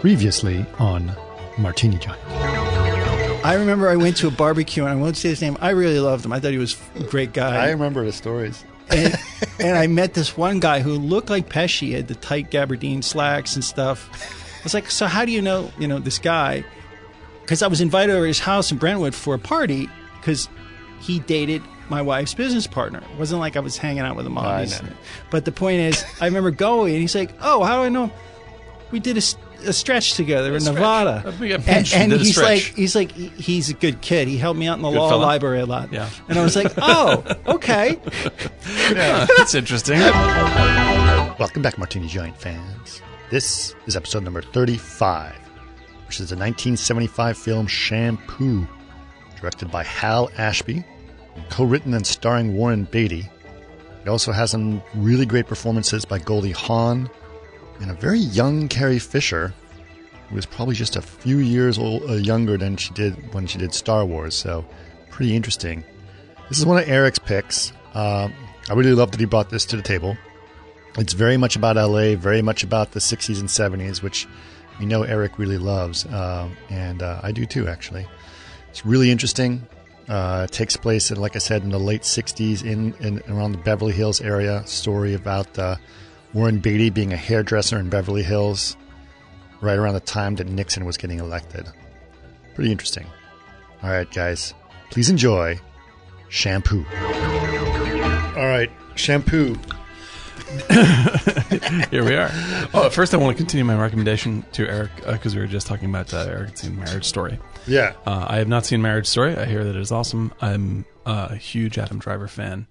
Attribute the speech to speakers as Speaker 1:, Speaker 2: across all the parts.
Speaker 1: Previously on Martini Giant.
Speaker 2: I remember I went to a barbecue, and I won't say his name. I really loved him. I thought he was a great
Speaker 3: I
Speaker 2: guy.
Speaker 3: remember the stories.
Speaker 2: and, and I met this one guy who looked like Pesci. He had the tight gabardine slacks and stuff. I was like, so how do you know, you know, this guy? Because I was invited over to his house in Brentwood for a party because he dated my wife's business partner. It wasn't like I was hanging out with him. Obviously. But the point is, I remember going, and he's like, oh, how do I know? him?" We did a, s- a stretch together in Nevada.
Speaker 4: I think I
Speaker 2: and
Speaker 4: pinched and
Speaker 2: and
Speaker 4: did a
Speaker 2: he's
Speaker 4: stretch.
Speaker 2: like, he's like, he- he's a good kid. He helped me out in the
Speaker 4: Good
Speaker 2: law
Speaker 4: fella.
Speaker 2: library a lot.
Speaker 4: Yeah.
Speaker 2: And I was like, oh, okay.
Speaker 4: Huh, that's interesting.
Speaker 1: Welcome back, Martini Giant fans. This is episode number 35, which is the 1975 film Shampoo, directed by Hal Ashby, co written and starring Warren Beatty. It also has some really great performances by Goldie Hawn and a very young Carrie Fisher, who was probably just a few years old, uh, younger than she did when she did Star Wars, so pretty interesting. This is one of Eric's picks. Uh, I really love that he brought this to the table. It's very much about LA, very much about the 60s and 70s, which we know Eric really loves. Um and uh, I do too, actually. It's really interesting. Uh, it takes place, in, like I said, in the late 60s in, in around the Beverly Hills area. Story about uh, Warren Beatty being a hairdresser in Beverly Hills right around the time that Nixon was getting elected. Pretty interesting. All right, guys, please enjoy Shampoo. All right, Shampoo.
Speaker 4: Here we are. Oh, first I want to continue my recommendation to Eric because we were just talking about uh, Eric had seen Marriage Story.
Speaker 1: Yeah.
Speaker 4: Uh, I have not seen Marriage Story. I hear that it is awesome. I'm a huge Adam Driver fan,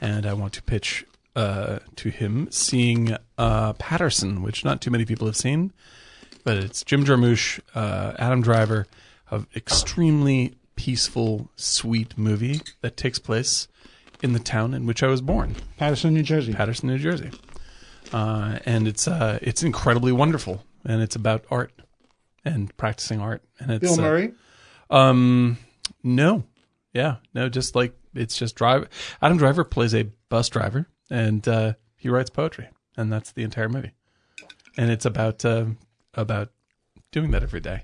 Speaker 4: and I want to pitch uh, to him seeing uh, Patterson, which not too many people have seen, but it's Jim Jarmusch, uh, Adam Driver, of extremely peaceful, sweet movie that takes place in the town in which I was born.
Speaker 5: Patterson, New Jersey.
Speaker 4: Patterson, New Jersey. Uh, and it's uh, it's incredibly wonderful, and it's about art and practicing art. And it's
Speaker 5: Bill
Speaker 4: uh,
Speaker 5: Murray.
Speaker 4: um, no, yeah, no, just like it's just drive. Adam Driver plays a bus driver, and uh, he writes poetry, and that's the entire movie. And it's about uh, about doing that every day,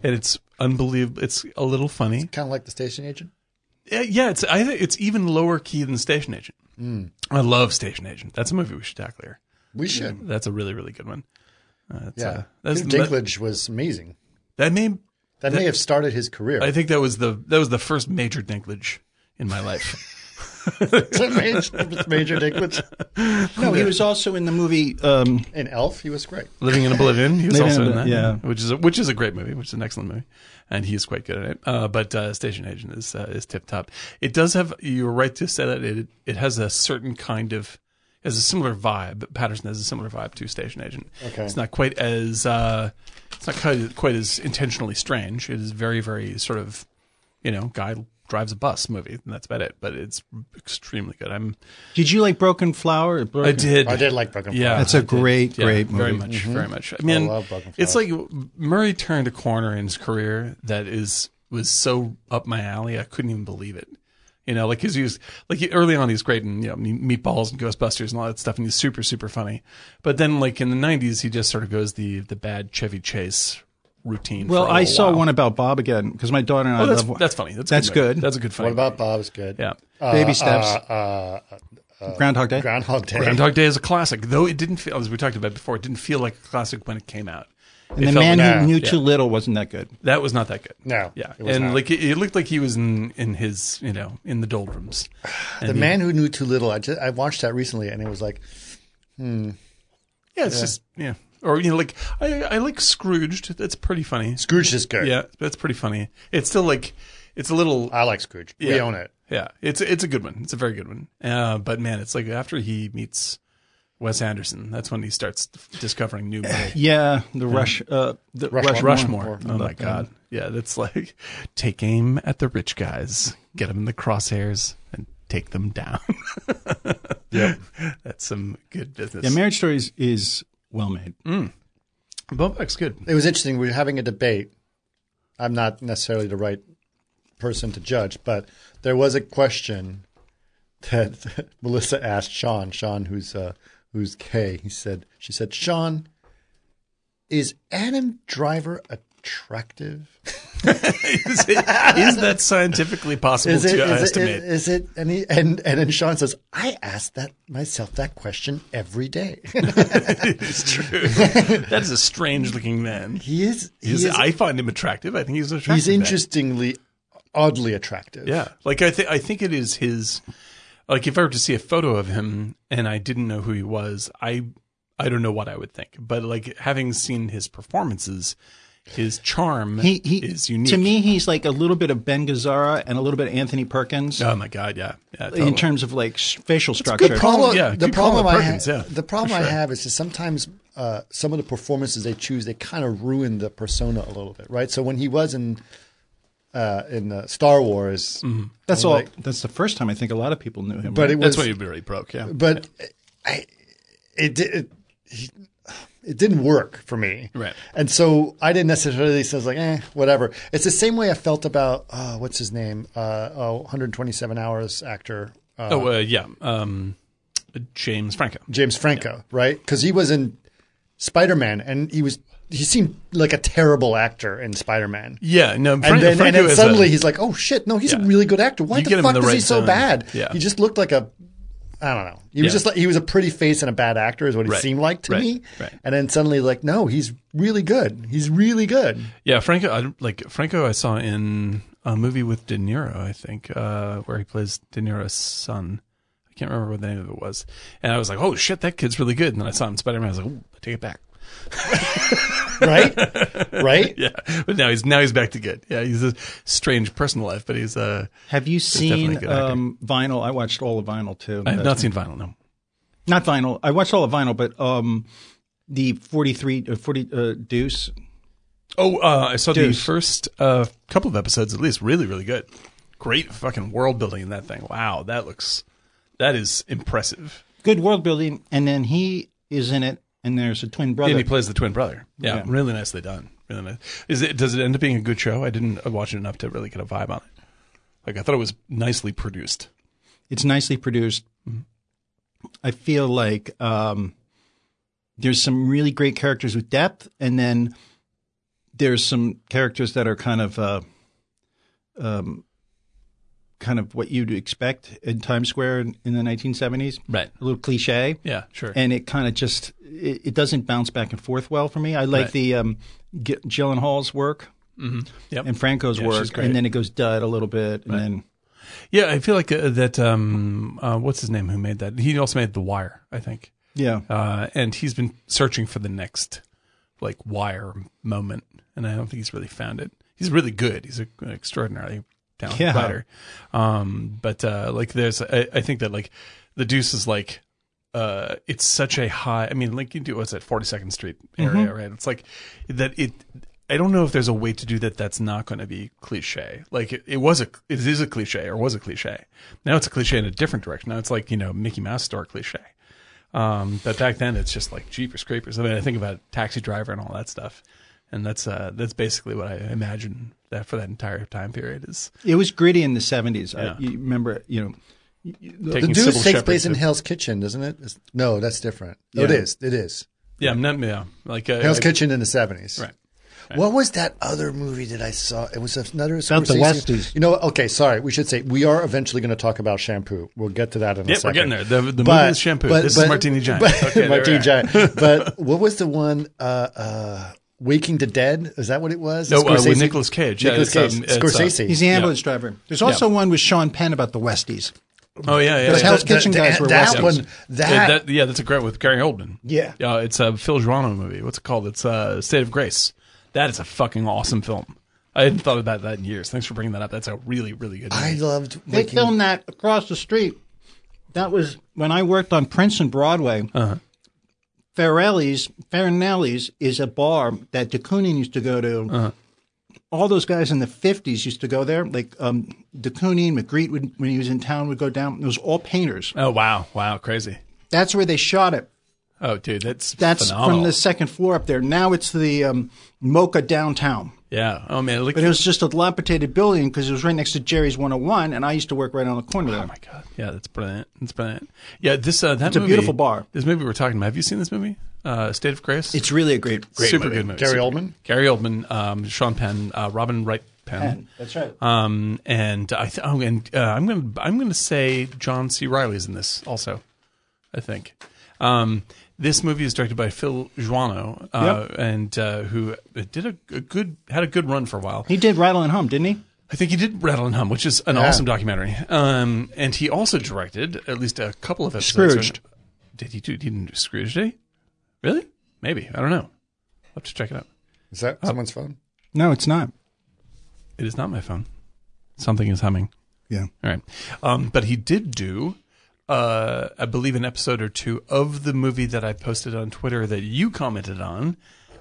Speaker 4: and it's unbelievable. It's a little funny.
Speaker 1: Kind of like the station agent.
Speaker 4: Yeah, yeah, it's I think it's even lower key than Station Agent.
Speaker 1: Hmm.
Speaker 4: I love Station Agent. That's a movie we should tackle here.
Speaker 1: We should.
Speaker 4: That's a really really good one. Uh, it's,
Speaker 1: Yeah.
Speaker 4: uh, that's,
Speaker 1: Peter
Speaker 4: that,
Speaker 1: Dinklage was amazing.
Speaker 4: that may
Speaker 1: That, may have started his career.
Speaker 4: I think that was the that was the first major Dinklage in my life.
Speaker 1: major, major Dinklage.
Speaker 2: No, he was also in the movie. Um,
Speaker 1: In Elf, he was great.
Speaker 4: Living in Oblivion, he was
Speaker 2: Living
Speaker 4: also
Speaker 2: in
Speaker 4: in that,
Speaker 2: Oblivion, yeah.
Speaker 4: which is a, which is a great movie, which is an excellent movie, and he's quite good at it. Uh, but uh, Station Agent is uh, is tip top. It does have you're right to say that it it has a certain kind of has a similar vibe. Patterson has a similar vibe to Station Agent.
Speaker 1: Okay.
Speaker 4: it's not quite as uh, it's not quite, quite as intentionally strange. It is very very sort of you know guy drives a bus movie, and that's about it. But it's extremely good. I'm
Speaker 2: did you like Broken Flower?
Speaker 4: I did
Speaker 1: I did like Broken Flowers.
Speaker 4: yeah
Speaker 2: That's a great,
Speaker 4: yeah,
Speaker 2: great
Speaker 4: very
Speaker 2: movie.
Speaker 4: much, very much. I mean,
Speaker 1: Mm-hmm. love Buck and
Speaker 4: it's like Murray turned a corner in his career that is was so up my alley. I couldn't even believe it. You know, like 'cause he was like he- early on, he's great in you know Me- Meatballs and Ghostbusters and all that stuff, and he's super super funny. But then, like in the '90s, he just sort of goes the the bad Chevy Chase routine.
Speaker 2: Well,
Speaker 4: for a
Speaker 2: I
Speaker 4: little
Speaker 2: saw
Speaker 4: while.
Speaker 2: one about Bob again because my daughter and I
Speaker 4: Oh, that's
Speaker 2: love one.
Speaker 4: that's funny. That's a
Speaker 2: That's
Speaker 4: good. movie.
Speaker 2: good.
Speaker 4: That's a good funny.
Speaker 1: What about Bob's good?
Speaker 4: yeah?
Speaker 1: Uh,
Speaker 2: Baby steps.
Speaker 1: Uh, uh,
Speaker 2: Groundhog Day.
Speaker 1: Groundhog Day.
Speaker 4: Groundhog Day is a classic, though it didn't feel as we talked about before. It didn't feel like a classic when it came out.
Speaker 2: and
Speaker 4: It
Speaker 2: the
Speaker 4: felt
Speaker 2: man
Speaker 4: like-
Speaker 1: Yeah.
Speaker 2: who knew too little wasn't that good.
Speaker 4: That was not that good.
Speaker 1: No,
Speaker 4: Yeah.
Speaker 1: it was
Speaker 4: And
Speaker 1: not.
Speaker 4: like it, it looked like he was in in his, you know, in the doldrums.
Speaker 1: the man who knew too little. I just I watched that recently, and it was like
Speaker 4: Yeah, it's just yeah. Or you know, like I I like Scrooged. That's pretty funny.
Speaker 1: Scrooge is good.
Speaker 4: Yeah, that's pretty funny. It's still like it's a little
Speaker 1: I like Scrooge. We
Speaker 4: Yeah.
Speaker 1: own it.
Speaker 4: yeah, it's it's a good one. It's a very good one. Uh, but man, it's like after he meets Wes Anderson, that's when he starts discovering new Murray.
Speaker 2: Yeah, the Rush, uh, the Rushmore.
Speaker 4: Rushmore. Oh my god. Yeah, that's like take aim at the rich guys, get them in the crosshairs, and take them down. yeah, that's some good business.
Speaker 2: Yeah, Marriage Stories is well made.
Speaker 4: Mm-hmm. Bobak's good.
Speaker 1: It was interesting. We were having a debate. I'm not necessarily the right person to judge, but there was a question that Melissa asked Sean. Sean, who's uh, who's K, he said. She said, "Sean, Is Adam Driver attractive?
Speaker 4: is, it, is that scientifically possible
Speaker 1: Is it,
Speaker 4: to
Speaker 1: is, it,
Speaker 4: estimate?
Speaker 1: is it? And he, and and then Sean says, "I ask that myself that question every day."
Speaker 4: it's true. that is a strange looking man.
Speaker 1: he is. He
Speaker 4: He's-
Speaker 1: is.
Speaker 4: I find him attractive. I think he's an attractive.
Speaker 1: he's
Speaker 4: man.
Speaker 1: interestingly, oddly attractive.
Speaker 4: Yeah, like I think I think it is his. Like if I were to see a photo of him and I didn't know who he was, I I don't know what I would think. But like having seen his performances, his charm
Speaker 2: He, he
Speaker 4: is unique.
Speaker 2: To me, he's like a little bit of Ben Gazzara and a little bit of Anthony Perkins
Speaker 4: oh my god, yeah, yeah.
Speaker 2: in
Speaker 4: totally.
Speaker 2: terms of like s- facial structure.
Speaker 1: The problem,
Speaker 4: yeah,
Speaker 1: the
Speaker 4: good call
Speaker 1: problem
Speaker 4: with
Speaker 1: I
Speaker 4: Perkins,
Speaker 1: ha-
Speaker 4: yeah,
Speaker 1: the problem I have is that sometimes uh, some of the performances they choose they kind of ruin the persona a little bit, right? So when he was in uh, in uh, Star Wars,
Speaker 2: that's all. that's the first time I think a lot of people knew him.
Speaker 1: but
Speaker 2: right?
Speaker 1: it was
Speaker 4: Mm-hmm. That's why you really broke. Yeah,
Speaker 1: but I it did. It, he- it didn't work for me,
Speaker 4: Right.
Speaker 1: And so I didn't necessarily. So I was like, eh, whatever. It's the same way I felt about uh, what's his name, uh, oh, 127 hours actor uh,
Speaker 4: oh uh, yeah, um, James Franco.
Speaker 1: James Franco, right? Because he was in Spider Man, and he was he seemed like a terrible actor in Spider Man.
Speaker 4: Yeah, no, Fran-
Speaker 1: And then,
Speaker 4: Franco
Speaker 1: and then
Speaker 4: is a-
Speaker 1: suddenly he's like, "Oh shit! No, he's a really good actor. Why
Speaker 4: You get
Speaker 1: the
Speaker 4: him
Speaker 1: fuck
Speaker 4: in
Speaker 1: is
Speaker 4: the
Speaker 1: he
Speaker 4: right
Speaker 1: so
Speaker 4: zone.
Speaker 1: bad?
Speaker 4: Yeah.
Speaker 1: He just looked like a, I don't know. He was
Speaker 4: Yeah.
Speaker 1: just like he was a pretty face and a bad actor is what he
Speaker 4: Right.
Speaker 1: seemed like to
Speaker 4: Right.
Speaker 1: me.
Speaker 4: Right.
Speaker 1: And then suddenly like, no, he's really good. He's really good.
Speaker 4: Yeah, Franco. I, like Franco, I saw in a movie with De Niro, I think, uh, where he plays De Niro's son. I can't remember what the name of it was, and I was like, "Oh shit, that kid's really good." And then I saw him in Spider Man. I was like, Ooh, I "Take it back."
Speaker 1: Right, right.
Speaker 4: Yeah, but now he's now he's back to good. Yeah, he's a strange personal life, but he's uh,
Speaker 2: Have you
Speaker 4: definitely a
Speaker 2: seen
Speaker 4: good actor.
Speaker 2: um, Vinyl? I watched all of Vinyl too.
Speaker 4: I have
Speaker 2: That's-
Speaker 4: not seen Vinyl. No,
Speaker 2: not Vinyl. I watched all of Vinyl, but um, the forty-three, uh, forty uh, Deuce.
Speaker 4: oh, uh, I saw
Speaker 2: Deuce.
Speaker 4: the first uh, couple of episodes at least. Really, really good. Great fucking world building in that thing. Wow, that looks that is impressive.
Speaker 2: Good world building, and then he is in it, and there's a twin brother.
Speaker 4: And he plays the twin brother. Yeah,
Speaker 2: Yeah.
Speaker 4: really nicely done. Really nice. Is it? Does it end up being a good show? I didn't watch it enough to really get a vibe on it. Like I thought it was nicely produced.
Speaker 2: it's nicely produced. I feel like um, there's some really great characters with depth, and then there's some characters that are kind of, uh, um, kind of what you'd expect in Times Square in, in the 1970s.
Speaker 4: Right.
Speaker 2: A little cliche,
Speaker 4: Yeah. Sure.
Speaker 2: and it kind of just it, it doesn't bounce back and forth well for me. I like
Speaker 4: Right. Mm-hmm.
Speaker 2: the um, G- Gyllenhaal's work
Speaker 4: yep.
Speaker 2: and Franco's
Speaker 4: Yeah, she's
Speaker 2: work,
Speaker 4: great.
Speaker 2: and then it goes dud a little bit, and then
Speaker 4: yeah, I feel like uh, that. Um, uh, what's his name? Who made that? He also made The Wire, I think.
Speaker 2: yeah.
Speaker 4: Uh, and he's been searching for the next like Wire moment, and I don't think he's really found it. He's really good. He's a, an extraordinarily talented
Speaker 2: Yeah.
Speaker 4: writer. Um, but uh, like there's, I, I think that like the Deuce is like. Uh, it's such a high. I mean, like you do what's that Forty Second Street area, right? It's like that. It. I don't know if there's a way to do that. That's not going to be cliche. Like it, it was a. It is a cliche, or was a cliche. Now it's a cliche in a different direction. Now it's like you know Mickey Mouse store cliche. Um, but back then it's just like Jeepers Creepers. I mean, I think about Taxi Driver and all that stuff, and that's uh, that's basically what I imagine that for that entire time period is.
Speaker 2: It was gritty in the seventies.
Speaker 4: Yeah.
Speaker 2: You remember, you know,
Speaker 1: The
Speaker 4: Taking
Speaker 1: dude
Speaker 4: Sybil
Speaker 1: takes
Speaker 4: Shepherd
Speaker 1: place in
Speaker 4: to-
Speaker 1: Hell's Kitchen, doesn't it? It's- no, that's different. No, It
Speaker 4: Yeah.
Speaker 1: is. It is.
Speaker 4: Yeah, I'm not yeah like uh,
Speaker 1: Hell's
Speaker 4: like-
Speaker 1: Kitchen in the seventies.
Speaker 4: Right.
Speaker 1: What was that other movie that I saw? It was another
Speaker 2: About the
Speaker 1: Scorsese-
Speaker 2: Westies.
Speaker 1: You know, what? okay, sorry. We should say we are eventually going to talk about shampoo. We'll get to that in
Speaker 4: Yeah,
Speaker 1: a
Speaker 4: we're
Speaker 1: second.
Speaker 4: getting there. The, the movie is shampoo. this is Martini Giant.
Speaker 1: but-
Speaker 4: Okay, there
Speaker 1: Martini
Speaker 4: we are.
Speaker 1: Giant. But what was the one? Uh, uh, Waking the Dead. Is that what it was?
Speaker 4: No, uh, with
Speaker 1: Scorsese?
Speaker 4: Nicolas Cage. Yeah,
Speaker 1: Nicolas
Speaker 4: it's,
Speaker 1: Cage.
Speaker 4: um, it's, uh,
Speaker 1: Scorsese.
Speaker 2: he's the ambulance driver. There's also one with Sean Penn about the Westies.
Speaker 4: Oh yeah, yeah.
Speaker 2: But
Speaker 4: yeah.
Speaker 2: Hell's
Speaker 1: The-
Speaker 2: Kitchen
Speaker 1: the-
Speaker 2: guys were
Speaker 1: that
Speaker 2: Westies.
Speaker 1: one. That,
Speaker 4: Yeah, that, yeah, that's a great with Gary Oldman.
Speaker 2: Yeah.
Speaker 4: uh, it's a Phil Girano movie. What's it called? It's uh, State of Grace. That is a fucking awesome film. I hadn't thought about that in years. Thanks for bringing that up. That's a really, really good.
Speaker 1: I
Speaker 4: Movie.
Speaker 1: loved.
Speaker 2: They
Speaker 1: Waking
Speaker 2: filmed that across the street. That was when I worked on Prince and Broadway. uh Farinelli's Farinelli's is a bar that de Kooning used to go to. All those guys in the fifties used to go there. Like um, de Kooning, McGreet, would, when he was in town, would go down. It was all painters.
Speaker 4: oh wow, wow, crazy.
Speaker 2: That's where they shot it.
Speaker 4: Oh, dude, that's
Speaker 2: That's
Speaker 4: phenomenal.
Speaker 2: from the second floor up there. Now it's the um, Mocha downtown.
Speaker 4: yeah. Oh man, look.
Speaker 2: But it was just a dilapidated building because it was right next to Jerry's 101, and I used to work right on the corner there.
Speaker 4: oh my god. Yeah, that's brilliant. That's brilliant. Yeah, this uh, that
Speaker 2: a
Speaker 4: movie-
Speaker 2: beautiful bar.
Speaker 4: This movie we're talking about. Have you seen this movie? uh, State of Grace.
Speaker 6: It's really a great, great
Speaker 4: super
Speaker 6: movie.
Speaker 4: good movie.
Speaker 1: Gary
Speaker 4: Super-
Speaker 1: Oldman.
Speaker 4: Gary Oldman, um, Sean Penn, uh, Robin Wright Penn.
Speaker 6: That's right.
Speaker 4: Um, and I th- oh, and uh, I'm gonna I'm gonna say John C. Riley's in this also. I think. Um, this movie is directed by Phil Juano, uh, and uh, who did a, a good had a good run for a while.
Speaker 6: He did Rattle and Hum, didn't he?
Speaker 4: I think he did Rattle and Hum, which is an
Speaker 1: Yeah.
Speaker 4: awesome documentary. Um, and he also directed at least a couple of episodes.
Speaker 6: Scrooged.
Speaker 4: Did he do? He didn't do Scrooge? Did he? Really? Maybe. I don't know. I'll have to check it out.
Speaker 1: Is that
Speaker 4: Oh.
Speaker 1: someone's phone?
Speaker 6: No, it's not.
Speaker 4: It is not my phone. Something is humming.
Speaker 6: Yeah.
Speaker 4: All right. Um, but he did do, uh, I believe, an episode or two of the movie that I posted on Twitter that you commented on,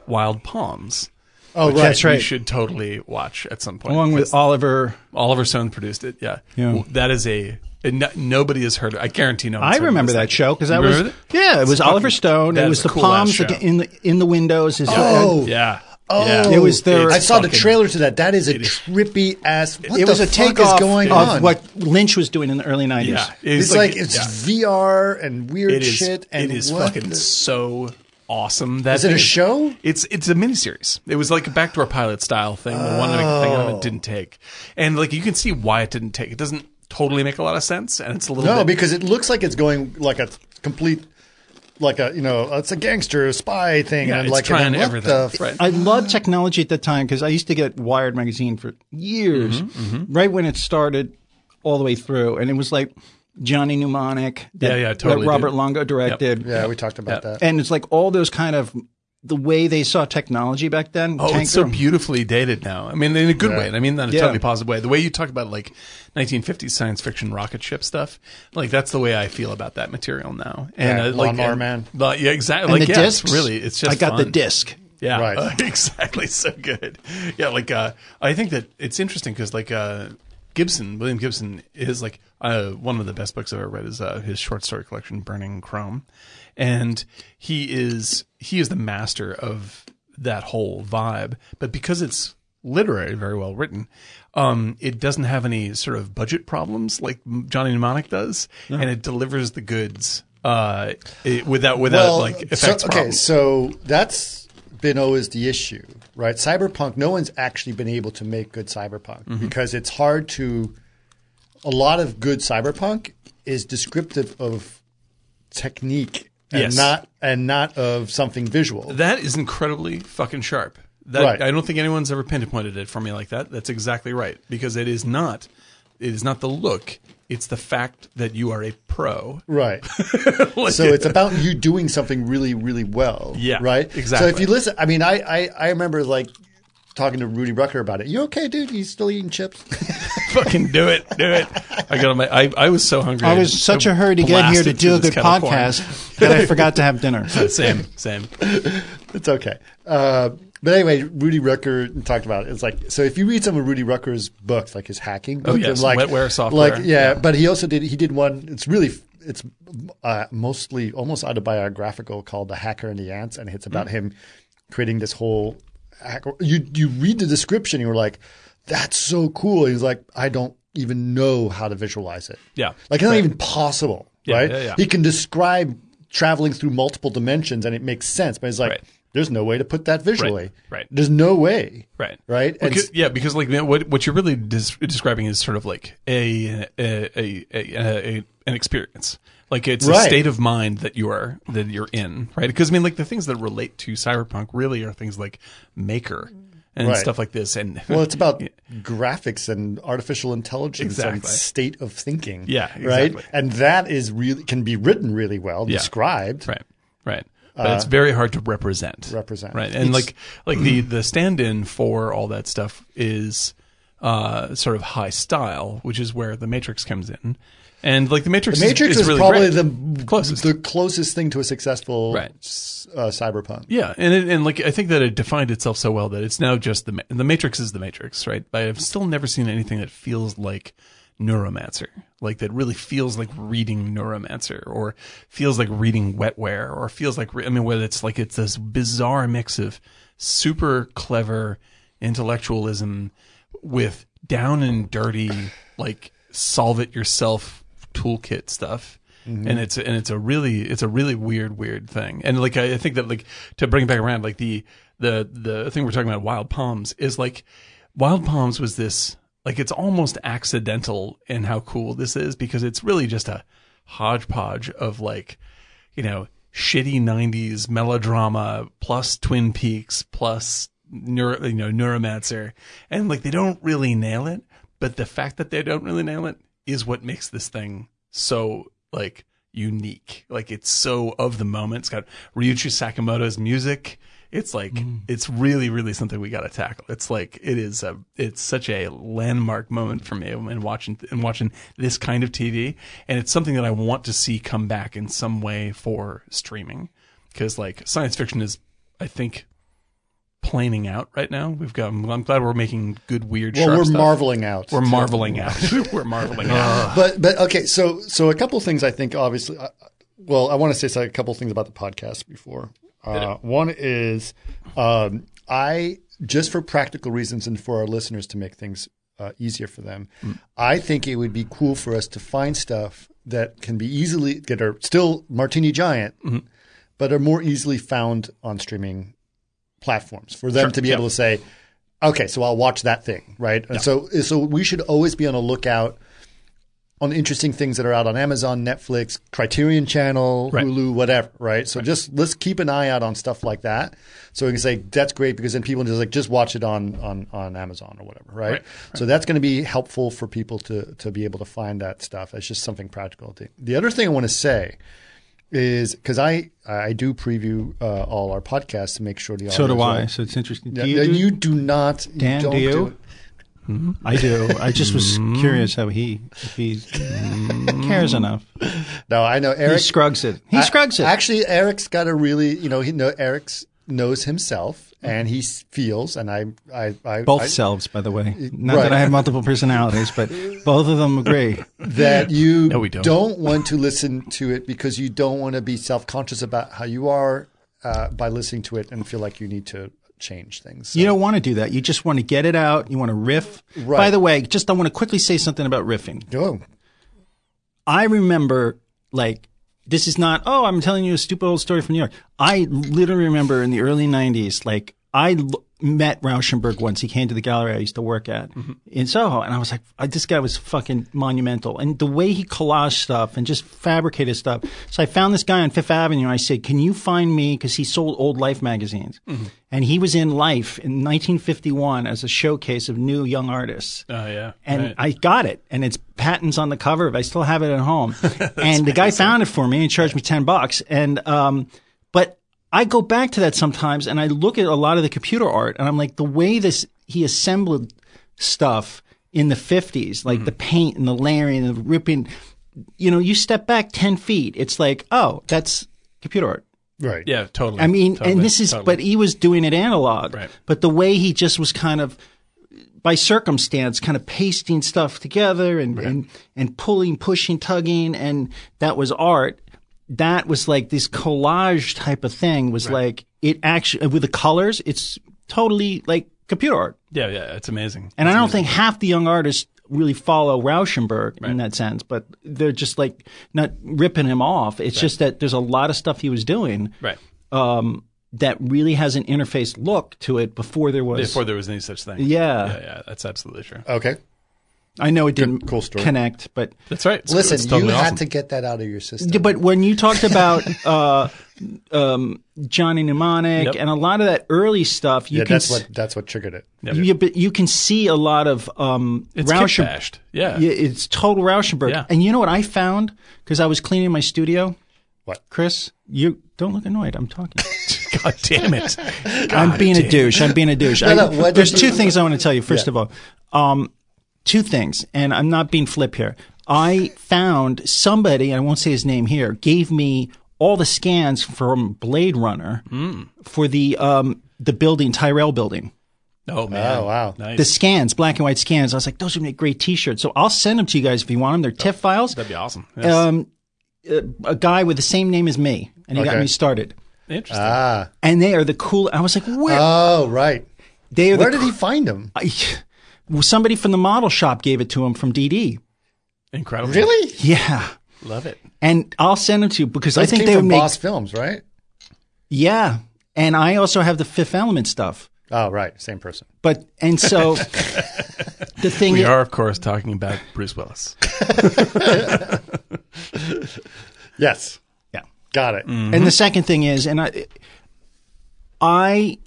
Speaker 4: Wild Palms.
Speaker 1: Oh,
Speaker 4: which
Speaker 1: right.
Speaker 6: That's right.
Speaker 4: You should totally watch at some point.
Speaker 6: Along with Oliver.
Speaker 4: Oliver Stone produced it. Yeah.
Speaker 6: Yeah.
Speaker 4: Well, That is a. and no- nobody has heard. I guarantee no. one's
Speaker 6: I
Speaker 4: heard of
Speaker 6: remember
Speaker 4: this.
Speaker 6: that show because that
Speaker 4: You
Speaker 6: was
Speaker 4: remember
Speaker 6: yeah, it was Oliver
Speaker 4: fucking-
Speaker 6: Stone.
Speaker 4: that
Speaker 6: It
Speaker 4: is
Speaker 6: was
Speaker 4: a
Speaker 6: the
Speaker 4: cool-ass
Speaker 6: palms like,
Speaker 4: show.
Speaker 6: in the in the windows. Is
Speaker 1: Oh.
Speaker 4: Yeah.
Speaker 1: Oh,
Speaker 4: Yeah.
Speaker 6: It was their-
Speaker 1: I saw the
Speaker 4: fucking-
Speaker 1: trailer to that. That is a trippy ass. What
Speaker 6: it
Speaker 1: the
Speaker 6: was a
Speaker 1: fuck
Speaker 6: takeoff
Speaker 1: is going
Speaker 6: of
Speaker 1: on?
Speaker 6: what Lynch was doing in the early nineties.
Speaker 4: Yeah.
Speaker 1: It's, like, it's
Speaker 4: yeah.
Speaker 1: VR and weird
Speaker 4: It is.
Speaker 1: shit. And
Speaker 4: it is
Speaker 1: what
Speaker 4: fucking
Speaker 1: the-
Speaker 4: so awesome. That
Speaker 1: Is it a
Speaker 4: thing-
Speaker 1: show?
Speaker 4: It's it's a miniseries. It was like a backdoor pilot style thing. They wanted to make a thing out of it didn't
Speaker 1: Oh.
Speaker 4: take, and like you can see why it didn't take. It doesn't totally make a lot of sense, and it's a little
Speaker 1: No,
Speaker 4: bit.
Speaker 1: because it looks like it's going like a complete, like a you know, it's a gangster spy thing,
Speaker 4: yeah,
Speaker 1: and
Speaker 4: it's
Speaker 1: like
Speaker 4: trying
Speaker 1: and then what
Speaker 4: everything.
Speaker 1: the f-
Speaker 4: right.
Speaker 6: I loved technology at the time because I used to get Wired magazine for years,
Speaker 4: Mm-hmm,
Speaker 6: right when it started, all the way through, and it was like Johnny Mnemonic, that,
Speaker 4: Yeah, yeah,
Speaker 6: that
Speaker 4: totally,
Speaker 6: Robert
Speaker 4: dude.
Speaker 6: Longo directed,
Speaker 1: yeah, we talked about that.
Speaker 6: and it's like all those kind of the way they saw technology back then.
Speaker 4: Oh,
Speaker 6: Tank
Speaker 4: it's so
Speaker 6: room.
Speaker 4: beautifully dated now. I mean, in a good
Speaker 1: Yeah.
Speaker 4: way. and I mean, not in a
Speaker 6: Yeah.
Speaker 4: totally positive way. The way you talk about like 1950s science fiction rocket ship stuff, like that's the way I feel about that material now. And
Speaker 1: Yeah,
Speaker 4: uh, like,
Speaker 1: Lawnmower
Speaker 4: and-
Speaker 1: Man.
Speaker 4: But, yeah, exactly.
Speaker 6: and
Speaker 4: like,
Speaker 6: the
Speaker 4: yeah, it's
Speaker 6: discs,
Speaker 4: really, it's just
Speaker 6: I got the
Speaker 4: fun.
Speaker 6: disc.
Speaker 4: Yeah,
Speaker 1: Right.
Speaker 4: uh, exactly. So good. Yeah, like uh, I think that it's interesting because like uh, Gibson, William Gibson, is like uh, one of the best books I've ever read is uh, his short story collection, Burning Chrome, and he is he is the master of that whole vibe. But because it's literary, very well written, um, it doesn't have any sort of budget problems like Johnny Mnemonic does, and it delivers the goods uh, it, without without like effects
Speaker 1: so, okay,
Speaker 4: problems.
Speaker 1: so that's been always the issue, right? Cyberpunk, no one's actually been able to make good cyberpunk
Speaker 4: Mm-hmm.
Speaker 1: because it's hard to. A lot of good cyberpunk is descriptive of technique and
Speaker 4: Yes.
Speaker 1: not and not of something visual.
Speaker 4: That is incredibly fucking sharp. That
Speaker 1: Right.
Speaker 4: I don't think anyone's ever pinpointed it for me like that. That's exactly right because it is not. It is not the look. It's the fact that you are a pro.
Speaker 1: Right.
Speaker 4: Like,
Speaker 1: so it's about you doing something really, really well.
Speaker 4: Yeah,
Speaker 1: Right?
Speaker 4: exactly.
Speaker 1: So if you listen, I mean, I, I, I remember like talking to Rudy Rucker about it. You okay, dude? You still eating chips?
Speaker 4: fucking do it, do it. I got on my. I, I was so hungry.
Speaker 6: I was such a hurry to get here to
Speaker 4: blasted through
Speaker 6: do a
Speaker 4: this
Speaker 6: good
Speaker 4: kettle of corn.
Speaker 6: podcast that I forgot to have dinner.
Speaker 4: Same, same.
Speaker 1: it's okay. Uh, but anyway, Rudy Rucker talked about it. It's like so. If you read some of Rudy Rucker's books, like his hacking, book,
Speaker 4: Oh, yes,
Speaker 1: and like
Speaker 4: wetware, software.
Speaker 1: like yeah, But he also did. He did one. It's really it's uh, mostly almost autobiographical called "The Hacker and the Ants," and it's
Speaker 4: Mm.
Speaker 1: about him creating this whole. Hack- you you read the description, you were like, "That's so cool." He's like, "I don't even know how to visualize it."
Speaker 4: Yeah.
Speaker 1: like it's not
Speaker 4: Right.
Speaker 1: even possible,
Speaker 4: Yeah,
Speaker 1: right?
Speaker 4: yeah, yeah.
Speaker 1: He can describe traveling through multiple dimensions, and it makes sense. But it's like
Speaker 4: Right.
Speaker 1: there's no way to put that visually.
Speaker 4: Right, right.
Speaker 1: There's no way.
Speaker 4: Right.
Speaker 1: Right.
Speaker 4: Well,
Speaker 1: And
Speaker 4: 'cause- yeah, because like man, what what you're really des- describing is sort of like a a a, a, a, a an experience. Like it's a
Speaker 1: Right.
Speaker 4: state of mind that you are that you're in, right? Because I mean, like the things that relate to cyberpunk really are things like Maker and
Speaker 1: Right.
Speaker 4: stuff like this, and
Speaker 1: well, it's about graphics and artificial intelligence and
Speaker 4: Exactly.
Speaker 1: state of thinking.
Speaker 4: Yeah, exactly.
Speaker 1: Right. And that is really can be written really well, described.
Speaker 4: Right. Right. But it's very hard to represent.
Speaker 1: Uh, represent.
Speaker 4: Right. And like like the the stand-in for all that stuff is uh sort of high style, which is where the Matrix comes in. And like the Matrix,
Speaker 1: Matrix is,
Speaker 4: is, is really
Speaker 1: probably
Speaker 4: great.
Speaker 1: the
Speaker 4: Closest.
Speaker 1: the closest thing to a successful
Speaker 4: Right.
Speaker 1: s- uh, cyberpunk.
Speaker 4: Yeah, and it, and like I think that it defined itself so well that it's now just the Ma- the Matrix is the Matrix, right? But I've still never seen anything that feels like Neuromancer, like that really feels like reading Neuromancer, or feels like reading Wetware, or feels like re- I mean, whether it's like it's this bizarre mix of super clever intellectualism with down and dirty like solve it yourself toolkit stuff and it's and it's a really it's a really weird weird thing. And like I, I think that like to bring it back around, like the the the thing we're talking about, wild palms, is like wild palms was this like it's almost accidental in how cool this is because it's really just a hodgepodge of like you know, shitty '90s melodrama plus Twin Peaks plus neuro, you know Neuromancer, and like they don't really nail it, but the fact that they don't really nail it is what makes this thing so like unique. Like it's so of the moment. It's got Ryuichi Sakamoto's music. It's like it's really, really something we got to tackle. It's like it is a, it's such a landmark moment for me in watching in watching this kind of TV, and it's something that I want to see come back in some way for streaming, because like science fiction is, I think, planing out right now. We've got. I'm glad we're making good weird.
Speaker 1: Well,
Speaker 4: sharp
Speaker 1: we're
Speaker 4: stuff.
Speaker 1: marveling out.
Speaker 4: We're marveling out. we're marveling out.
Speaker 1: but but okay, so so a couple things I think obviously. I, I- well, I want to say so- a couple things about the podcast before. Uh, one is um, I just for practical reasons and for our listeners to make things uh, easier for them. I think it would be cool for us to find stuff that can be easily that are still Martini Giant, but are more easily found on streaming platforms for them to be able to say, okay, so I'll watch that thing, right? And so so we should always be on a lookout on interesting things that are out on Amazon, Netflix, Criterion Channel, Hulu, whatever, right? So just let's keep an eye out on stuff like that. So we can say that's great because then people just like just watch it on on, on Amazon or whatever, right? So that's going to be helpful for people to to be able to find that stuff. That's just something practical. To, the other thing I want to say is because I I do preview uh, all our podcasts to make sure the
Speaker 2: So do
Speaker 1: audience-
Speaker 2: I. So it's interesting.
Speaker 1: Yeah,
Speaker 2: Do
Speaker 1: you,
Speaker 2: you,
Speaker 1: do
Speaker 2: do-
Speaker 1: not. You
Speaker 2: Dan,
Speaker 1: don't
Speaker 2: do you?
Speaker 1: do it.
Speaker 2: I do. I just was
Speaker 4: Mm-hmm.
Speaker 2: curious how he, if he cares enough.
Speaker 1: No, I know
Speaker 2: He
Speaker 1: Eric.
Speaker 2: scrugs it. He scrugs it.
Speaker 1: Actually, Eric's got a really, you know, he know Eric's knows himself and he s- feels, and I, I, I
Speaker 2: both
Speaker 1: I-
Speaker 2: selves, by the way. Not
Speaker 1: right.
Speaker 2: that I have multiple personalities, but both of them agree.
Speaker 1: that you
Speaker 4: we don't.
Speaker 1: want to listen to it because you don't want to be self conscious about how you are uh, by listening to it and feel like you need to change things. So-
Speaker 2: You don't want to do that. You just want to get it out. You want to riff.
Speaker 1: Right.
Speaker 2: By the way, just I want to quickly say something about riffing.
Speaker 1: Oh,
Speaker 2: I remember like this is not oh I'm telling you a stupid old story from New York. I literally remember in the early 90s like I l- met Rauschenberg once. He came to the gallery I used to work at in Soho and I was like I, this guy was fucking monumental and the way he collaged stuff and just fabricated stuff. So I found this guy on 5th Avenue and I said, "Can you find me cuz he sold old Life magazines." And he was in Life in 1951 as a showcase of new young artists.
Speaker 4: Oh yeah.
Speaker 2: And
Speaker 4: Right.
Speaker 2: I got it, and it's patents on the cover. But I still have it at home. and the guy found it for me and charged me ten bucks. And um, but I go back to that sometimes, and I look at a lot of the computer art, and I'm like, the way this he assembled stuff in the '50s, like the paint and the layering and the ripping. You know, you step back ten feet, it's like, oh, that's computer art.
Speaker 1: right.
Speaker 4: yeah, totally.
Speaker 2: I mean,
Speaker 4: Totally.
Speaker 2: and this is,
Speaker 4: Totally.
Speaker 2: but he was doing it analog.
Speaker 4: Right.
Speaker 2: But the way he just was kind of, by circumstance, kind of pasting stuff together and, and, and pulling, pushing, tugging, and that was art. That was like this collage type of thing was like, it actually, with the colors, it's totally like computer art.
Speaker 4: yeah, yeah, it's amazing.
Speaker 2: And I don't think half the young artists really follow Rauschenberg in that sense, but they're just like not ripping him off. It's just that there's a lot of stuff he was doing
Speaker 4: right.
Speaker 2: um, that really has an interface look to it before there was.
Speaker 4: Before there was any such thing.
Speaker 2: Yeah.
Speaker 4: Yeah, yeah, that's absolutely true.
Speaker 1: Okay.
Speaker 2: I know it didn't
Speaker 1: cool story.
Speaker 2: connect, but
Speaker 4: That's right. It's-
Speaker 1: Listen,
Speaker 4: it's totally
Speaker 1: you
Speaker 4: awesome.
Speaker 1: had to get that out of your system.
Speaker 2: but when you talked about uh, um, Johnny Mnemonic
Speaker 4: Yep.
Speaker 2: and a lot of that early stuff, you
Speaker 1: yeah,
Speaker 2: can
Speaker 1: that's
Speaker 2: s-
Speaker 1: what that's what triggered it.
Speaker 2: you, but you can see a lot of um,
Speaker 4: It's
Speaker 2: Rauschen-
Speaker 4: bashed. Yeah.
Speaker 2: Yeah, it's total Rauschenberg.
Speaker 4: Yeah.
Speaker 2: And you know what I found? Because I was cleaning my studio.
Speaker 1: What?
Speaker 2: Chris, you don't look annoyed. I'm talking.
Speaker 4: God damn it.
Speaker 2: I'm being a douche. I'm being a douche. I-
Speaker 1: no, what
Speaker 2: there's
Speaker 1: did
Speaker 2: two things I want to tell you. First of all, um, two things, and I'm not being flip here. I found somebody, I won't say his name here, gave me all the scans from Blade Runner
Speaker 1: Hmm.
Speaker 2: for the um, the building, Tyrell building.
Speaker 4: Oh man.
Speaker 1: Oh, wow.
Speaker 4: Nice.
Speaker 2: The scans, black and white scans. I was like, those would make great T-shirts. So I'll send them to you guys if you want them. They're
Speaker 1: Oh,
Speaker 2: TIFF files.
Speaker 4: That'd be awesome. Yes.
Speaker 2: Um, uh, a guy with the same name as me, and he got
Speaker 1: Okay.
Speaker 2: me started.
Speaker 4: Interesting.
Speaker 1: Ah.
Speaker 2: And they are the cool. I was like, where?
Speaker 1: Oh, right.
Speaker 2: they are
Speaker 1: Where
Speaker 2: the
Speaker 1: did he find him?
Speaker 2: I, well, somebody from the model shop gave it to him from DD.
Speaker 4: Incredible.
Speaker 1: Really?
Speaker 2: Yeah.
Speaker 4: Love it.
Speaker 2: and I'll send them to you because I
Speaker 1: Those
Speaker 2: think
Speaker 1: came
Speaker 2: they would
Speaker 1: from
Speaker 2: make
Speaker 1: Boss Films, right?
Speaker 2: yeah. And I also have the Fifth Element stuff,
Speaker 1: Oh, right. Same person.
Speaker 2: but and so the thing
Speaker 4: We
Speaker 2: is,
Speaker 4: are, of course, talking about Bruce Willis.
Speaker 1: Yes.
Speaker 2: yeah.
Speaker 1: Got it.
Speaker 4: Mm.
Speaker 2: And the second thing is, and I, I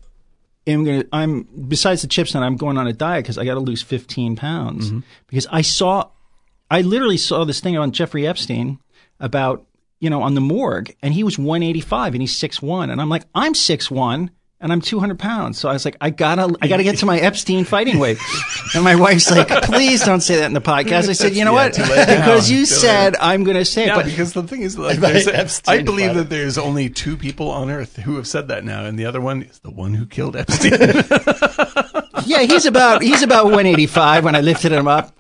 Speaker 2: am gonna. I'm besides the chips, and I'm going on a diet because I got to lose 15 pounds
Speaker 4: Mm-hmm.
Speaker 2: because I saw, I literally saw this thing on Jeffrey Epstein about you know on the morgue, and he was 185 and he's 6'1", and I'm like I'm 6'1", And I'm 200 pounds, so I was like, I gotta, I gotta get to my Epstein fighting weight. And my wife's like, please don't say that in the podcast. I said, you know what?
Speaker 4: too late now.
Speaker 2: Because you
Speaker 4: Too late.
Speaker 2: said I'm gonna say it,
Speaker 4: Yeah,
Speaker 2: but
Speaker 4: because the thing is, like,
Speaker 1: By
Speaker 4: there's a-
Speaker 1: Epstein,
Speaker 4: I believe
Speaker 1: father.
Speaker 4: that there's only two people on Earth who have said that now, and the other one is the one who killed Epstein.
Speaker 2: Yeah, he's about he's about 185 when I lifted him up,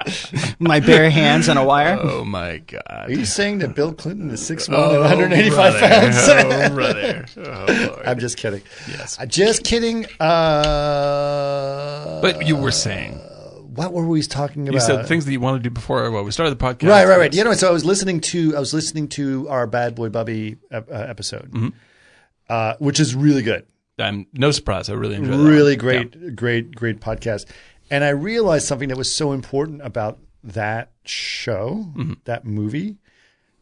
Speaker 2: my bare hands on a wire.
Speaker 4: oh my
Speaker 1: Are
Speaker 4: god!
Speaker 1: you saying that Bill Clinton is 6'1 and 185 pounds?
Speaker 4: Oh brother! Oh, Lord.
Speaker 1: I'm just kidding. Yes. Just kidding. Uh,
Speaker 4: But you were saying
Speaker 1: what were we talking about?
Speaker 4: you said things that you wanted to do before well, we started the podcast.
Speaker 1: Right, right, right. You know, so I was listening to I was listening to our Bad Boy Bubby uh, uh, episode,
Speaker 4: Mm-hmm.
Speaker 1: uh, which is really good,
Speaker 4: I'm no surprise. I really enjoyed. that
Speaker 1: really
Speaker 4: one.
Speaker 1: great, great, great podcast. And I realized something that was so important about that show, that movie.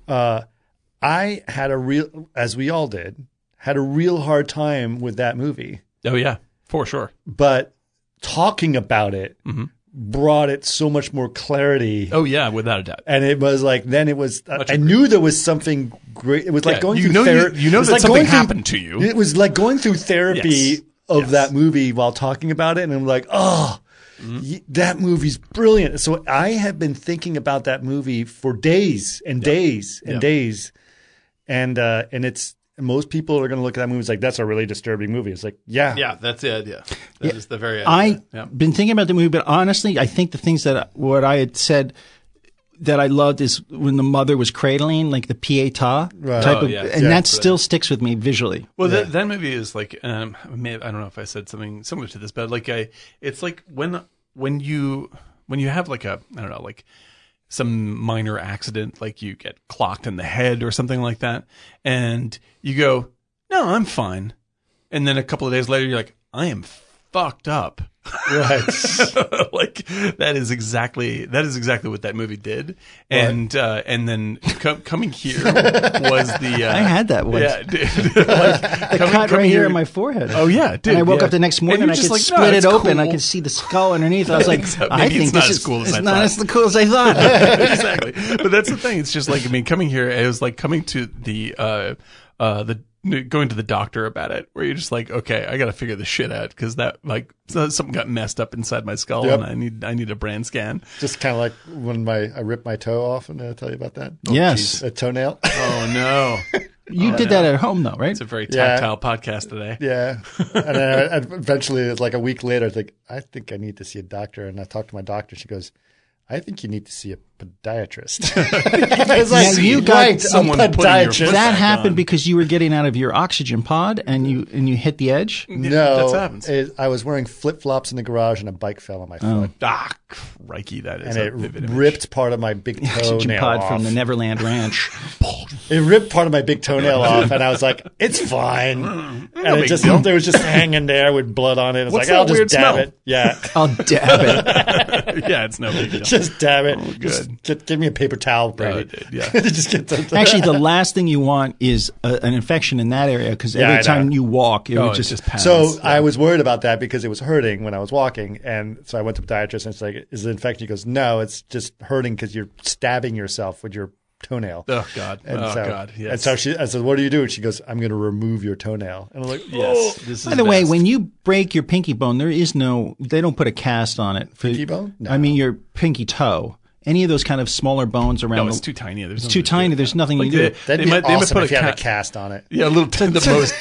Speaker 1: Uh, I had a real, as we all did, had a real hard time with that movie,
Speaker 4: Yeah. Oh yeah, for sure.
Speaker 1: but talking about it brought it so much more clarity.
Speaker 4: Oh yeah, without a doubt.
Speaker 1: and it was like then it was I knew there was something great. It was like
Speaker 4: Yeah,
Speaker 1: going
Speaker 4: you
Speaker 1: through
Speaker 4: know you-
Speaker 1: therapy.
Speaker 4: you know that something happened to you.
Speaker 1: It was like going through therapy
Speaker 4: Yes.
Speaker 1: of
Speaker 4: Yes.
Speaker 1: that movie while talking about it, and I'm like, oh,
Speaker 4: Mm-hmm.
Speaker 1: y- that movie's brilliant. So I have been thinking about that movie for days and days and days, and uh, and it's most people are going to look at that movie as like that's a really disturbing movie. It's like yeah,
Speaker 7: Yeah, that's the idea. That is the very idea.
Speaker 2: I've
Speaker 4: Yeah.
Speaker 2: been thinking about the movie, but honestly, I think the things that what I had said that I loved is when the mother was cradling, like the pietà type
Speaker 4: Oh,
Speaker 2: of,
Speaker 4: yeah.
Speaker 2: and
Speaker 1: Yeah.
Speaker 2: that still sticks with me visually.
Speaker 4: Well, that, that movie is like um, I may- I don't know if I said something similar to this, but like I, it's like when when you when you have like a I don't know like some minor accident, like you get clocked in the head or something like that, and you go, "No, I'm fine," and then a couple of days later, you're like, "I am fucked up."
Speaker 1: right.
Speaker 4: like that is exactly that is exactly what that movie did, and uh, and then co- coming here was the uh,
Speaker 2: I had that once.
Speaker 4: yeah, dude, like,
Speaker 2: The cut
Speaker 4: coming-
Speaker 2: right
Speaker 4: coming
Speaker 2: here in my forehead.
Speaker 4: Oh yeah, dude.
Speaker 2: and I woke
Speaker 4: yeah.
Speaker 2: up the next morning and,
Speaker 4: you're
Speaker 2: I could
Speaker 4: just like, no,
Speaker 2: split it
Speaker 4: it's
Speaker 2: open. I
Speaker 4: cool.
Speaker 2: could see the skull underneath. I was like,
Speaker 4: Except
Speaker 2: I
Speaker 4: maybe
Speaker 2: think
Speaker 4: it's
Speaker 2: this
Speaker 4: not
Speaker 2: is
Speaker 4: as cool as
Speaker 2: it's
Speaker 4: I
Speaker 2: not
Speaker 4: thought.
Speaker 2: as cool as I thought.
Speaker 4: exactly. But that's the thing. It's just like I mean, coming here, it was like coming to the uh, uh, the going to the doctor about it, where you're just like, okay, I got to figure this shit out because that like so- something got messed up inside my skull,
Speaker 1: Yep.
Speaker 4: and I need I need a brand scan.
Speaker 1: Just kind of like when my I ripped my toe off, and I tell you about that.
Speaker 2: yes,
Speaker 1: A toenail.
Speaker 4: Oh no,
Speaker 2: you did that at home though, right?
Speaker 4: Oh, it's a very
Speaker 1: Yeah.
Speaker 4: tactile podcast today.
Speaker 1: Yeah, and then I- eventually, it's like a week later, I think I think I need to see a doctor, and I talk to my doctor. She goes, "I think you need to see a podiatrist." it's
Speaker 2: Yeah, you got
Speaker 1: right,
Speaker 4: someone
Speaker 1: a
Speaker 4: putting your
Speaker 1: podiatrist.
Speaker 4: foot
Speaker 2: that
Speaker 4: back
Speaker 2: happened
Speaker 4: on.
Speaker 2: because you were getting out of your oxygen pod and you and you hit the edge.
Speaker 1: no,
Speaker 4: That's happens.
Speaker 1: it- I was wearing flip flops in the garage, and a bike fell on my foot,
Speaker 4: Ah, crikey, that is
Speaker 1: and
Speaker 4: a
Speaker 1: it
Speaker 4: vivid image.
Speaker 1: ripped part of my big
Speaker 2: Oxygen
Speaker 1: toenail
Speaker 2: pod
Speaker 1: off.
Speaker 2: from the Neverland Ranch.
Speaker 1: it ripped part of my big toenail off, and I was like, "It's fine." and it
Speaker 4: big
Speaker 1: just
Speaker 4: deal.
Speaker 1: it was just hanging there with blood on it. It's
Speaker 4: What's
Speaker 1: like I'll
Speaker 4: that
Speaker 1: just
Speaker 4: weird
Speaker 1: dab
Speaker 4: smell?
Speaker 1: it. Yeah.
Speaker 2: I'll dab it.
Speaker 4: yeah, it's no big deal.
Speaker 1: Just dab it. Just
Speaker 4: Oh, good.
Speaker 1: get, give me a paper towel,
Speaker 4: Oh,
Speaker 1: Brady.
Speaker 4: it did, yeah.
Speaker 1: just get the,
Speaker 2: Actually, the last thing you want is a, an infection in that area because every
Speaker 1: I know.
Speaker 2: time you walk, it
Speaker 4: Oh,
Speaker 2: would
Speaker 4: it's
Speaker 2: just,
Speaker 4: just pounds.
Speaker 1: So I was worried about that because it was hurting when I was walking, and so I went to the podiatrist and it's like, "Is it infected?" He goes, "No, it's just hurting because you're stabbing yourself with your toenail."
Speaker 4: oh god,
Speaker 1: And
Speaker 4: oh
Speaker 1: so,
Speaker 4: god, yes.
Speaker 1: And so she, I said, "What do you do?" And she goes, "I'm going to remove your toenail." And I'm like,
Speaker 4: yes, this is
Speaker 2: By the way,
Speaker 4: best.
Speaker 2: when you break your pinky bone, there is no, they don't put a cast on it. For, pinky
Speaker 1: bone?
Speaker 2: I mean, your pinky toe. Any of those kind of smaller bones around
Speaker 4: no, Oh, it's
Speaker 2: the-
Speaker 4: too tiny. There's
Speaker 2: it's too tiny. There's nothing you can do.
Speaker 1: "That'd be awesome if you had a cast on it,
Speaker 4: Yeah, a little the most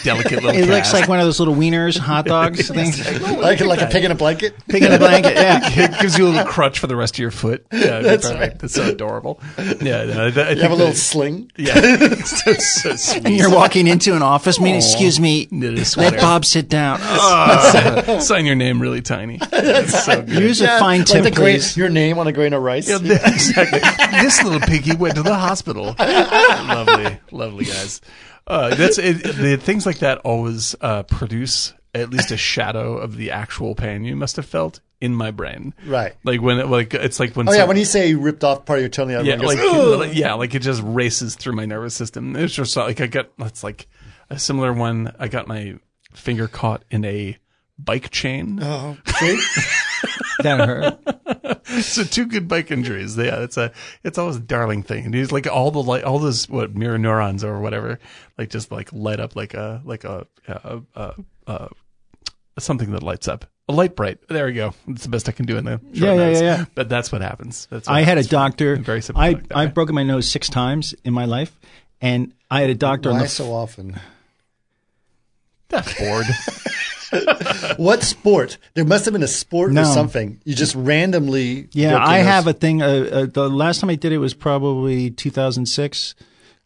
Speaker 4: delicate little.
Speaker 2: It looks
Speaker 4: cast.
Speaker 2: like one of those little wieners, hot dogs things.
Speaker 1: like like a pig in a blanket."
Speaker 2: Pig in a blanket. Yeah.
Speaker 4: it gives you a little crutch for the rest of your foot. Yeah, that's perfect. That's so adorable. Yeah, no, that, I
Speaker 1: You have a little sling.
Speaker 4: Yeah, it's so, so sweet.
Speaker 2: You're walking into an office meeting. Excuse me.
Speaker 4: Knit a
Speaker 2: Let
Speaker 4: sweater.
Speaker 2: Bob sit down.
Speaker 4: Ah, sign your name really tiny. It's so good.
Speaker 2: Use a fine
Speaker 1: like
Speaker 2: tip,
Speaker 1: the grain-
Speaker 2: please.
Speaker 1: your name on a grain of rice. Oh,
Speaker 4: Yeah,
Speaker 1: You
Speaker 4: Yeah, exactly. this little piggy went to the hospital. lovely, lovely guys. Uh, that's it, the things like that always uh, produce at least a shadow of the actual pain you must have felt in my brain.
Speaker 1: Right.
Speaker 4: Like when, it- like it's like when.
Speaker 1: Oh yeah,
Speaker 4: some-
Speaker 1: when you say you ripped off part of your tongue, the other
Speaker 4: yeah,
Speaker 1: one goes,
Speaker 4: like,
Speaker 1: "Ugh."
Speaker 4: yeah, like it just races through my nervous system. It's just like I got that's like a similar one. I got my finger caught in a bike chain.
Speaker 1: Oh, see?
Speaker 2: That hurt.
Speaker 4: so two good bike injuries. Yeah, it's a it's always a darling thing. And he's like all the light, all those what mirror neurons or whatever, like just like light up like a like a, a, a, a, something that lights up. A light bright. There we go. That's the best I can do in the short
Speaker 2: Yeah, yeah,
Speaker 4: notes.
Speaker 2: yeah, yeah.
Speaker 4: But that's what happens. That's what
Speaker 2: I had a
Speaker 4: happens.
Speaker 2: doctor.
Speaker 4: Very
Speaker 2: I,
Speaker 4: sympathetic that way.
Speaker 2: I've broken my nose six times in my life, and I had a doctor on
Speaker 1: Why
Speaker 2: the
Speaker 1: so often?
Speaker 4: That's bored.
Speaker 1: What sport? There must have been a sport
Speaker 2: No.
Speaker 1: or something. You just randomly.
Speaker 2: Yeah,
Speaker 1: ripped
Speaker 2: I
Speaker 1: your nose.
Speaker 2: have a thing. Uh, uh, the last time I did it was probably 2006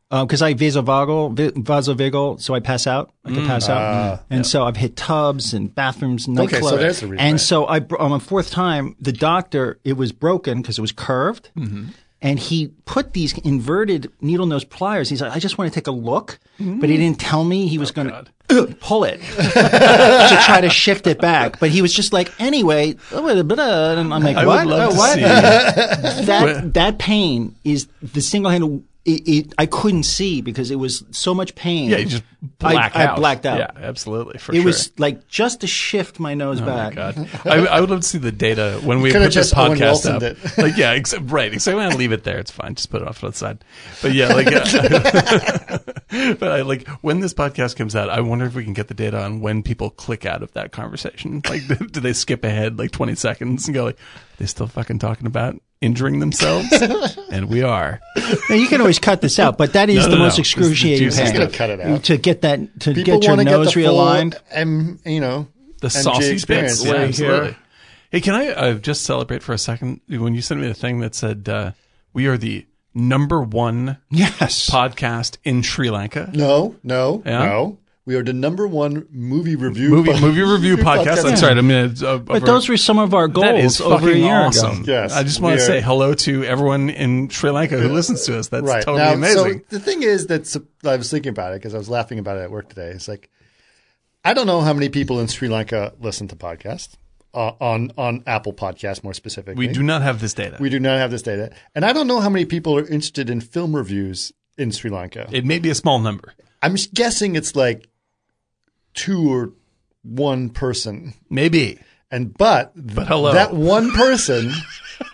Speaker 2: because uh, I vasovagal, vi- vasovagal, so I pass out. I
Speaker 1: Mm.
Speaker 2: can pass out, and so I've hit tubs and bathrooms, and nightclubs.
Speaker 1: Ah, Okay, so there's the reason,
Speaker 2: And
Speaker 1: right.
Speaker 2: so I br- on the fourth time, the doctor it was broken because it was curved,
Speaker 1: Mm-hmm.
Speaker 2: and he put these inverted needle nose pliers. He's like, I just want to take a look, but he
Speaker 1: Mm.
Speaker 2: didn't tell me he
Speaker 1: Oh,
Speaker 2: was going to pull it to try to shift it back. But he was just like, anyway, and I'm like,
Speaker 4: I
Speaker 2: what?
Speaker 4: would love
Speaker 2: Oh,
Speaker 4: to
Speaker 2: what?
Speaker 4: see.
Speaker 2: that that pain is the single handle. It, it, I couldn't see because it was so much pain.
Speaker 4: Yeah, you just
Speaker 2: I-
Speaker 4: black
Speaker 2: I,
Speaker 4: out.
Speaker 2: blacked out.
Speaker 4: Yeah, absolutely. For
Speaker 2: it
Speaker 4: sure.
Speaker 2: was like just to shift my nose
Speaker 4: Oh my
Speaker 2: back.
Speaker 4: god! I, I would love to see the data when we
Speaker 1: coulda
Speaker 4: put this
Speaker 1: just Owen
Speaker 4: podcast
Speaker 1: Wilson'd
Speaker 4: up.
Speaker 1: it.
Speaker 4: Like, yeah, except, right. Except when I leave it there, it's fine. Just put it off to the side. But yeah, like, uh, but I like when this podcast comes out. I wonder if we can get the data on when people click out of that conversation. Like, do they skip ahead like twenty seconds and go like, "They still fucking talking about injuring themselves?" and we are.
Speaker 2: Now, you can always cut this out, but that is the
Speaker 4: No, no, no.
Speaker 2: most
Speaker 4: This is the
Speaker 2: excruciating
Speaker 4: juicy
Speaker 2: pain.
Speaker 4: stuff.
Speaker 1: Cut it out.
Speaker 2: To get that, to
Speaker 1: People
Speaker 2: get your
Speaker 1: want to get
Speaker 2: nose
Speaker 1: the full
Speaker 2: realigned.
Speaker 1: and you know
Speaker 4: the
Speaker 1: MJ
Speaker 4: saucy
Speaker 1: experience.
Speaker 4: bits. Yeah,
Speaker 1: Right
Speaker 4: absolutely.
Speaker 2: here.
Speaker 4: Hey, can I uh, just celebrate for a second? When you sent me the thing that said uh, we are the number one
Speaker 2: Yes.
Speaker 4: podcast in Sri Lanka,
Speaker 1: No, no,
Speaker 4: Yeah?
Speaker 1: no. We are the number one movie review
Speaker 4: movie
Speaker 1: po-
Speaker 4: movie review podcast. That's right. I mean, uh,
Speaker 2: But those were some of our goals
Speaker 4: that is
Speaker 2: over a
Speaker 4: fucking
Speaker 2: year
Speaker 4: awesome.
Speaker 2: ago.
Speaker 1: Yes,
Speaker 4: I just want
Speaker 1: we
Speaker 4: to
Speaker 1: are-
Speaker 4: say hello to everyone in Sri Lanka who listens to us. That's
Speaker 1: Right
Speaker 4: totally
Speaker 1: now,
Speaker 4: amazing.
Speaker 1: so the thing is that I was thinking about it because I was laughing about it at work today. It's like I don't know how many people in Sri Lanka listen to podcasts uh, on on Apple Podcasts more specifically.
Speaker 4: we do not have this data.
Speaker 1: we do not have this data, and I don't know how many people are interested in film reviews in Sri Lanka.
Speaker 4: it may be a small number,
Speaker 1: I'm just guessing it's like two or one person.
Speaker 4: maybe.
Speaker 1: And but,
Speaker 4: hello.
Speaker 1: that one person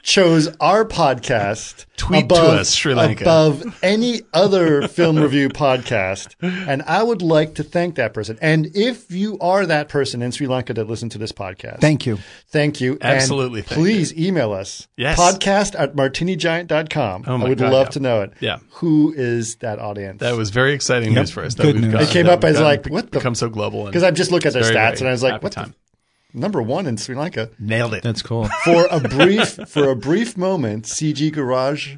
Speaker 1: chose our podcast
Speaker 4: Tweet to
Speaker 1: above,
Speaker 4: us, Sri Lanka.
Speaker 1: above any other film review podcast. And I would like to thank that person. And if you are that person in Sri Lanka that listened to this podcast,
Speaker 2: Thank you.
Speaker 1: Thank you. And
Speaker 4: Absolutely, thank
Speaker 1: please email us.
Speaker 4: Yes.
Speaker 1: Podcast at martinigiant.com.
Speaker 4: Oh my
Speaker 1: I would
Speaker 4: God,
Speaker 1: love
Speaker 4: yeah.
Speaker 1: to know it.
Speaker 4: Yeah.
Speaker 1: Who is that audience?
Speaker 4: That was very exciting news for us. That
Speaker 2: Good
Speaker 4: we've
Speaker 2: news.
Speaker 4: gotten-
Speaker 2: It
Speaker 1: came
Speaker 4: that
Speaker 1: up
Speaker 4: we've
Speaker 1: as
Speaker 4: gotten-
Speaker 1: like, what the-
Speaker 4: become so global
Speaker 1: because I've just looked at their
Speaker 4: Very,
Speaker 1: stats
Speaker 4: very
Speaker 1: and I was like,
Speaker 4: happy
Speaker 1: what the
Speaker 4: time.
Speaker 1: number one in Sri Lanka?
Speaker 4: nailed it.
Speaker 2: That's cool.
Speaker 1: for a brief for a brief moment, CG Garage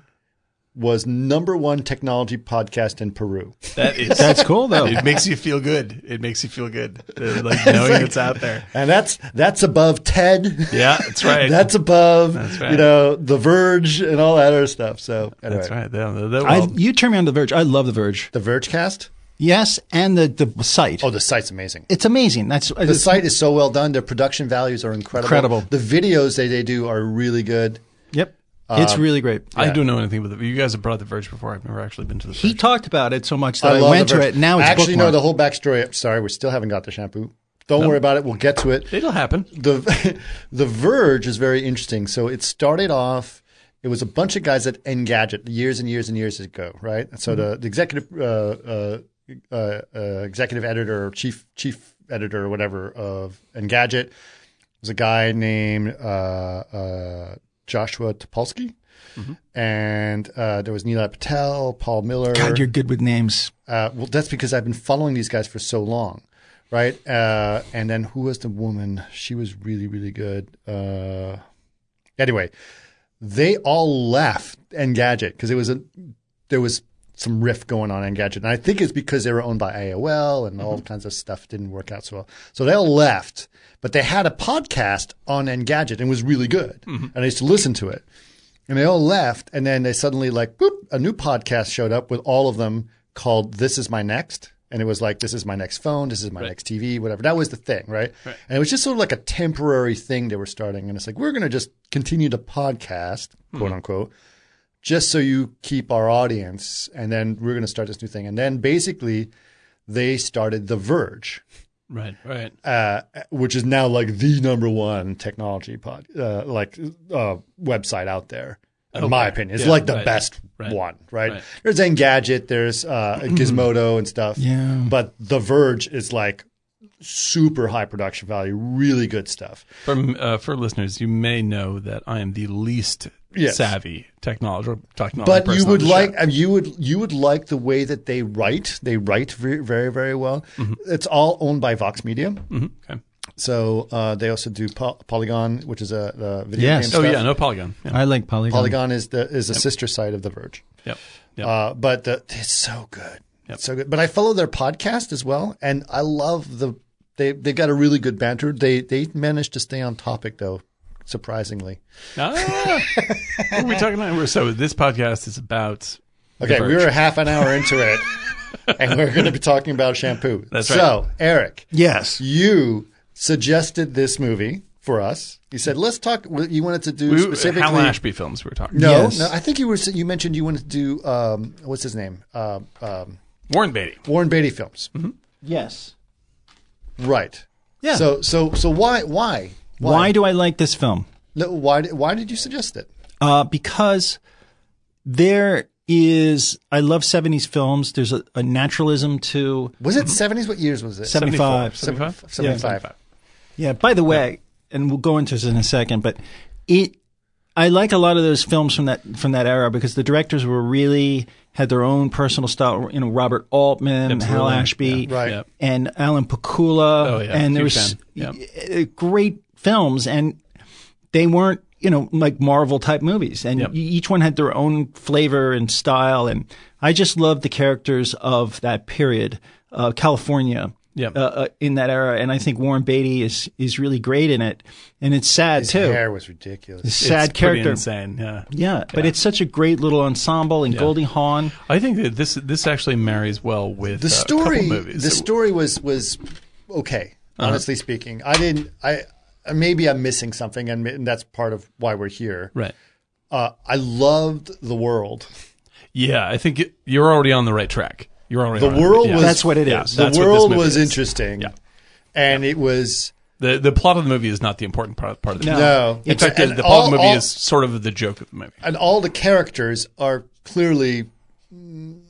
Speaker 1: was number one technology podcast in Peru.
Speaker 4: That is.
Speaker 2: That's cool though.
Speaker 4: it makes you feel good. It makes you feel good, Uh, like knowing
Speaker 1: like-
Speaker 4: it's out there.
Speaker 1: And that's that's above TED.
Speaker 4: Yeah, that's right.
Speaker 1: That's above
Speaker 4: right.
Speaker 1: you know The Verge and all that other stuff. So anyway.
Speaker 4: That's right. Yeah, that- that-
Speaker 2: I,
Speaker 4: well,
Speaker 2: you turn me on to The Verge. I love The Verge.
Speaker 1: The Verge cast?
Speaker 2: Yes, and the the site.
Speaker 1: Oh, the site's amazing.
Speaker 2: It's amazing. That's
Speaker 1: The site is so well done. Their production values are incredible.
Speaker 2: Incredible.
Speaker 1: The videos they, they do are really good.
Speaker 2: Yep.
Speaker 1: Um,
Speaker 2: It's really great.
Speaker 4: I don't know anything about it. You guys have brought the Verge before. I've never actually been to the Verge.
Speaker 2: He talked about it so much that I,
Speaker 1: love
Speaker 2: went
Speaker 1: The
Speaker 2: to
Speaker 1: Verge.
Speaker 2: it. Now
Speaker 1: I
Speaker 2: it's
Speaker 1: actually know
Speaker 2: bookmarked.
Speaker 1: the whole backstory. I'm sorry, we still haven't got the shampoo. Don't worry about it. We'll get to it.
Speaker 4: It'll happen.
Speaker 1: the the Verge is very interesting. So it started off. It was a bunch of guys at Engadget years and years and years ago, right? So
Speaker 2: Mm-hmm.
Speaker 1: the, the executive uh, uh, uh, uh, executive editor, or chief chief editor, or whatever of Engadget was a guy named uh, uh, Joshua Topolsky, and uh, there was Neil Patel, Paul Miller.
Speaker 2: Mm-hmm. God, you're good with names.
Speaker 1: Uh, well, that's because I've been following these guys for so long, right? Uh, and then who was the woman? She was really, really good. Uh, anyway, they all left Engadget because it was a there was some rift going on in Engadget, and I think it's because they were owned by AOL and all kinds of stuff didn't work out so well. So they all left, but they had a podcast on Engadget and it was really good, and I used to listen to it. And they all left, and then they suddenly like boop, a new podcast showed up with all of them called "This Is My Next," and it was like "This Is My Next Phone," "This Is My Next TV," whatever. That was the thing, right? And it was just sort of like a temporary thing they were starting, and it's like we're going to just continue to podcast, quote unquote, just so you keep our audience, and then we're going to start this new thing. And then basically, they started The Verge
Speaker 4: Right. Right.
Speaker 1: uh, which is now like the number one technology pod, uh, like uh, website out there. In my opinion, it's
Speaker 4: Yeah,
Speaker 1: like the
Speaker 4: right.
Speaker 1: best
Speaker 4: Right.
Speaker 1: one, right?
Speaker 4: Right.
Speaker 1: There's Engadget, there's uh, Gizmodo and stuff.
Speaker 2: Yeah.
Speaker 1: But The Verge is like super high production value, really good stuff.
Speaker 4: For, uh, for listeners, you may know that I am the least
Speaker 1: Yes.
Speaker 4: savvy technology, technology
Speaker 1: But
Speaker 4: person
Speaker 1: you
Speaker 4: on
Speaker 1: would
Speaker 4: the
Speaker 1: like
Speaker 4: show.
Speaker 1: uh, you would you would like the way that they write. They write very very, very well. It's all owned by Vox Media.
Speaker 4: Mhm, Mm-hmm. Okay.
Speaker 1: So uh, they also do Pol- Polygon, which is a, the video
Speaker 2: Yes.
Speaker 1: game
Speaker 4: Oh
Speaker 1: stuff.
Speaker 4: yeah, no polygon. Yeah.
Speaker 2: I like Polygon.
Speaker 1: Polygon is the is the sister site of The Verge.
Speaker 4: Yep. Yep.
Speaker 1: Uh, but the, it's so good,
Speaker 4: Yep.
Speaker 1: It's so good. But I follow their podcast as well, and I love the they they've got a really good banter. They they managed to stay on topic though, surprisingly.
Speaker 4: Ah. what are we talking about? We're- So this podcast is about.
Speaker 1: Okay, we
Speaker 4: Verge.
Speaker 1: were half an hour into it, and we're going to be talking about shampoo.
Speaker 4: That's
Speaker 1: So Eric,
Speaker 2: Yes.
Speaker 1: you suggested this movie for us. You said let's talk. You wanted to do
Speaker 4: We,
Speaker 1: specifically
Speaker 4: Hal Ashby films we were talking.
Speaker 1: No,
Speaker 2: Yes.
Speaker 1: no. I think you were you mentioned you wanted to do um, what's his name. Um um,
Speaker 4: Warren Beatty.
Speaker 1: Warren Beatty films.
Speaker 2: Yes.
Speaker 1: Right.
Speaker 2: Yeah.
Speaker 1: So so so why why
Speaker 2: Why? do I like this film?
Speaker 1: No, why did- why did you suggest it?
Speaker 2: Uh, because there is, I love 70s films. There's a, a naturalism to
Speaker 1: Was it seventies? What years was it?
Speaker 2: 75.
Speaker 4: 75?
Speaker 1: Seventy five.
Speaker 2: Yeah. By the way, and we'll go into this in a second, but it, I like a lot of those films from that from that era because the directors were really had their own personal style. You know, Robert Altman, Hal
Speaker 4: Absolutely.
Speaker 2: Ashby,
Speaker 4: Yeah.
Speaker 1: Right.
Speaker 4: Yep.
Speaker 2: and Alan Pakula.
Speaker 4: Oh, yeah.
Speaker 2: And there
Speaker 4: Huge
Speaker 2: was
Speaker 4: fan.
Speaker 2: uh, great films, and they weren't you know like Marvel type movies, and
Speaker 4: Yep.
Speaker 2: e- each one had their own flavor and style. And I just loved the characters of that period, uh, California.
Speaker 4: Yep.
Speaker 2: Uh, uh, in that era, and I think Warren Beatty is is really great in it, and it's sad too.
Speaker 1: Hair was ridiculous.
Speaker 2: Sad
Speaker 4: It's pretty
Speaker 2: character,
Speaker 4: insane. Yeah.
Speaker 2: yeah, but it's such a great little ensemble and Goldie Hawn.
Speaker 4: I think that this this actually marries well with
Speaker 1: The
Speaker 4: uh, a couple
Speaker 1: story
Speaker 4: movies.
Speaker 1: the
Speaker 4: that- Uh-huh.
Speaker 1: story was was okay. Honestly speaking, I didn't. I uh, maybe I'm missing something, and, and that's part of why we're here.
Speaker 4: right.
Speaker 1: Uh, I loved the world.
Speaker 4: Yeah, I think it- you're already on the right track. You're already
Speaker 1: The
Speaker 4: on
Speaker 1: world
Speaker 4: Uh, yeah.
Speaker 1: was
Speaker 2: That's what it is.
Speaker 1: The
Speaker 4: That's what this
Speaker 1: world
Speaker 4: movie
Speaker 1: was
Speaker 4: is.
Speaker 1: interesting, and it was
Speaker 4: The the plot of the movie is not the important part, part of the
Speaker 2: No.
Speaker 4: movie.
Speaker 1: no.
Speaker 4: In fact, the,
Speaker 1: and
Speaker 4: the plot of
Speaker 1: all-
Speaker 4: the movie
Speaker 1: all-
Speaker 4: is sort of the joke of the movie.
Speaker 1: and all the characters are clearly mm,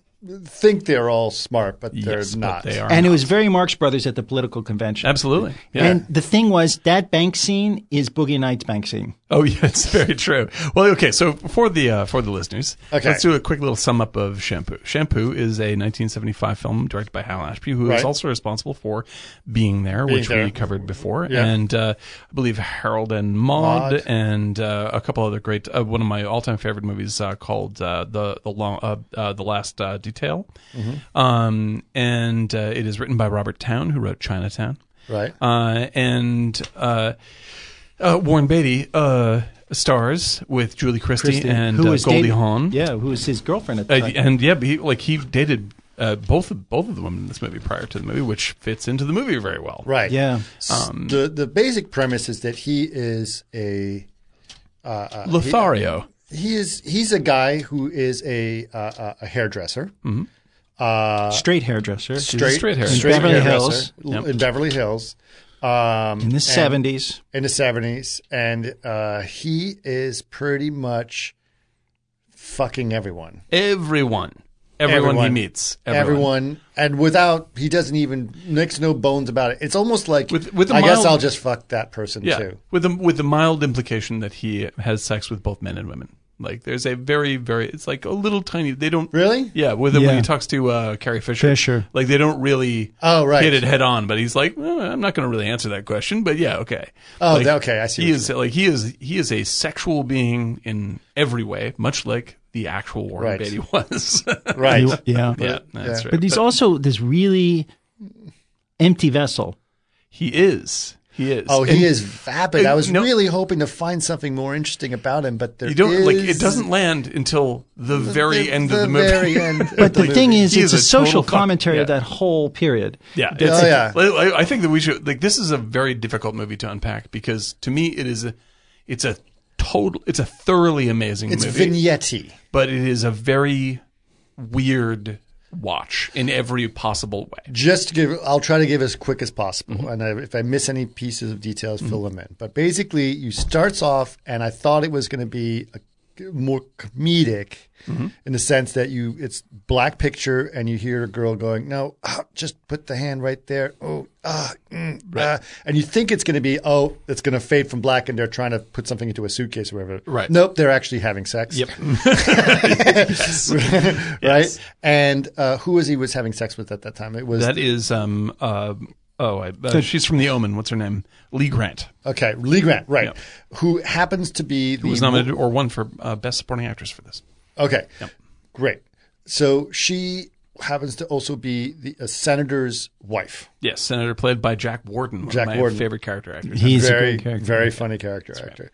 Speaker 1: think they're all smart, but they're
Speaker 4: Yes, but
Speaker 1: not.
Speaker 4: they are.
Speaker 2: And it was very Marx Brothers at the political convention.
Speaker 4: Absolutely. Yeah.
Speaker 2: And the thing was, that bank scene is Boogie Nights bank scene.
Speaker 4: oh, yeah, it's very true. Well, okay, so for the uh, for the listeners,
Speaker 1: Okay.
Speaker 4: let's do a quick little sum up of Shampoo. Shampoo is a 1975 film directed by Hal Ashby, who is
Speaker 1: Right.
Speaker 4: also responsible for Being There, which
Speaker 1: There.
Speaker 4: we covered before,
Speaker 1: Yeah.
Speaker 4: and uh, I believe Harold and Maude,
Speaker 1: Maude.
Speaker 4: and uh, a couple other great. Uh, one of my all time favorite movies uh, called uh, the the long uh, uh, the last uh, detail,
Speaker 1: Mm-hmm.
Speaker 4: um, and uh, it is written by Robert Towne, who wrote Chinatown.
Speaker 1: Right.
Speaker 4: uh, and uh, uh, Warren Beatty uh, stars with Julie Christie, and uh, Goldie
Speaker 2: dating-
Speaker 4: Hawn.
Speaker 2: Yeah, who was his girlfriend at
Speaker 4: Uh,
Speaker 2: the time.
Speaker 4: and yeah, he, like he dated uh, both of, both of the women in this movie prior to the movie, which fits into the movie very well.
Speaker 1: Right.
Speaker 2: Yeah.
Speaker 1: S-
Speaker 4: Um,
Speaker 1: the the basic premise is that he is a
Speaker 4: Lothario.
Speaker 1: he is he's a guy who is a uh, uh, a hairdresser. Uh,
Speaker 2: Straight hairdresser.
Speaker 4: Mm-hmm. She's a straight hair.
Speaker 2: Straight- Beverly
Speaker 1: hairdresser
Speaker 2: Hills.
Speaker 1: l- in Beverly Hills. Um,
Speaker 2: in the
Speaker 1: and-
Speaker 2: 70s.
Speaker 1: in the seventies, and uh, he is pretty much fucking everyone.
Speaker 4: Everyone. Everyone, he
Speaker 1: Everyone.
Speaker 4: meets.
Speaker 1: Everyone. and without he doesn't even makes no bones about it. It's almost like
Speaker 4: With- with a
Speaker 1: I guess
Speaker 4: mild-
Speaker 1: I'll just fuck that person
Speaker 4: Yeah.
Speaker 1: too.
Speaker 4: With the with the mild implication that he has sex with both men and women. Like there's a very very it's like a little tiny they don't
Speaker 1: Really?
Speaker 4: Yeah, with him when
Speaker 2: Yeah.
Speaker 4: he talks to uh, Carrie Fisher.
Speaker 2: Fisher.
Speaker 4: Like they don't really
Speaker 1: Oh, right.
Speaker 4: hit it head on, but he's like, "Eh, I'm not going to really answer that question, but yeah, okay.
Speaker 1: Oh,
Speaker 4: Like,
Speaker 1: that- okay, I see
Speaker 4: He
Speaker 1: what
Speaker 4: is like he is he is a sexual being in every way, much like the actual Warren
Speaker 1: Right.
Speaker 4: Beatty was.
Speaker 1: Right.
Speaker 2: You- yeah.
Speaker 4: yeah, that's
Speaker 1: yeah.
Speaker 4: right.
Speaker 2: But he's also this really empty vessel.
Speaker 4: he is. He is.
Speaker 1: Oh, he
Speaker 4: And
Speaker 1: is vapid. I was
Speaker 4: no-
Speaker 1: really hoping to find something more interesting about him, but there
Speaker 4: You don't like
Speaker 1: is-
Speaker 4: it. Doesn't land until the, very end of the movie.
Speaker 1: very end of
Speaker 6: But the,
Speaker 1: movie.
Speaker 6: thing is,
Speaker 4: He
Speaker 6: it's
Speaker 4: is
Speaker 6: a
Speaker 4: a total
Speaker 6: social
Speaker 4: fuck-
Speaker 6: commentary of
Speaker 4: yeah.
Speaker 6: that whole period.
Speaker 4: Yeah,
Speaker 1: Oh, yeah.
Speaker 4: I, I think that we should like this is a very difficult movie to unpack because to me it is a, it's a total, it's a thoroughly amazing
Speaker 1: it's
Speaker 4: movie,
Speaker 1: vignette
Speaker 4: but it is a very weird watch in every possible way.
Speaker 1: just to give i'll try to give as quick as possible
Speaker 4: Mm-hmm.
Speaker 1: and I, if i miss any pieces of details fill them in but basically you starts off and i thought it was going to be a, more comedic
Speaker 4: Mm-hmm.
Speaker 1: in the sense that you it's black picture and you hear a girl going no ah, just put the hand right there oh ah, mm, ah." and you think it's going to be oh it's going to fade from black and they're trying to put something into a suitcase or whatever
Speaker 4: Right.
Speaker 1: nope they're actually having sex
Speaker 3: Yep.
Speaker 1: right and uh, who was he was having sex with at that time it was
Speaker 4: That is um uh oh I, uh, she's from The Omen. What's her name? Lee Grant,
Speaker 1: Okay, Lee Grant, right?
Speaker 4: Yep.
Speaker 1: Who happens to be the
Speaker 4: who was nominated or won for uh, best supporting actress for this.
Speaker 1: Okay, great. So she happens to also be the, a senator's wife.
Speaker 4: Yes, Senator played by Jack Warden, one
Speaker 1: Jack
Speaker 4: of my
Speaker 1: Warden.
Speaker 4: favorite character actors.
Speaker 6: He's a
Speaker 1: very,
Speaker 6: great character.
Speaker 1: very funny character actor,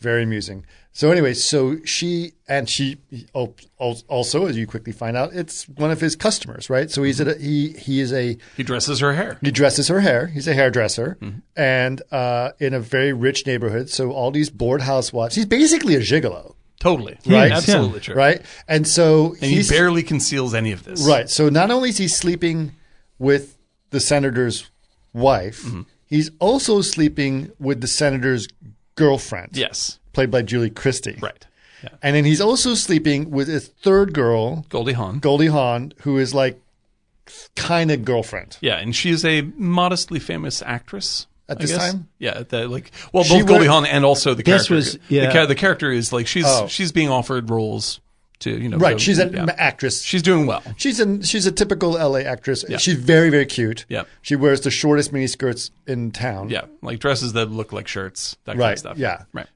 Speaker 1: very amusing. So anyway, so she and she al- al- also, as you quickly find out, it's one of his customers, right? So
Speaker 4: Mm-hmm.
Speaker 1: he's at a, he he is a
Speaker 4: He dresses her hair.
Speaker 1: He dresses her hair. He's a hairdresser,
Speaker 4: Mm-hmm.
Speaker 1: and uh, in a very rich neighborhood. So all these bored housewives. He's basically a gigolo,
Speaker 4: Totally,
Speaker 1: Right.
Speaker 4: Absolutely
Speaker 6: Yeah.
Speaker 4: true.
Speaker 1: right? And so
Speaker 4: And he barely conceals any of this.
Speaker 1: Right. So not only is he sleeping with the senator's wife,
Speaker 4: Mm-hmm.
Speaker 1: he's also sleeping with the senator's girlfriend.
Speaker 4: Yes.
Speaker 1: Played by Julie Christie.
Speaker 4: Right. Yeah.
Speaker 1: And then he's also sleeping with his third girl,
Speaker 4: Goldie Hawn.
Speaker 1: Goldie Hawn, who is like kind of girlfriend.
Speaker 4: Yeah, and she is a modestly famous actress
Speaker 1: At
Speaker 4: I
Speaker 1: this
Speaker 4: guess.
Speaker 1: time?
Speaker 4: Yeah, the, like well,
Speaker 1: She
Speaker 4: both Goldie
Speaker 1: would've-
Speaker 4: Hawn and also the
Speaker 6: This
Speaker 4: character.
Speaker 6: was- yeah.
Speaker 4: the, cha- the character is like she's
Speaker 1: Oh.
Speaker 4: she's being offered roles to you know.
Speaker 1: Right.
Speaker 4: go-
Speaker 1: she's an
Speaker 4: yeah.
Speaker 1: actress.
Speaker 4: she's doing well.
Speaker 1: She's an she's a typical LA actress. She's very very cute.
Speaker 4: Yep.
Speaker 1: She wears the shortest miniskirts in town.
Speaker 4: Yeah, like dresses that look like shirts, that kind
Speaker 1: Right,
Speaker 4: of stuff.
Speaker 1: yeah.
Speaker 4: right.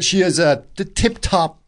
Speaker 1: She is a the tip top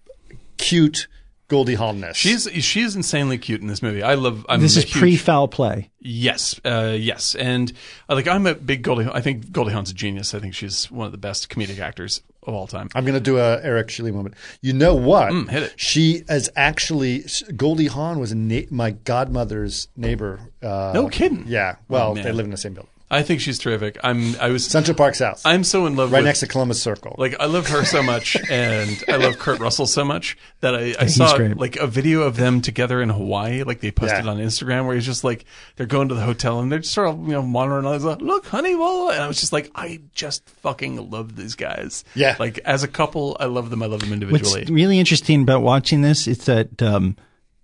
Speaker 1: cute Goldie Hawnness.
Speaker 4: She's she's insanely cute in this movie. I love. I'm
Speaker 6: This
Speaker 4: a
Speaker 6: is
Speaker 4: huge-
Speaker 6: pre foul play.
Speaker 4: Yes, uh, yes, and uh, like I'm a big Goldie. I think Goldie Hawn's a genius. I think she's one of the best comedic actors of all time.
Speaker 1: I'm going to do a Eric Shelley moment. You know what?
Speaker 4: Mm, hit it.
Speaker 1: She is actually Goldie Hawn was a na- my godmother's neighbor. Uh,
Speaker 4: No kidding. Oh,
Speaker 1: Yeah. Well,
Speaker 4: man.
Speaker 1: they live in the same building,
Speaker 4: I think she's terrific. I'm. I was.
Speaker 1: Central Park South,
Speaker 4: I'm so in love
Speaker 1: right
Speaker 4: with
Speaker 1: next to Columbus Circle.
Speaker 4: Like I love her so much, and I love Kurt Russell so much that I, I saw
Speaker 6: great.
Speaker 4: like a video of them together in Hawaii. Like they posted
Speaker 1: Yeah.
Speaker 4: on Instagram where he's just like they're going to the hotel and they're just sort of you know wandering. around. He's like, "Look, honey, whoa!" And I was just like, I just fucking love these guys.
Speaker 1: Yeah.
Speaker 4: like as a couple, I love them. I love them
Speaker 6: What's
Speaker 4: individually.
Speaker 6: really interesting about watching this is that um,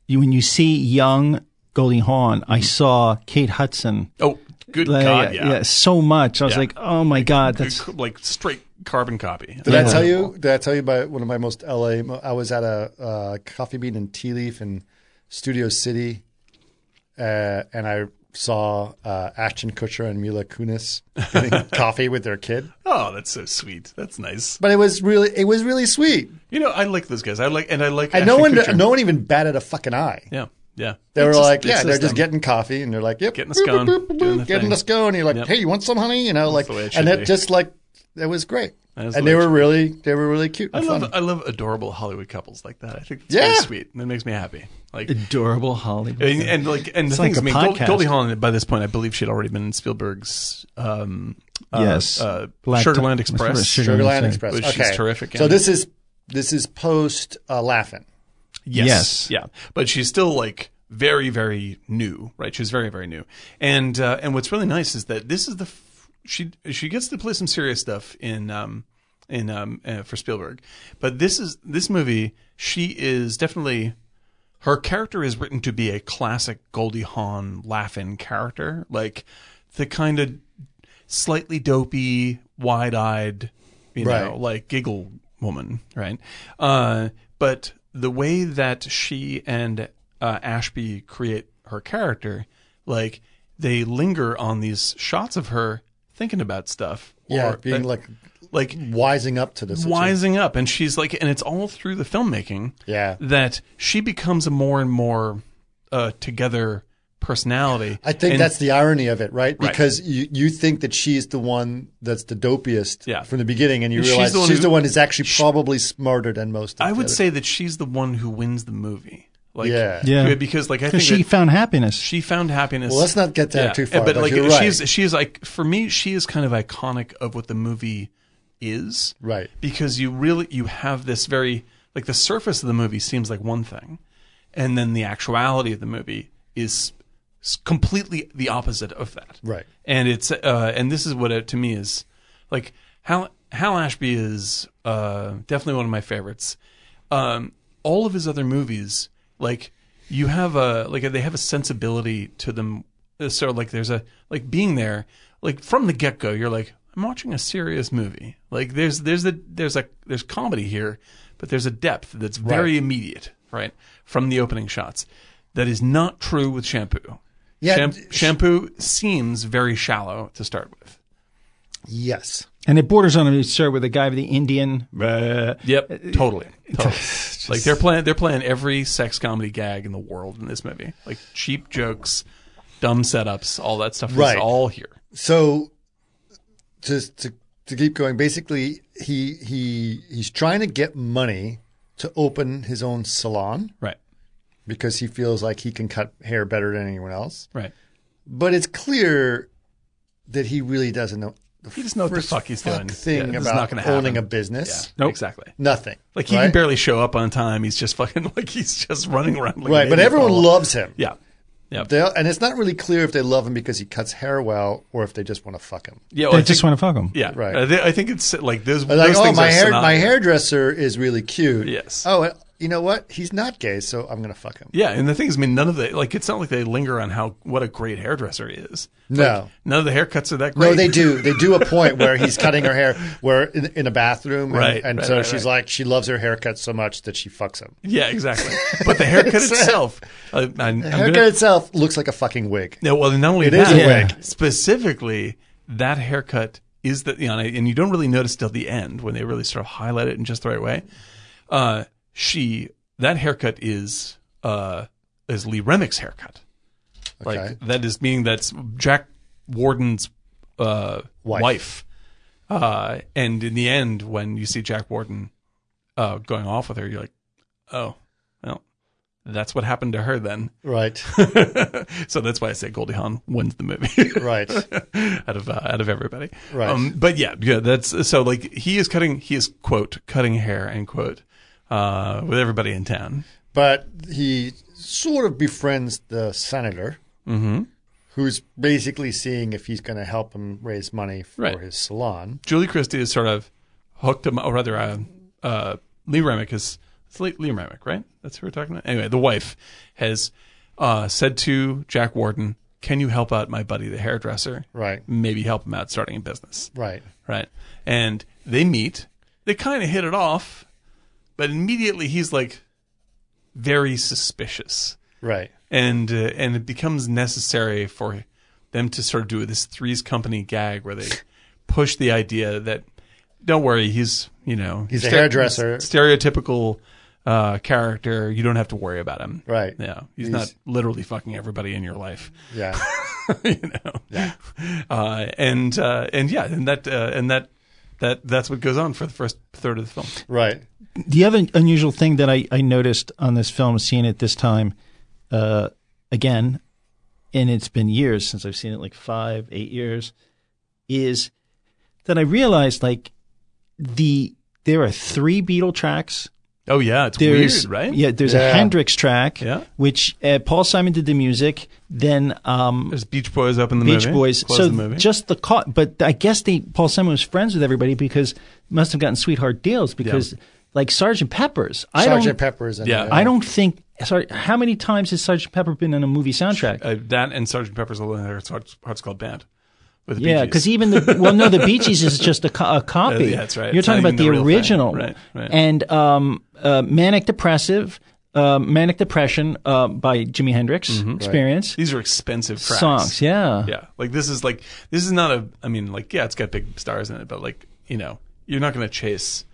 Speaker 6: you, when you see young Goldie Hawn, I saw Kate Hudson.
Speaker 4: oh, good
Speaker 6: Like,
Speaker 4: god, yeah.
Speaker 6: so much. I was
Speaker 4: Yeah.
Speaker 6: like, oh my god, that's
Speaker 4: like straight carbon copy.
Speaker 1: Did I tell you? Did I tell you about one of my most LA? mo- I was at a uh, coffee bean and tea leaf in Studio City, uh, and I saw uh, Ashton Kutcher and Mila Kunis getting coffee with their kid.
Speaker 4: Oh, that's so sweet. That's nice.
Speaker 1: But it was really, it was really sweet.
Speaker 4: You know, I like those guys. I like, and I like.
Speaker 1: And no one,
Speaker 4: Ashton Kutcher.
Speaker 1: no one even batted a fucking eye.
Speaker 4: Yeah, yeah.
Speaker 1: They
Speaker 4: It's
Speaker 1: were
Speaker 4: just-
Speaker 1: like,
Speaker 4: it's
Speaker 1: yeah, they're just
Speaker 4: them.
Speaker 1: getting coffee, and they're like, yep,
Speaker 4: Getting a scone, doing the
Speaker 1: getting
Speaker 4: thing.
Speaker 1: a scone. You're like,
Speaker 4: Yep.
Speaker 1: hey, you want some honey? You know, like,
Speaker 4: the way it should
Speaker 1: and that
Speaker 4: be.
Speaker 1: just like that was great.
Speaker 4: That is
Speaker 1: and
Speaker 4: the
Speaker 1: they
Speaker 4: way it
Speaker 1: were really, they were really cute.
Speaker 4: I
Speaker 1: and
Speaker 4: love
Speaker 1: fun.
Speaker 4: I love adorable Hollywood couples like that. I think that's
Speaker 1: Yeah.
Speaker 4: very sweet. And that makes me happy. Like
Speaker 6: adorable Hollywood.
Speaker 4: and, and like and the
Speaker 6: like
Speaker 4: things
Speaker 6: a
Speaker 4: I mean Gold,
Speaker 6: podcast.
Speaker 4: Goldie Hawn by this point I believe she'd already been in Spielberg's um uh,
Speaker 6: Yes.
Speaker 4: uh,
Speaker 6: Black-
Speaker 4: Sugarland
Speaker 6: what's the
Speaker 4: Express.
Speaker 6: Sugar-
Speaker 1: Sugarland
Speaker 6: Sugarland
Speaker 1: Express.
Speaker 4: Which
Speaker 1: okay,
Speaker 4: is terrific
Speaker 1: So
Speaker 4: in.
Speaker 1: this is this is post uh, laughing.
Speaker 4: Yes.
Speaker 6: Yes.
Speaker 4: Yeah. But she's still like very, very new, right? She's very, very new. And uh, and what's really nice is that this is the f- she she gets to play some serious stuff in um in um uh, for Spielberg, but this is this movie she is definitely. Her character is written to be a classic Goldie Hawn laugh-in character, like the kind of slightly dopey, wide-eyed, you know,
Speaker 1: Right.
Speaker 4: like giggle woman, right? Uh, but the way that she and uh, Ashby create her character, like they linger on these shots of her thinking about stuff,
Speaker 1: Yeah,
Speaker 4: or
Speaker 1: being
Speaker 4: that-
Speaker 1: like mm,
Speaker 4: like
Speaker 1: wising up to this.
Speaker 4: wising up, and she's like, and it's all through the filmmaking
Speaker 1: Yeah.
Speaker 4: that she becomes a more and more uh, together personality.
Speaker 1: I think
Speaker 4: And-
Speaker 1: that's the irony of it, right?
Speaker 4: Right.
Speaker 1: Because you, you think that she's the one that's the dopiest
Speaker 4: Yeah.
Speaker 1: from the beginning, and you
Speaker 4: And she's
Speaker 1: realize
Speaker 4: the one
Speaker 1: she's
Speaker 4: who-
Speaker 1: the one who's actually probably smarter than most. Of
Speaker 4: I
Speaker 1: the
Speaker 4: would
Speaker 1: other-
Speaker 4: say that she's the one who wins the movie. Like,
Speaker 1: Yeah.
Speaker 6: Yeah.
Speaker 4: because like I think
Speaker 6: She
Speaker 4: she,
Speaker 6: found happiness.
Speaker 4: she found happiness.
Speaker 1: Well, let's not get that too far.
Speaker 4: Eh, But, like
Speaker 1: you're right.
Speaker 4: she's she's like for me, she is kind of iconic of what the movie is.
Speaker 1: right.
Speaker 4: Because you really you have this very like the surface of the movie seems like one thing, and then the actuality of the movie is s- completely the opposite of that.
Speaker 1: Right.
Speaker 4: And it's uh, and this is what it, to me is like Hal Hal Ashby is uh, definitely one of my favorites. Um, all of his other movies, like you have a like they have a sensibility to them. Uh, So like there's a like being there like from the get go. You're like I'm watching a serious movie. Like there's there's a there's a there's comedy here, but there's a depth that's very immediate, right, from the opening shots. That is not true with Shampoo.
Speaker 1: Yeah,
Speaker 4: Sham-
Speaker 1: d-
Speaker 4: shampoo seems very shallow to start with.
Speaker 1: Yes.
Speaker 6: And it borders on a sir with the guy with the Indian. uh,
Speaker 4: Yep, totally. totally. like they're playing they're playing every sex comedy gag in the world in this movie. Like cheap jokes, dumb setups, all that stuff
Speaker 1: Right.
Speaker 4: is all here.
Speaker 1: So to to to keep going, basically he he he's trying to get money to open his own salon
Speaker 4: Right.
Speaker 1: because he feels like he can cut hair better than anyone else.
Speaker 4: Right.
Speaker 1: But it's clear that he really doesn't know the
Speaker 4: He doesn't know what the
Speaker 1: first
Speaker 4: fuck he's doing. Yeah,
Speaker 1: Thing
Speaker 4: this is not
Speaker 1: about
Speaker 4: gonna happen.
Speaker 1: owning a
Speaker 4: Yeah.
Speaker 1: business.
Speaker 4: Nope. Exactly.
Speaker 1: Nothing.
Speaker 4: Like he can
Speaker 1: right?
Speaker 4: barely show up on time. He's just fucking like he's just running around. Like an
Speaker 1: Right, but
Speaker 4: idiot
Speaker 1: everyone
Speaker 4: all-
Speaker 1: loves him.
Speaker 4: Yeah. Yeah.
Speaker 1: They, and it's not really clear if they love him because he cuts hair well or if they just want to fuck him.
Speaker 4: yeah. well,
Speaker 6: They
Speaker 4: oh, I
Speaker 6: just
Speaker 4: think-
Speaker 6: want to fuck him.
Speaker 4: Yeah.
Speaker 1: Right.
Speaker 4: I, thi- I think it's like those.
Speaker 1: But like,
Speaker 4: those
Speaker 1: oh,
Speaker 4: things
Speaker 1: my
Speaker 4: are
Speaker 1: hair, my
Speaker 4: synonymous.
Speaker 1: hairdresser is really cute.
Speaker 4: Yes.
Speaker 1: Oh, well, you know what? He's not gay, so I'm gonna fuck him.
Speaker 4: Yeah, and the thing is, I mean, none of the like. It's not like they linger on how what a great hairdresser he is.
Speaker 1: No.
Speaker 4: None of the haircuts are that great.
Speaker 1: No, they do. They do a point where he's cutting her hair, where in, in a bathroom, and,
Speaker 4: Right,
Speaker 1: and
Speaker 4: right,
Speaker 1: so
Speaker 4: right,
Speaker 1: she's like, she loves her haircut so much that she fucks him.
Speaker 4: Yeah, exactly. But the haircut itself, uh, I, I'm
Speaker 1: The haircut
Speaker 4: gonna,
Speaker 1: itself looks like a fucking wig.
Speaker 4: no, well, not only
Speaker 1: It
Speaker 4: that,
Speaker 1: is a
Speaker 6: Yeah.
Speaker 1: wig.
Speaker 4: specifically that haircut is the you know, and you don't really notice till the end when they really sort of highlight it in just the right way. Uh, she that haircut is uh is Lee Remick's haircut.
Speaker 1: Okay.
Speaker 4: Like that is meaning that's Jack Warden's uh,
Speaker 1: Wife.
Speaker 4: wife. Uh, and in the end, when you see Jack Warden uh, going off with her, you're like, oh, well, that's what happened to her then.
Speaker 1: Right.
Speaker 4: so that's why I say Goldie Hawn wins the movie
Speaker 1: Right.
Speaker 4: out of uh, out of everybody. Um,
Speaker 1: Right.
Speaker 4: but yeah, yeah, that's so like he is cutting he is quote cutting hair end quote uh, with everybody in town.
Speaker 1: but he sort of befriends the senator,
Speaker 4: Mm-hmm.
Speaker 1: who's basically seeing if he's going to help him raise money for
Speaker 4: Right.
Speaker 1: his salon.
Speaker 4: Julie Christie is sort of hooked him, or rather, uh, uh, Lee Remick is it's Lee, Lee Remick, right? That's who we're talking about. Anyway, the wife has uh, said to Jack Warden, "Can you help out my buddy, the hairdresser?
Speaker 1: Right.
Speaker 4: Maybe help him out starting a business,
Speaker 1: Right.
Speaker 4: right?" And they meet. They kind of hit it off, but immediately he's like very suspicious
Speaker 1: Right.
Speaker 4: and uh, and it becomes necessary for them to sort of do this threes company gag where they push the idea that don't worry he's you know
Speaker 1: He's a
Speaker 4: stere-
Speaker 1: hairdresser.
Speaker 4: stereotypical uh, character you don't have to worry about him
Speaker 1: Right.
Speaker 4: yeah he's, not literally fucking everybody in your life
Speaker 1: Yeah.
Speaker 4: you know uh, and uh, and yeah and that uh, and that that that's what goes on for the first third of the film
Speaker 1: Right.
Speaker 6: The other unusual thing that I, I noticed on this film, seeing it this time uh, again, and it's been years since I've seen it, like five, eight years, is that I realized like the there are three Beatle tracks.
Speaker 4: oh yeah it's
Speaker 6: There's
Speaker 4: weird right
Speaker 6: Yeah, there's
Speaker 1: Yeah.
Speaker 6: a Hendrix track,
Speaker 4: Yeah.
Speaker 6: which uh, Paul Simon did the music. Then um,
Speaker 4: there's Beach Boys up in the
Speaker 6: Beach
Speaker 4: movie
Speaker 6: Boys.
Speaker 4: Close
Speaker 6: so
Speaker 4: the movie.
Speaker 6: just the co but I guess they Paul Simon was friends with everybody because must have gotten sweetheart deals because like Sergeant Pepper's. I don't,
Speaker 1: Sergeant Pepper's. And,
Speaker 4: Yeah.
Speaker 6: I don't think. Sorry, how many times has Sergeant Pepper been in a movie soundtrack?
Speaker 4: uh, that and Sergeant Pepper's Lonely Hearts Hearts Hearts Club Band. With the Bee
Speaker 6: Yeah,
Speaker 4: Gees.
Speaker 6: because even the well, no, the Bee Gees is just a, co- a copy.
Speaker 4: yeah, that's right.
Speaker 6: You're
Speaker 4: It's
Speaker 6: talking
Speaker 4: not
Speaker 6: about the,
Speaker 4: even the real thing.
Speaker 6: original,
Speaker 4: Right, right.
Speaker 6: And um, uh, manic depressive, uh, manic depression uh, by Jimi Hendrix Experience
Speaker 4: Mm-hmm. these are expensive tracks.
Speaker 6: songs. Yeah,
Speaker 4: yeah. Like this is like this is not a. I mean, like yeah, it's got big stars in it, but like you know, you're not going to chase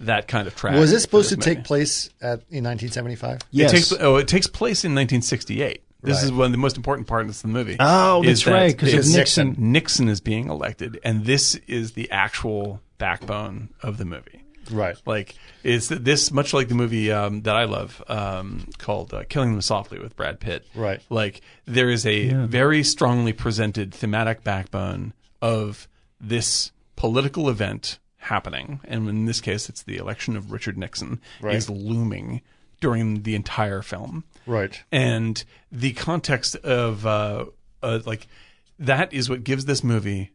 Speaker 4: that kind of track.
Speaker 1: Was it supposed
Speaker 4: for
Speaker 1: to
Speaker 4: this
Speaker 1: take
Speaker 4: movie.
Speaker 1: place at in 1975?
Speaker 4: It
Speaker 6: yes.
Speaker 4: takes, oh, it takes place in 1968. This is one of the most important parts of the movie.
Speaker 6: Oh,
Speaker 4: is
Speaker 6: that's right, 'cause of
Speaker 4: it's-
Speaker 6: Nixon.
Speaker 4: Nixon is being elected, and this is the actual backbone of the movie.
Speaker 1: Right.
Speaker 4: Like, is that this much like the movie um, that I love um, called uh, "Killing Them Softly" with Brad Pitt?
Speaker 1: Right.
Speaker 4: Like, there is a very strongly presented thematic backbone of this political event happening, and in this case, it's the election of Richard Nixon is looming during the entire film
Speaker 1: Right.
Speaker 4: and the context of uh, uh, like that is what gives this movie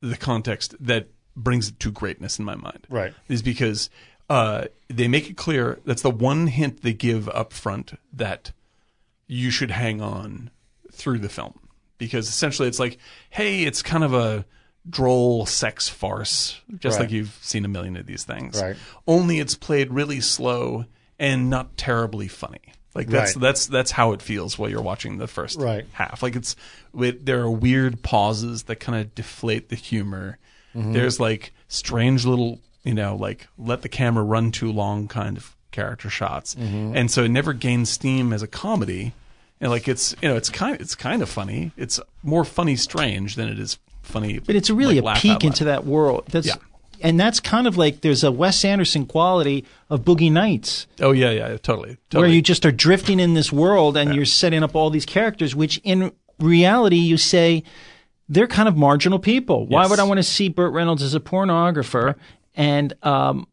Speaker 4: the context that brings it to greatness in my mind.
Speaker 1: Right.
Speaker 4: is because uh, they make it clear that's the one hint they give up front that you should hang on through the film because essentially it's like, hey, it's kind of a droll sex farce, just
Speaker 1: Right.
Speaker 4: like you've seen a million of these things.
Speaker 1: Right.
Speaker 4: Only it's played really slow and not terribly funny. Like that's
Speaker 1: Right.
Speaker 4: that's that's how it feels while you're watching the first
Speaker 1: Right.
Speaker 4: half. Like it's it, there are weird pauses that kind of deflate the humor.
Speaker 6: Mm-hmm.
Speaker 4: There's like strange little you know like let the camera run too long kind of character shots,
Speaker 6: Mm-hmm.
Speaker 4: and so it never gains steam as a comedy. And like it's you know it's kind it's kind of funny. It's more funny strange than it is funny.
Speaker 6: But it's really
Speaker 4: like,
Speaker 6: a
Speaker 4: laugh out
Speaker 6: peek
Speaker 4: loud.
Speaker 6: into that world. That's and that's kind of like there's a Wes Anderson quality of Boogie Nights,
Speaker 4: Oh yeah yeah totally, totally.
Speaker 6: where you just are drifting in this world and you're setting up all these characters, which in reality you say they're kind of marginal people. Why
Speaker 4: Yes.
Speaker 6: would I want to see Burt Reynolds as a pornographer? And um,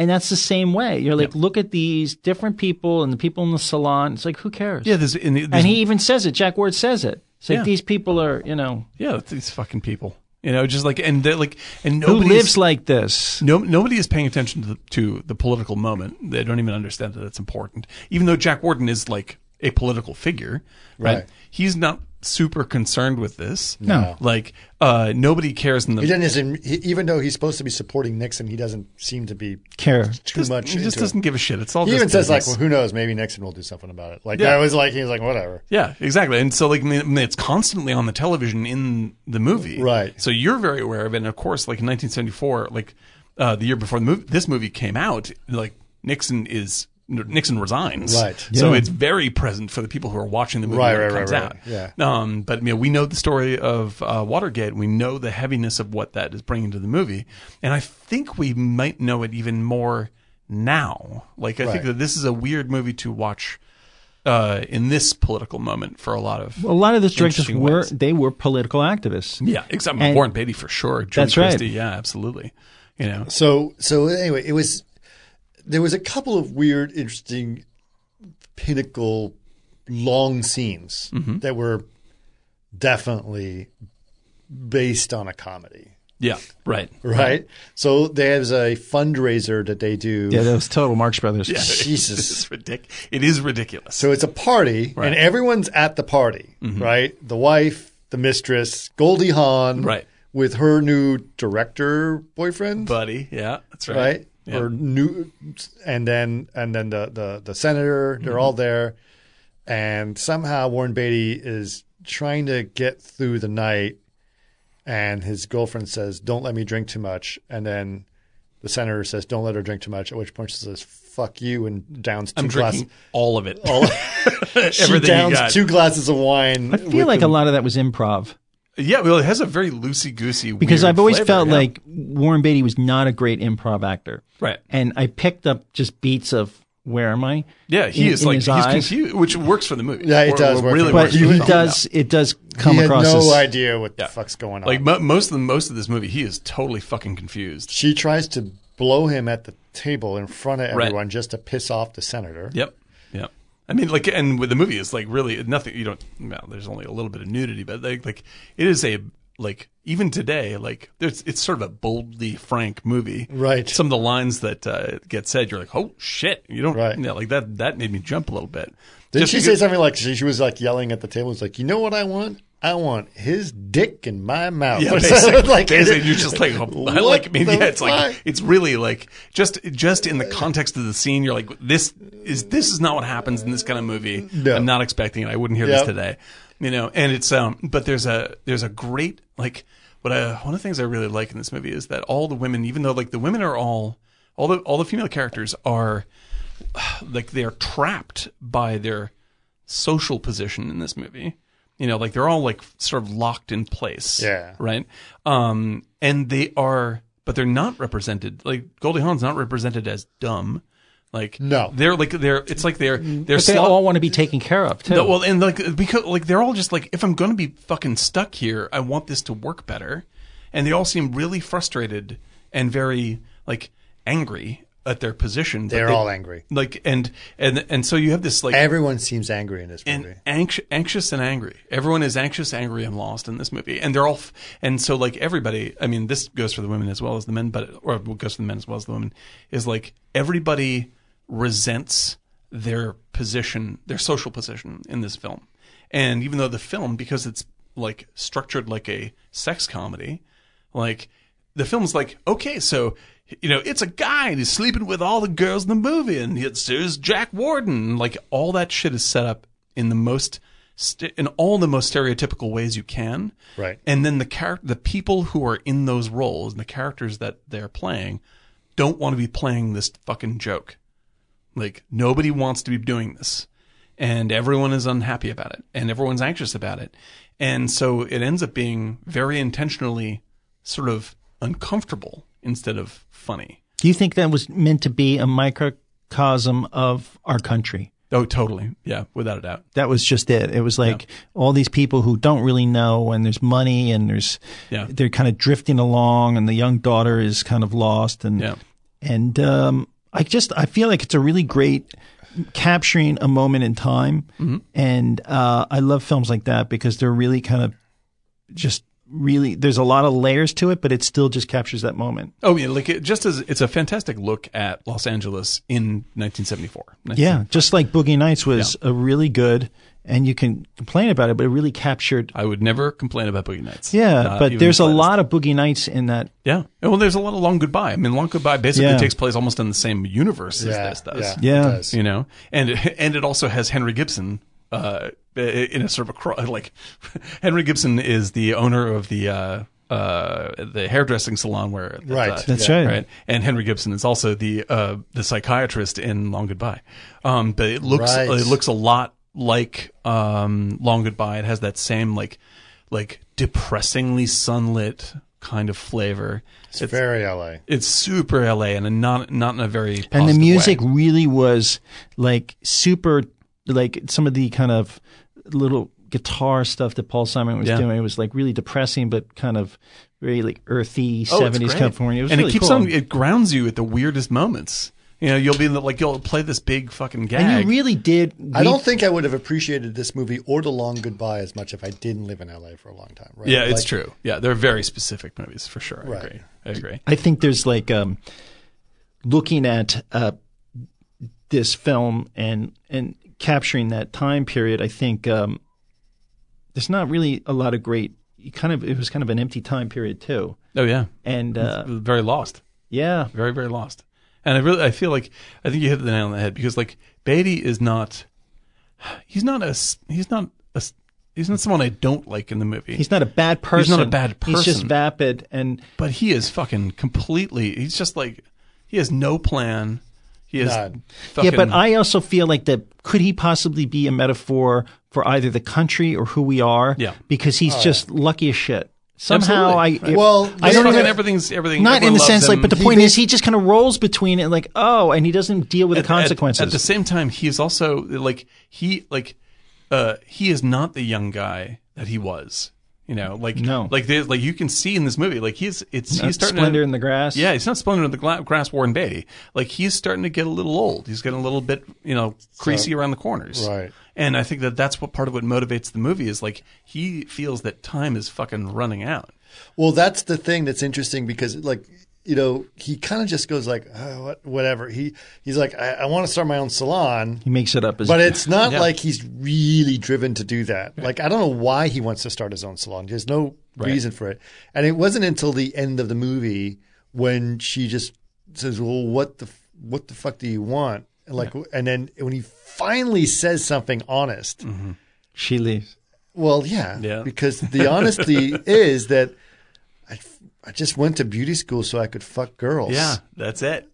Speaker 6: and that's the same way. You're like, look at these different people and the people in the salon. It's like, who cares?
Speaker 4: yeah there's, and, there's
Speaker 6: and he even says it. Jack Ward says it. It's like
Speaker 4: Yeah.
Speaker 6: these people are, you know,
Speaker 4: yeah it's these fucking people you know just like and they're like and
Speaker 6: who
Speaker 4: nobody
Speaker 6: lives like this.
Speaker 4: No, nobody is paying attention to the, to the political moment. They don't even understand that it's important. Even though Jack Warden is like a political figure, right?
Speaker 1: Right.
Speaker 4: He's not super concerned with this.
Speaker 6: No.
Speaker 4: like uh, nobody cares in the.
Speaker 1: He doesn't. isn't- he- Even though he's supposed to be supporting Nixon, he doesn't seem to be
Speaker 6: Care.
Speaker 1: too much.
Speaker 4: he
Speaker 1: into
Speaker 4: just
Speaker 1: it.
Speaker 4: doesn't give a shit. It's all.
Speaker 1: He
Speaker 4: just
Speaker 1: even says like,
Speaker 4: business.
Speaker 1: "Well, who knows? Maybe Nixon will do something about it." Like
Speaker 4: Yeah.
Speaker 1: that was like he was like, "Whatever."
Speaker 4: Yeah, exactly. And so like I mean, it's constantly on the television in the movie.
Speaker 1: Right.
Speaker 4: So you're very aware of it. And of course, like in 1974, like uh, the year before the movie, this movie came out, like Nixon is Nixon resigns.
Speaker 1: Right.
Speaker 4: So
Speaker 6: Yeah.
Speaker 4: it's very present for the people who are watching the movie
Speaker 1: Right,
Speaker 4: when it
Speaker 1: right, right,
Speaker 4: comes
Speaker 1: right.
Speaker 4: out.
Speaker 1: Yeah.
Speaker 4: Um, but you know, we know the story of uh, Watergate. We know the heaviness of what that is bringing to the movie, and I think we might know it even more now. Like I
Speaker 1: Right.
Speaker 4: think that this is a weird movie to watch uh, in this political moment for a lot of
Speaker 6: a lot of those directors
Speaker 4: interesting
Speaker 6: were
Speaker 4: ways.
Speaker 6: they were political activists.
Speaker 4: yeah, except
Speaker 6: And-
Speaker 4: Warren Beatty for sure. Jim
Speaker 6: That's right.
Speaker 4: Christie, Yeah, absolutely. You know,
Speaker 1: So so anyway, it was there was a couple of weird, interesting, pinnacle, long scenes
Speaker 4: Mm-hmm.
Speaker 1: that were definitely based on a comedy,
Speaker 4: yeah, right.
Speaker 1: right? So there's a fundraiser that they do.
Speaker 6: Yeah, that was total Marx Brothers.
Speaker 4: Yeah,
Speaker 1: Jesus.
Speaker 4: it's ridic- It is ridiculous.
Speaker 1: So it's a party,
Speaker 4: Right.
Speaker 1: and everyone's at the party, right? The wife, the mistress, Goldie Hawn,
Speaker 4: Right.
Speaker 1: with her new director boyfriend,
Speaker 4: buddy, yeah, that's right.
Speaker 1: right?
Speaker 4: Yeah.
Speaker 1: Or new, and then and then the the, the senator, they're all there, and somehow Warren Beatty is trying to get through the night, and his girlfriend says, "Don't let me drink too much," and then. The senator says, "Don't let her drink too much." At which point she says, "Fuck you," and downs 2
Speaker 4: I'm
Speaker 1: glasses.
Speaker 4: drinking all of it.
Speaker 1: She
Speaker 4: Everything you
Speaker 1: downs
Speaker 4: got.
Speaker 1: two glasses of wine.
Speaker 6: I feel like a lot of that was improv
Speaker 4: yeah, well, it has a very loosey goosey.
Speaker 6: because I've always felt like Warren Beatty was not a great improv actor.
Speaker 4: Right.
Speaker 6: And I picked up just beats of where am I?
Speaker 4: yeah, he
Speaker 6: in-
Speaker 4: is
Speaker 6: in
Speaker 4: like
Speaker 6: his
Speaker 4: he's
Speaker 6: eyes.
Speaker 4: confused, which works for the movie.
Speaker 1: Yeah, it
Speaker 4: Or-
Speaker 1: does
Speaker 4: or
Speaker 1: work
Speaker 4: really
Speaker 1: for the
Speaker 6: But
Speaker 4: works.
Speaker 1: movie.
Speaker 4: for
Speaker 6: he
Speaker 4: the
Speaker 6: does it does come
Speaker 1: He had
Speaker 6: across
Speaker 1: no
Speaker 6: as
Speaker 1: idea what the fuck's going on.
Speaker 4: Like mo- most of the most of this movie, he is totally fucking confused.
Speaker 1: she tries to blow him at the table in front of
Speaker 4: Right.
Speaker 1: everyone just to piss off the senator.
Speaker 4: Yep. Yep. I mean, like, and with the movie, it's like really nothing. You don't. Well, there's only a little bit of nudity, but like, like it is a like even today, like there's it's sort of a boldly frank movie.
Speaker 1: Right.
Speaker 4: Some of the lines that uh, get said, you're like, oh shit, you don't.
Speaker 1: Right.
Speaker 4: You know, like that. That made me jump a little bit.
Speaker 1: Didn't
Speaker 4: Just
Speaker 1: she
Speaker 4: because-
Speaker 1: say something like she, she was like yelling at the table? It's like, you know what I want? I want his dick in my mouth.
Speaker 4: Yeah,
Speaker 1: Or
Speaker 4: basically,
Speaker 1: something like-
Speaker 4: basically, you're just like, oh, I
Speaker 1: What
Speaker 4: like. I mean,
Speaker 1: the
Speaker 4: yeah, it's
Speaker 1: fuck?
Speaker 4: like it's really like just just in the context of the scene, you're like, this is this is not what happens in this kind of movie.
Speaker 1: No.
Speaker 4: I'm not expecting it. I wouldn't hear
Speaker 1: Yep.
Speaker 4: this today, you know. And it's um, but there's a there's a great like what I one of the things I really like in this movie is that all the women, even though like the women are all all the all the female characters are like they're trapped by their social position in this movie. You know, like they're all like sort of locked in place.
Speaker 1: Yeah.
Speaker 4: Right. Um, and they are, but they're not represented. Like Goldie Hawn's not represented as dumb. Like
Speaker 1: No. Mm.
Speaker 4: they're like they're. It's like they're they're
Speaker 2: But they
Speaker 4: slot-
Speaker 2: all want to be taken care of too.
Speaker 4: no, well, and like because like they're all just like, if I'm going to be fucking stuck here, I want this to work better, and they all seem really frustrated and very like angry at their position. but
Speaker 1: They're
Speaker 4: they-
Speaker 1: all angry.
Speaker 4: Like and and and so you have this like
Speaker 1: Everyone seems angry in this movie.
Speaker 4: and anxious, anxious and angry. Everyone is anxious, angry, and lost in this movie, and they're all. F- and so, like everybody, I mean, this goes for the women as well as the men, but or it goes for the men as well as the women. Is like everybody resents their position, their social position in this film, and even though the film, because it's like structured like a sex comedy, like the film's like, okay, so you know, it's a guy and he's sleeping with all the girls in the movie, and it's there's Jack Warden, like all that shit is set up in the most st- in all the most stereotypical ways you can,
Speaker 1: Right.
Speaker 4: And then the character, the people who are in those roles and the characters that they're playing, don't want to be playing this fucking joke. Like nobody wants to be doing this. And everyone is unhappy about it. And everyone's anxious about it. And so it ends up being very intentionally sort of uncomfortable instead of funny.
Speaker 2: Do you think that was meant to be a microcosm of our country?
Speaker 4: Oh, totally. Yeah, without a doubt.
Speaker 2: That was just it. It was like all these people who don't really know, and there's money, and there's
Speaker 4: Yeah.
Speaker 2: they're kind of drifting along, and the young daughter is kind of lost, and
Speaker 4: Yeah.
Speaker 2: and um, I just I feel like it's a really great capturing a moment in time,
Speaker 4: Mm-hmm.
Speaker 2: and uh, I love films like that because they're really kind of just really there's a lot of layers to it, but it still just captures that moment.
Speaker 4: Oh, yeah. Like it just as it's a fantastic look at Los Angeles in 1974.
Speaker 2: Yeah, just like Boogie Nights was a really good, and you can complain about it, but it really captured.
Speaker 4: I would never complain about Boogie Nights.
Speaker 2: Yeah,
Speaker 4: Not
Speaker 2: but
Speaker 4: even
Speaker 2: there's
Speaker 4: the
Speaker 2: a
Speaker 4: slightest.
Speaker 2: lot of Boogie Nights in that.
Speaker 4: Yeah. Well, there's a lot of Long Goodbye. I mean, Long Goodbye basically
Speaker 2: Yeah.
Speaker 4: takes place almost in the same universe as this does.
Speaker 2: Yeah.
Speaker 1: it does.
Speaker 4: you know, and and it also has Henry Gibson uh, in a sort of a cro- like Henry Gibson is the owner of the uh, uh, the hairdressing salon where
Speaker 1: Right.
Speaker 4: uh,
Speaker 2: That's right.
Speaker 4: right, and Henry Gibson is also the uh, the psychiatrist in Long Goodbye, um, but it looks
Speaker 1: Right.
Speaker 4: it looks a lot like um, Long Goodbye. It has that same like like depressingly sunlit kind of flavor. It's, it's,
Speaker 1: Very LA.
Speaker 4: super LA and not not in a very
Speaker 2: And the
Speaker 4: positive
Speaker 2: music
Speaker 4: way.
Speaker 2: really was like super, like some of the kind of little guitar stuff that Paul Simon was
Speaker 4: Yeah.
Speaker 2: doing. It was like really depressing, but kind of very like earthy
Speaker 4: Oh, it's
Speaker 2: 70s
Speaker 4: great.
Speaker 2: California. It was
Speaker 4: and
Speaker 2: really
Speaker 4: it keeps
Speaker 2: cool.
Speaker 4: on. It grounds you at the weirdest moments. You know, you'll be in the, like you'll play this big fucking gag.
Speaker 2: and you really did.
Speaker 1: I don't think I would have appreciated this movie or The Long Goodbye as much if I didn't live in LA for a long time. Right?
Speaker 4: yeah, it's
Speaker 1: Like,
Speaker 4: true. Yeah, they're very specific movies for sure. I
Speaker 1: Right.
Speaker 4: agree. I agree.
Speaker 2: I think there's like um, looking at uh, this film and and capturing that time period. I think um, there's not really a lot of great. You kind of it was kind of an empty time period too,
Speaker 4: Oh yeah,
Speaker 2: and uh,
Speaker 4: very lost.
Speaker 2: yeah,
Speaker 4: Very very lost. And I really I feel like I think you hit the nail on the head because like Beatty is not. He's not a. s- He's not a. s- He's not someone I don't like in the movie.
Speaker 2: he's not a bad person.
Speaker 4: He's not a bad
Speaker 2: He's just
Speaker 4: person.
Speaker 2: vapid, and
Speaker 4: but he is fucking completely. He's just like. He has no plan. He is.
Speaker 1: None.
Speaker 4: Fucking,
Speaker 2: yeah. But I also feel like that could he possibly be a metaphor for either the country or who we are?
Speaker 4: Yeah.
Speaker 2: because he's just lucky as shit. Somehow,
Speaker 4: Absolutely.
Speaker 2: I
Speaker 1: Well,
Speaker 2: I
Speaker 4: I
Speaker 2: don't
Speaker 4: don't
Speaker 2: even.
Speaker 4: everything's everything.
Speaker 2: not in
Speaker 4: everyone
Speaker 2: the
Speaker 4: loves
Speaker 2: sense like
Speaker 4: him.
Speaker 2: but the point is he just kind of rolls between it like oh and he doesn't deal with the
Speaker 4: At-
Speaker 2: consequences
Speaker 4: At, the same time, he is also like he like uh he is not the young guy that he was. You know, like
Speaker 2: No.
Speaker 4: like there's like you can see in this movie, like he's it's he's starting
Speaker 2: splendor
Speaker 4: to,
Speaker 2: in the grass
Speaker 4: Yeah, he's not splendor in the gla- grass, Warren Beatty. Like he's starting to get a little old. He's getting a little bit you know creasy around the corners.
Speaker 1: Right.
Speaker 4: And I think that that's what part of what motivates the movie is like he feels that time is fucking running out.
Speaker 1: Well, that's the thing that's interesting because, like, you know, he kind of just goes like, oh, what, whatever. He he's like, I, I want to start my own salon,
Speaker 2: he makes it up as
Speaker 1: but it's not
Speaker 4: Yeah.
Speaker 1: like he's really driven to do that. Like, I don't know why he wants to start his own salon. There's no reason for it. And it wasn't until the end of the movie when she just says, "Well, what the f- what the fuck do you want?" And Like, and then when he finally says something honest,
Speaker 2: she leaves
Speaker 1: well, yeah,
Speaker 4: Mm-hmm. Yeah.
Speaker 1: because the honesty is that I, I just went to beauty school so I could fuck girls.
Speaker 4: Yeah, that's it.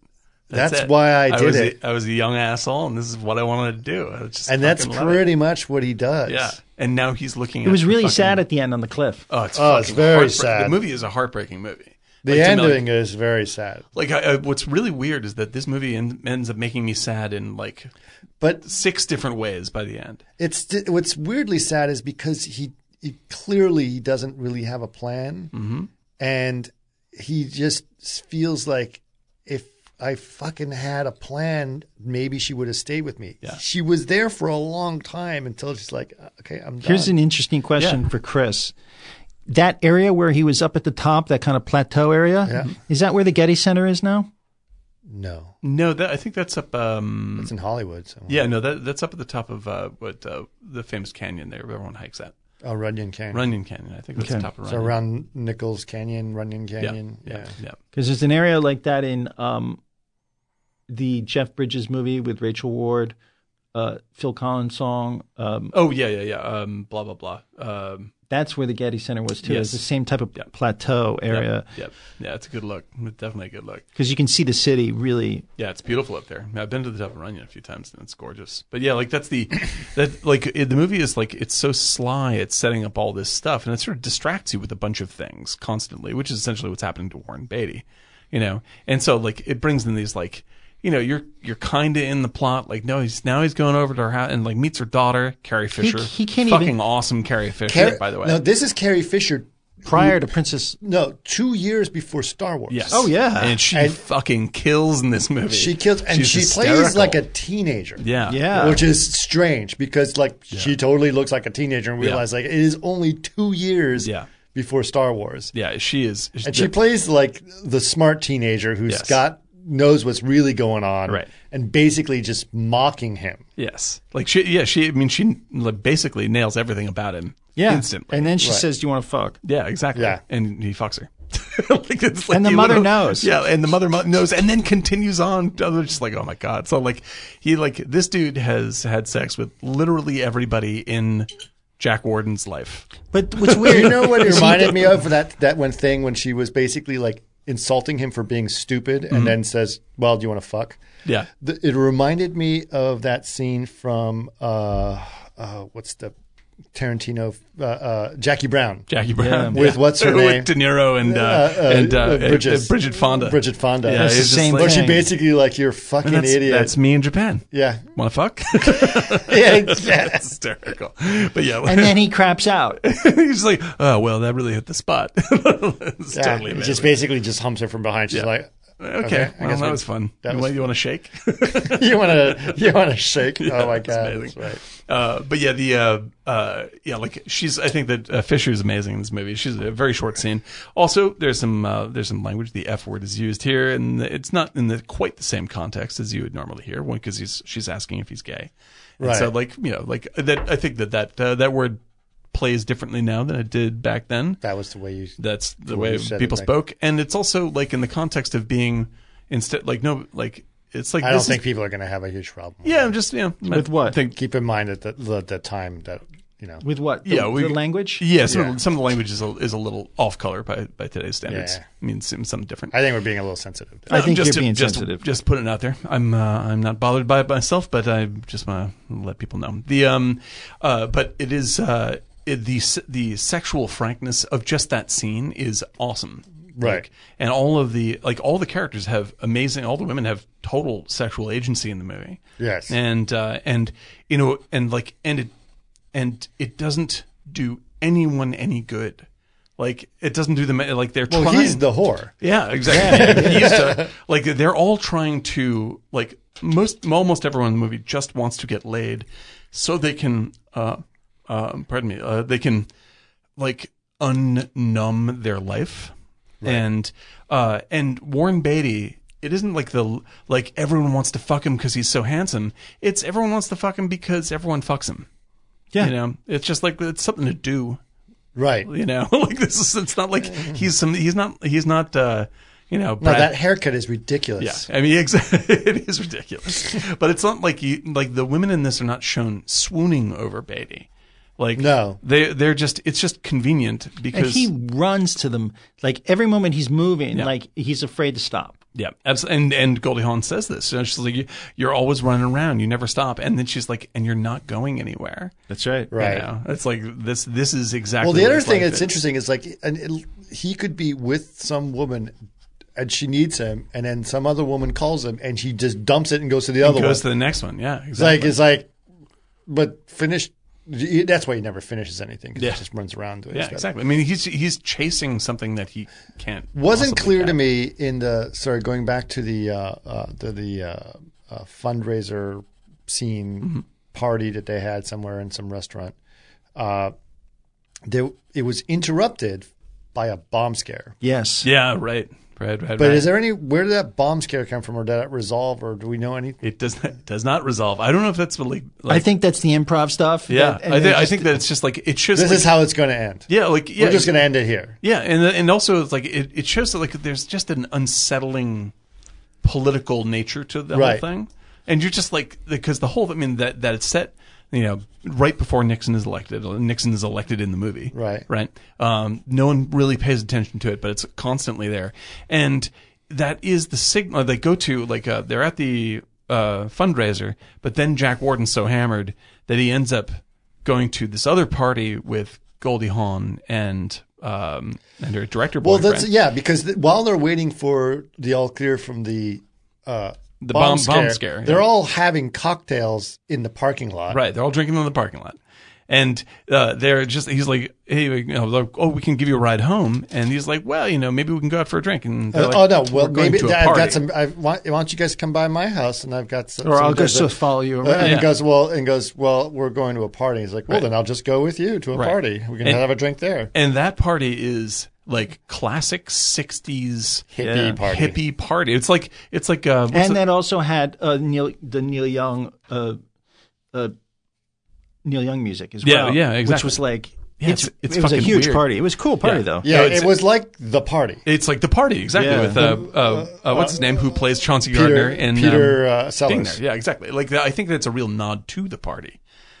Speaker 1: That's,
Speaker 4: it.
Speaker 1: why I did
Speaker 4: was
Speaker 1: it.
Speaker 4: A, I was a young asshole, and this is what I wanted to do. I just
Speaker 1: and that's
Speaker 4: fucking love it.
Speaker 1: pretty much what he does.
Speaker 4: Yeah, and now he's looking.
Speaker 8: It was really sad at the end on the cliff.
Speaker 4: Oh, it's,
Speaker 1: Oh, it's
Speaker 4: fucking
Speaker 1: very
Speaker 4: heartbreak-
Speaker 1: sad.
Speaker 4: The movie is a heartbreaking movie.
Speaker 1: The
Speaker 4: Like, to me, like-
Speaker 1: ending is very sad.
Speaker 4: Like, I, I, what's really weird is that this movie en- ends up making me sad in like
Speaker 1: But
Speaker 4: six different ways by the end.
Speaker 1: it's what's weirdly sad is because he, he clearly he doesn't really have a plan,
Speaker 4: Mm-hmm.
Speaker 1: and he just feels like if I fucking had a plan, maybe she would have stayed with me.
Speaker 4: Yeah.
Speaker 1: She was there for a long time until she's like, "Uh, okay, I'm done.
Speaker 8: Here's an interesting question
Speaker 4: Yeah.
Speaker 8: for Chris. That area where he was up at the top, that kind of plateau area,
Speaker 1: Yeah.
Speaker 8: is that where the Getty Center is now?
Speaker 1: no,
Speaker 4: No, that I think that's up. Um,
Speaker 1: it's in Hollywood. Somewhere.
Speaker 4: yeah, no, that, that's up at the top of uh, what uh, the famous canyon there, where everyone hikes at
Speaker 1: Oh, Runyon Canyon.
Speaker 4: Runyon Canyon. I think that's the top of
Speaker 1: So
Speaker 4: Runyon.
Speaker 1: around Nichols Canyon, Runyon Canyon.
Speaker 4: yeah, yeah, yeah.
Speaker 8: Because there's an area like that in um, the Jeff Bridges movie with Rachel Ward, uh, Phil Collins song. Um,
Speaker 4: Oh yeah, yeah, yeah. Um, blah blah blah. Um,
Speaker 8: that's where the Getty Center was too.
Speaker 4: Yes.
Speaker 8: It's the same type of
Speaker 4: Yeah.
Speaker 8: plateau area
Speaker 4: Yep. Yeah, it's a good look. Definitely a good look.
Speaker 8: because you can see the city really.
Speaker 4: Yeah, it's beautiful up there. I've been to the top of Runyon a few times and it's gorgeous. But yeah, like that's the that like it, the movie is like it's so sly. It's setting up all this stuff and it sort of distracts you with a bunch of things constantly, which is essentially what's happening to Warren Beatty, you know. And so like it brings in these like you know you're you're kind of in the plot like no he's now he's going over to her house and like meets her daughter Carrie Fisher.
Speaker 8: he can't
Speaker 4: fucking
Speaker 8: even-
Speaker 4: awesome Carrie Fisher
Speaker 1: Carrie-
Speaker 4: by the way.
Speaker 1: No, this is Carrie Fisher.
Speaker 8: Prior to Princess,
Speaker 1: No, two years before Star Wars.
Speaker 4: Yes.
Speaker 8: Oh, yeah.
Speaker 4: And she
Speaker 1: And-
Speaker 4: fucking kills in this movie.
Speaker 1: She kills, and
Speaker 4: She's
Speaker 1: she plays
Speaker 4: hysterical.
Speaker 1: like a teenager.
Speaker 4: yeah
Speaker 8: yeah,
Speaker 1: Which is strange because, like, she totally looks like a teenager and realized, like, it is only two years
Speaker 4: Yeah.
Speaker 1: before Star Wars.
Speaker 4: yeah. She is.
Speaker 1: And she plays, like, the smart teenager who's
Speaker 4: Yes.
Speaker 1: got, knows what's really going on
Speaker 4: Right.
Speaker 1: and basically just mocking him.
Speaker 4: Yes. Like she. Yeah. She. I mean, she like, basically nails everything about him.
Speaker 8: yeah,
Speaker 4: Instantly.
Speaker 8: And then she says, "Do you want to fuck?"
Speaker 4: yeah. Exactly.
Speaker 1: Yeah.
Speaker 4: And he fucks her. like, it's like
Speaker 8: And the
Speaker 4: you
Speaker 8: mother
Speaker 4: literally-
Speaker 8: knows.
Speaker 4: Yeah. And the mother mo- knows, and then continues on. to other- Just like, oh my god. So like, he like this dude has had sex with literally everybody in Jack Warden's life.
Speaker 8: But what's
Speaker 1: Do
Speaker 8: weird,
Speaker 1: you know what it reminded me of that that one thing when she was basically like insulting him for being stupid and then says, "Well, do you want to fuck?"
Speaker 4: Mm-hmm. Yeah.
Speaker 1: The, it reminded me of that scene from uh, uh, what's the Tarantino uh, uh, Jackie Brown
Speaker 4: Jackie Brown
Speaker 1: With what's her name?
Speaker 4: with De Niro and uh,
Speaker 1: Uh, uh,
Speaker 4: and uh,
Speaker 1: uh, Bridges.
Speaker 4: Bridget Fonda.
Speaker 1: Bridget Fonda.
Speaker 4: Yeah,
Speaker 8: That's the
Speaker 4: it's just
Speaker 8: same
Speaker 4: like-
Speaker 1: Where she
Speaker 8: thing.
Speaker 1: basically like you're a fucking
Speaker 4: that's,
Speaker 1: idiot.
Speaker 4: that's me in Japan.
Speaker 1: yeah,
Speaker 4: Want to fuck?
Speaker 1: yeah, yeah.
Speaker 4: that's hysterical. But yeah,
Speaker 8: and then he craps out.
Speaker 4: he's like, oh well, that really hit the spot. it's
Speaker 1: Yeah,
Speaker 4: totally
Speaker 1: he
Speaker 4: amazing.
Speaker 1: just basically just humps her from behind. She's like,
Speaker 4: okay.
Speaker 1: okay, I
Speaker 4: well,
Speaker 1: guess
Speaker 4: that
Speaker 1: we-
Speaker 4: was fun.
Speaker 1: that
Speaker 4: you,
Speaker 1: was-
Speaker 4: want to shake?
Speaker 1: "You want to, you want to shake?" oh my god,
Speaker 4: amazing.
Speaker 1: that's right.
Speaker 4: uh, but yeah, the uh, uh, yeah, like she's. I think that uh, Fisher is amazing in this movie. She's a very short scene. Also, there's some uh, there's some language. The F word is used here, and it's not in the quite the same context as you would normally hear. One because he's she's asking if he's gay. And
Speaker 1: Right.
Speaker 4: So like you know like that. I think that that uh, that word plays differently now than it did back then.
Speaker 1: That was the way you.
Speaker 4: that's the
Speaker 1: way
Speaker 4: way
Speaker 1: you said it,
Speaker 4: people
Speaker 1: like-
Speaker 4: spoke and it's also like in the context of being instead like no like it's like
Speaker 1: I
Speaker 4: this
Speaker 1: don't
Speaker 4: is-
Speaker 1: think people are going to have a huge problem.
Speaker 4: yeah i'm just yeah
Speaker 8: With what?
Speaker 4: think
Speaker 1: keep in mind that the, the, the time that you know
Speaker 8: With what? The,
Speaker 4: yeah we,
Speaker 8: the language.
Speaker 4: yeah some, of the-
Speaker 1: Yeah.
Speaker 4: some of the language is a, is a little off color by by today's standards
Speaker 1: Yeah.
Speaker 4: I mean some something different
Speaker 1: I think we're being a little sensitive.
Speaker 8: I think
Speaker 4: just
Speaker 8: you're being
Speaker 4: just,
Speaker 8: sensitive.
Speaker 4: Just putting it out there. I'm uh, I'm not bothered by it myself, but I just want to let people know the um, uh, but it is uh, it, the s- the sexual frankness of just that scene is awesome,
Speaker 1: Right.
Speaker 4: Like, and all of the like all the characters have amazing. All the women have total sexual agency in the movie.
Speaker 1: Yes.
Speaker 4: and uh, and you know and like and it and it doesn't do anyone any good. Like it doesn't do them like they're
Speaker 1: Well,
Speaker 4: trying.
Speaker 1: Oh, he's the whore.
Speaker 4: Yeah, exactly. He used to- like they're all trying to like most almost everyone in the movie just wants to get laid, so they can uh, uh pardon me uh, they can like unnumb their life and uh and Warren Beatty. It isn't like the like everyone wants to fuck him because he's so handsome. It's everyone wants to fuck him because everyone fucks him.
Speaker 8: Yeah.
Speaker 4: you know, it's just like it's something to do
Speaker 1: Right.
Speaker 4: you know like this is it's not like he's some he's not he's not uh you know
Speaker 1: No,
Speaker 4: Brad,
Speaker 1: that haircut is
Speaker 4: yeah
Speaker 1: ridiculous.
Speaker 4: i mean ex- it is ridiculous but it's not like you like the women in this are not shown swooning over baby like
Speaker 1: No.
Speaker 4: they they're just it's just convenient
Speaker 8: And
Speaker 4: because
Speaker 8: he runs to them like every moment he's moving, like he's afraid to stop.
Speaker 4: Yeah, absolutely. And and Goldie Hawn says this. You know, she's like, "You're always running around. You never stop." And then she's like, "And you're not going anywhere."
Speaker 2: That's right.
Speaker 4: You
Speaker 1: Right.
Speaker 4: know? It's like this. This is exactly.
Speaker 1: Well, the
Speaker 4: what
Speaker 1: other
Speaker 4: it's
Speaker 1: thing
Speaker 4: like.
Speaker 1: that's interesting is like, and it, he could be with some woman, and she needs him, and then some other woman calls him, and he just dumps it and goes to the other
Speaker 4: goes
Speaker 1: one.
Speaker 4: to the next one. Yeah,
Speaker 1: it's like
Speaker 4: exactly.
Speaker 1: it's like, but finish. That's why he never finishes anything. 'cause
Speaker 4: Yeah.
Speaker 1: he just runs around. Doing
Speaker 4: yeah,
Speaker 1: stuff.
Speaker 4: exactly. I mean, he's he's chasing something that he can't.
Speaker 1: Wasn't
Speaker 4: possibly
Speaker 1: clear to
Speaker 4: catch.
Speaker 1: me in the sorry going back to the uh, uh, the, the uh, uh, fundraiser scene
Speaker 4: Mm-hmm.
Speaker 1: party that they had somewhere in some restaurant. Uh, there, it was interrupted by a bomb scare.
Speaker 8: Yes.
Speaker 4: Yeah, right, right, right.
Speaker 1: But
Speaker 4: right.
Speaker 1: is there any where did that bomb scare come from, or did that resolve, or do we know any?
Speaker 4: it does not, does not resolve. I don't know if that's really. Like,
Speaker 8: I think that's the improv stuff.
Speaker 4: Yeah,
Speaker 8: that- and
Speaker 4: I,
Speaker 8: they
Speaker 4: think I
Speaker 8: just-
Speaker 4: think that it's just like it shows.
Speaker 1: This
Speaker 4: like,
Speaker 1: is how it's going to end.
Speaker 4: yeah, like yeah,
Speaker 1: We're just going to end it here.
Speaker 4: Yeah, and and also it's like it, it shows that like there's just an unsettling political nature to the
Speaker 1: Right.
Speaker 4: whole thing, and you're just like because the whole I mean that that it's set you know right before Nixon is elected. Nixon is elected in the movie,
Speaker 1: Right.
Speaker 4: Right. Um, no one really pays attention to it, but it's constantly there, and that is the signal they go to. Like uh, they're at the uh, fundraiser, but then Jack Warden's so hammered that he ends up going to this other party with Goldie Hawn and um, and her director
Speaker 1: Well,
Speaker 4: boyfriend.
Speaker 1: that's yeah, because th- while they're waiting for the all clear from the uh,
Speaker 4: The bomb- bomb scare, yeah.
Speaker 1: they're all having cocktails in the parking lot.
Speaker 4: Right. They're all drinking in the parking lot. And uh, they're just, he's like, hey, you know, like, oh, we can give you a ride home. And he's like, well, you know, maybe we can go out for a drink. And they're
Speaker 1: Uh,
Speaker 4: like,
Speaker 1: oh no! Well,
Speaker 4: "We're going
Speaker 1: maybe
Speaker 4: to a
Speaker 1: I've
Speaker 4: party."
Speaker 1: got some. I want, why don't you guys come by my house and I've got some.
Speaker 8: or I'll
Speaker 1: some
Speaker 8: just
Speaker 1: good-
Speaker 8: follow you
Speaker 1: Uh,
Speaker 8: around.
Speaker 1: and
Speaker 4: Yeah.
Speaker 1: he goes well, and goes well. We're going to a party. He's like, well, then I'll just go with you to a
Speaker 4: Right.
Speaker 1: party. We can
Speaker 4: And-
Speaker 1: have a drink there.
Speaker 4: And that party is like classic 60s
Speaker 1: Hippie
Speaker 4: yeah,
Speaker 1: party.
Speaker 4: hippie party. It's like, it's like, uh, what's the-
Speaker 8: and that also had uh, Neil the Neil Young uh, uh, Neil Young music as
Speaker 4: Yeah,
Speaker 8: well.
Speaker 4: yeah,
Speaker 8: Which
Speaker 4: exactly.
Speaker 8: was like
Speaker 4: Yeah,
Speaker 8: it's,
Speaker 4: it's- it's
Speaker 8: it was a
Speaker 4: fucking
Speaker 8: huge
Speaker 4: weird.
Speaker 8: party. It was a cool party
Speaker 4: Yeah.
Speaker 8: though.
Speaker 1: Yeah,
Speaker 4: No,
Speaker 1: it
Speaker 4: it's-
Speaker 1: was like the party.
Speaker 4: it's like the party, exactly,
Speaker 8: Yeah.
Speaker 4: with uh, uh, uh, what's his name, who plays Chauncey Gardner
Speaker 1: Peter,
Speaker 4: and
Speaker 1: Peter uh,
Speaker 4: being
Speaker 1: Sellers.
Speaker 4: there. Yeah, exactly. Like I think that's a real nod to the party.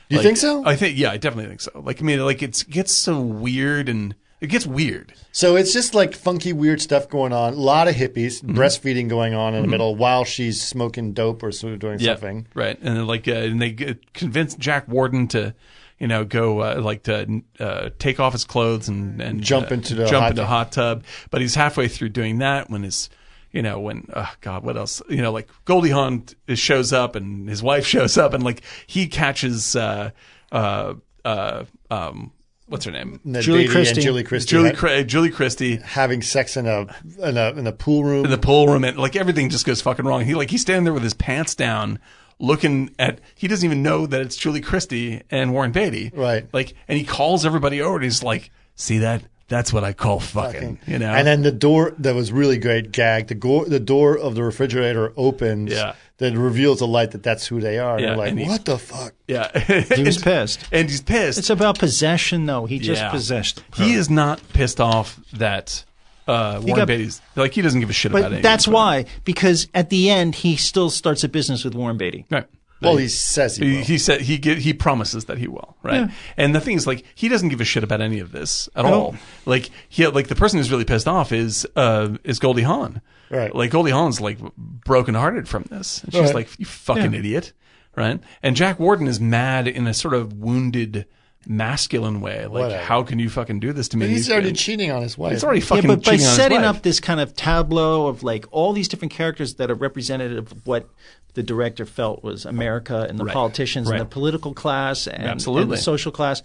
Speaker 1: Do you
Speaker 4: Like,
Speaker 1: think so?
Speaker 4: I think yeah, I definitely think so. Like I mean, like it gets so weird and it gets weird.
Speaker 1: so it's just like funky, weird stuff going on. A lot of hippies,
Speaker 4: Mm-hmm.
Speaker 1: breastfeeding going on in the middle while she's smoking dope or so- doing something.
Speaker 4: right. And then, like uh, and they g- convince Jack Warden to. You know, go uh, like to uh, take off his clothes and, and
Speaker 1: Jump
Speaker 4: uh,
Speaker 1: into the
Speaker 4: jump
Speaker 1: hot
Speaker 4: into
Speaker 1: tub.
Speaker 4: hot tub. But he's halfway through doing that when his, you know, when oh God, what else? You know, like Goldie Hawn t- shows up and his wife shows up and like he catches uh, uh, uh, um, what's her name?
Speaker 1: And then
Speaker 8: Julie
Speaker 1: Beatty
Speaker 8: Christie.
Speaker 1: and Julie Christie
Speaker 4: Julie
Speaker 1: ha-
Speaker 4: Cra- Julie Christie
Speaker 1: having sex in a in a in a pool room.
Speaker 4: in the pool room and like everything just goes fucking wrong. He like he's standing there with his pants down, looking at he doesn't even know that it's Julie Christie and Warren Beatty.
Speaker 1: Right.
Speaker 4: Like and he calls everybody over and he's like, see that? That's what I call fucking, you know.
Speaker 1: And then the door that was really great gag. The go- the door of the refrigerator opens.
Speaker 4: Yeah.
Speaker 1: That reveals a light that that's who they are.
Speaker 4: Yeah,
Speaker 1: and you're like,
Speaker 4: and he-
Speaker 1: what the fuck?
Speaker 4: yeah.
Speaker 8: He was pissed.
Speaker 4: and he's pissed.
Speaker 8: It's about possession though. He just
Speaker 4: Yeah.
Speaker 8: possessed.
Speaker 4: he is not pissed off that uh, Warren
Speaker 8: got-
Speaker 4: Beatty's like he doesn't give a shit about
Speaker 8: But
Speaker 4: it.
Speaker 8: that's why because at the end he still starts a business with Warren Beatty.
Speaker 4: Right.
Speaker 1: Well, he says he
Speaker 4: He,
Speaker 1: will.
Speaker 4: he said he gi- he promises that he will, right? And the thing is, like, he doesn't give a shit about any of this at all. Like, he like the person who's really pissed off is uh is Goldie Hawn,
Speaker 1: Right.
Speaker 4: Like Goldie Hawn's like brokenhearted from this, and she's
Speaker 1: Right.
Speaker 4: like, "You fucking idiot," right? And Jack Warden is mad in a sort of wounded, masculine way. Like,
Speaker 1: Whatever.
Speaker 4: how can you fucking do this to me?
Speaker 1: He's already
Speaker 4: been-
Speaker 1: cheating on his wife.
Speaker 4: He's already fucking
Speaker 8: yeah, but by
Speaker 4: cheating on his
Speaker 8: setting
Speaker 4: wife.
Speaker 8: up this kind of tableau of like all these different characters that are representative of what the director felt was America and the politicians
Speaker 4: Right.
Speaker 8: and the political class and, and
Speaker 4: Absolutely.
Speaker 8: the social class,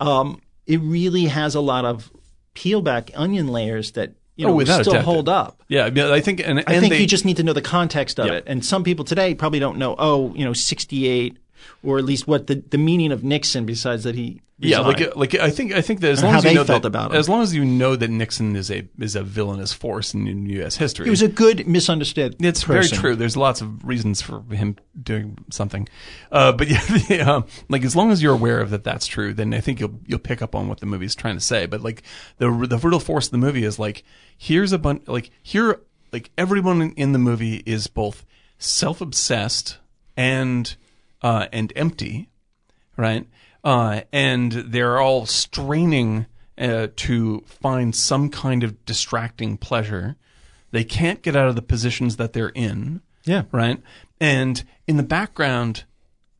Speaker 8: um, it really has a lot of peel back onion layers that you
Speaker 4: Oh,
Speaker 8: know
Speaker 4: without a
Speaker 8: still
Speaker 4: doubt.
Speaker 8: hold up.
Speaker 4: yeah, yeah, I think, and,
Speaker 8: I
Speaker 4: and
Speaker 8: think
Speaker 4: they,
Speaker 8: you just need to know the context of
Speaker 4: Yeah.
Speaker 8: it. And some people today probably don't know, oh, you know, 68 or at least what the, the meaning of Nixon besides that he
Speaker 4: Yeah,
Speaker 8: resigned.
Speaker 4: like uh, like I think I think that as long
Speaker 8: how
Speaker 4: as you
Speaker 8: they
Speaker 4: know
Speaker 8: felt
Speaker 4: that,
Speaker 8: about him.
Speaker 4: as long as you know that Nixon is a is a villainous force in, in U.S. history,
Speaker 8: He was a good misunderstood
Speaker 4: it's very
Speaker 8: person.
Speaker 4: true. There's lots of reasons for him doing something, uh, but yeah, the, um, like as long as you're aware of that, that's true. Then I think you'll you'll pick up on what the movie's trying to say. But like the the real force of the movie is like here's a bunch like here like everyone in, in the movie is both self obsessed and uh, and empty right? Uh, and they're all straining uh, to find some kind of distracting pleasure They can't get out of the positions that they're in.
Speaker 2: Yeah.
Speaker 4: Right. And in the background,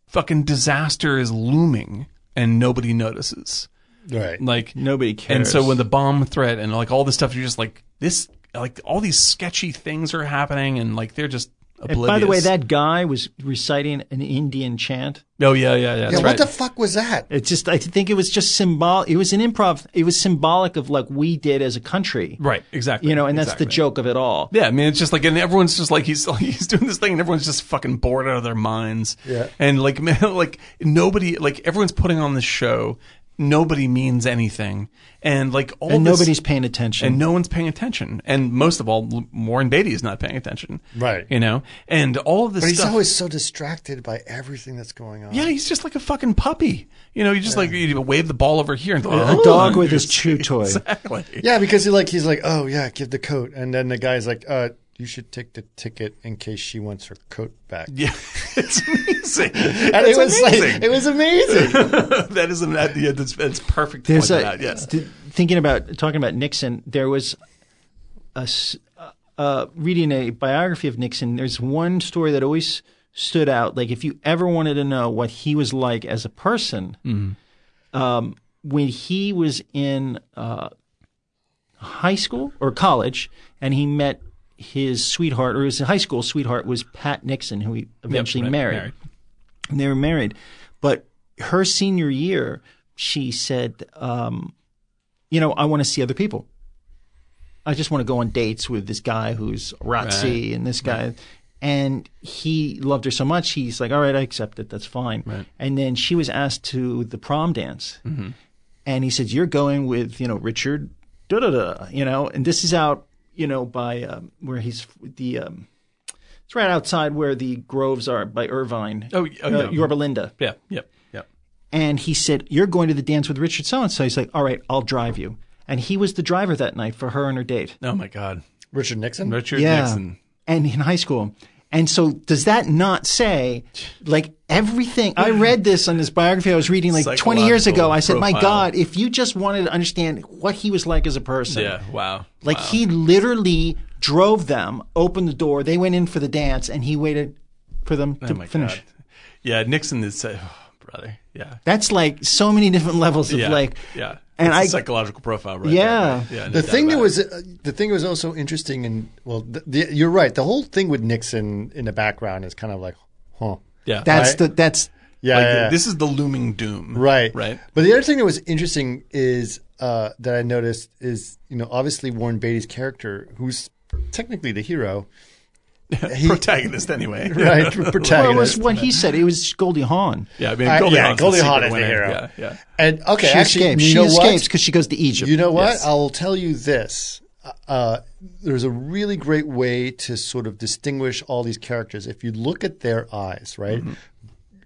Speaker 4: fucking disaster is looming and nobody notices.
Speaker 1: Right.
Speaker 4: Like
Speaker 2: Nobody cares.
Speaker 4: and so when the bomb threat and like all this stuff, you're just like this, like all these sketchy things are happening, and like they're just oblivious.
Speaker 2: by the way, that guy was reciting an Indian chant.
Speaker 4: oh yeah, yeah, yeah, that's
Speaker 1: Yeah,
Speaker 4: right.
Speaker 1: what the fuck was that?
Speaker 2: It just, I think it was just symbolic. It was an improv. It was symbolic of like we did as a country,
Speaker 4: right, exactly.
Speaker 2: You know, and that's
Speaker 4: exactly.
Speaker 2: the joke of it all.
Speaker 4: Yeah, I mean, it's just like, and everyone's just like, he's like, he's doing this thing, and everyone's just fucking bored out of their minds.
Speaker 1: Yeah.
Speaker 4: and like, man, like nobody, like everyone's putting on this show. Nobody means anything, and like all
Speaker 2: And
Speaker 4: this-
Speaker 2: nobody's paying attention.
Speaker 4: and no one's paying attention, and most of all, L- Warren Beatty is not paying attention.
Speaker 1: Right.
Speaker 4: you know, and all of this.
Speaker 1: But he's
Speaker 4: stuff,
Speaker 1: always so distracted by everything that's going on.
Speaker 4: Yeah, he's just like a fucking puppy. You know, you just like you wave the ball over here and "Oh."
Speaker 2: a dog with his chew toy.
Speaker 4: Exactly.
Speaker 1: Yeah, because he like he's like, oh yeah, give the coat, and then the guy's like, uh, you should take the ticket in case she wants her coat back.
Speaker 4: Yeah, it's amazing.
Speaker 1: And it
Speaker 4: It's
Speaker 1: was
Speaker 4: amazing.
Speaker 1: like, it was amazing.
Speaker 4: that is an idea that's, that's perfect.
Speaker 2: There's
Speaker 4: point
Speaker 2: a,
Speaker 4: to that, yes.
Speaker 2: th- thinking about talking about Nixon. There was a s- uh, uh, reading a biography of Nixon. There's one story that always stood out. Like if you ever wanted to know what he was like as a person, um,
Speaker 4: Mm-hmm.
Speaker 2: when he was in uh, high school or college, and he met his sweetheart or his high school sweetheart was Pat Nixon, who he eventually
Speaker 4: right,
Speaker 2: married and they were married. But her senior year, she said, um, "You know, I want to see other people. I just want to go on dates with this guy who's Rotzi and this guy." And he loved her so much, he's like, "All right, I accept it. That's fine." And then she was asked to the prom dance, and he said, "You're going with you know Richard, da da da, you know." And this is out, you know, by um, where he's the. Um, it's right outside where the groves are by Irvine.
Speaker 4: Oh, y- oh,
Speaker 2: Uh,
Speaker 4: yeah.
Speaker 2: Yorba Linda.
Speaker 4: Yeah, yep, yep.
Speaker 2: And he said, You're going to the dance with Richard so and so. He's like, All right, I'll drive you. And he was the driver that night for her and her date.
Speaker 4: Oh my God,
Speaker 1: Richard Nixon.
Speaker 4: Richard Nixon.
Speaker 2: And in high school. And so does that not say like everything I read this on this biography I was reading like 20 years ago. I said, My
Speaker 4: Psychological profile.
Speaker 2: God, if you just wanted to understand what he was like as a person.
Speaker 4: Yeah, wow.
Speaker 2: Like he literally drove them, opened the door, they went in for the dance, and he waited for them to
Speaker 4: oh my
Speaker 2: finish.
Speaker 4: God. Yeah, Nixon is uh, oh, brother. Yeah,
Speaker 2: That's like so many different levels of
Speaker 4: yeah,
Speaker 2: like
Speaker 4: yeah.
Speaker 2: and
Speaker 4: It's a
Speaker 2: I-
Speaker 4: psychological profile, right?
Speaker 2: Yeah.
Speaker 4: there, right? yeah no
Speaker 1: the
Speaker 4: doubt
Speaker 1: thing that
Speaker 4: about
Speaker 1: was uh, the thing that was also interesting, and well, the, the, you're right. The whole thing with Nixon in the background is kind of like, huh?
Speaker 4: it. yeah,
Speaker 2: That's
Speaker 1: Right.
Speaker 2: the that's
Speaker 1: Yeah,
Speaker 4: like,
Speaker 1: yeah, yeah.
Speaker 4: this is the looming doom,
Speaker 1: right,
Speaker 4: Right.
Speaker 1: But the other thing that was interesting is uh, that I noticed is you know obviously Warren Beatty's character, who's technically the hero, he-
Speaker 4: Protagonist, anyway.
Speaker 1: right?
Speaker 2: well, it was
Speaker 1: protagonist.
Speaker 2: what he said. It was Goldie Hawn.
Speaker 4: Yeah, I mean,
Speaker 1: Uh,
Speaker 4: Goldie
Speaker 1: yeah,
Speaker 4: Hawn's
Speaker 1: Goldie
Speaker 4: the
Speaker 1: Hawn
Speaker 4: secret
Speaker 1: is the
Speaker 4: winner.
Speaker 1: hero.
Speaker 4: Yeah, yeah.
Speaker 1: And okay,
Speaker 2: She
Speaker 1: actually,
Speaker 2: escapes.
Speaker 1: you
Speaker 2: She
Speaker 1: know what?
Speaker 2: escapes because she goes to Egypt.
Speaker 1: You know what?
Speaker 4: Yes.
Speaker 1: I'll tell you this. Uh, there's a really great way to sort of distinguish all these characters. If you look at their eyes, right?
Speaker 4: Mm-hmm.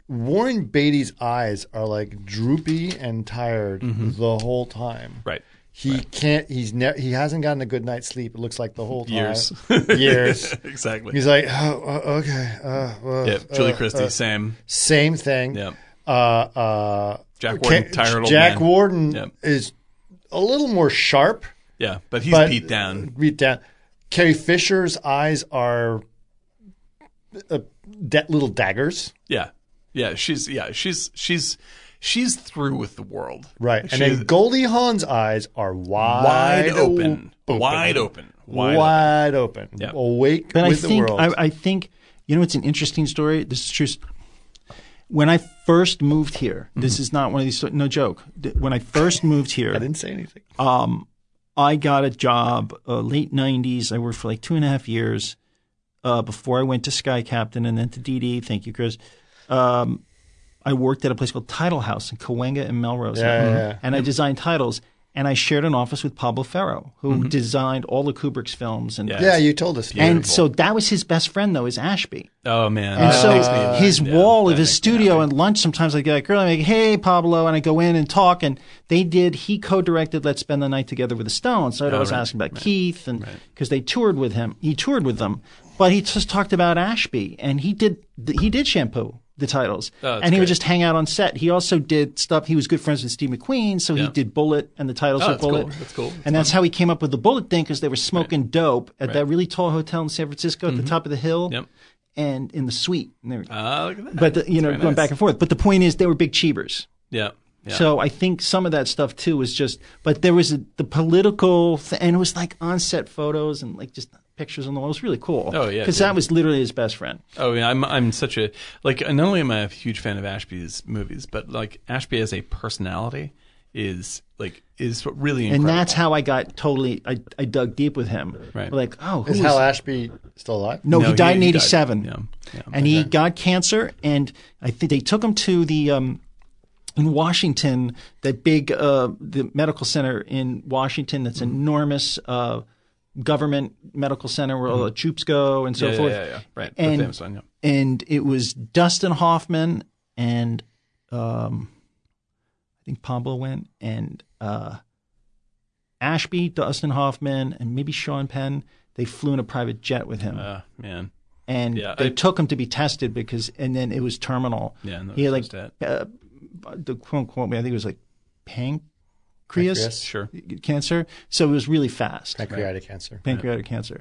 Speaker 1: Warren Beatty's eyes are like droopy and tired the whole time.
Speaker 4: Mm-hmm. Right.
Speaker 1: He can't. He's ne- he hasn't gotten a good night's sleep. It looks like the whole time.
Speaker 4: Years.
Speaker 1: Uh, Years.
Speaker 4: Exactly.
Speaker 1: He's like, oh, uh, okay, uh, uh,
Speaker 4: yeah, Julie
Speaker 1: uh,
Speaker 4: Christie,
Speaker 1: uh,
Speaker 4: same.
Speaker 1: same thing.
Speaker 4: Yeah.
Speaker 1: Uh, uh,
Speaker 4: Jack Warden,
Speaker 1: Ca-
Speaker 4: tired old
Speaker 1: Jack
Speaker 4: man.
Speaker 1: Warden
Speaker 4: Yeah.
Speaker 1: is a little more sharp.
Speaker 4: Yeah, but he's
Speaker 1: but-
Speaker 4: beat down.
Speaker 1: Beat down. Carrie Fisher's eyes are uh, da- little daggers,
Speaker 4: Yeah, yeah. She's yeah. She's she's she's through with the world.
Speaker 1: right? And
Speaker 4: She's
Speaker 1: then Goldie Hawn's eyes are wide,
Speaker 4: wide open, wide open,
Speaker 1: wide,
Speaker 4: wide. open.
Speaker 1: open,
Speaker 4: Yeah.
Speaker 1: awake
Speaker 2: But I
Speaker 1: with
Speaker 2: think
Speaker 1: the world.
Speaker 2: I, I think you know it's an interesting story. This is true. When I first moved here,
Speaker 1: Mm-hmm.
Speaker 2: this is not one of these. sto- No joke. Th- When I first moved here, um,
Speaker 1: I didn't say anything.
Speaker 2: I got a job uh, late '90s. I worked for like two and a half years uh, before I went to Sky Captain and then to DD. Thank you, Chris. Um, I worked at a place called Title House in Cahuenga and Melrose, Mm-hmm.
Speaker 1: Yeah, yeah, yeah. Mm-hmm.
Speaker 2: and I designed titles. And I shared an office with Pablo Ferro, who designed all of Kubrick's films. And
Speaker 4: Yeah.
Speaker 1: Mm-hmm. Yeah, you told us.
Speaker 2: and so that was his best friend though, is Ashby.
Speaker 4: Oh man.
Speaker 2: And
Speaker 4: that
Speaker 2: so
Speaker 4: makes me-
Speaker 2: his
Speaker 4: yeah,
Speaker 2: wall
Speaker 4: that
Speaker 2: of his
Speaker 4: makes-
Speaker 2: studio and lunch, sometimes I get like, girl, I'm like, hey, Pablo. And I go in and talk. And they did, he co directed Let's Spend the Night Together with the Stones. So I was
Speaker 4: right,
Speaker 2: asking about Keith and because they toured with him. He toured with them. But he just talked about Ashby and he did, he did shampoo. the titles.
Speaker 9: Oh, that's
Speaker 2: and he would
Speaker 9: great.
Speaker 2: just hang out on set. He also did stuff. He was good friends with Steve McQueen, so he
Speaker 9: Yeah.
Speaker 2: did Bullet and the titles
Speaker 9: Oh,
Speaker 2: of
Speaker 9: that's
Speaker 2: Bullet.
Speaker 9: cool. That's cool.
Speaker 2: And that's how he came up with the Bullet thing because they were smoking dope at that really tall hotel in San Francisco at the top of the hill
Speaker 4: Mm-hmm. Yep.
Speaker 2: and in the suite. And they were,
Speaker 4: Ah, look at that.
Speaker 2: but the, you know,
Speaker 4: very
Speaker 2: going
Speaker 4: nice.
Speaker 2: back and forth. But the point is, they were big cheebers.
Speaker 4: yeah. yeah.
Speaker 2: So I think some of that stuff too was just, but there was a, the political, th- and it was like on-set photos and like just pictures on the wall. It was really cool.
Speaker 4: Oh, yeah,
Speaker 2: because
Speaker 4: dude.
Speaker 2: that was literally his best friend.
Speaker 4: Oh yeah, I'm I'm such a like not only am I a huge fan of Ashby's movies, but like Ashby as a personality is like is really
Speaker 2: And
Speaker 4: incredible.
Speaker 2: that's how I got totally. I, I dug deep with him.
Speaker 4: Right.
Speaker 2: Like, oh, who
Speaker 1: Is
Speaker 2: is
Speaker 1: Hal Ashby still alive?
Speaker 2: no, he
Speaker 4: No,
Speaker 2: died in
Speaker 4: he
Speaker 2: '87,
Speaker 4: Yeah, yeah.
Speaker 2: and he got cancer. And I think they took him to the um, in Washington, that big uh, the medical center in Washington. That's
Speaker 4: Mm-hmm.
Speaker 2: enormous. Uh, government medical center where all the troops go and so
Speaker 4: Mm-hmm. yeah, yeah,
Speaker 2: forth.
Speaker 4: yeah, yeah. right. the
Speaker 2: And-
Speaker 4: famous one, yeah.
Speaker 2: and it was Dustin Hoffman and um, I think Pablo went and uh, Ashby, Dustin Hoffman, and maybe Sean Penn. They flew in a private jet with him,
Speaker 4: Ah, man.
Speaker 2: and
Speaker 4: yeah,
Speaker 2: they
Speaker 4: I-
Speaker 2: took him to be tested because, and then it was terminal.
Speaker 4: Yeah, and that
Speaker 2: he had
Speaker 4: was
Speaker 2: like
Speaker 4: just
Speaker 2: uh, the quote quote. I think it was like pancreas
Speaker 1: Pancreas.
Speaker 4: Sure.
Speaker 2: cancer. So it was really fast
Speaker 1: Pancreatic cancer.
Speaker 2: pancreatic cancer.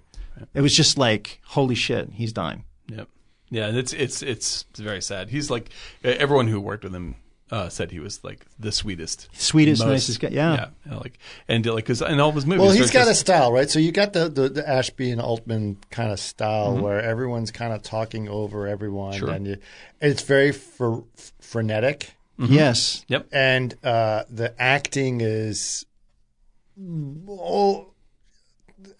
Speaker 2: It was just like holy shit, he's dying.
Speaker 4: Yep. Yeah, and it's it's it's very sad. He's like e, everyone who worked with him uh, said he was like the sweetest,
Speaker 2: Sweetest,
Speaker 4: most-
Speaker 2: nicest guy.
Speaker 4: Yeah,
Speaker 2: Yeah.
Speaker 4: you know, like and uh, like because in all of his movies.
Speaker 1: Well, he's
Speaker 4: there's
Speaker 1: got a
Speaker 4: this-
Speaker 1: style, right? So you got the, the, the Ashby and Altman kind of style
Speaker 4: Mm-hmm.
Speaker 1: where everyone's kind of talking over everyone, and you, it's very fr- frenetic,
Speaker 4: Mm-hmm.
Speaker 2: Yes.
Speaker 4: Yep.
Speaker 1: and uh, the acting is oh,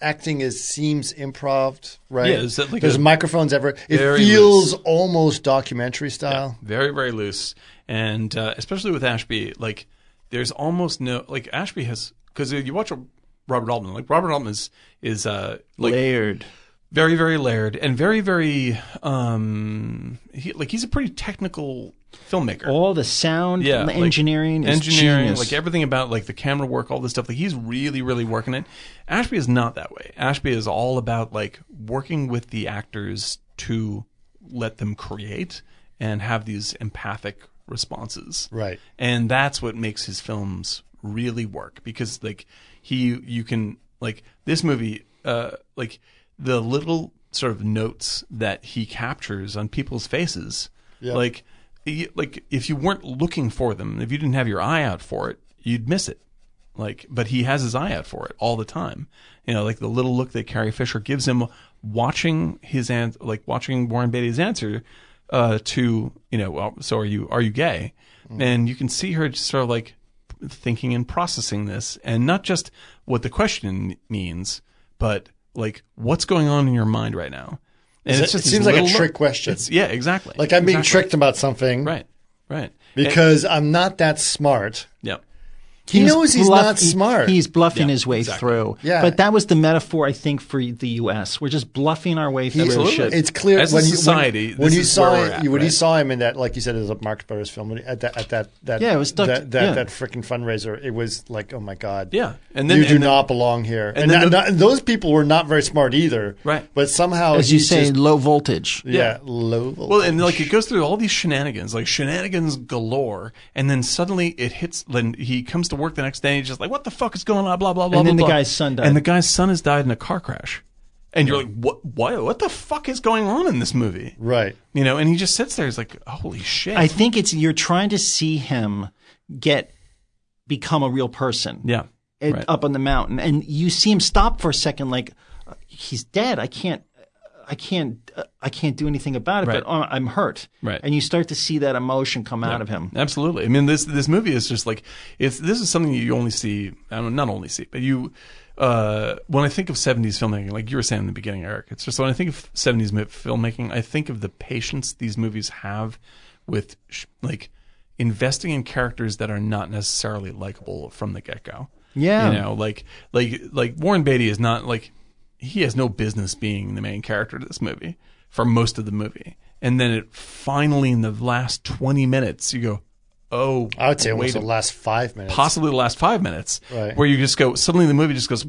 Speaker 1: acting is seems improv, right?
Speaker 4: Yeah, is that like
Speaker 1: There's
Speaker 4: a-
Speaker 1: microphones ever. It
Speaker 4: Very
Speaker 1: feels almost documentary style.
Speaker 4: very very loose and uh, especially with ashby like there's almost no like ashby has because you watch a robert altman like robert altman is is uh like
Speaker 2: layered.
Speaker 4: very very layered and very very um he, like he's a pretty technical filmmaker
Speaker 2: All the sound
Speaker 4: yeah
Speaker 2: the
Speaker 4: like,
Speaker 2: engineering is
Speaker 4: engineering
Speaker 2: genius.
Speaker 4: like everything about like the camera work all this stuff like he's really really working it ashby is not that way ashby is all about like working with the actors to let them create and have these empathic responses
Speaker 1: Right.
Speaker 4: and that's what makes his films really work because like he you can like this movie uh like the little sort of notes that he captures on people's faces like y- like if you weren't looking for them if you didn't have your eye out for it you'd miss it like but he has his eye out for it all the time you know like the little look that carrie fisher gives him watching his an- like watching warren beatty's answer uh to you know well, so are you are you gay
Speaker 1: Mm.
Speaker 4: and you can see her just sort of like thinking and processing this and not just what the question means but like what's going on in your mind right now and
Speaker 1: Is
Speaker 4: it's
Speaker 1: it- it
Speaker 4: just these
Speaker 1: seems like a
Speaker 4: little
Speaker 1: trick
Speaker 4: look-
Speaker 1: question.
Speaker 4: it's, yeah exactly
Speaker 1: Like I'm being
Speaker 4: Exactly.
Speaker 1: tricked about something,
Speaker 4: right right
Speaker 1: Because I'm not that smart.
Speaker 4: yeah
Speaker 1: He knows he's
Speaker 2: bluff-
Speaker 1: not
Speaker 2: he-
Speaker 1: smart.
Speaker 2: he's bluffing
Speaker 4: Yeah,
Speaker 2: his way
Speaker 4: exactly.
Speaker 2: through.
Speaker 1: Yeah.
Speaker 2: But that was the metaphor, I think, for the U.S. We're just bluffing our way through
Speaker 4: Absolutely.
Speaker 2: shit.
Speaker 1: It's clear
Speaker 4: As a
Speaker 1: when you-
Speaker 4: society,
Speaker 1: when, when
Speaker 4: this
Speaker 1: you
Speaker 4: is
Speaker 1: saw
Speaker 4: where we're
Speaker 1: it-
Speaker 4: at,
Speaker 1: when you
Speaker 4: right?
Speaker 1: saw him in that, like you said, it was a Marx Brothers film when- at that at that that
Speaker 2: Yeah, it was Dr.
Speaker 1: that that,
Speaker 2: yeah.
Speaker 1: that freaking fundraiser. It was like, oh my god,
Speaker 4: Yeah. And then-
Speaker 1: you do
Speaker 4: and then-
Speaker 1: not belong here. And,
Speaker 4: then
Speaker 1: that-
Speaker 4: the-
Speaker 1: not- and those people were not very smart either,
Speaker 4: Right.
Speaker 1: But somehow,
Speaker 2: as you
Speaker 1: he's
Speaker 2: say,
Speaker 1: just-
Speaker 2: low voltage.
Speaker 1: yeah, low.
Speaker 4: Well, and like it goes through all these shenanigans, like shenanigans galore, and then suddenly it hits. Then he comes to work the next day, and he's just like, "What the fuck is going on?" Blah blah blah.
Speaker 2: And then
Speaker 4: blah,
Speaker 2: the
Speaker 4: blah.
Speaker 2: guy's son died.
Speaker 4: and the guy's son has died in a car crash, and you're like, "What? What? What the fuck is going on in this movie?"
Speaker 1: right.
Speaker 4: You know, and he just sits there. He's like, "Holy shit!"
Speaker 2: I think it's you're trying to see him get become a real person
Speaker 4: yeah,
Speaker 2: and-
Speaker 4: right.
Speaker 2: up on the mountain, and you see him stop for a second, like uh, he's dead. I can't. I can't, uh, I can't do anything about it,
Speaker 4: Right.
Speaker 2: but uh, I'm hurt.
Speaker 4: Right.
Speaker 2: And you start to see that emotion come out of him.
Speaker 4: Absolutely. I mean, this this movie is just like it's. This is something you only see. I mean, not only see, but you. Uh, when I think of '70s filmmaking, like you were saying in the beginning, Eric, it's just when I think of '70s mi- filmmaking, I think of the patience these movies have with sh- like investing in characters that are not necessarily likable from the get go.
Speaker 2: Yeah.
Speaker 4: you know, like like like Warren Beatty is not like he has no business being the main character to this movie for most of the movie. And then it finally, in the last 20 minutes, you go, oh,
Speaker 1: I would say almost
Speaker 4: wait,
Speaker 1: the last five minutes.
Speaker 4: possibly the last five minutes,
Speaker 1: Right.
Speaker 4: where you just go, suddenly the movie just goes,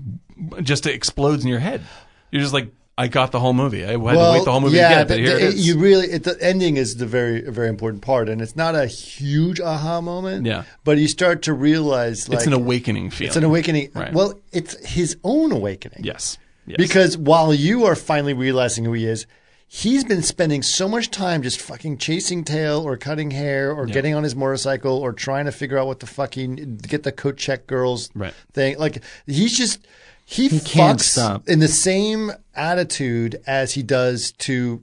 Speaker 4: just explodes in your head. You're just like, I got the whole movie. I had
Speaker 1: well,
Speaker 4: to wait the whole movie
Speaker 1: yeah,
Speaker 4: to get it, but
Speaker 1: the-
Speaker 4: here
Speaker 1: the-
Speaker 4: it is.
Speaker 1: You really, it, the ending is the very, very important part, and it's not a huge aha moment.
Speaker 4: Yeah.
Speaker 1: but you start to realize like
Speaker 4: it's an awakening feeling.
Speaker 1: It's an awakening.
Speaker 4: Right.
Speaker 1: Well, it's his own awakening.
Speaker 4: Yes. yes.
Speaker 1: Because while you are finally realizing who he is, he's been spending so much time just fucking chasing tail or cutting hair or getting on his motorcycle or trying to figure out what the fucking get the coat check girls
Speaker 4: Right.
Speaker 1: thing. Like he's just he,
Speaker 8: can't
Speaker 1: fucks
Speaker 8: stop.
Speaker 1: in the same attitude as he does to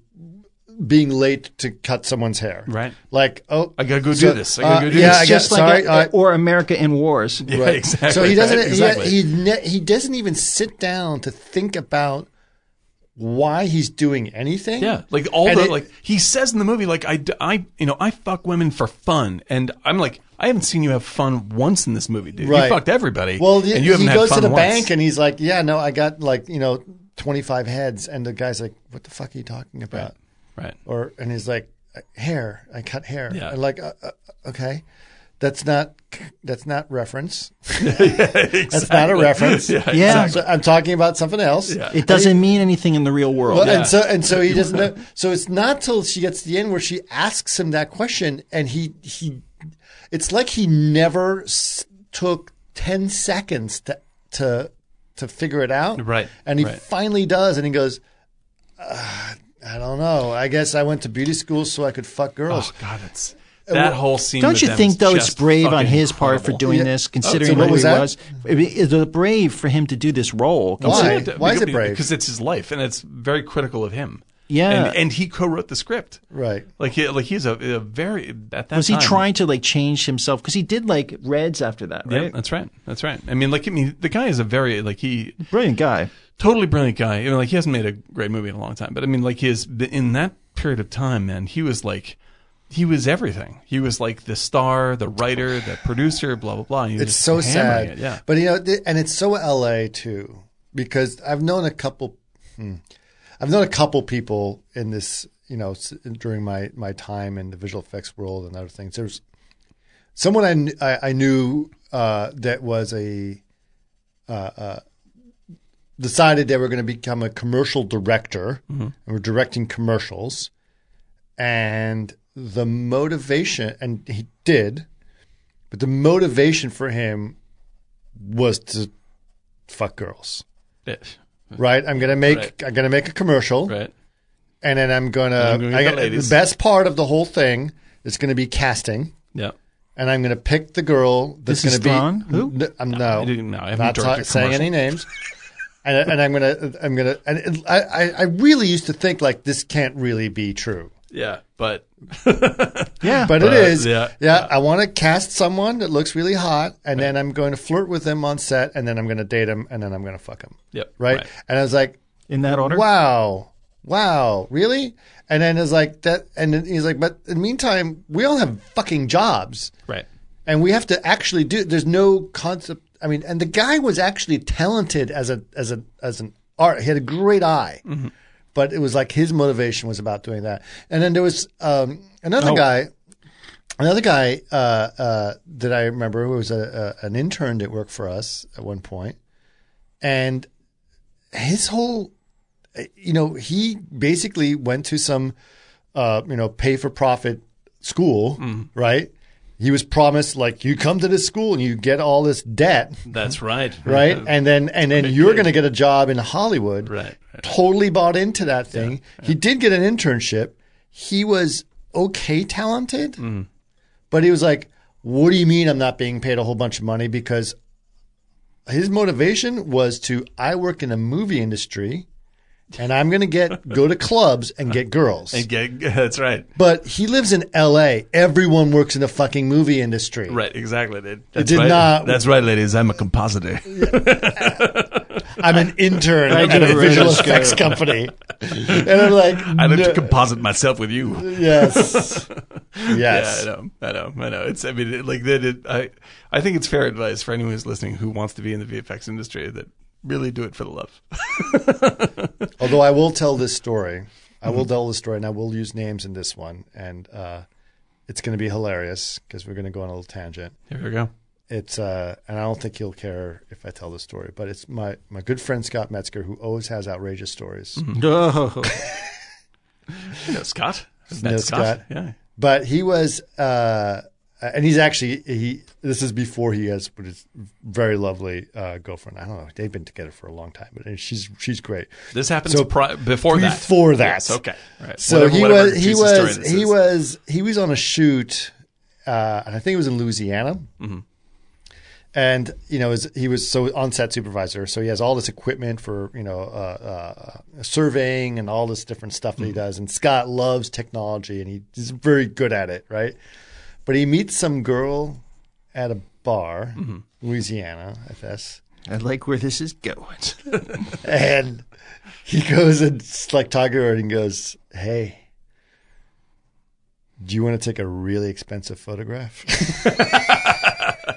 Speaker 1: being late to cut someone's hair.
Speaker 4: Right.
Speaker 1: Like, oh,
Speaker 4: I gotta go do this. I gotta
Speaker 1: uh,
Speaker 4: go do
Speaker 1: yeah,
Speaker 4: this.
Speaker 1: I got,
Speaker 8: just like
Speaker 1: sorry, uh,
Speaker 8: a-
Speaker 1: all right.
Speaker 8: or America in wars.
Speaker 4: Yeah,
Speaker 1: Right.
Speaker 4: exactly.
Speaker 1: So he doesn't.
Speaker 4: right, exactly.
Speaker 1: He, he, ne- he doesn't even sit down to think about why he's doing anything.
Speaker 4: yeah, like all
Speaker 1: And
Speaker 4: the
Speaker 1: it-
Speaker 4: like he says in the movie, like I, d- I- you know, I fuck women for fun, and I'm like, I haven't seen you have fun once in this movie, dude.
Speaker 1: Right.
Speaker 4: You fucked everybody.
Speaker 1: Well,
Speaker 4: and
Speaker 1: he-
Speaker 4: you haven't
Speaker 1: he
Speaker 4: had
Speaker 1: goes
Speaker 4: fun
Speaker 1: to the
Speaker 4: once.
Speaker 1: bank and he's like, "Yeah, no, I got like you know twenty five heads," and the guy's like, "What the fuck are you talking about?"
Speaker 4: right,
Speaker 1: Or and he's like, "Hair, I cut hair."
Speaker 4: Yeah.
Speaker 1: And like, uh, uh, okay, that's not that's not reference. That's not a reference. yeah.
Speaker 8: Yeah,
Speaker 1: I'm talking about something else.
Speaker 8: it doesn't mean anything in the real world.
Speaker 1: Well, and so and so he doesn't. Know, so it's not till she gets to the end where she asks him that question, and he he, it's like he never s- took ten seconds to to to figure it out,
Speaker 4: Right,
Speaker 1: And he
Speaker 4: right.
Speaker 1: finally does, and he goes. Uh, I don't know. I guess I went to beauty school so I could fuck girls.
Speaker 4: Oh God, it's that whole scene.
Speaker 8: Don't
Speaker 4: with
Speaker 8: you
Speaker 4: them
Speaker 8: think
Speaker 4: is
Speaker 8: though it's
Speaker 4: just
Speaker 8: brave on
Speaker 4: fucking
Speaker 8: his part for
Speaker 4: horrible.
Speaker 8: doing
Speaker 1: Yeah. Oh,
Speaker 8: this, considering
Speaker 1: what
Speaker 8: what
Speaker 1: was
Speaker 8: he
Speaker 1: that?
Speaker 8: was? It- It's brave for him to do this role.
Speaker 1: Why?
Speaker 4: Well,
Speaker 1: Why is it
Speaker 4: because-
Speaker 1: brave?
Speaker 4: Because it's his life, and it's very critical of him.
Speaker 8: Yeah.
Speaker 4: and, and he co-wrote the script.
Speaker 1: Right.
Speaker 4: Like he, like he's a, a very at that
Speaker 8: Was he
Speaker 4: time-
Speaker 8: trying to like change himself? Because he did like Reds after that,
Speaker 4: Yeah,
Speaker 8: right?
Speaker 4: that's right. That's right. I mean, like I mean, the guy is a very like he
Speaker 8: Brilliant guy.
Speaker 4: totally brilliant guy. You know, like he hasn't made a great movie in a long time, but I mean, like his in that period of time, man, he was like. He was everything. He was like the star, the writer, the producer, blah blah blah. And he was
Speaker 1: It's
Speaker 4: just
Speaker 1: so
Speaker 4: hammering
Speaker 1: sad.
Speaker 4: it, yeah,
Speaker 1: But you know, th- and it's so LA too, because I've known a couple, hmm. I've known a couple people in this, you know, s- during my my time in the visual effects world and other things. There's someone I kn- I, I knew uh, that was a. Uh, uh, decided they were going to become a commercial director
Speaker 4: Mm-hmm.
Speaker 1: and were directing commercials and the motivation and he did but the motivation for him was to fuck girls,
Speaker 4: Yeah.
Speaker 1: right? I'm gonna make
Speaker 4: Right.
Speaker 1: I'm gonna make a commercial,
Speaker 4: right.
Speaker 1: and then I'm gonna,
Speaker 4: I'm gonna get
Speaker 1: I
Speaker 4: the
Speaker 1: got- the
Speaker 4: ladies.
Speaker 1: best part of the whole thing is gonna be casting,
Speaker 4: Yeah,
Speaker 1: and I'm gonna pick the girl that's
Speaker 8: This is
Speaker 1: gonna be
Speaker 8: Thrawn?
Speaker 1: N- I'm no,
Speaker 4: I didn't know. I haven't
Speaker 1: not
Speaker 4: directed
Speaker 1: ta- saying
Speaker 4: commercial.
Speaker 1: any names. And, and I'm gonna, I'm gonna, and it- I, I- I really used to think like this can't really be true,
Speaker 4: yeah, but
Speaker 8: Yeah,
Speaker 1: but, it
Speaker 4: But,
Speaker 1: is.
Speaker 4: yeah,
Speaker 1: yeah. I want to cast someone that looks really hot, and then I'm going to flirt with them on set, and then I'm going to date him, and then I'm going to fuck him.
Speaker 4: yep,
Speaker 1: right? And I was like,
Speaker 8: in that order.
Speaker 1: wow, wow, really? And then it's like that, and then he's like, but in the meantime, we all have fucking jobs,
Speaker 4: right,
Speaker 1: and we have to actually do. There's no concept. I mean, and the guy was actually talented as a as a as an art. He had a great eye. But it was like his motivation was about doing that, and then there was um, another guy, another guy uh, uh, that I remember who was a, a, an intern that worked for us at one point, and his whole you know, he basically went to some, uh, you know, pay for profit school, right? He was promised like you come to this school and you get all this debt,
Speaker 4: That's right.
Speaker 1: right? and then and then you're going to get a job in Hollywood.
Speaker 4: Right.
Speaker 1: Totally bought into that thing. He did get an internship. He was okay talented, but he was like, "What do you mean I'm not being paid a whole bunch of money?" Because his motivation was to I work in the movie industry, and I'm going to get go to clubs and get girls.
Speaker 4: Yeah, that's right.
Speaker 1: But he lives in L.A. Everyone works in the fucking movie industry.
Speaker 4: Right, exactly. dude. That's
Speaker 1: did
Speaker 4: right.
Speaker 1: not-
Speaker 4: That's right, ladies. I'm a compositor.
Speaker 1: I'm an intern
Speaker 8: I
Speaker 1: at a
Speaker 8: never
Speaker 1: visual
Speaker 8: understood.
Speaker 1: effects company, and I'm like,
Speaker 4: I like
Speaker 1: "No."
Speaker 4: to composite myself with you.
Speaker 1: Yes.
Speaker 4: Yeah,
Speaker 1: yes.
Speaker 4: I know. I know. I know. It's. I mean, it, like that. It, I. I think it's fair advice for anyone who's listening who wants to be in the VFX industry that really do it for the love.
Speaker 1: Although I will tell this story. I
Speaker 4: Mm-hmm.
Speaker 1: will tell this story and I will use names in this one. And uh, it's going to be hilarious because we're going to go on a little tangent.
Speaker 4: Here we go.
Speaker 1: It's uh, and I don't think he'll care if I tell the story, but it's my my good friend Scott Metzger who always has outrageous stories.
Speaker 8: Oh,
Speaker 4: You know Scott. I've
Speaker 1: know
Speaker 4: met
Speaker 1: Scott.
Speaker 4: Yeah.
Speaker 1: But he was, uh, and he's actually he. This is before he has, but his very lovely uh, girlfriend. I don't know. They've been together for a long time, but she's she's great.
Speaker 4: This happens
Speaker 1: So,
Speaker 4: pri- before that.
Speaker 1: before that.
Speaker 4: Yes, okay. All right.
Speaker 1: So
Speaker 4: Whatever-
Speaker 1: he
Speaker 4: whatever
Speaker 1: was he
Speaker 4: juicy story
Speaker 1: was
Speaker 4: this
Speaker 1: he
Speaker 4: is.
Speaker 1: was he was on a shoot, uh, and I think it was in Louisiana.
Speaker 4: Mm-hmm.
Speaker 1: And you know, his, he was so on set supervisor, so he has all this equipment for you know uh, uh, surveying and all this different stuff that
Speaker 4: Mm-hmm.
Speaker 1: he does. And Scott loves technology, and he, he's very good at it, right? But he meets some girl at a bar,
Speaker 4: Mm-hmm.
Speaker 1: Louisiana, I guess
Speaker 8: I like where this is going.
Speaker 1: and he goes and it's like Tiger Woods, and goes, "Hey, do you want to take a really expensive photograph?"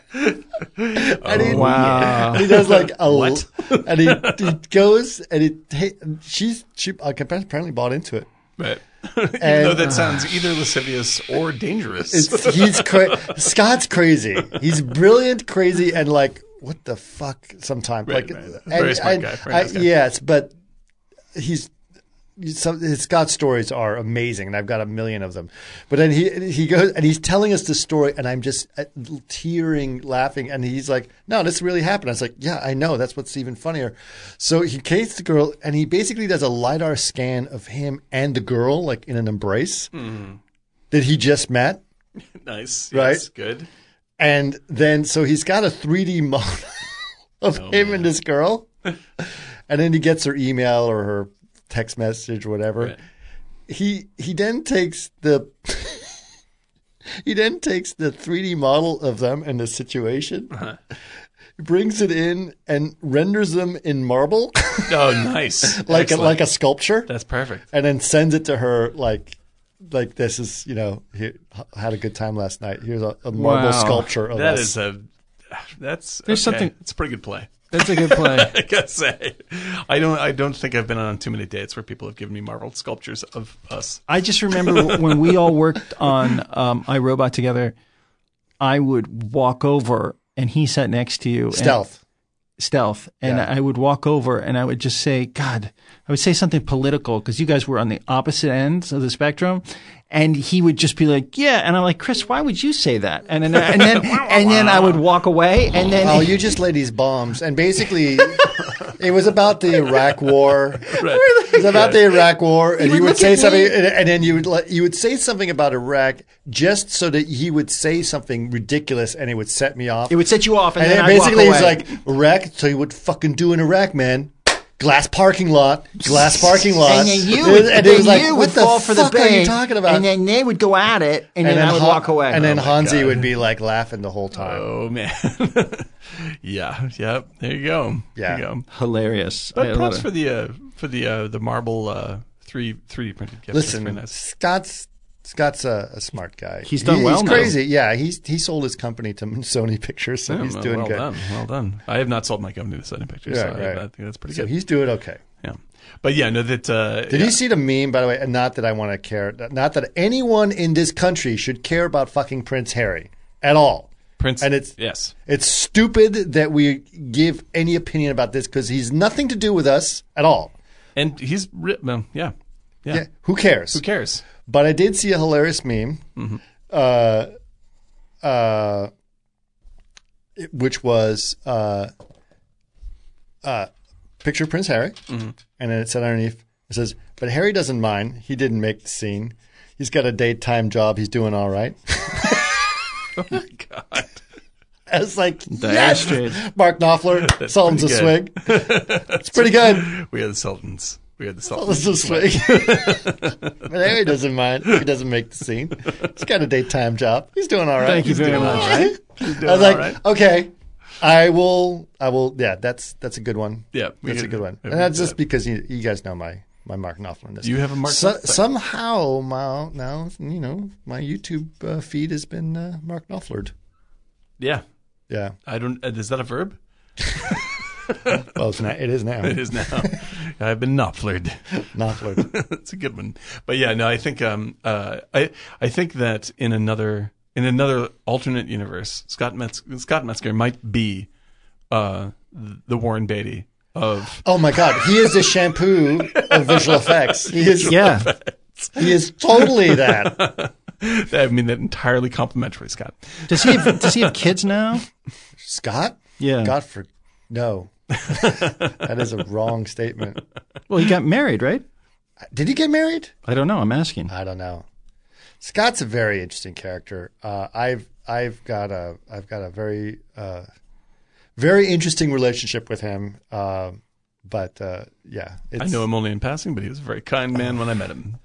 Speaker 1: and
Speaker 2: Oh,
Speaker 1: he,
Speaker 8: Wow.
Speaker 1: he does like a what? and he, he goes and he ta- she's she like, apparently bought into it.
Speaker 4: Right.
Speaker 1: And-
Speaker 4: Even though that sounds either lascivious or dangerous.
Speaker 1: It's, he's cra- Scott's crazy. He's brilliant, crazy, and like what the fuck. Sometimes,
Speaker 4: Right,
Speaker 1: like,
Speaker 4: right.
Speaker 1: and-
Speaker 4: Very smart
Speaker 1: and
Speaker 4: guy, very
Speaker 1: I-
Speaker 4: nice guy.
Speaker 1: Yes, but he's. Some, his Scott's stories are amazing, and I've got a million of them. But then he he goes and he's telling us the story, and I'm just uh, tearing, laughing. And he's like, "No, this really happened." I was like, "Yeah, I know. That's what's even funnier." So he cates the girl, and he basically does a lidar scan of him and the girl, like in an embrace
Speaker 4: Hmm.
Speaker 1: that he just met.
Speaker 4: nice.
Speaker 1: Right.
Speaker 4: Yes, good.
Speaker 1: And then, so he's got a 3D model of
Speaker 4: Oh,
Speaker 1: him and this girl. And then he gets her email or her text message, whatever.
Speaker 4: Right.
Speaker 1: He he then takes the he then takes the 3D model of them and the situation,
Speaker 4: Uh-huh.
Speaker 1: brings it in and renders them in marble,
Speaker 4: Oh, nice.
Speaker 1: like a,
Speaker 4: Excellent.
Speaker 1: like a sculpture,
Speaker 4: That's perfect.
Speaker 1: and then sends it to her like like this is you know here, h- had a good time last night. Here's a, a marble
Speaker 8: Wow.
Speaker 1: sculpture of
Speaker 4: That
Speaker 1: us.
Speaker 4: is a. That's
Speaker 8: There's
Speaker 4: okay.
Speaker 8: something-
Speaker 4: It's a pretty good play.
Speaker 8: That's a good play.
Speaker 4: I gotta say, I don't. I don't think I've been on too many dates where people have given me marble sculptures of us.
Speaker 8: I just remember when we all worked on um, iRobot together, I would walk over and he sat next to you. and-
Speaker 1: stealth.
Speaker 8: stealth. And
Speaker 1: Yeah.
Speaker 8: I would walk over and I would just say, God, I would say something political because you guys were on the opposite ends of the spectrum. And he would just be like, yeah. And I'm like, Chris, why would you say that? And then, and then, and then I would walk away and then
Speaker 1: Oh, you just laid these bombs, and basically, it was about the Iraq War. It was about the Iraq War, and you
Speaker 8: would
Speaker 1: would
Speaker 8: look
Speaker 1: say
Speaker 8: at
Speaker 1: something,
Speaker 8: me-
Speaker 1: and, and then you would let- you would say something about Iraq just so that he would say something ridiculous, and it would set me off.
Speaker 8: it would set you off. And,
Speaker 1: and
Speaker 8: then
Speaker 1: then
Speaker 8: I'd
Speaker 1: basically,
Speaker 8: walk
Speaker 1: he's
Speaker 8: away.
Speaker 1: like Iraq. So you would fucking do in Iraq, man. Glass parking lot, glass parking lot.
Speaker 8: And then you
Speaker 1: And
Speaker 8: would,
Speaker 1: it
Speaker 8: then
Speaker 1: was like,
Speaker 8: you
Speaker 1: what
Speaker 8: would fall for the
Speaker 1: fuck are
Speaker 8: bait.
Speaker 1: you talking about?
Speaker 8: And then they would go at it, and, then, I would
Speaker 1: Han-
Speaker 8: walk away.
Speaker 1: And then
Speaker 8: Oh,
Speaker 1: Hansi would be like laughing the whole time.
Speaker 4: Oh man. yeah. Yep. There you go.
Speaker 1: Yeah.
Speaker 4: There you go.
Speaker 8: hilarious. I
Speaker 4: But
Speaker 8: love
Speaker 4: props
Speaker 8: it.
Speaker 4: for the uh, for the uh, the marble uh, three three D printed gift. That's pretty
Speaker 1: Listen,
Speaker 4: nice.
Speaker 1: Scott's Scott's a, a smart guy.
Speaker 8: He's done well
Speaker 1: He's
Speaker 8: now.
Speaker 1: crazy. Yeah, he's he sold his company to Sony Pictures, so
Speaker 4: Yeah,
Speaker 1: he's
Speaker 4: well,
Speaker 1: doing
Speaker 4: well
Speaker 1: good.
Speaker 4: done. Well done. I have not sold my company to Sony Pictures,
Speaker 1: Right,
Speaker 4: so I-
Speaker 1: right.
Speaker 4: I, think that's pretty
Speaker 1: So
Speaker 4: good.
Speaker 1: he's doing okay.
Speaker 4: yeah. But yeah, no, that. Uh,
Speaker 1: Did
Speaker 4: yeah.
Speaker 1: you see the meme, by the way? And not that I want to care. Not that anyone in this country should care about fucking Prince Harry at all.
Speaker 4: Prince?
Speaker 1: And it's
Speaker 4: yes.
Speaker 1: it's stupid that we give any opinion about this because he's nothing to do with us at all.
Speaker 4: And he's ri- well, yeah. yeah,
Speaker 1: Yeah, who cares?
Speaker 4: Who cares?
Speaker 1: But I did see a hilarious meme, uh, uh, it- which was uh, uh, picture Prince Harry, and then it said underneath, it says, "But Harry doesn't mind. He didn't make the scene. He's got a daytime job. He's doing all right."
Speaker 4: Oh my god.
Speaker 1: I was like, yes!
Speaker 8: ashtray.
Speaker 1: Mark Knopfler, Sultan's a swig.
Speaker 4: pretty
Speaker 1: It's pretty good.
Speaker 4: We are the Sultans. We are the
Speaker 1: Sultan's
Speaker 4: Sultans.
Speaker 1: a swig. but Harry doesn't mind. He doesn't make the scene. He's got a daytime job. He's doing all right.
Speaker 8: Thank you very much.
Speaker 1: I was like,
Speaker 4: all right.
Speaker 1: okay, I will, I will. Yeah, that's that's a good one.
Speaker 4: Yeah, we
Speaker 1: that's a
Speaker 4: can-
Speaker 1: good one.
Speaker 4: we
Speaker 1: And
Speaker 4: can
Speaker 1: that's
Speaker 4: do
Speaker 1: just
Speaker 4: that.
Speaker 1: because you, you guys know my my Mark Knopfler.
Speaker 4: Do you have a Mark
Speaker 1: So,
Speaker 4: Knopfler?
Speaker 1: somehow my now you know my YouTube uh, feed has been uh, Mark Knopflered.
Speaker 4: yeah.
Speaker 1: Yeah,
Speaker 4: I don't. Uh, is that a verb?
Speaker 1: well, it's now, it is now
Speaker 4: It is now. I've been knopflered.
Speaker 1: Knopflered.
Speaker 4: That's a good one. But yeah, no, I think um uh I I think that in another in another alternate universe, Scott Metzger, Scott Metzger might be uh, the Warren Beatty of
Speaker 1: Oh my God, he is the shampoo of visual effects. He is,
Speaker 2: Yeah.
Speaker 1: he is totally that.
Speaker 4: I mean that entirely complimentary Scott.
Speaker 2: Does he have, does he have kids now?
Speaker 1: Scott?
Speaker 2: Yeah.
Speaker 1: God for no. that is a wrong statement.
Speaker 2: Well, he got married, right?
Speaker 1: Did he get married?
Speaker 2: I don't know. I'm asking.
Speaker 1: I don't know. Scott's a very interesting character. Uh, I've I've got a I've got a very uh, very interesting relationship with him. Uh, but uh, yeah, it's,
Speaker 4: I know him only in passing, but he was a very kind man when I met him.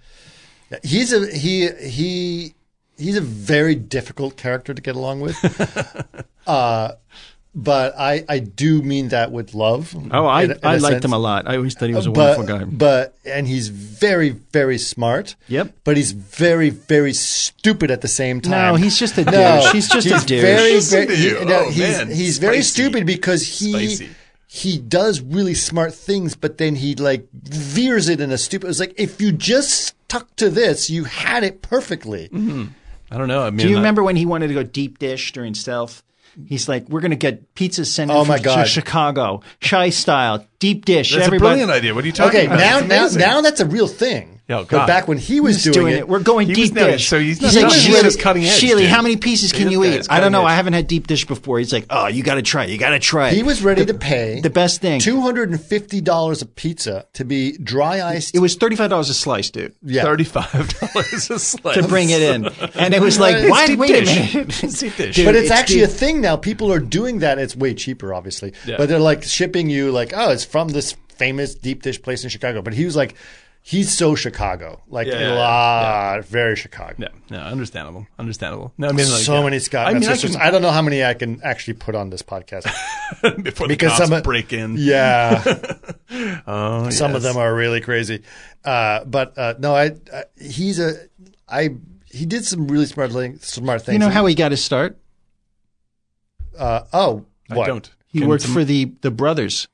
Speaker 1: He's a he he he's a very difficult character to get along with. uh, but I I do mean that with love.
Speaker 2: Oh, I,
Speaker 1: in a- in
Speaker 2: I
Speaker 1: a
Speaker 2: liked
Speaker 1: sense.
Speaker 2: him a lot. I always thought he was a
Speaker 1: but,
Speaker 2: wonderful guy.
Speaker 1: But and he's very very smart.
Speaker 2: Yep.
Speaker 1: But he's very very stupid at the same time.
Speaker 2: No, he's just a douche. he's just
Speaker 1: he's
Speaker 2: a douche.
Speaker 1: Very,
Speaker 4: Listen
Speaker 1: very,
Speaker 4: to you.
Speaker 1: he- no,
Speaker 4: Oh,
Speaker 1: he's,
Speaker 4: man.
Speaker 1: he's very
Speaker 4: Spicy.
Speaker 1: stupid because he
Speaker 4: Spicy.
Speaker 1: he does really smart things, but then he like veers it in a stupid. It's like if you just stuck to this, you had it perfectly.
Speaker 4: Mm-hmm. I don't know. I mean, uh,
Speaker 2: Do you
Speaker 4: I-
Speaker 2: remember when he wanted to go deep dish during stealth? He's like, we're going to get pizzas sent in
Speaker 1: Oh,
Speaker 2: from
Speaker 1: my
Speaker 2: Chi-
Speaker 1: God.
Speaker 2: Chicago, shy style, deep dish.
Speaker 4: that's a
Speaker 2: everybody
Speaker 4: brilliant idea. What are you talking
Speaker 1: Okay,
Speaker 4: about?
Speaker 1: now
Speaker 4: That's
Speaker 1: now
Speaker 4: amazing.
Speaker 1: now that's a real thing.
Speaker 4: Oh,
Speaker 1: but
Speaker 4: God.
Speaker 1: back when he was
Speaker 2: is doing, it. We're going
Speaker 4: He was
Speaker 2: deep
Speaker 4: down-
Speaker 2: dish.
Speaker 4: so he's
Speaker 2: he's
Speaker 4: not
Speaker 2: like,
Speaker 4: done. He was
Speaker 2: Sheely,
Speaker 4: cutting edge,
Speaker 2: Sheely,
Speaker 4: dude.
Speaker 2: how many pieces can
Speaker 4: This
Speaker 2: you
Speaker 4: guy
Speaker 2: eat?
Speaker 4: is
Speaker 2: I don't
Speaker 4: cutting
Speaker 2: know. I
Speaker 4: edge.
Speaker 2: haven't had deep dish before. He's like, oh, you got to try it. You got to try it.
Speaker 1: He was ready to pay
Speaker 2: the best thing.
Speaker 1: two hundred and fifty dollars a pizza to be dry iced.
Speaker 2: it was $35 a slice, dude.
Speaker 1: yeah.
Speaker 4: Thirty-five dollars a slice
Speaker 2: To bring it in, and it was like,
Speaker 1: It's
Speaker 2: why?
Speaker 4: deep
Speaker 2: Wait a
Speaker 4: dish.
Speaker 2: minute,
Speaker 4: It's deep dish.
Speaker 2: Dude,
Speaker 1: but it's, actually
Speaker 2: deep-
Speaker 1: a thing now. People are doing that. It's way cheaper, obviously.
Speaker 4: Yeah.
Speaker 1: But they're like shipping you like, oh, it's from this famous deep dish place in Chicago. But he was like, he's so Chicago, like
Speaker 4: Yeah, yeah,
Speaker 1: a
Speaker 4: yeah.
Speaker 1: lot, very Chicago.
Speaker 4: Yeah, no, understandable, understandable. No, I mean, like,
Speaker 1: So
Speaker 4: yeah.
Speaker 1: many Scott.
Speaker 4: I
Speaker 1: I,
Speaker 4: mean, I
Speaker 1: I,
Speaker 4: can,
Speaker 1: don't know how many I can actually put on this podcast.
Speaker 4: before the
Speaker 1: because
Speaker 4: cops
Speaker 1: some-
Speaker 4: break in.
Speaker 1: yeah,
Speaker 4: Oh,
Speaker 1: some of
Speaker 4: yes.
Speaker 1: them are really crazy. Uh, but uh, no, I, I he's a I he did some really smart li- smart things.
Speaker 2: You know how he got his start?
Speaker 1: uh, oh what
Speaker 4: I don't.
Speaker 2: He
Speaker 4: Can
Speaker 2: worked
Speaker 4: some-
Speaker 2: for the the brothers.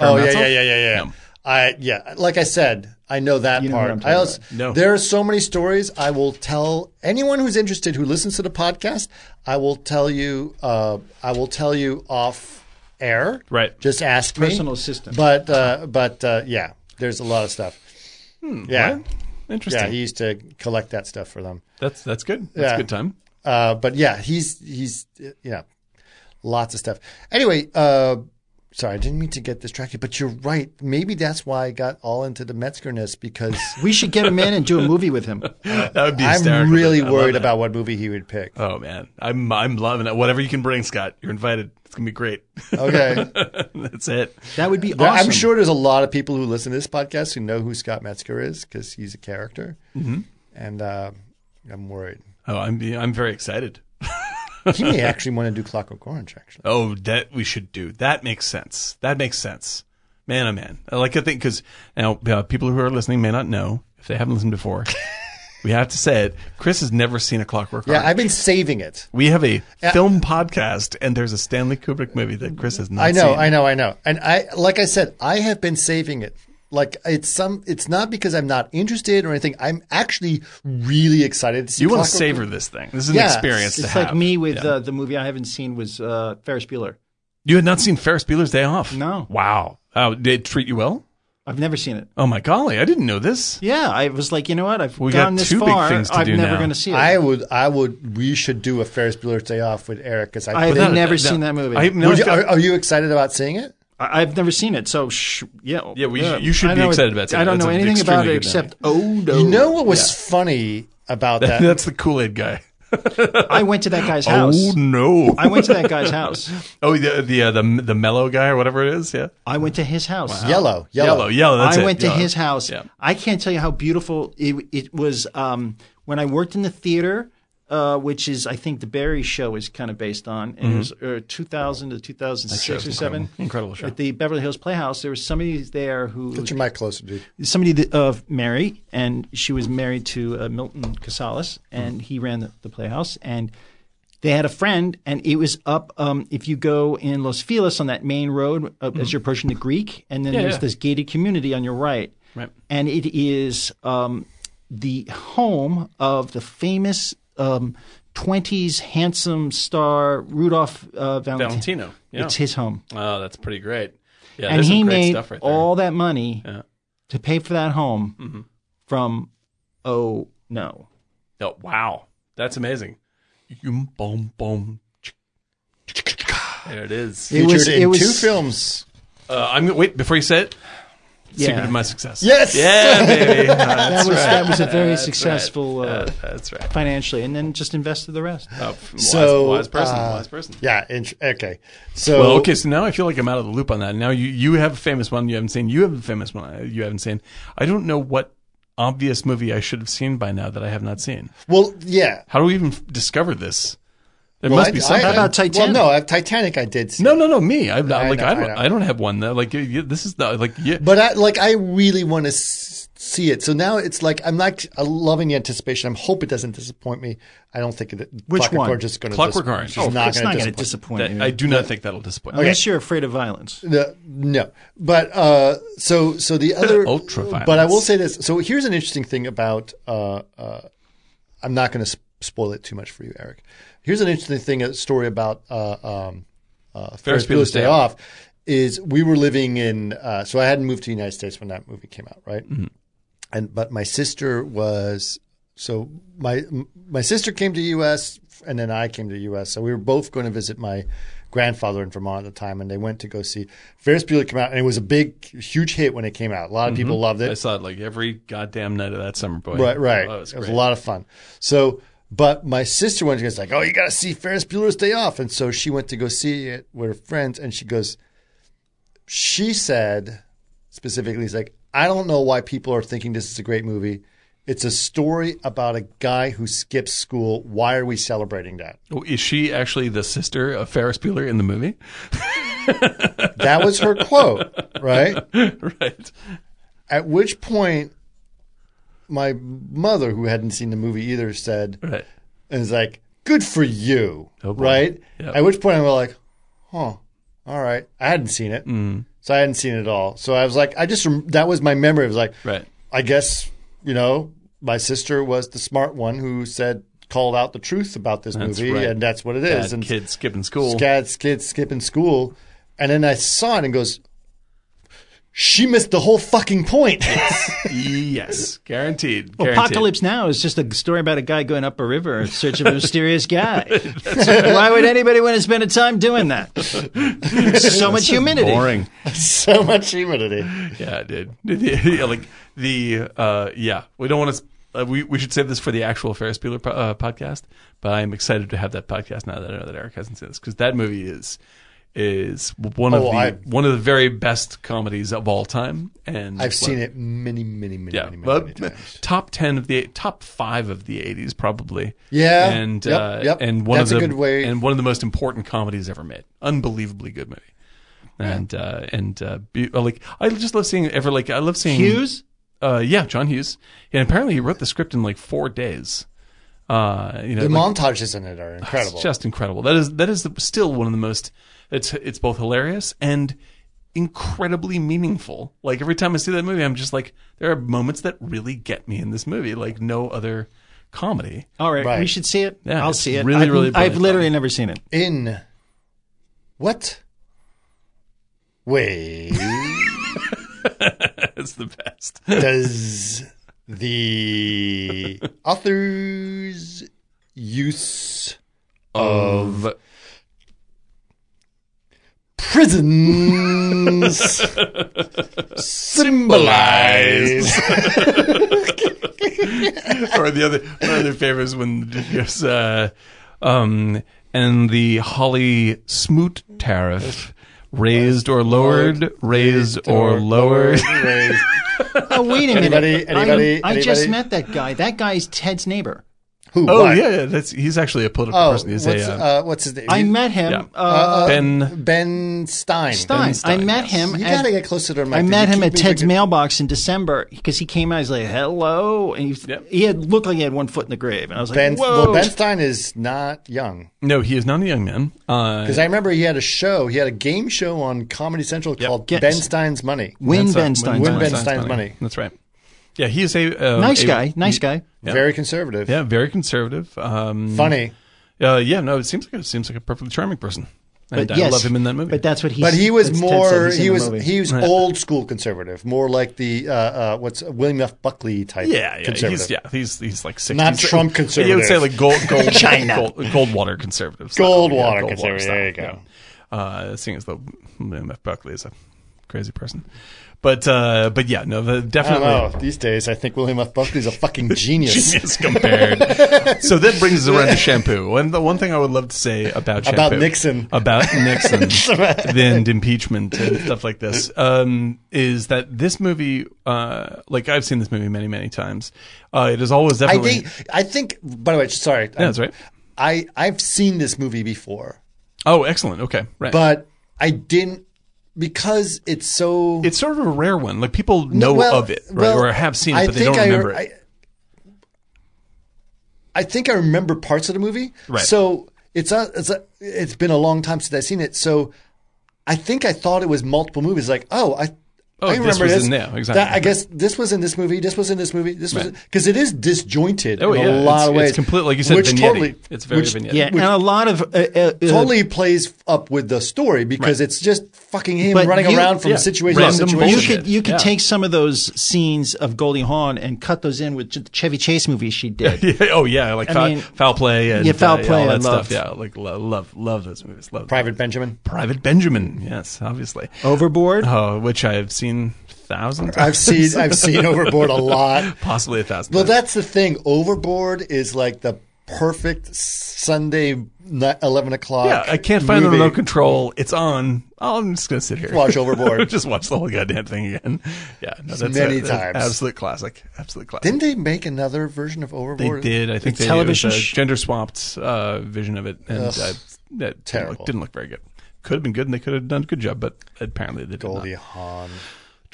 Speaker 1: Oh yeah,
Speaker 4: Karamazov?
Speaker 1: yeah, yeah, yeah, yeah.
Speaker 4: No.
Speaker 1: I yeah, like I said, I know that
Speaker 2: You know what I'm
Speaker 1: part.
Speaker 2: talking
Speaker 1: I also,
Speaker 4: about. No.
Speaker 1: there are so many stories I will tell anyone who's interested who listens to the podcast. I will tell you. Uh, I will tell you off air.
Speaker 4: Right.
Speaker 1: Just ask me.
Speaker 2: Personal assistant.
Speaker 1: But uh, but uh, yeah, there's a lot of stuff.
Speaker 2: Hmm.
Speaker 1: yeah, yeah.
Speaker 4: Interesting.
Speaker 1: He used to collect that stuff for them.
Speaker 4: that's that's good. That's
Speaker 1: Yeah.
Speaker 4: a good time.
Speaker 1: Uh, but yeah, he's he's uh, yeah, lots of stuff. Anyway, uh, sorry, I didn't mean to get distracted, but you're right. Maybe that's why I got all into the Metzgerness because
Speaker 2: We should get him in and do a movie with him.
Speaker 4: That would be.
Speaker 1: I'm
Speaker 4: hysterical.
Speaker 1: really
Speaker 4: I love
Speaker 1: worried
Speaker 4: it.
Speaker 1: about what movie he would pick.
Speaker 4: Oh man, I'm I'm loving it. Whatever you can bring, Scott, you're invited. It's gonna be great.
Speaker 1: Okay,
Speaker 4: that's it.
Speaker 2: That would be awesome.
Speaker 1: There- I'm sure there's a lot of people who listen to this podcast who know who Scott Metzger is because he's a character, mm-hmm. and uh, I'm worried
Speaker 4: Oh, I'm I'm very excited.
Speaker 1: he may actually want to do Clockwork Orange. Actually,
Speaker 4: Oh, that we should do. That makes sense. That makes sense. Man, oh man. I like to think because now uh, people who are listening may not know if they haven't listened before. we have to say it. Chris has never seen a Clockwork
Speaker 1: yeah,
Speaker 4: Orange.
Speaker 1: I've been saving it.
Speaker 4: we have a film podcast, and there's a Stanley Kubrick movie that Chris has not.
Speaker 1: I know,
Speaker 4: seen.
Speaker 1: I know, I know. And I, like I said, I have been saving it. Like it's some, it's not because I'm not interested or anything. I'm actually really excited to see.
Speaker 4: You want to
Speaker 1: Clockwork-
Speaker 4: savor this thing. This is
Speaker 1: Yeah,
Speaker 4: an experience to
Speaker 2: It's
Speaker 4: have.
Speaker 2: like me with uh, the movie I haven't seen was uh, Ferris Bueller.
Speaker 4: You had not seen Ferris Bueller's Day Off.
Speaker 2: No.
Speaker 4: Wow. Oh, did it treat you well?
Speaker 2: I've never seen it.
Speaker 4: Oh my golly, I didn't know this.
Speaker 2: Yeah, I was like, you know what? I've
Speaker 4: We got
Speaker 2: gone this
Speaker 4: two big
Speaker 2: far.
Speaker 4: things to
Speaker 2: I'm
Speaker 4: do
Speaker 2: never
Speaker 4: now.
Speaker 2: going to see it.
Speaker 1: I would, I would. We should do a Ferris Bueller's Day Off with Eric because I.
Speaker 2: I've
Speaker 4: Without a
Speaker 2: never
Speaker 4: doubt.
Speaker 2: seen that movie.
Speaker 4: I,
Speaker 2: I,
Speaker 4: no,
Speaker 1: Would you-
Speaker 4: I've got-
Speaker 1: are, are you excited about seeing it?
Speaker 2: I've never seen it, so sh- yeah,
Speaker 4: Yeah, we- you should
Speaker 2: I
Speaker 4: be
Speaker 2: know
Speaker 4: excited about seeing
Speaker 2: I
Speaker 4: it. oh,
Speaker 2: don't
Speaker 4: That's
Speaker 2: know
Speaker 4: an
Speaker 2: anything
Speaker 4: extremely
Speaker 2: about it
Speaker 4: good
Speaker 2: except Odo.
Speaker 1: You know what was funny about that?
Speaker 4: that's the Kool Aid guy.
Speaker 2: oh, I went to that guy's house.
Speaker 4: Oh no.
Speaker 2: I went to that guy's house.
Speaker 4: Oh, the the uh, the the mellow guy or whatever it is. Yeah,
Speaker 2: I went to his house.
Speaker 1: yellow, yellow,
Speaker 4: yellow, yellow. That's
Speaker 2: I
Speaker 4: it,
Speaker 2: went
Speaker 4: yellow.
Speaker 2: to his house.
Speaker 4: Yeah.
Speaker 2: I can't tell you how beautiful it, it was um, when I worked in the theater, uh, which is I think the Barry Show is kind of based on, and it was uh, 2000 to 2006 or seven.
Speaker 4: Mm-hmm. Incredible show.
Speaker 2: At the Beverly Hills Playhouse, there was somebody there who
Speaker 1: Put your mic closer, dude.
Speaker 2: somebody that, of Mary, and she was married to uh, Milton Casales,
Speaker 4: Mm-hmm.
Speaker 2: and he ran the, the playhouse. And they had a friend, and it was up. Um, if you go in Los Feliz on that main road uh, as you're approaching the Greek, and then there's
Speaker 4: Mm-hmm. yeah.
Speaker 2: this gated community on your right,
Speaker 4: Right.
Speaker 2: and it is um, the home of the famous um,
Speaker 8: 20s handsome star Rudolph uh, Valentino.
Speaker 4: Valentino. Yeah.
Speaker 8: It's his home.
Speaker 4: oh, that's pretty great. Yeah,
Speaker 8: and
Speaker 4: there's
Speaker 8: he
Speaker 4: some great
Speaker 8: made
Speaker 4: stuff right there.
Speaker 8: all that money
Speaker 4: Yeah. Mm-hmm.
Speaker 8: to pay for that home from oh no.
Speaker 4: Oh, wow. That's amazing. Yum, Boom, boom. There it is.
Speaker 8: It
Speaker 1: Featured
Speaker 8: was-
Speaker 1: in
Speaker 8: it was-
Speaker 1: two films.
Speaker 4: Uh, I'm gonna wait before you say it. Secret
Speaker 8: Yeah.
Speaker 4: of my success.
Speaker 1: Yes.
Speaker 4: Yeah, baby. That's
Speaker 8: That was
Speaker 4: right.
Speaker 8: that was a very
Speaker 4: That's right.
Speaker 8: successful uh,
Speaker 4: Uh, that's right.
Speaker 8: financially and then just invested the rest.
Speaker 4: Oh, wise,
Speaker 1: So
Speaker 4: wise person.
Speaker 1: uh,
Speaker 4: wise person.
Speaker 1: Yeah. int- okay. So
Speaker 4: Well, okay. So now I feel like I'm out of the loop on that. Now you you have a famous one you haven't seen. You have a famous one uh, you haven't seen. I don't know what obvious movie I should have seen by now that I have not seen.
Speaker 1: Well, yeah.
Speaker 4: How do we even f- discover this? There
Speaker 1: Well,
Speaker 4: must
Speaker 1: I-
Speaker 4: be
Speaker 1: I-
Speaker 4: something.
Speaker 1: I-
Speaker 8: about Titanic?
Speaker 1: Well, no, I- Titanic I did see.
Speaker 4: no, no, no. Me. I, I
Speaker 1: I
Speaker 4: like.
Speaker 1: know,
Speaker 4: I
Speaker 1: I
Speaker 4: don't.
Speaker 1: know.
Speaker 4: I, don't have one. That, like you- you- this is not like. Yeah,
Speaker 1: But I like I really want to s- see it. So now it's like I'm like uh, loving the anticipation. I hope it doesn't disappoint me. I don't think it.
Speaker 8: Which
Speaker 1: Clockwork
Speaker 8: one?
Speaker 1: Orange is going to
Speaker 4: Clockwork Orange. Oh,
Speaker 1: not
Speaker 8: it's
Speaker 1: going to
Speaker 8: not going to
Speaker 1: disappoint.
Speaker 8: disappoint
Speaker 4: that,
Speaker 8: you.
Speaker 4: I do not think that'll disappoint. me.
Speaker 8: Unless you're afraid of violence.
Speaker 1: The, no, but uh, so so the other
Speaker 4: Ultra-violence.
Speaker 1: But I will say this. So here's an interesting thing about. Uh, uh, I'm not going to sp- spoil it too much for you, Eric. Here's an interesting thing, a story about uh, um, uh, Ferris Bueller's Day Off. Is we were living in. Uh, so I hadn't moved to the United States when that movie came out, right? and but my sister was so my m- my sister came to U.S. and then I came to U.S. So we were both going to visit my grandfather in Vermont at the time, and they went to go see Ferris Bueller come out, and it was a big, huge hit when it came out. A lot of people loved
Speaker 4: I
Speaker 1: it.
Speaker 4: saw it like every goddamn night of that summer, boy.
Speaker 1: Right, right.
Speaker 4: Oh, that was
Speaker 1: it was a
Speaker 4: great.
Speaker 1: lot of fun. So, but my sister went to go, it's like, oh, you got to see Ferris Bueller's Day Off, and so she went to go see it with her friends, and she goes, she said specifically, he's like, I don't know why people are thinking this is a great movie. It's a story about a guy who skips school. Why are we celebrating that?
Speaker 4: Oh, Is she actually the sister of Ferris Bueller in the movie?
Speaker 1: That was her quote, right?
Speaker 4: right.
Speaker 1: At which point, my mother, who hadn't seen the movie either, said,
Speaker 4: Right.
Speaker 1: and it's like, "Good for you,"
Speaker 4: Oh, boy.
Speaker 1: right?
Speaker 4: Yep.
Speaker 1: At which point I'm like, "Huh, all right." I hadn't seen it,
Speaker 4: Mm.
Speaker 1: so I hadn't seen it at all. So I was like, I just rem- that was my memory. It was like,
Speaker 4: Right.
Speaker 1: I guess you know, my sister was the smart one who said called out the truth about this movie,
Speaker 4: right.
Speaker 1: and that's what it is.
Speaker 4: Bad
Speaker 1: and
Speaker 4: kid skipping school.
Speaker 1: kids, kids skipping school, and then I saw it and goes. She missed the whole fucking point.
Speaker 4: yes, guaranteed. guaranteed.
Speaker 8: Apocalypse Now is just a story about a guy going up a river in search of a mysterious guy. Why would anybody want to spend a time doing that? so much humidity.
Speaker 4: Boring.
Speaker 1: so much humidity.
Speaker 4: Yeah, dude. yeah, like the uh, yeah, we don't want to. Uh, we we should save this for the actual Ferris Bueller po- uh, podcast. But I'm excited to have that podcast now that I know that Eric hasn't seen this because that movie is is one of
Speaker 1: Oh,
Speaker 4: the
Speaker 1: I-
Speaker 4: one of the very best comedies of all time. And
Speaker 1: I've seen it many, many, many,
Speaker 4: Yeah,
Speaker 1: many, many,
Speaker 4: but
Speaker 1: many times.
Speaker 4: top ten of the top five of the '80s probably.
Speaker 1: Yeah,
Speaker 4: and
Speaker 1: yep,
Speaker 4: uh,
Speaker 1: yep.
Speaker 4: and one
Speaker 1: That's a
Speaker 4: of the
Speaker 1: good way-
Speaker 4: and one of the most important comedies ever made. Unbelievably good movie. And uh, and uh, be, uh, like I just love seeing ever like I love seeing
Speaker 8: Hughes?
Speaker 4: Uh, yeah, John Hughes. And apparently he wrote the script in like four days. Uh, you know,
Speaker 1: The
Speaker 4: like,
Speaker 1: montages in it are incredible.
Speaker 4: it's just incredible. That is that is the, still one of the most. It's it's both hilarious and incredibly meaningful. Like every time I see that movie, I'm just like, there are moments that really get me in this movie, like no other comedy.
Speaker 8: All right,
Speaker 1: Right.
Speaker 8: we should see it.
Speaker 4: Yeah,
Speaker 8: I'll
Speaker 4: it's
Speaker 8: see it.
Speaker 4: really,
Speaker 8: I've,
Speaker 4: really
Speaker 8: I've
Speaker 4: brilliant.
Speaker 8: literally never seen it.
Speaker 1: in what? Wait,
Speaker 4: It's the best.
Speaker 1: does the author's use
Speaker 4: Of
Speaker 1: prisons symbolize?
Speaker 4: or the other one of their favorites when it goes, uh, um, and the Holly Smoot tariff. Raised or lowered, raised or lowered.
Speaker 1: Raised.
Speaker 8: Oh, wait a
Speaker 1: Anybody-
Speaker 8: minute. I-
Speaker 1: anybody-
Speaker 8: I, just
Speaker 1: anybody?
Speaker 8: met that guy. That guy's Ted's neighbor.
Speaker 1: Who?
Speaker 4: Oh
Speaker 1: what?
Speaker 4: yeah, yeah, that's he's actually a political
Speaker 1: Oh, what's,
Speaker 4: person. He's a, uh,
Speaker 1: uh, what's his name?
Speaker 8: I met him.
Speaker 4: Yeah.
Speaker 8: Uh,
Speaker 4: Ben
Speaker 1: Ben Stein.
Speaker 8: Stein.
Speaker 4: Stein,
Speaker 8: I met
Speaker 4: yes.
Speaker 8: him.
Speaker 1: You
Speaker 8: at-
Speaker 1: gotta get closer to my.
Speaker 8: I met him at Ted's mailbox in December because he came out. He's like, "Hello," and he,
Speaker 4: Yep.
Speaker 8: he had looked like he had one foot in the grave. And I was like,
Speaker 1: Ben,
Speaker 8: "Whoa!"
Speaker 1: well, Ben Stein is not young.
Speaker 4: No, he is not a young man. Uh,
Speaker 1: Because I remember he had a show, he had a game show on Comedy Central called
Speaker 8: Yes.
Speaker 1: Ben Stein's Money.
Speaker 8: Win
Speaker 4: that's, uh,
Speaker 8: Ben Stein's
Speaker 1: Win
Speaker 8: money.
Speaker 1: Ben Stein's money.
Speaker 4: That's right. Yeah, he's a um,
Speaker 8: nice
Speaker 4: a-
Speaker 8: guy, nice guy.
Speaker 4: Yeah.
Speaker 1: Very conservative.
Speaker 4: Yeah, very conservative. Um,
Speaker 1: Funny.
Speaker 4: Uh, yeah, no, it seems like it seems like a perfectly charming person, and
Speaker 8: But
Speaker 4: I
Speaker 8: yes,
Speaker 4: love him in that movie.
Speaker 8: But that's what he.
Speaker 1: But he was
Speaker 8: that's Ted
Speaker 1: more.
Speaker 8: said he's in
Speaker 1: He
Speaker 8: the
Speaker 1: was
Speaker 8: movie.
Speaker 1: he was
Speaker 4: Right.
Speaker 1: old school conservative, more like the uh, uh, what's William F. Buckley type.
Speaker 4: yeah, yeah,
Speaker 1: conservative.
Speaker 4: he's yeah, he's he's like 60s.
Speaker 1: Not Trump
Speaker 4: You would say
Speaker 1: conservative.
Speaker 4: like gold, gold,
Speaker 8: China.
Speaker 4: gold, Goldwater conservative.
Speaker 1: Goldwater conservative, there you go.
Speaker 4: Yeah. Uh, seeing as though William F. Buckley is a crazy person, but uh, but yeah, no, the,
Speaker 1: I don't
Speaker 4: definitely.
Speaker 1: know. These days, I think William F. Buckley's a fucking genius.
Speaker 4: Genius compared. so that brings us around to shampoo. And the one thing I would love to say about shampoo,
Speaker 1: About Nixon.
Speaker 4: about Nixon, then impeachment and stuff like this, um, is that this movie, uh, like I've seen this movie many, many times. Uh, it is always
Speaker 1: I
Speaker 4: definitely.
Speaker 1: think. I think. By the way, sorry.
Speaker 4: Yeah, that's right.
Speaker 1: I I've seen this movie before,
Speaker 4: Oh, excellent. Okay, right.
Speaker 1: but I didn't because it's so.
Speaker 4: it's sort of a rare one. Like people know
Speaker 1: Well,
Speaker 4: of it, right,
Speaker 1: well,
Speaker 4: or have seen it,
Speaker 1: I
Speaker 4: but they
Speaker 1: think
Speaker 4: don't
Speaker 1: I-
Speaker 4: remember
Speaker 1: I,
Speaker 4: it.
Speaker 1: I think I remember parts of the movie.
Speaker 4: Right.
Speaker 1: So it's a, it's a, it's been a long time since I've seen it. So I think I thought it was multiple movies. Like oh I.
Speaker 4: Oh,
Speaker 1: I
Speaker 4: this
Speaker 1: remember
Speaker 4: was
Speaker 1: this.
Speaker 4: in there. Exactly.
Speaker 1: That- I guess this was in this movie. This was in this movie. This was because it is disjointed
Speaker 4: Oh,
Speaker 1: in a
Speaker 4: yeah.
Speaker 1: lot
Speaker 4: It's-
Speaker 1: of
Speaker 4: it's
Speaker 1: ways.
Speaker 4: complete- like you said,
Speaker 1: which
Speaker 4: vignette-y.
Speaker 1: totally,
Speaker 4: It's very
Speaker 1: which
Speaker 4: vignette-y.
Speaker 8: yeah, and a lot of uh, uh, uh,
Speaker 1: Totally plays up with the story because it's just fucking him
Speaker 8: But
Speaker 1: running
Speaker 8: you-
Speaker 1: around from
Speaker 4: yeah.
Speaker 1: situation to
Speaker 4: Random
Speaker 1: situation.
Speaker 4: bullshit.
Speaker 8: You could you could
Speaker 4: Yeah.
Speaker 8: take some of those scenes of Goldie Hawn and cut those in with the Chevy Chase movies she did.
Speaker 4: Yeah, oh yeah, like
Speaker 8: I
Speaker 4: foul,
Speaker 8: mean-
Speaker 4: foul play and
Speaker 8: Yeah, foul
Speaker 4: uh,
Speaker 8: play
Speaker 4: all
Speaker 8: I
Speaker 4: that
Speaker 8: loved.
Speaker 4: stuff. Yeah, like lo- love, love those movies. Love
Speaker 1: Private Benjamin.
Speaker 4: Private Benjamin. Yes, obviously.
Speaker 8: Overboard.
Speaker 4: Oh, which I've seen thousands.
Speaker 1: I've seen I've seen Overboard a lot.
Speaker 4: possibly a thousand.
Speaker 1: Well,
Speaker 4: times.
Speaker 1: that's the thing. Overboard is like the perfect Sunday ni- eleven o'clock.
Speaker 4: yeah, I can't find the
Speaker 1: movie.
Speaker 4: remote control. It's on. Oh, I'm just gonna sit here.
Speaker 1: Watch Overboard.
Speaker 4: just watch the whole goddamn thing again. Yeah, no, that's
Speaker 1: Many
Speaker 4: a- that's
Speaker 1: times.
Speaker 4: Absolute classic. Absolute classic.
Speaker 1: Didn't they make another version of
Speaker 4: they
Speaker 1: Overboard?
Speaker 4: did. I think they
Speaker 8: television
Speaker 4: it was
Speaker 8: sh-
Speaker 4: a gender swapped uh, vision of it, and uh, that didn't
Speaker 1: Terrible.
Speaker 4: look, didn't look very good. Could have been good, and they could have done a good job, but apparently they did not.
Speaker 1: Goldie Hawn.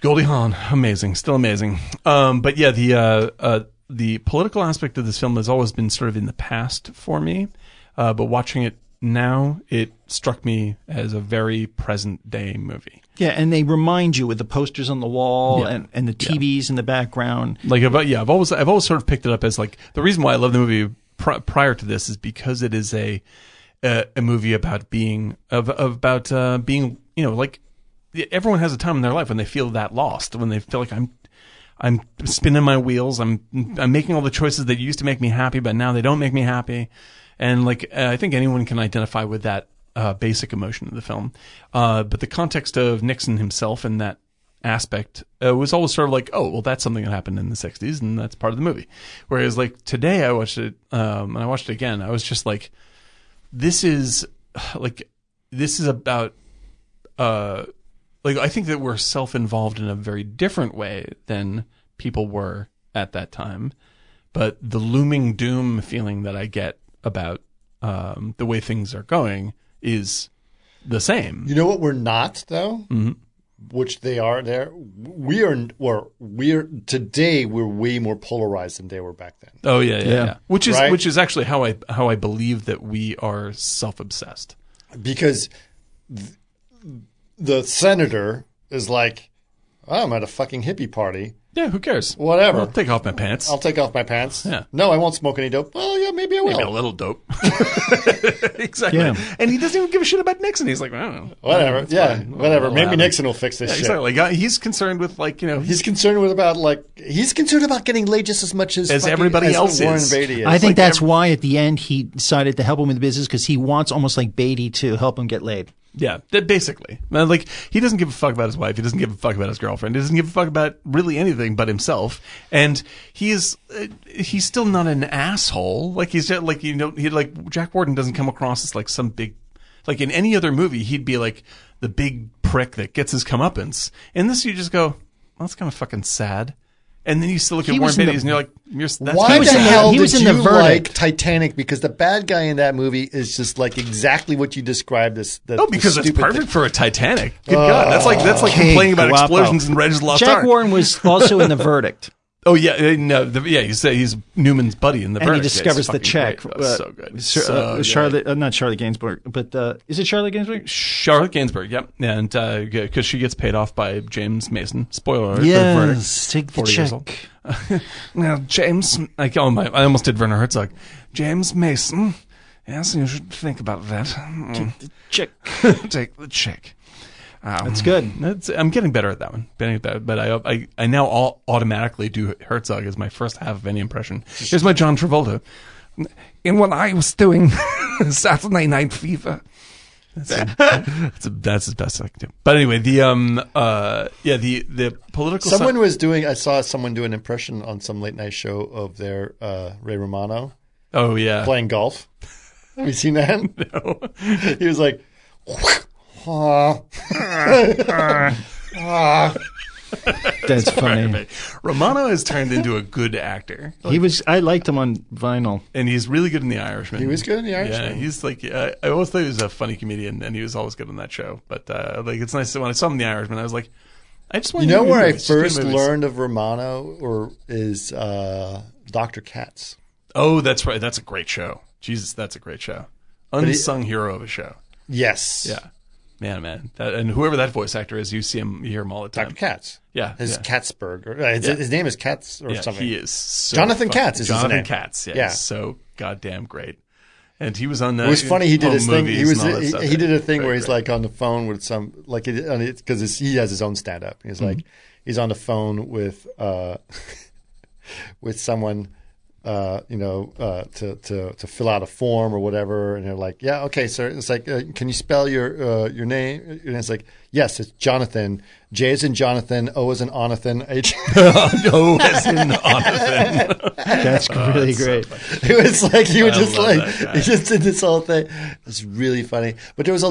Speaker 4: Goldie Hawn, amazing, still amazing. Um, but yeah, the uh, uh, the political aspect of this film has always been sort of in the past for me, uh, but watching it now, it struck me as a very present day movie.
Speaker 8: Yeah, and they remind you with the posters on the wall
Speaker 4: Yeah.
Speaker 8: and, and the TVs in the background.
Speaker 4: Like, I've, yeah, I've always I've always sort of picked it up as like the reason why I love the movie pr- prior to this is because it is a a, a movie about being of, of about uh, being you know like everyone has a time in their life when they feel that lost when they feel like I'm I'm spinning my wheels I'm I'm making all the choices that used to make me happy but now they don't make me happy and like uh, I think anyone can identify with that uh, basic emotion of the film uh, but the context of Nixon himself and that aspect uh, was always sort of like, oh, well, that's something that happened in the 60s and that's part of the movie. Whereas, like, today I watched it um, and I watched it again. I was just like, this is like, this is about, uh, like, I think that we're self involved in a very different way than people were at that time. But the looming doom feeling that I get about um, the way things are going is the same.
Speaker 1: You know what we're not though,
Speaker 4: Mm-hmm.
Speaker 1: which they are there. We are or we're today we're way more polarized than they were back then.
Speaker 4: Oh yeah, yeah, yeah. Which is
Speaker 1: Right?
Speaker 4: which is actually how I how I believe that we are self obsessed.
Speaker 1: because th- the senator is like, oh, I'm at a fucking hippie party.
Speaker 4: Yeah, who cares?
Speaker 1: Whatever.
Speaker 4: I'll take off my pants.
Speaker 1: I'll take off my pants.
Speaker 4: Yeah.
Speaker 1: No, I won't smoke any dope. Well, yeah, maybe I will.
Speaker 4: Maybe a little dope. exactly. And he doesn't even give a shit about Nixon. He's like, I don't know.
Speaker 1: whatever.
Speaker 4: It's
Speaker 1: yeah,
Speaker 4: fine.
Speaker 1: whatever.
Speaker 4: Well,
Speaker 1: maybe
Speaker 4: whatever.
Speaker 1: Nixon will fix this
Speaker 4: Yeah,
Speaker 1: Oh, shit.
Speaker 4: exactly. Like, uh, he's concerned with like you know
Speaker 1: He's concerned with about like he's concerned about getting laid just as much as
Speaker 4: As
Speaker 1: fucking-
Speaker 4: everybody
Speaker 1: as
Speaker 4: else
Speaker 1: Warren
Speaker 4: is.
Speaker 1: Beatty is.
Speaker 8: I think that's why at the end he decided to help him with the business because he wants almost like Beatty to help him get laid.
Speaker 4: yeah that basically Uh, like he doesn't give a fuck about his wife. He doesn't give a fuck about his girlfriend. He doesn't give a fuck about really anything but himself. And he is uh, he's still not an asshole. Like he's just, like you know he like Jack Warden doesn't come across as like some big like in any other movie he'd be like the big prick that gets his comeuppance. In this you just go well, that's kind of fucking sad. And then you still look at
Speaker 8: He
Speaker 4: Warren
Speaker 8: was in
Speaker 4: Beatty
Speaker 8: the-
Speaker 4: and you're like you're that's
Speaker 1: Why
Speaker 4: kinda
Speaker 8: He was
Speaker 1: the
Speaker 8: in the-
Speaker 1: hell
Speaker 8: he was
Speaker 1: did
Speaker 8: in the
Speaker 1: you
Speaker 8: verdict.
Speaker 1: like Titanic? Because the bad guy in that movie is just like exactly what you described. This the,
Speaker 4: Oh, because
Speaker 1: the
Speaker 4: it's
Speaker 1: stupid
Speaker 4: perfect for a Titanic. Good God, that's like that's like complaining about
Speaker 8: Guapo.
Speaker 4: Oh, explosions in Reggie's Lost
Speaker 8: Oh, Jack
Speaker 4: Ark.
Speaker 8: Warren was also in the verdict.
Speaker 4: Oh yeah, they- no, the, yeah. You say he's Newman's buddy in the.
Speaker 8: and
Speaker 4: Burner
Speaker 8: he
Speaker 4: Case.
Speaker 8: discovers the
Speaker 4: Fucking
Speaker 8: check.
Speaker 4: great. That was
Speaker 8: uh,
Speaker 4: so good.
Speaker 8: Sir-
Speaker 4: So
Speaker 8: uh,
Speaker 4: good.
Speaker 8: Charlotte, uh, not Charlotte Gainsbourg, but uh, is it Charlotte Gainsbourg?
Speaker 4: Charlotte Gainsbourg. Yep, and because she gets paid off by James Mason. Spoiler alert for the verdict.
Speaker 8: take the
Speaker 4: 40 years old. Now, James, I, oh my, I almost did Werner Herzog. James Mason. Yes, you should think about that. Mm.
Speaker 8: Check.
Speaker 4: Take the check. Um,
Speaker 8: That's good.
Speaker 4: That's, I'm getting better at that one. Getting at that, but I, I, I now all automatically do Herzog as my first half of any impression. Here's my John Travolta. In what I was doing, Saturday Night Fever. That's, that's, that's his best I can do. But anyway, the um uh yeah the the political sci-
Speaker 1: Someone was doing. I saw someone do an impression on some late night show of their uh, Ray Romano
Speaker 4: oh yeah
Speaker 1: playing golf. Have you seen that? no. He was like, "Ah."
Speaker 8: That's funny.
Speaker 4: Romano has turned into a good actor,
Speaker 8: He was. I liked him on vinyl.
Speaker 4: and he's really good in The Irishman.
Speaker 1: He was good in The
Speaker 4: Yeah,
Speaker 1: Irishman.
Speaker 4: he's like uh, I always thought he was a funny comedian, and he was always good on that show. But uh, like it's nice that when I saw him in The Irishman, I was like, I just want
Speaker 1: you
Speaker 4: to
Speaker 1: know
Speaker 4: do
Speaker 1: where I
Speaker 4: movies, just do
Speaker 1: first
Speaker 4: movies.
Speaker 1: learned of Romano or is uh, Doctor Katz.
Speaker 4: Oh, that's right. That's a great show. Jesus, that's a great show. Unsung hero of a show.
Speaker 1: Yes.
Speaker 4: Yeah, man, man, that, and whoever that voice actor is, you see him, you hear him all the time.
Speaker 1: Doctor Katz.
Speaker 4: Yeah,
Speaker 1: His
Speaker 4: yeah.
Speaker 1: Katzberg. Or, uh, his, his name is Katz or
Speaker 4: yeah,
Speaker 1: something.
Speaker 4: He is so
Speaker 1: Jonathan
Speaker 4: fucking-
Speaker 1: Katz is his
Speaker 4: Jonathan
Speaker 1: name.
Speaker 4: Katz. Yeah,
Speaker 1: Yeah.
Speaker 4: he's so goddamn great. And he was on. Uh,
Speaker 1: It was funny. He did
Speaker 4: home
Speaker 1: his thing. He
Speaker 4: movies
Speaker 1: was
Speaker 4: and all that
Speaker 1: he,
Speaker 4: stuff.
Speaker 1: he did a thing
Speaker 4: Very
Speaker 1: where he's
Speaker 4: great.
Speaker 1: like on the phone with some like because he has his own stand up. He's
Speaker 4: Mm-hmm.
Speaker 1: like he's on the phone with uh, with someone. Uh, you know, uh, to, to to fill out a form or whatever, and they're like, "Yeah, okay, sir." It's like, uh, "Can you spell your uh, your name?" And it's like, "Yes, it's Jonathan. J is in Jonathan. O is in Onathan. H."
Speaker 4: no, as in Jonathan.
Speaker 8: Oh, That's really great.
Speaker 1: It was like you were
Speaker 4: I
Speaker 1: just
Speaker 4: love
Speaker 1: like
Speaker 4: that guy.
Speaker 1: he just did this whole thing. It was really funny. But there was a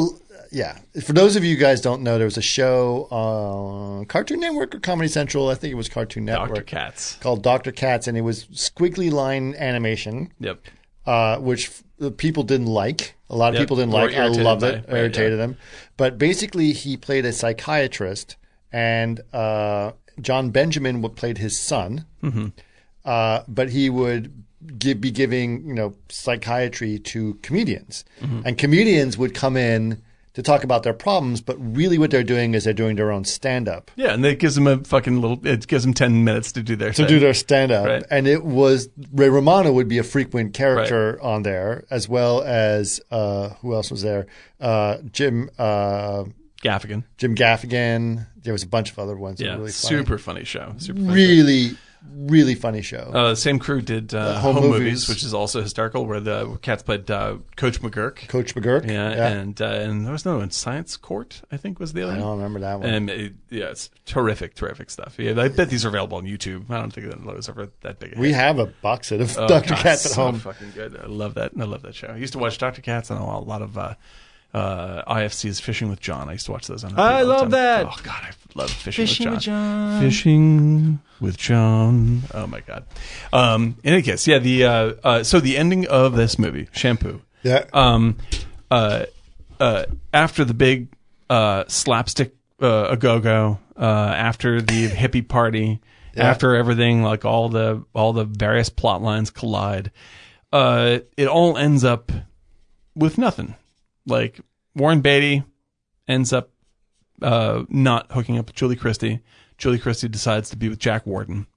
Speaker 1: yeah. For those of you guys don't know, there was a show on Cartoon Network or Comedy Central. I think it was Cartoon Network
Speaker 4: Dr. Katz.
Speaker 1: called Doctor Katz, and it was squiggly line animation,
Speaker 4: Yep.
Speaker 1: uh, which f- the people didn't like. A lot of
Speaker 4: Yep.
Speaker 1: people didn't
Speaker 4: Or
Speaker 1: like. it. I
Speaker 4: irritated
Speaker 1: loved
Speaker 4: by
Speaker 1: it.
Speaker 4: it, right,
Speaker 1: irritated them. But basically, he played a psychiatrist, and uh, John Benjamin w- played his son
Speaker 4: Mm-hmm.
Speaker 1: uh, but he would give, be giving you know psychiatry to comedians,
Speaker 4: Mm-hmm.
Speaker 1: and comedians would come in to talk about their problems, but really what they're doing is they're doing their own stand up
Speaker 4: Yeah, and it gives him a fucking little. It gives him ten minutes to do their
Speaker 1: to do their stand up,
Speaker 4: Right.
Speaker 1: and it was Ray Romano would be a frequent character on there, as well as uh, who else was there? Uh, Jim. Uh,
Speaker 4: Gaffigan.
Speaker 1: Jim Gaffigan. There was a bunch of other ones. that
Speaker 4: Yeah,
Speaker 1: were really funny.
Speaker 4: super funny show. Super funny.
Speaker 1: really, really funny show.
Speaker 4: Uh, the same crew did uh,
Speaker 1: Home
Speaker 4: Home, movies.
Speaker 1: Movies.
Speaker 4: which is also historical, where the where Katz played uh, Coach McGurk.
Speaker 1: Coach McGurk.
Speaker 4: yeah, and uh, and there was another one, Science Court, I think was the other
Speaker 1: I
Speaker 4: one.
Speaker 1: don't remember that one.
Speaker 4: And it, yeah, it's terrific, terrific stuff. Yeah, I bet these are available on YouTube. I don't think that was ever that big. A
Speaker 1: We
Speaker 4: hit.
Speaker 1: have a box set of
Speaker 4: Oh,
Speaker 1: Dr.
Speaker 4: God,
Speaker 1: Katz at
Speaker 4: so
Speaker 1: home.
Speaker 4: Fucking good. I love that. I love that show. I used to watch Dr. Katz and a lot of uh, uh, IFC's Fishing with John. I used to watch those on. repeat
Speaker 8: I
Speaker 4: all the
Speaker 8: love
Speaker 4: time.
Speaker 8: that.
Speaker 4: Oh God, I love Fishing,
Speaker 8: Fishing with
Speaker 4: with, John.
Speaker 8: John.
Speaker 4: Fishing with John. Oh my God. Um, in any case, yeah. The uh, uh, so the ending of this movie, Shampoo.
Speaker 1: Yeah.
Speaker 4: Um, uh, uh, after the big uh, slapstick uh, a go go, uh, after the hippie party, after everything, like all the all the various plot lines collide, uh, it all ends up with nothing. Like Warren Beatty ends up uh, not hooking up with Julie Christie. Julie Christie decides to be with Jack Warden,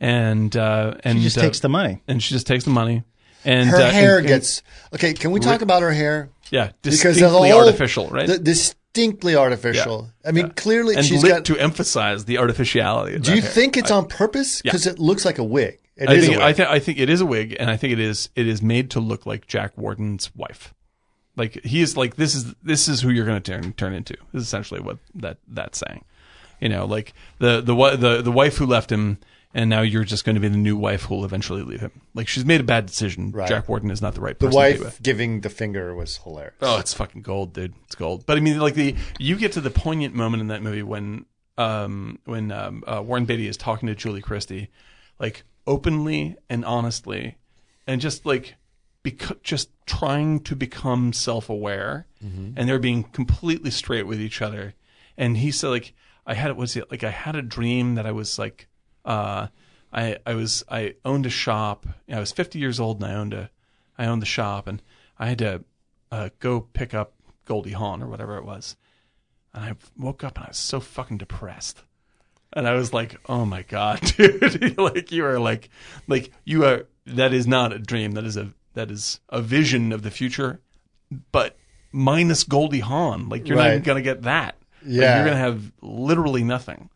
Speaker 4: and uh, and
Speaker 8: He just
Speaker 4: uh,
Speaker 8: takes the money.
Speaker 4: and she just takes the money. And
Speaker 1: her
Speaker 4: uh, and-
Speaker 1: hair
Speaker 4: and-
Speaker 1: gets. Okay, can we talk about her hair?
Speaker 4: yeah
Speaker 1: Because
Speaker 4: distinctly
Speaker 1: the whole,
Speaker 4: artificial, right?
Speaker 1: the- distinctly artificial. I mean, clearly
Speaker 4: and
Speaker 1: she's
Speaker 4: lit
Speaker 1: got.
Speaker 4: to emphasize the artificiality. Of
Speaker 1: do
Speaker 4: that
Speaker 1: you
Speaker 4: hair.
Speaker 1: think it's on purpose? Because it looks like a wig. It
Speaker 4: I
Speaker 1: is
Speaker 4: think,
Speaker 1: a wig.
Speaker 4: I, think, I think it is a wig, and I think it is it is made to look like Jack Warden's wife. Like he is like this is this is who you're going to turn turn into. Is essentially what that that's saying. You know, like the the wi- the the wife who left him, and now you're just going to be the new wife who will eventually leave him. Like she's made a bad decision.
Speaker 1: Right.
Speaker 4: Jack Warden is not the right
Speaker 1: the
Speaker 4: person. to be with.
Speaker 1: wife giving the finger was hilarious.
Speaker 4: Oh, it's fucking gold, dude. It's gold. But I mean, like the you get to the poignant moment in that movie when um when um, uh, Warren Beatty is talking to Julie Christie, like openly and honestly, and just like becau- just trying to become self aware, and they're being completely straight with each other. And he said, like I had it was it like I had a dream that I was like uh I, I was I owned a shop. I was 50 years old and I owned a I owned the shop and I had to uh, go pick up Goldie Hawn or whatever it was. And I woke up and I was so fucking depressed. And I was like, "Oh my god, dude! like you are like, like you are. That is not a dream. That is a that is a vision of the future, but minus Goldie Hawn. Like you're not
Speaker 1: Right.
Speaker 4: even gonna get that. Like,
Speaker 1: Yeah.
Speaker 4: you're gonna have literally nothing.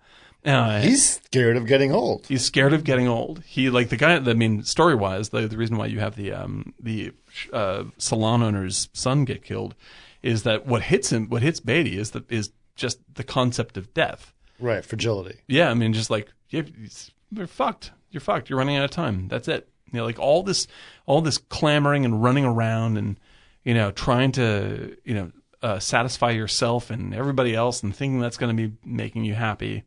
Speaker 4: Uh,
Speaker 1: He's scared of getting old.
Speaker 4: he's scared of getting old. He like the guy. I mean, story wise, the the reason why you have the um the uh, salon owner's son get killed is that what hits him, what hits Beatty is the is just the concept of death.
Speaker 1: Right, fragility.
Speaker 4: Yeah, I mean, just like yeah, it's- you're fucked. You're fucked. You're running out of time. That's it. You know, like all this, all this clamoring and running around and you know trying to you know uh, satisfy yourself and everybody else and thinking that's going to be making you happy.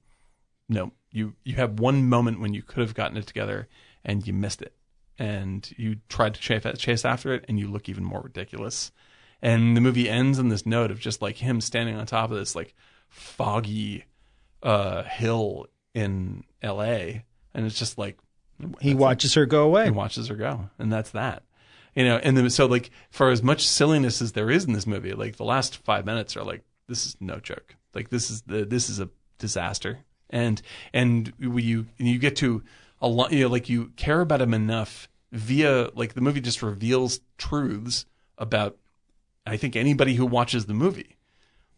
Speaker 4: No, you you have one moment when you could have gotten it together and you missed it, and you tried to chase chase after it and you look even more ridiculous. And the movie ends on this note of just like him standing on top of this like foggy uh, hill in L.A. and it's just like
Speaker 8: He watches her go away.
Speaker 4: and watches her go, and that's that. You know, and then so like for as much silliness as there is in this movie, like the last five minutes are like this is no joke. Like this is the this is a disaster, and and we, you you get to a lot, you know, like you care about him enough via like the movie just reveals truths about I think anybody who watches the movie.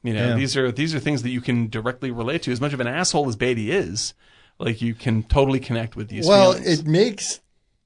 Speaker 4: You know, these are these are things that you can directly relate to. As much of an asshole as Beatty is, like you can totally connect with these.
Speaker 1: Well,
Speaker 4: feelings.
Speaker 1: it makes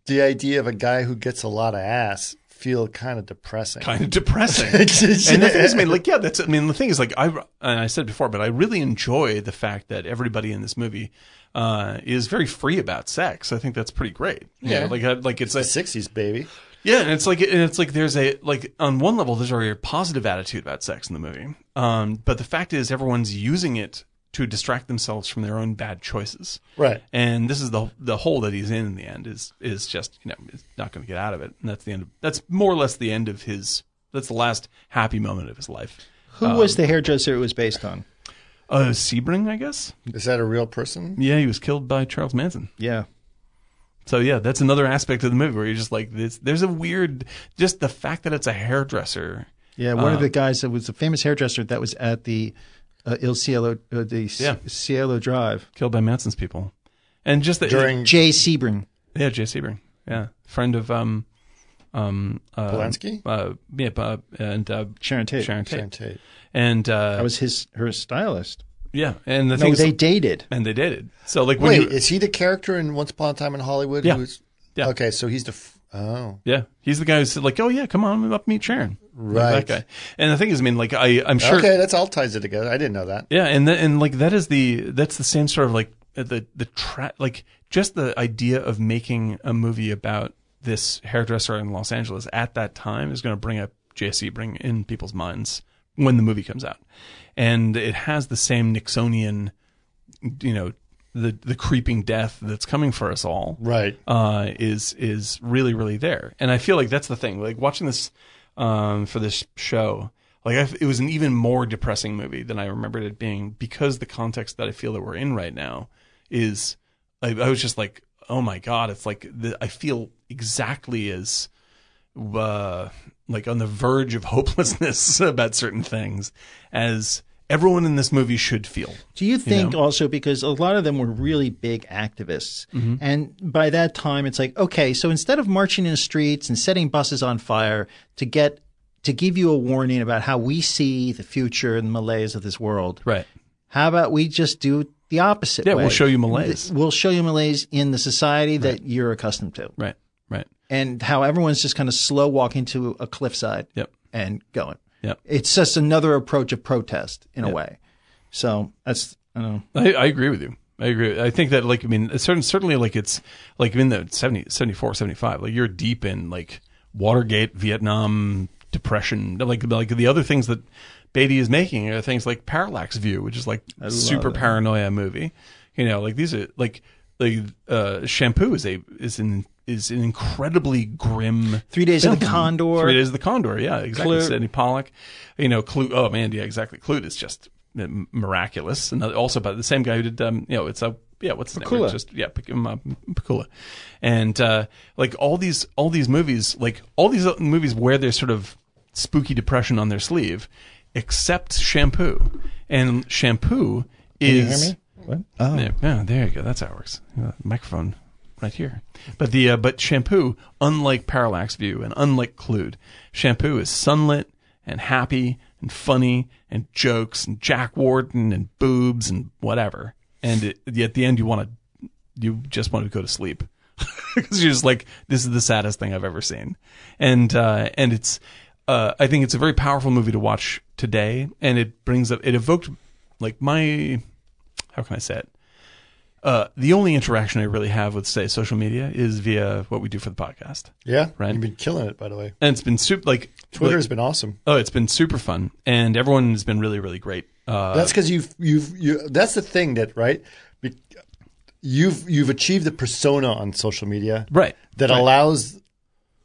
Speaker 1: the idea of a guy who gets a lot of ass feel kind of depressing.
Speaker 4: kind of depressing.
Speaker 1: It's-
Speaker 4: and the thing is, I mean, like, yeah, that's. I mean, the thing is, like, I and I said before, but I really enjoy the fact that everybody in this movie uh, is very free about sex. I think that's pretty great. Yeah, like, I, like it's like,
Speaker 1: 60s, baby.
Speaker 4: yeah, and it's like, and it's like, there's a like on one level, there's already a positive attitude about sex in the movie. Um, but the fact is, everyone's using it to distract themselves from their own bad choices.
Speaker 1: Right.
Speaker 4: And this is the the hole that he's in in the end is is just you know is not going to get out of it, and that's the end. Of, that's more or less the end of his. That's the last happy moment of his life.
Speaker 8: Who was the hairdresser it was based on?
Speaker 4: Uh, Sebring, I guess.
Speaker 1: Is that a real person?
Speaker 4: Yeah, he was killed by Charles Manson.
Speaker 8: Yeah.
Speaker 4: So yeah, that's another aspect of the movie where you're just like this. There's a weird, just the fact that it's a hairdresser.
Speaker 8: Yeah, one of the guys that was a famous hairdresser that was at the uh, Il Cielo, uh, the S-
Speaker 4: Yeah.
Speaker 8: Cielo Drive.
Speaker 4: killed by Manson's people, and just the,
Speaker 1: During
Speaker 8: Jay Sebring.
Speaker 4: yeah, Jay Sebring, yeah, friend of um, um, uh,
Speaker 1: Polanski?
Speaker 4: uh, yeah, uh, and uh,
Speaker 8: Sharon Tate.
Speaker 4: Sharon Tate,
Speaker 1: Sharon Tate.
Speaker 4: and uh,
Speaker 8: That was his her stylist.
Speaker 4: yeah, and the
Speaker 8: No,
Speaker 4: thing is-
Speaker 8: they dated.
Speaker 4: and they dated. So like when
Speaker 1: Wait,
Speaker 4: you,
Speaker 1: is he the character in Once Upon a Time in Hollywood?
Speaker 4: Yeah.
Speaker 1: Who's,
Speaker 4: Yeah.
Speaker 1: Okay, so he's the. F- oh.
Speaker 4: yeah, he's the guy who said like, oh yeah, come on up meet Sharon,
Speaker 1: Right.
Speaker 4: Like that guy. And the thing is, I mean, like I, I'm sure.
Speaker 1: Okay, that's all ties it together. I didn't know that.
Speaker 4: Yeah, and th- and like that is the that's the same sort of like uh, the the tra- like just the idea of making a movie about this hairdresser in Los Angeles at that time is going to bring up JC bring in people's minds when the movie comes out, and it has the same Nixonian, you know, the the creeping death that's coming for us all
Speaker 1: Right.
Speaker 4: uh, is is really really there. And I feel like that's the thing. Like watching this um, for this show, like I, it was an even more depressing movie than I remembered it being because the context that I feel that we're in right now is. I, I was just like, oh my god, it's like the, I feel exactly as uh, like on the verge of hopelessness about certain things as everyone in this movie should feel.
Speaker 8: Do you think also because a lot of them were really big activists,
Speaker 4: Mm-hmm.
Speaker 8: and by that time it's like okay, so instead of marching in the streets and setting buses on fire to get to give you a warning about how we see the future and the malaise of this world,
Speaker 4: Right.
Speaker 8: how about we just do the opposite?
Speaker 4: Yeah,
Speaker 8: way?
Speaker 4: we'll show you malaise.
Speaker 8: We'll show you malaise in the society that you're accustomed to,
Speaker 4: Right. Right.
Speaker 8: and how everyone's just kind of slow walking to a cliffside
Speaker 4: Yep.
Speaker 8: and going.
Speaker 4: Yep.
Speaker 8: It's just another approach of protest in a way. So that's I don't know.
Speaker 4: I, I agree with you. I agree. I think that like I mean, it's certain certainly like it's like in the 70, 74, 75, like you're deep in like Watergate, Vietnam, depression, like like the other things that Beatty is making are things like Parallax View, which is like super paranoia movie. You know, like these are like like uh, Shampoo is a is an is an incredibly grim
Speaker 8: Three Days of the
Speaker 4: film.
Speaker 8: Condor.
Speaker 4: Three Days of the Condor, yeah, exactly. Sidney Pollack, you know, Clue. uh, Oh man, yeah, exactly. Clue is just m- miraculous, and also by the same guy who did, um, you know, it's a yeah, what's his name?
Speaker 2: Pakula.
Speaker 4: Just yeah, Pak- um, uh, Pakula, and uh, like all these all these movies, like all these uh, movies wear their sort of spooky depression on their sleeve, except Shampoo, and Shampoo
Speaker 2: Can you
Speaker 4: is.
Speaker 2: hear me? What? Oh,
Speaker 4: Yeah, yeah, there you go. That's how it works. Yeah, microphone right here. But the uh, but shampoo, unlike Parallax View and unlike Clued, shampoo is sunlit and happy and funny and jokes and Jack Warden and boobs and whatever. And it, at the end, you want to, you just want to go to sleep because you're just like, this is the saddest thing I've ever seen. And uh, and it's, uh, I think it's a very powerful movie to watch today, and it brings up, it evoked like my how can I say it? Uh, the only interaction I really have with, say, social media is via what we do for the podcast.
Speaker 1: Yeah,
Speaker 4: Right.
Speaker 1: You've been killing it, by the way.
Speaker 4: And it's been super, like,
Speaker 1: Twitter's
Speaker 4: like-
Speaker 1: been awesome.
Speaker 4: oh, it's been super fun. And everyone has been really, really great. Uh,
Speaker 1: That's because you've you've you. That's the thing that right. Be, you've you've achieved the persona on social media
Speaker 4: right.
Speaker 1: that
Speaker 4: right.
Speaker 1: allows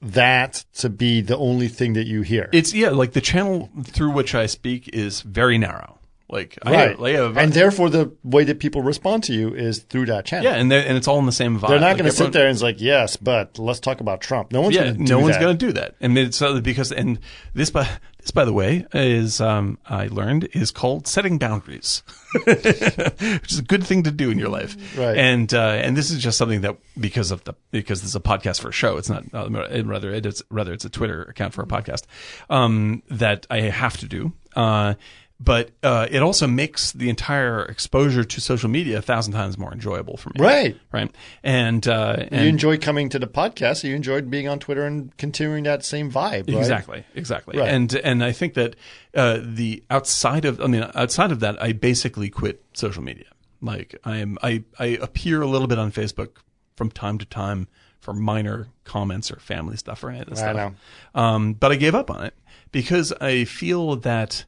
Speaker 1: that to be the only thing that you hear.
Speaker 4: It's, yeah, like the channel through which I speak is very narrow. Like, I have, I have-
Speaker 1: and therefore, the way that people respond to you is through that channel.
Speaker 4: yeah, and, they're- and it's all in the same vibe.
Speaker 1: They're not
Speaker 4: Like,
Speaker 1: going to sit
Speaker 4: everyone-
Speaker 1: there and it's like, yes, but let's talk about Trump. No one's
Speaker 4: yeah,
Speaker 1: going to do
Speaker 4: no one's
Speaker 1: that.
Speaker 4: going to do that. And it's uh, because and this by this by the way is um, I learned is called setting boundaries, which is a good thing to do in your life.
Speaker 1: Right.
Speaker 4: And uh, and this is just something that because of the because this is a podcast for a show. It's not uh, and rather it's rather it's a Twitter account for a podcast um, that I have to do. Uh, but uh, it also makes the entire exposure to social media a thousand times more enjoyable for me.
Speaker 1: Right.
Speaker 4: Right. And uh, and
Speaker 1: You enjoyed coming to the podcast. so You enjoyed being on Twitter and continuing that same vibe. Right?
Speaker 4: Exactly, exactly.
Speaker 1: Right.
Speaker 4: And and I think that uh, the outside of I mean outside of that, I basically quit social media. Like I'm I I appear a little bit on Facebook from time to time for minor comments or family stuff or any of this
Speaker 1: I
Speaker 4: stuff.
Speaker 1: know.
Speaker 4: Um, but I gave up on it because I feel that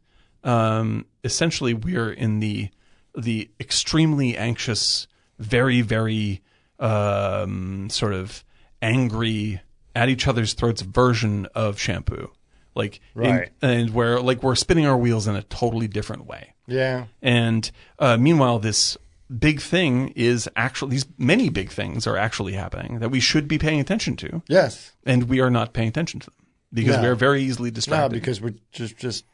Speaker 4: um, essentially we're in the the extremely anxious, very very um, sort of angry at each other's throats version of shampoo, like in-
Speaker 1: Right.
Speaker 4: and where like we're spinning our wheels in a totally different way.
Speaker 1: Yeah.
Speaker 4: And uh, meanwhile, this big thing is actually these many big things are actually happening that we should be paying attention to
Speaker 1: Yes.
Speaker 4: and we are not paying attention to them because
Speaker 1: No.
Speaker 4: we are very easily
Speaker 1: No,
Speaker 4: distracted.
Speaker 1: because we're just just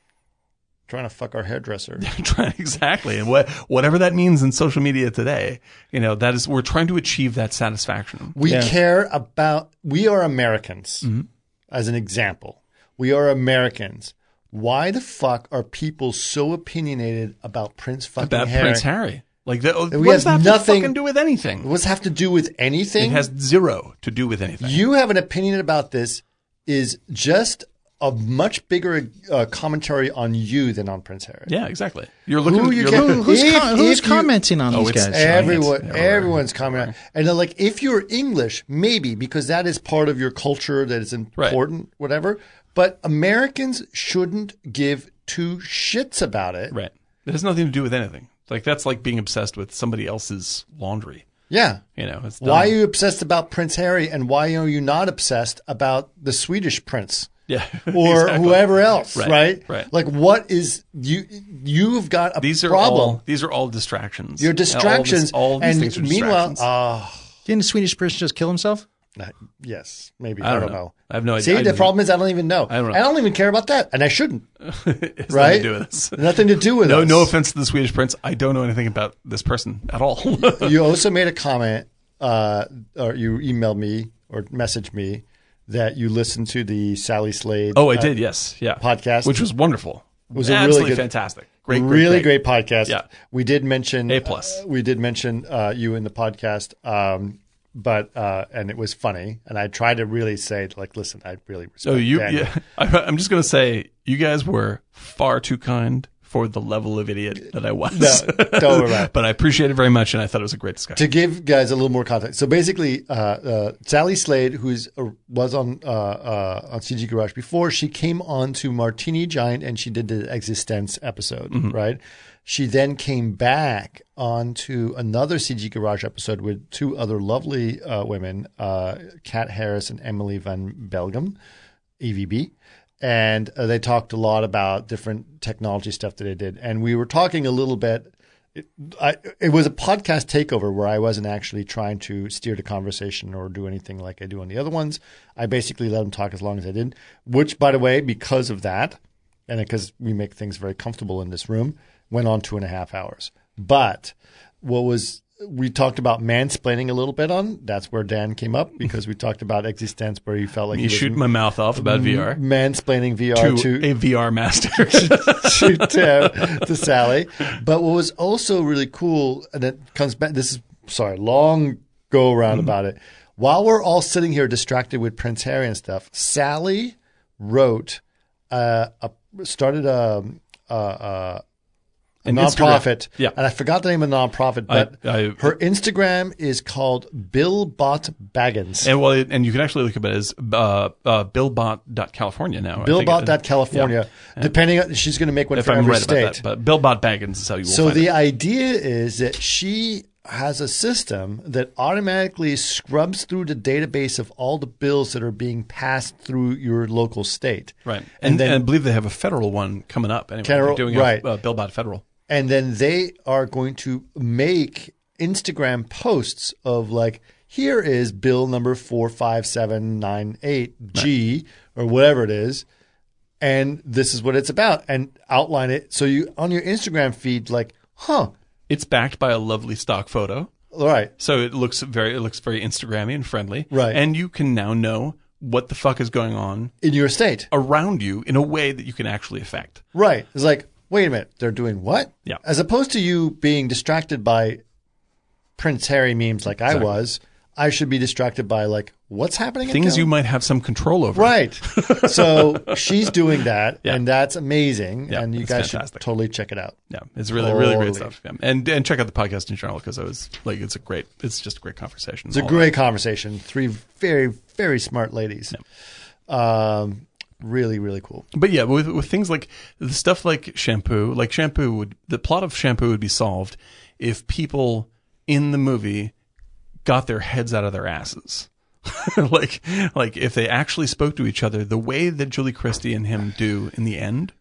Speaker 1: trying to fuck our hairdresser.
Speaker 4: Trying- exactly, and what, whatever that means in social media today, you know that is we're trying to achieve that satisfaction.
Speaker 1: We care about. We are Americans.
Speaker 4: Mm-hmm.
Speaker 1: As an example, we are Americans. Why the fuck are people so opinionated about Prince fucking
Speaker 4: About
Speaker 1: Harry?
Speaker 4: Prince Harry, like that, what
Speaker 1: we
Speaker 4: does
Speaker 1: have
Speaker 4: that
Speaker 1: nothing-
Speaker 4: fucking do with anything?
Speaker 1: What's have to do with
Speaker 4: It
Speaker 1: anything?
Speaker 4: has zero to do with anything.
Speaker 1: you have an opinion about this is just a much bigger uh, commentary on you than on Prince Harry.
Speaker 4: yeah, exactly. You're looking.
Speaker 1: Who you
Speaker 4: you are
Speaker 1: can-
Speaker 4: looking
Speaker 1: who-
Speaker 2: Who's,
Speaker 1: If-
Speaker 2: com- who's
Speaker 1: if you-
Speaker 2: commenting on
Speaker 4: Oh,
Speaker 2: these
Speaker 4: it's
Speaker 2: guys?
Speaker 4: Ed-
Speaker 1: Everyone,
Speaker 4: Giants.
Speaker 1: everyone's commenting, and they're like, if you're English, maybe because that is part of your culture that is important, whatever. But Americans shouldn't give two shits about it.
Speaker 4: right. It has nothing to do with anything. Like that's like being obsessed with somebody else's laundry.
Speaker 1: Yeah.
Speaker 4: You know, it's
Speaker 1: Why are
Speaker 4: dumb.
Speaker 1: you obsessed about Prince Harry, and why are you not obsessed about the Swedish prince?
Speaker 4: yeah,
Speaker 1: or
Speaker 4: Exactly.
Speaker 1: whoever else, right,
Speaker 4: Right, right.
Speaker 1: Like, what is you? You've got a
Speaker 4: These are
Speaker 1: problem.
Speaker 4: all these are all distractions.
Speaker 1: Your
Speaker 4: All this-
Speaker 1: distractions,
Speaker 4: All, these
Speaker 1: and
Speaker 4: things are
Speaker 1: meanwhile,
Speaker 4: distractions.
Speaker 1: ah,
Speaker 2: Didn't a Swedish person just kill himself?
Speaker 1: uh, yes, maybe
Speaker 4: I don't know. I have no idea.
Speaker 1: See,
Speaker 4: I
Speaker 1: the
Speaker 4: didn't-
Speaker 1: problem is I don't even know.
Speaker 4: don't know.
Speaker 1: And I don't even care about that, and I shouldn't.
Speaker 4: It has
Speaker 1: right?
Speaker 4: nothing to do with this.
Speaker 1: Nothing to do with
Speaker 4: No,
Speaker 1: us.
Speaker 4: no offense to the Swedish prince. I don't know anything about this person at all.
Speaker 1: You also made a comment, uh, or you emailed me or messaged me that you listened to the Sally Slade.
Speaker 4: oh, I
Speaker 1: uh,
Speaker 4: did. Yes, yeah.
Speaker 1: podcast.
Speaker 4: which was wonderful.
Speaker 1: was a really
Speaker 4: absolutely
Speaker 1: good-
Speaker 4: fantastic. Great, great,
Speaker 1: really great, podcast.
Speaker 4: Yeah.
Speaker 1: we did mention
Speaker 4: A plus.
Speaker 1: uh, we did mention uh, you in the podcast, um, but uh, and it was funny. And I tried to really say like, listen, I really
Speaker 4: So
Speaker 1: respect.
Speaker 4: Oh, you,
Speaker 1: Daniel.
Speaker 4: yeah, I, I'm just gonna say you guys were far too kind for the level of idiot that I was.
Speaker 1: No, don't worry about it.
Speaker 4: but I appreciate it very much, and I thought it was a great discussion.
Speaker 1: to give guys a little more context. So basically, uh, uh, Sally Slade, who's uh, was on uh, uh, on CG Garage before, she came on to Martini Giant and she did the Existence episode, right? She then came back onto another CG Garage episode with two other lovely uh, women, uh, Kat Harris and Emily Van Belgum. E EVB. And uh, they talked a lot about different technology stuff that they did. And we were talking a little bit I, it was a podcast takeover where I wasn't actually trying to steer the conversation or do anything like I do on the other ones. I basically let them talk as long as I did, which, by the way, because of that, and because we make things very comfortable in this room, went on two and a half hours. But what was we talked about mansplaining a little bit on that's where Dan came up because we talked about existence where he felt like
Speaker 4: You
Speaker 1: he
Speaker 4: shoot
Speaker 1: was
Speaker 4: my mouth off
Speaker 1: Mm-hmm.
Speaker 4: about VR
Speaker 1: mansplaining
Speaker 4: to,
Speaker 1: VR to,
Speaker 4: a VR master.
Speaker 1: to, to, to Sally. But what was also really cool, and it comes back, this is, sorry, long go around
Speaker 4: Mm-hmm.
Speaker 1: about it. While we're all sitting here distracted with Prince Harry and stuff, Sally wrote, uh, a, started a, a, a, a
Speaker 4: An
Speaker 1: nonprofit.
Speaker 4: Instagram. Yeah.
Speaker 1: And I forgot the name of the nonprofit, but
Speaker 4: I-
Speaker 1: her Instagram is called Bill Bot Baggins.
Speaker 4: and well, and you can actually look up it as uh, uh, billbot.california now. I think it-
Speaker 1: Billbot.california. Depending on, she's going to make one
Speaker 4: if
Speaker 1: for
Speaker 4: I'm
Speaker 1: every
Speaker 4: right
Speaker 1: state.
Speaker 4: about that. But Billbot Baggins is how you will
Speaker 1: So
Speaker 4: find
Speaker 1: the
Speaker 4: it.
Speaker 1: idea is that she has a system that automatically scrubs through the database of all the bills that are being passed through your local state.
Speaker 4: Right. And,
Speaker 1: And, then
Speaker 4: and I believe they have a federal one coming up. Anyway,
Speaker 1: Federal-
Speaker 4: they're doing a,
Speaker 1: right.
Speaker 4: uh, Billbot Federal.
Speaker 1: and then they are going to make Instagram posts of like here is bill number 45798G or whatever it is and this is what it's about and outline it so you on your Instagram feed like huh
Speaker 4: It's backed by a lovely stock photo.
Speaker 1: all right
Speaker 4: So it looks very it looks very Instagrammy and friendly.
Speaker 1: Right.
Speaker 4: And you can now know what the fuck is going on
Speaker 1: in your state
Speaker 4: around you in a way that you can actually affect.
Speaker 1: Right. It's like, wait a minute, they're doing what?
Speaker 4: Yeah.
Speaker 1: As opposed to you being distracted by Prince Harry memes like I was, I should be distracted by like what's happening. in
Speaker 4: Things
Speaker 1: town?
Speaker 4: you might have some control over.
Speaker 1: Right. so she's doing that,
Speaker 4: Yeah.
Speaker 1: and that's amazing.
Speaker 4: Yeah,
Speaker 1: and you
Speaker 4: it's
Speaker 1: guys
Speaker 4: fantastic.
Speaker 1: should totally check it out.
Speaker 4: Yeah. It's really, really great
Speaker 1: Totally.
Speaker 4: stuff. Yeah. And and check out the podcast in general because I was like it's a great it's just a great conversation.
Speaker 1: It's a great conversation. Three very, very smart ladies. Um, really, really cool.
Speaker 4: But yeah, with with things like the stuff like shampoo, like shampoo would the plot of shampoo would be solved if people in the movie got their heads out of their asses. like like if they actually spoke to each other the way that Julie Christie and him do in the end,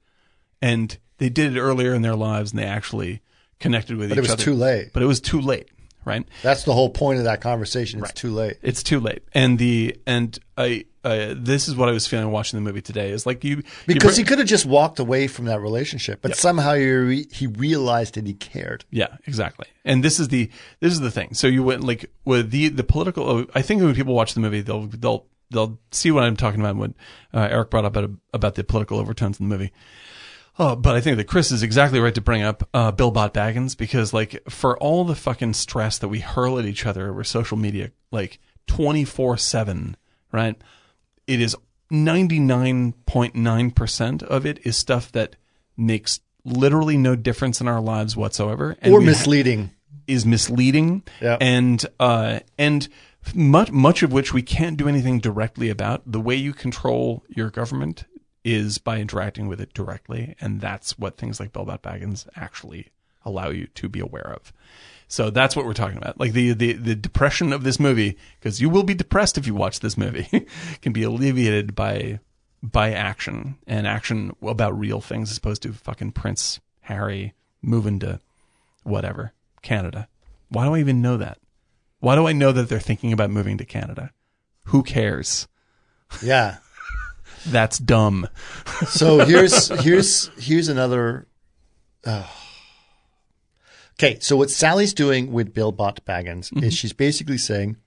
Speaker 4: and they did it earlier in their lives and they actually connected with
Speaker 1: But
Speaker 4: each
Speaker 1: it was
Speaker 4: other.
Speaker 1: too late.
Speaker 4: But it was too late, right?
Speaker 1: That's the whole point of that conversation. It's too late.
Speaker 4: It's too late. And the and I uh, this is what I was feeling watching the movie today. Is like you
Speaker 1: Because
Speaker 4: you,
Speaker 1: he could have just walked away from that relationship, but somehow he, re- he realized that he cared.
Speaker 4: Yeah, exactly. And this is the this is the thing. So you went like with the the political. oh, I think when people watch the movie, they'll they'll they'll see what I'm talking about. and What uh, Eric brought up about, about the political overtones in the movie. Oh, but I think that Chris is exactly right to bring up uh, Bill Bot Baggins because, like, for all the fucking stress that we hurl at each other over social media, like twenty four seven, right? It is ninety nine point nine percent of it is stuff that makes literally no difference in our lives whatsoever, and
Speaker 1: or
Speaker 4: we-
Speaker 1: misleading.
Speaker 4: is misleading
Speaker 1: Yeah.
Speaker 4: and uh, and much much of which we can't do anything directly about. The way you control your government is by interacting with it directly, and that's what things like Bellbot Baggins actually allow you to be aware of. So that's what we're talking about. Like the the, the depression of this movie, because you will be depressed if you watch this movie, can be alleviated by by action and action about real things as opposed to fucking Prince Harry moving to whatever, Canada. Why do I even know that? Why do I know that they're thinking about moving to Canada? Who cares?
Speaker 1: Yeah.
Speaker 4: That's dumb.
Speaker 1: So here's here's here's another. Uh, okay, so what Sally's doing with Bill Bot Baggins
Speaker 4: Mm-hmm.
Speaker 1: is she's basically saying,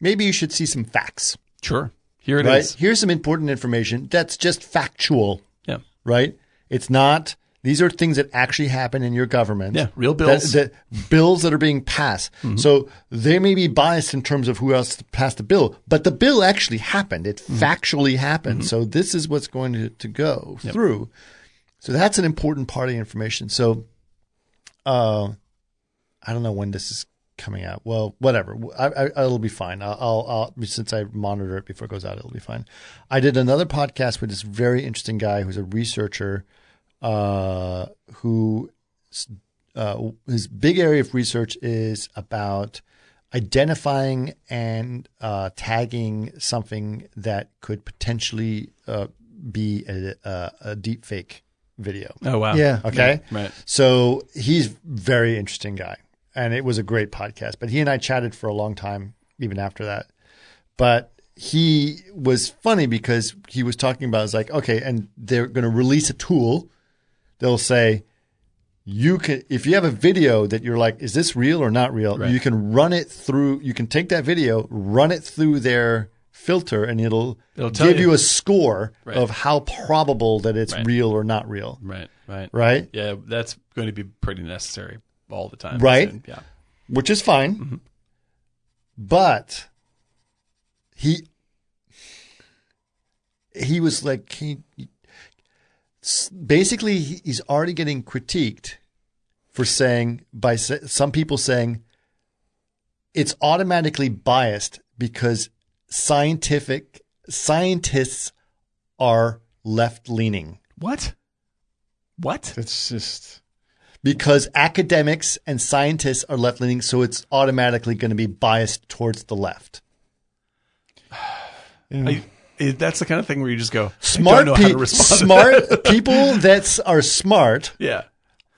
Speaker 1: maybe you should see some facts,
Speaker 4: Sure. Here it is.
Speaker 1: right? Here's some important information that's just factual,
Speaker 4: Yeah.
Speaker 1: right? It's not. These are things that actually happen in your government.
Speaker 4: Yeah, real
Speaker 1: That-
Speaker 4: bills. Mm-hmm.
Speaker 1: That, bills that are being passed. So they may be biased in terms of who else passed the bill, but the bill actually happened. It
Speaker 4: Mm-hmm.
Speaker 1: factually happened. So this is what's going to, to go through. So that's an important part of the information. So uh, I don't know when this is coming out. Well, whatever. I, I, it'll be fine. I'll, I'll, I'll since I monitor it before it goes out, it'll be fine. I did another podcast with this very interesting guy who's a researcher uh, who uh, his big area of research is about identifying and uh, tagging something that could potentially uh, be a, a, a deep fake video.
Speaker 4: Oh wow.
Speaker 2: Yeah.
Speaker 1: Okay.
Speaker 4: Right.
Speaker 1: So he's very interesting guy, and it was a great podcast. But he and I chatted for a long time, even after that. But he was funny because he was talking about it's like okay, and they're going to release a tool. They'll say you can if you have a video that you're like, is this real or not real? You can run it through. You can take that video, run it through their filter, and it'll,
Speaker 4: It'll tell
Speaker 1: give
Speaker 4: you.
Speaker 1: you, a score of how probable that it's real or not real.
Speaker 4: Right. Right.
Speaker 1: Right.
Speaker 4: Yeah, that's going to be pretty necessary all the time.
Speaker 1: Right.
Speaker 4: soon. Yeah.
Speaker 1: which is fine. But he he was like he s- basically he- he's already getting critiqued for saying by s- some people saying it's automatically biased because scientific scientists are left leaning
Speaker 4: What? What?
Speaker 2: It's just
Speaker 1: because academics and scientists are left leaning, so it's automatically going to be biased towards the left.
Speaker 4: I, it, that's the kind of thing where you just go I
Speaker 1: Smart,
Speaker 4: don't know how to
Speaker 1: pe-
Speaker 4: respond.
Speaker 1: smart people that are smart
Speaker 4: yeah.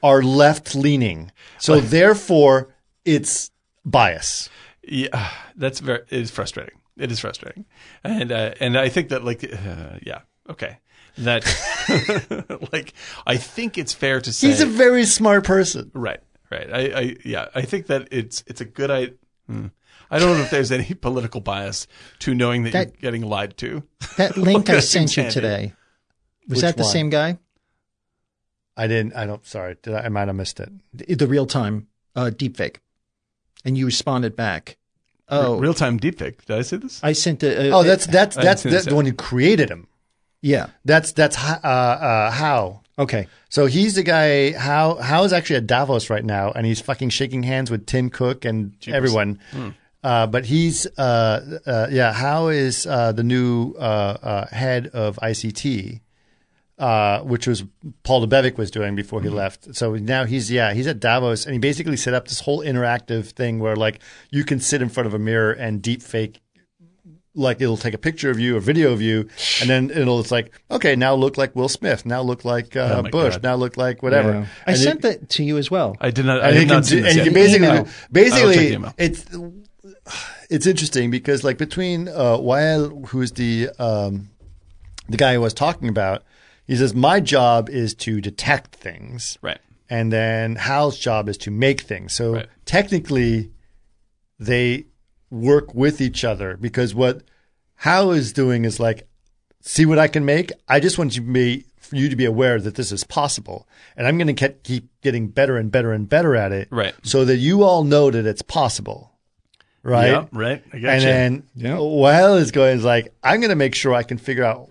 Speaker 1: are left leaning, so therefore it's bias.
Speaker 4: Yeah. That's very. It is frustrating. It is frustrating, and uh, and I think that like uh, yeah okay that like I think it's fair to say
Speaker 1: He's a very smart person.
Speaker 4: Right, right. I, I yeah, I think that it's it's a good I. hmm. I don't know if there's any political bias to knowing that, you're
Speaker 2: That-
Speaker 4: getting lied to.
Speaker 2: that link I
Speaker 4: That's
Speaker 2: sent you
Speaker 4: insanity.
Speaker 2: today. Was
Speaker 1: Which
Speaker 2: that the
Speaker 1: one?
Speaker 2: same guy?
Speaker 1: I didn't. I don't. Sorry, did I, I might have missed it.
Speaker 2: The, the real time uh, deepfake, and you responded back. Oh,
Speaker 4: Real time deepfake. Did I say this?
Speaker 2: I sent the. Uh,
Speaker 1: Oh, that's that's
Speaker 4: I
Speaker 1: that's,
Speaker 4: see
Speaker 1: that's
Speaker 4: this.
Speaker 1: the one who created him.
Speaker 2: yeah.
Speaker 1: That's that's ho- uh, uh, how.
Speaker 2: Okay.
Speaker 1: So he's the guy. How how is actually at Davos right now, and he's fucking shaking hands with Tim Cook and everyone. Uh, but he's uh, uh, yeah. How is uh, the new uh, uh, head of ICT, uh, which was Paul DeBevick was doing before
Speaker 4: Mm-hmm.
Speaker 1: he left. So now he's yeah he's at Davos, and he basically set up this whole interactive thing where like you can sit in front of a mirror and deep fake like it'll take a picture of you, a video of you, and then it'll it's like, okay, now look like Will Smith, now look like uh,
Speaker 4: Oh my
Speaker 1: Bush,
Speaker 4: God.
Speaker 1: now look like whatever.
Speaker 2: Yeah. I
Speaker 1: Uh, And
Speaker 2: sent
Speaker 1: it,
Speaker 2: that to you as well.
Speaker 4: I did not. I
Speaker 1: and
Speaker 4: did
Speaker 1: it can
Speaker 4: not
Speaker 1: do,
Speaker 4: see
Speaker 1: and
Speaker 4: this
Speaker 1: you
Speaker 4: yet.
Speaker 1: can
Speaker 2: Email.
Speaker 1: basically
Speaker 4: I will check
Speaker 1: basically
Speaker 4: the email.
Speaker 1: it's it's interesting because like between uh, Wael, who's the um, the guy who I was talking about, he says my job is to detect things,
Speaker 4: Right.
Speaker 1: and then Hal's job is to make things. So
Speaker 4: Right.
Speaker 1: technically, they work with each other because what Hal is doing is like, see what I can make. I just want you to be for you to be aware that this is possible, and I'm going to keep getting better and better and better at it,
Speaker 4: Right.
Speaker 1: So that you all know that it's possible, right?
Speaker 4: Yeah, right. I gotcha.
Speaker 1: and then while it's going, it's like I'm going to make sure I can figure out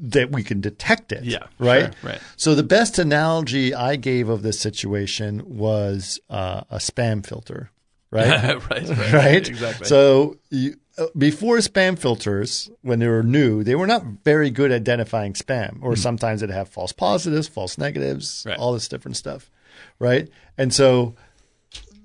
Speaker 1: that we can detect it.
Speaker 4: Yeah,
Speaker 1: right.
Speaker 4: sure, right.
Speaker 1: So the best analogy I gave of this situation was uh, a spam filter, right?
Speaker 4: right, right,
Speaker 1: right.
Speaker 4: Exactly.
Speaker 1: So you, uh, before spam filters, when they were new, they were not very good at identifying spam, or sometimes it'd have false positives, false negatives,
Speaker 4: Mm-hmm. Right.
Speaker 1: all this different stuff, right? And so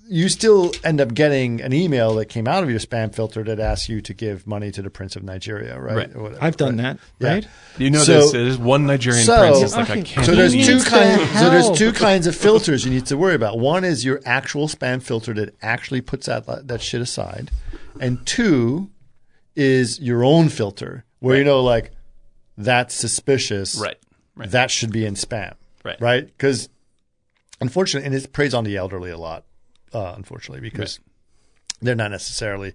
Speaker 1: you still end up getting an email that came out of your spam filter that asks you to give money to the prince of Nigeria, right?
Speaker 4: Right.
Speaker 1: Or whatever,
Speaker 2: I've done
Speaker 1: right?
Speaker 2: that.
Speaker 1: Yeah.
Speaker 2: Right.
Speaker 4: you know,
Speaker 1: so-
Speaker 4: there's, there's one Nigerian
Speaker 1: so-
Speaker 4: prince that's like, I
Speaker 2: Okay.
Speaker 4: can't.
Speaker 1: So there's
Speaker 2: He
Speaker 1: two
Speaker 2: needs
Speaker 1: kinds.
Speaker 2: the
Speaker 1: So there's
Speaker 2: help.
Speaker 1: two kinds of filters you need to worry about. One is your actual spam filter that actually puts that that shit aside, and two is your own filter where you know like that's suspicious.
Speaker 4: Right. Right.
Speaker 1: That should be in spam.
Speaker 4: Right.
Speaker 1: Right. Because unfortunately, and it preys on the elderly a lot. Uh, unfortunately, because they're not necessarily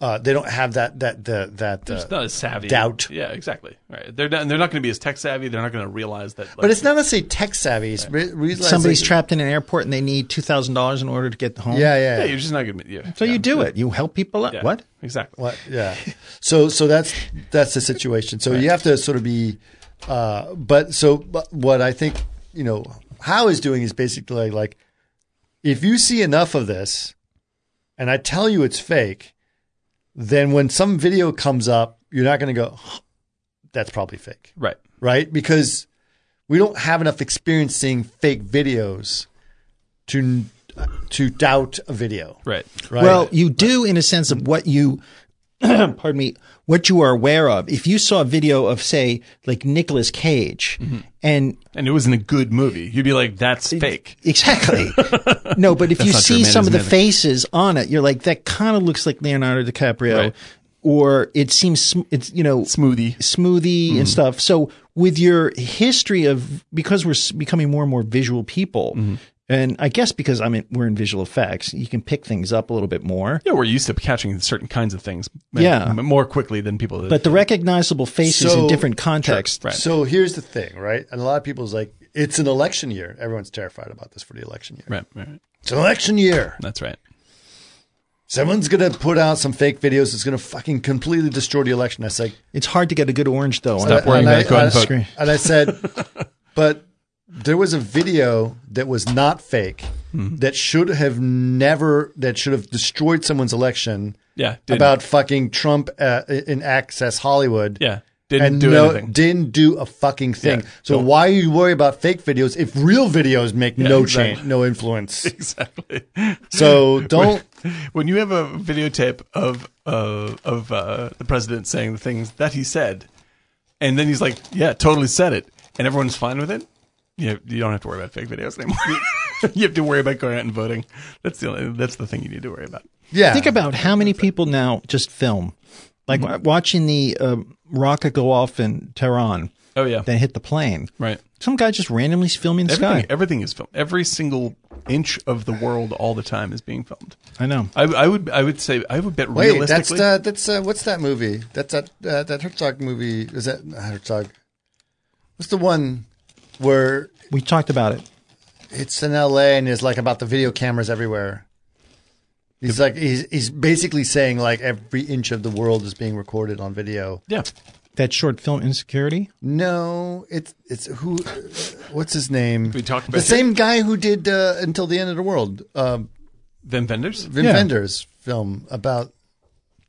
Speaker 1: uh, they don't have that that the, that uh,
Speaker 4: It's not as savvy.
Speaker 1: doubt.
Speaker 4: Yeah, exactly. Right. They're not, they're not going to be as tech savvy. They're not going to realize that. Like,
Speaker 1: But it's not necessarily tech savvy. It's re- realizing-
Speaker 2: Somebody's trapped in an airport and they need two thousand dollars in order to get home.
Speaker 1: Yeah, yeah,
Speaker 4: Yeah,
Speaker 1: yeah.
Speaker 4: you're just not going to. Yeah.
Speaker 2: So you do it. You help people out.
Speaker 4: Yeah,
Speaker 2: What?
Speaker 4: Exactly.
Speaker 1: What? Yeah. So so that's that's the situation. So you have to sort of be, uh, but so but what I think you know how is doing is basically like, if you see enough of this, and I tell you it's fake, then when some video comes up, you're not going to go, "Huh, that's probably fake,
Speaker 4: Right.
Speaker 1: right? Because we don't have enough experience seeing fake videos to to doubt a video.
Speaker 4: Right.
Speaker 1: Right.
Speaker 2: Well, you do in a sense of what you pardon me, what you are aware of. If you saw a video of, say, like Nicolas Cage, and
Speaker 4: and it wasn't a good movie, you'd be like, "That's fake."
Speaker 2: exactly, no, but if you
Speaker 4: not
Speaker 2: see
Speaker 4: true. Man
Speaker 2: some of
Speaker 4: is
Speaker 2: the
Speaker 4: man.
Speaker 2: faces on it, you're like, that kind of looks like Leonardo DiCaprio,
Speaker 4: Right.
Speaker 2: or it seems sm- it's you know
Speaker 4: Smoothie.
Speaker 2: smoothie and stuff. So with your history of because we're s- becoming more and more visual people, and I guess because I'm in, we're in visual effects, you can pick things up a little bit more.
Speaker 4: Yeah, we're used to catching certain kinds of things,
Speaker 2: Yeah.
Speaker 4: m- more quickly than people. that-
Speaker 2: But the recognizable faces
Speaker 1: So-
Speaker 2: in different contexts.
Speaker 4: Right.
Speaker 1: So here's the thing, right? And a lot of people's like, it's an election year. Everyone's terrified about this for the election year.
Speaker 4: right, right, right.
Speaker 1: It's an election year.
Speaker 4: that's right.
Speaker 1: Someone's gonna put out some fake videos that's gonna fucking completely destroy the election. That's like
Speaker 2: It's hard to get a good orange though. on
Speaker 4: Stop
Speaker 2: that.
Speaker 4: worrying
Speaker 1: and
Speaker 4: about it. Go
Speaker 1: I,
Speaker 4: ahead and
Speaker 1: and,
Speaker 4: vote.
Speaker 1: I, and I said, but there was a video that was not fake
Speaker 4: Hmm.
Speaker 1: that should have never that should have destroyed someone's election
Speaker 4: Yeah, didn't.
Speaker 1: about fucking Trump uh, in Access Hollywood.
Speaker 4: yeah, didn't
Speaker 1: and
Speaker 4: do
Speaker 1: no,
Speaker 4: anything.
Speaker 1: Didn't do a fucking thing.
Speaker 4: Yeah,
Speaker 1: so why you worry about fake videos if real videos make no
Speaker 4: exactly.
Speaker 1: change, no influence?
Speaker 4: exactly.
Speaker 1: So don't.
Speaker 4: When you have a videotape of uh, of uh, the president saying the things that he said, and then he's like, "Yeah, totally said it," and everyone's fine with it. You you don't have to worry about fake videos anymore. you have to worry about going out and voting. That's the only, that's the thing you need to worry about.
Speaker 1: Yeah.
Speaker 2: Think about how many people now just film, like
Speaker 4: Mm-hmm.
Speaker 2: w- watching the um, rocket go off in Tehran
Speaker 4: Oh yeah,
Speaker 2: that hit the plane.
Speaker 4: right.
Speaker 2: Some guy just randomly is filming the
Speaker 4: Everything
Speaker 2: sky.
Speaker 4: everything is filmed. Every single inch of the world all the time is being filmed.
Speaker 2: I know.
Speaker 4: I, I would I would say I would bet
Speaker 1: Wait, that's
Speaker 4: realistically.
Speaker 1: uh, that's uh, what's that movie? That's that uh, that Herzog movie. Is that not Herzog? What's the one where
Speaker 2: We talked about it.
Speaker 1: it's in L.A. and is like about the video cameras everywhere? He's like he's he's basically saying like every inch of the world is being recorded on video.
Speaker 4: yeah,
Speaker 2: That short film, Insecurity.
Speaker 1: No, it's it's who, uh, what's his name?
Speaker 4: We talked about
Speaker 1: the
Speaker 4: it.
Speaker 1: same guy who did uh, Until the End of the World, uh,
Speaker 4: Vim Vendors.
Speaker 1: Vin
Speaker 2: Yeah.
Speaker 1: Vendors film about.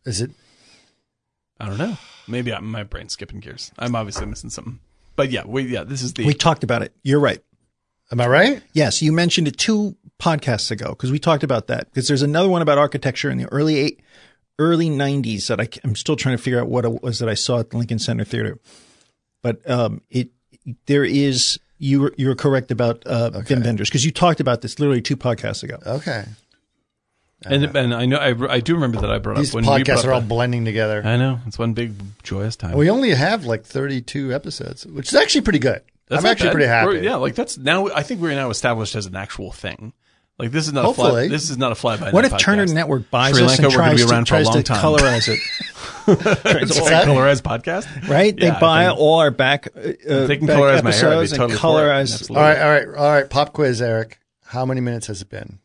Speaker 1: Is it
Speaker 4: I don't know. Maybe I, my brain's skipping gears. I'm obviously missing something. But yeah, we yeah this is the
Speaker 2: We talked about it. You're right.
Speaker 1: Am I right?
Speaker 2: Yes, you mentioned it two podcasts ago because we talked about that. Because there's another one about architecture in the early eight, early '90s that I, am still trying to figure out what it was that I saw at the Lincoln Center Theater. But um, it there is you were, you were correct about uh, Vim Vendors because you talked about this literally two podcasts ago.
Speaker 1: Okay.
Speaker 4: and and I know I, I do remember that I brought
Speaker 1: These
Speaker 4: up when we brought
Speaker 1: podcasts are all
Speaker 4: up,
Speaker 1: blending together.
Speaker 4: I know it's one big joyous time.
Speaker 1: We only have like 32 episodes, which is actually pretty good.
Speaker 4: That's
Speaker 1: I'm
Speaker 4: not
Speaker 1: actually
Speaker 4: bad.
Speaker 1: pretty happy.
Speaker 4: We're- yeah, like that's now I think we're now established as an actual thing. Like this is not a fly,
Speaker 1: Hopefully.
Speaker 4: this is not a fly by
Speaker 2: What if Turner Network buys
Speaker 4: Sri
Speaker 2: us
Speaker 4: Lanka,
Speaker 2: and
Speaker 4: we're gonna
Speaker 2: tries
Speaker 4: be around
Speaker 2: to,
Speaker 4: for a
Speaker 2: tries to
Speaker 4: long time.
Speaker 2: colorize it?
Speaker 4: It's a
Speaker 1: What's that?
Speaker 4: colorized podcast?
Speaker 2: Right?
Speaker 4: Yeah,
Speaker 2: they
Speaker 4: I
Speaker 2: buy
Speaker 4: think-
Speaker 2: all our back. Uh,
Speaker 4: They can
Speaker 2: back
Speaker 4: colorize my
Speaker 2: episodes
Speaker 4: hair. I'd be
Speaker 2: and
Speaker 4: totally for it.
Speaker 2: colorize.
Speaker 1: All right, all right, all right. Pop quiz, Eric. How many minutes has it been?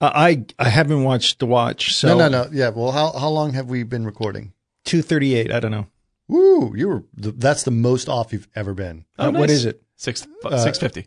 Speaker 2: I I haven't watched the watch. So
Speaker 1: No, no, no. Yeah. Well, how how long have we been recording?
Speaker 2: Two thirty eight. I don't know.
Speaker 1: Woo! You were th- that's the most off you've ever been.
Speaker 4: Oh,
Speaker 2: Uh, What
Speaker 4: nice.
Speaker 2: is it? Uh,
Speaker 4: Six six fifty.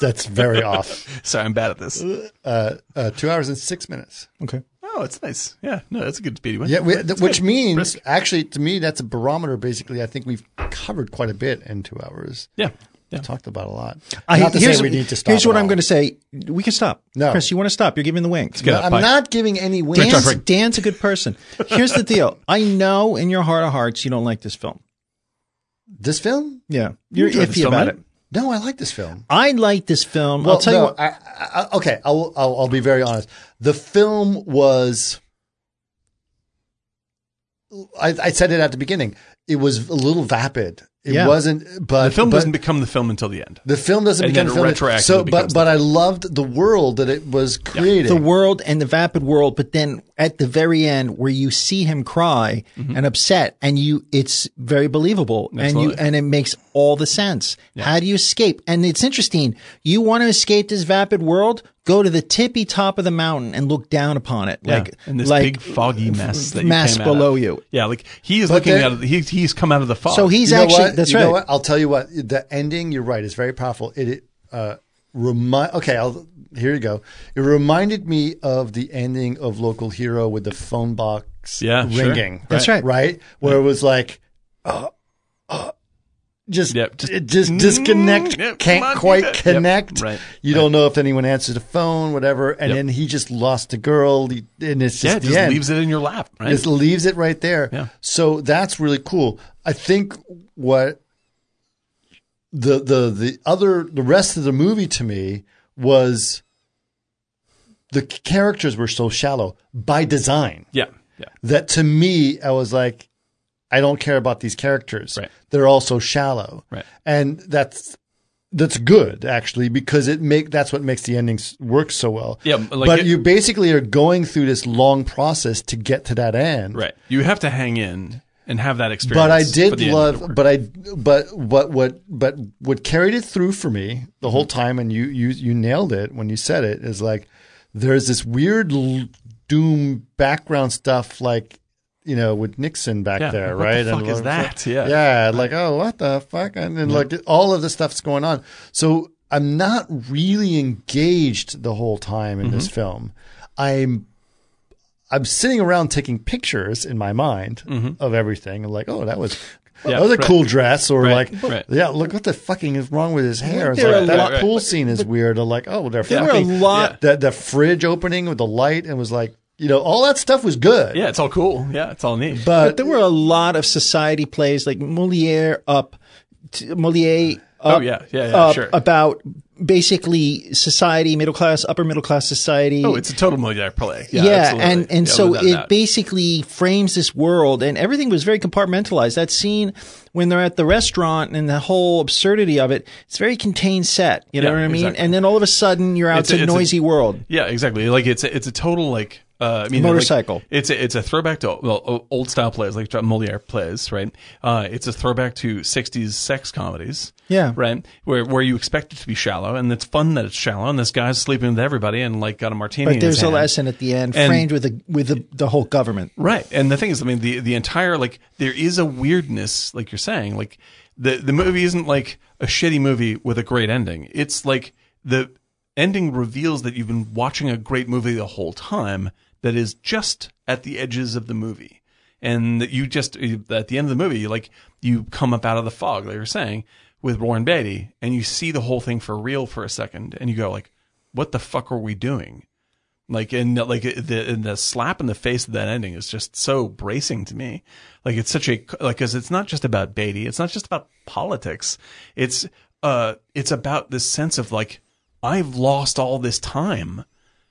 Speaker 1: That's very off.
Speaker 4: Sorry, I'm bad at this.
Speaker 1: Uh, uh, two hours and six minutes.
Speaker 2: Okay.
Speaker 4: Oh, it's nice. Yeah, no, that's a good speedy one.
Speaker 1: Yeah, we, th-
Speaker 4: That's
Speaker 1: which
Speaker 4: good.
Speaker 1: means
Speaker 4: Brisk.
Speaker 1: actually to me that's a barometer. Basically, I think we've covered quite a bit in two hours.
Speaker 4: yeah, yeah.
Speaker 1: Talked about a lot.
Speaker 2: I,
Speaker 1: Not to
Speaker 2: here's,
Speaker 1: say we need to stop.
Speaker 2: Here's what
Speaker 1: at
Speaker 2: I'm
Speaker 1: all.
Speaker 2: going to say. We can stop.
Speaker 1: No.
Speaker 2: Chris, you want to stop? You're giving the wink.
Speaker 4: Get up,
Speaker 1: I'm
Speaker 4: bye.
Speaker 1: not giving any wins.
Speaker 4: Drink,
Speaker 2: Dan's,
Speaker 4: drink, drink.
Speaker 2: Dan's a good person. Here's the deal. I know in your heart of hearts you don't like this film.
Speaker 1: This film?
Speaker 2: Yeah, you're
Speaker 4: enjoyed
Speaker 2: iffy
Speaker 4: this film,
Speaker 2: about
Speaker 4: right?
Speaker 2: it.
Speaker 1: No, I like this film.
Speaker 2: I like this film.
Speaker 1: Well,
Speaker 2: I'll tell
Speaker 1: no,
Speaker 2: you what.
Speaker 1: I, I, I- okay, I'll, I'll I'll be very honest. The film was. I, I said it at the beginning. It was a little vapid. It
Speaker 2: Yeah.
Speaker 1: wasn't, but
Speaker 4: The film
Speaker 1: but
Speaker 4: doesn't become the film until the end.
Speaker 1: the film doesn't
Speaker 4: and
Speaker 1: become
Speaker 4: then
Speaker 1: the film.
Speaker 4: retroactively
Speaker 1: So,
Speaker 4: becomes
Speaker 1: but but I loved the world that it was creating.
Speaker 2: the world and the vapid world, but then at the very end where you see him cry
Speaker 4: Mm-hmm.
Speaker 2: and upset and you, it's very believable and you,
Speaker 4: Absolutely.
Speaker 2: and it makes all the sense. How do you escape? And it's interesting. You want to escape this vapid world, go to the tippy top of the mountain and look down upon it.
Speaker 4: Yeah,
Speaker 2: Like,
Speaker 4: and this
Speaker 2: like,
Speaker 4: big foggy mess that you
Speaker 2: mass
Speaker 4: came out
Speaker 2: below
Speaker 4: of.
Speaker 2: you.
Speaker 4: Yeah, like he is looking
Speaker 1: there-
Speaker 4: out. Of the, he, he's come out of the fog.
Speaker 2: so he's
Speaker 1: You know
Speaker 2: actually,
Speaker 1: what?
Speaker 2: that's
Speaker 1: You
Speaker 2: right.
Speaker 1: know what? I'll tell you what. The ending, you're right, is very powerful. It, it uh, remind. Okay, I'll, here you go. It reminded me of the ending of Local Hero with the phone box
Speaker 4: Yeah, sure.
Speaker 1: ringing.
Speaker 2: That's right.
Speaker 1: Right, where it was like, uh, uh, just
Speaker 4: Yep, just-
Speaker 1: just, just disconnect
Speaker 4: Mm, yep, come on,
Speaker 1: can't
Speaker 4: do
Speaker 1: quite
Speaker 4: that. Yep,
Speaker 1: connect
Speaker 4: right,
Speaker 1: you don't know if anyone answers the phone whatever and
Speaker 4: Yep.
Speaker 1: then he just lost the girl the- and it's just,
Speaker 4: yeah, it
Speaker 1: the
Speaker 4: just
Speaker 1: end.
Speaker 4: leaves it in your lap, right?
Speaker 1: Just leaves it right there.
Speaker 4: Yeah.
Speaker 1: So that's really cool. I think what the the the other the rest of the movie to me was the characters were so shallow by design
Speaker 4: yeah, yeah,
Speaker 1: that to me I was like I don't care about these characters.
Speaker 4: Right.
Speaker 1: They're all so shallow.
Speaker 4: Right.
Speaker 1: And that's that's good actually because it make that's what makes the endings work so well.
Speaker 4: Yeah, like
Speaker 1: but
Speaker 4: it-
Speaker 1: you basically are going through this long process to get to that end.
Speaker 4: right. You have to hang in and have that experience.
Speaker 1: But I
Speaker 4: for
Speaker 1: did
Speaker 4: the ending to
Speaker 1: love,
Speaker 4: work.
Speaker 1: but I, but what, what, but what carried it through for me the whole time, and you, you, you nailed it when you said it is like there's this weird l- doom background stuff, like you know, with Nixon back
Speaker 4: Yeah,
Speaker 1: there,
Speaker 4: what the
Speaker 1: right?
Speaker 4: fuck
Speaker 1: And
Speaker 4: is
Speaker 1: what-
Speaker 4: that? Yeah.
Speaker 1: yeah, like oh, what the fuck, and then like all of the stuff's going on. So I'm not really engaged the whole time in
Speaker 4: Mm-hmm.
Speaker 1: this film. I'm I'm sitting around taking pictures in my mind of everything. I'm like, oh, that was
Speaker 4: Mm-hmm. Yeah,
Speaker 1: that was a
Speaker 4: right.
Speaker 1: cool dress, or
Speaker 4: Right,
Speaker 1: like,
Speaker 4: right.
Speaker 1: yeah, look what the fucking is wrong with his hair. It's
Speaker 6: there
Speaker 1: like
Speaker 6: were a
Speaker 1: that
Speaker 4: lot- right,
Speaker 1: pool scene is weird. Or like, oh, they're
Speaker 6: There were a
Speaker 1: fucking
Speaker 6: lot.
Speaker 1: the the fridge opening with the light, and was like, you know, all that stuff was good.
Speaker 4: yeah, it's all cool. Yeah, it's all neat.
Speaker 1: but
Speaker 2: there were a lot of society plays like Moliere up, t- Moliere.
Speaker 4: Oh,
Speaker 2: Up,
Speaker 4: yeah, yeah, yeah,
Speaker 2: up
Speaker 4: sure.
Speaker 2: About basically society, middle class, upper middle class society.
Speaker 4: oh, it's a total Molière play. Yeah,
Speaker 2: yeah,
Speaker 4: absolutely.
Speaker 2: and and
Speaker 4: Yeah,
Speaker 2: so
Speaker 4: without
Speaker 2: it
Speaker 4: doubt.
Speaker 2: basically frames this world, and everything was very compartmentalized. That scene when they're at the restaurant and the whole absurdity of it, it's a very contained set. You know
Speaker 4: Yeah,
Speaker 2: what I mean?
Speaker 4: exactly.
Speaker 2: And then all of a sudden, you're out
Speaker 4: It's a-
Speaker 2: to a
Speaker 4: it's a-
Speaker 2: noisy world.
Speaker 4: Yeah, exactly. Like it's a, it's a total like uh, I mean like,
Speaker 2: Motorcycle.
Speaker 4: it's a, it's a throwback to well o- old style plays like Moliere plays, right? Uh, it's a throwback to '60s sex comedies.
Speaker 2: Yeah.
Speaker 4: right. Where where you expect it to be shallow, and it's fun that it's shallow, and this guy's sleeping with everybody, and like got a martini. in
Speaker 2: But
Speaker 4: his
Speaker 2: there's a
Speaker 4: hand.
Speaker 2: lesson at the end,
Speaker 4: And-
Speaker 2: framed with the with the, the whole government.
Speaker 4: Right. And the thing is, I mean, the, the entire, like, there is a weirdness, like you're saying, like the, the movie isn't like a shitty movie with a great ending. It's like the ending reveals that you've been watching a great movie the whole time that is just at the edges of the movie. And that you just, at the end of the movie, like you come up out of the fog, like you're saying with Warren Beatty and you see the whole thing for real for a second and you go like, what the fuck are we doing? Like and like the and the slap in the face of that ending is just so bracing to me. Like it's such a like because it's not just about Beatty, it's not just about politics. It's uh, it's about this sense of like I've lost all this time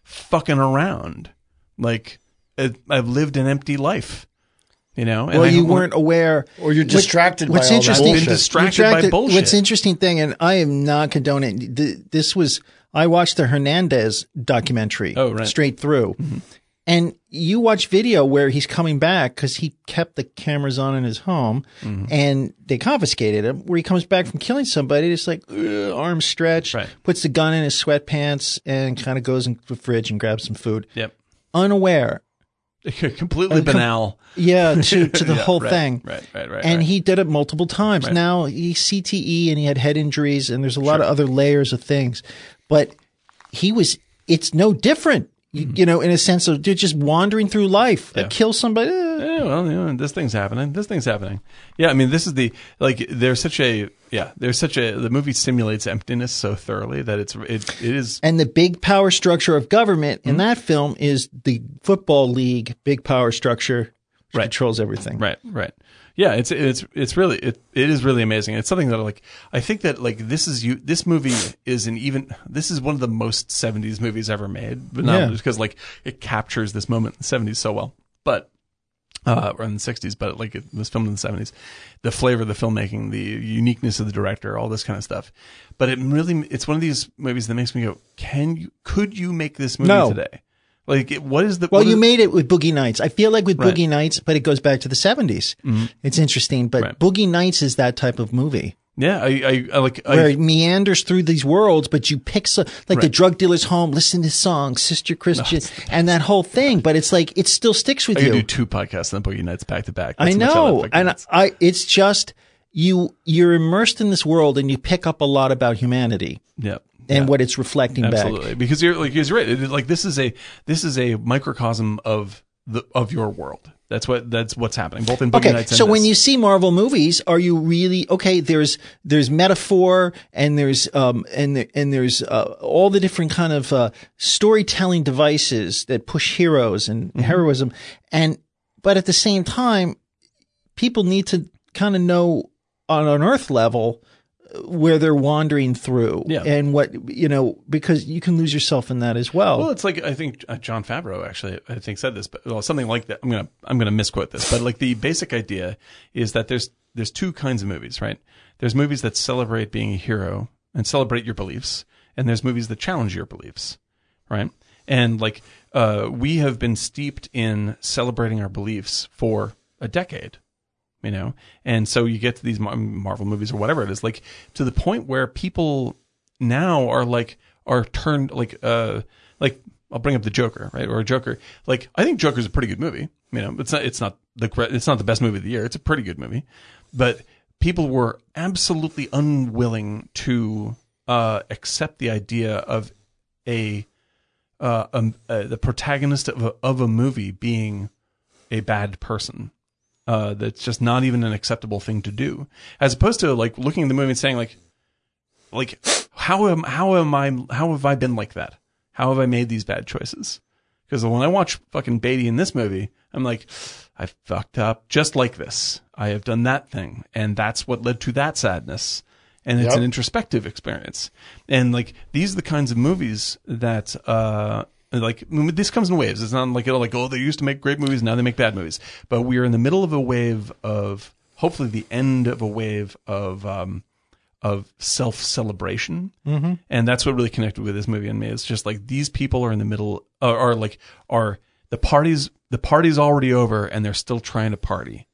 Speaker 4: fucking around. Like it, I've lived an empty life, you know. And
Speaker 2: Well,
Speaker 4: I
Speaker 2: you
Speaker 4: don't wanna-
Speaker 2: weren't aware,
Speaker 1: Or you're distracted by
Speaker 2: What's
Speaker 1: all that
Speaker 2: interesting?
Speaker 1: bullshit. Been
Speaker 4: distracted by bullshit.
Speaker 2: What's interesting thing, and I am not condoning. th- This was I watched the Hernandez documentary.
Speaker 4: Oh, right. Mm-hmm.
Speaker 2: straight through. And you watch video where he's coming back because he kept the cameras on in his home,
Speaker 4: Mm-hmm.
Speaker 2: and they confiscated him. Where he comes back from killing somebody, it's like ugh, arms stretched,
Speaker 4: Right.
Speaker 2: puts the gun in his sweatpants, and kind of goes into the fridge and grabs some food,
Speaker 4: Yep.
Speaker 2: unaware.
Speaker 4: Completely banal.
Speaker 2: Yeah, to to the whole
Speaker 4: right,
Speaker 2: thing.
Speaker 4: Right, right, right.
Speaker 2: and
Speaker 4: right.
Speaker 2: he did it multiple times.
Speaker 4: Right.
Speaker 2: Now he CTE and he had head injuries, and there's a lot of other layers of things. But he was, it's no different, you,
Speaker 4: Mm-hmm.
Speaker 2: you know, in a sense of dude, just wandering through life, like kill somebody. eh.
Speaker 4: yeah, well, you know, this thing's happening. This thing's happening. Yeah, I mean, this is the like. There's such a yeah. There's such a the movie simulates emptiness so thoroughly that it's it it is
Speaker 2: And the big power structure of government
Speaker 4: Mm-hmm.
Speaker 2: in that film is the football league big power structure which
Speaker 4: Right.
Speaker 2: controls everything.
Speaker 4: right, right. Yeah, it's it's it's really it it is really amazing. It's something that like I think that like this is you this movie is an even this is one of the most 70s movies ever made, but not
Speaker 2: Yeah.
Speaker 4: just because like it captures this moment in the 70s so well. But uh, or in the 60s, but like it was filmed in the 70s. The flavor of the filmmaking, the uniqueness of the director, all this kind of stuff. But it really, it's one of these movies that makes me go, can you, could you make this movie
Speaker 2: No.
Speaker 4: today? Like, it, what is the,
Speaker 2: Well,
Speaker 4: what
Speaker 2: you
Speaker 4: is-
Speaker 2: made it with Boogie Nights. I feel like with
Speaker 4: Right. Mm-hmm.
Speaker 2: Boogie Nights, but it goes back to the 70s. It's interesting, but
Speaker 4: Right.
Speaker 2: Boogie Nights is that type of movie.
Speaker 4: yeah, I, I, I like, I,
Speaker 2: where it meanders through these worlds, but you pick so, like the
Speaker 4: Right.
Speaker 2: drug dealer's home, listen to songs, Sister Christian, and that whole thing. But it's like it still sticks with
Speaker 4: I could do
Speaker 2: you.
Speaker 4: two podcasts on the Boogie Nights back to back.
Speaker 2: I
Speaker 4: That's how much love
Speaker 2: know,
Speaker 4: Boogie
Speaker 2: and
Speaker 4: Nights.
Speaker 2: I. It's just you. You're immersed in this world, and you pick up a lot about humanity
Speaker 4: yeah.
Speaker 2: and
Speaker 4: yeah.
Speaker 2: what it's reflecting back.
Speaker 4: Absolutely, because you're like, 'cause you're right. It is, like this is a this is a microcosm of the, of your world. That's what that's what's happening both in Boogie
Speaker 2: Okay,
Speaker 4: Nights. And
Speaker 2: so when
Speaker 4: this.
Speaker 2: you see Marvel movies, are you really okay? There's there's metaphor and there's um and there, and there's uh, all the different kind of uh, storytelling devices that push heroes and
Speaker 4: Mm-hmm.
Speaker 2: heroism, and but at the same time, people need to kind of know on an Earth level uh, where they're wandering through
Speaker 4: Yeah.
Speaker 2: and what you know because you can lose yourself in that as well.
Speaker 4: Well, it's like I think uh, John Favreau actually I think said this, but well, something like that. I'm gonna I'm gonna misquote this, but like the basic idea is that there's there's two kinds of movies, right? There's movies that celebrate being a hero and celebrate your beliefs, and there's movies that challenge your beliefs, right? And like uh, we have been steeped in celebrating our beliefs for a decade, you know, and so you get to these Mar- Marvel movies or whatever it is, like to the point where people now are like are turned like uh like I'll bring up the Joker right or Joker like I think Joker's a pretty good movie you know it's not it's not the gre- it's not the best movie of the year it's a pretty good movie but people were absolutely unwilling to uh accept the idea of a uh, um, uh the protagonist of a, of a movie being a bad person uh that's just not even an acceptable thing to do as opposed to like looking at the movie and saying like like how am how am I how have I been like that? How have I made these bad choices? Because when I watch fucking Beatty in this movie, I'm like, I fucked up just like this. I have done that thing, and that's what led to that sadness. And it's
Speaker 1: Yep.
Speaker 4: an introspective experience. And like these are the kinds of movies that uh like I mean, this comes in waves. It's not like it'll like oh they used to make great movies now they make bad movies. But we are in the middle of a wave of hopefully the end of a wave of um of self celebration, mm-hmm. and that's what really connected with this movie and me. It's just like these people are in the middle, are, are like are the parties the party's already over, and they're still trying to party,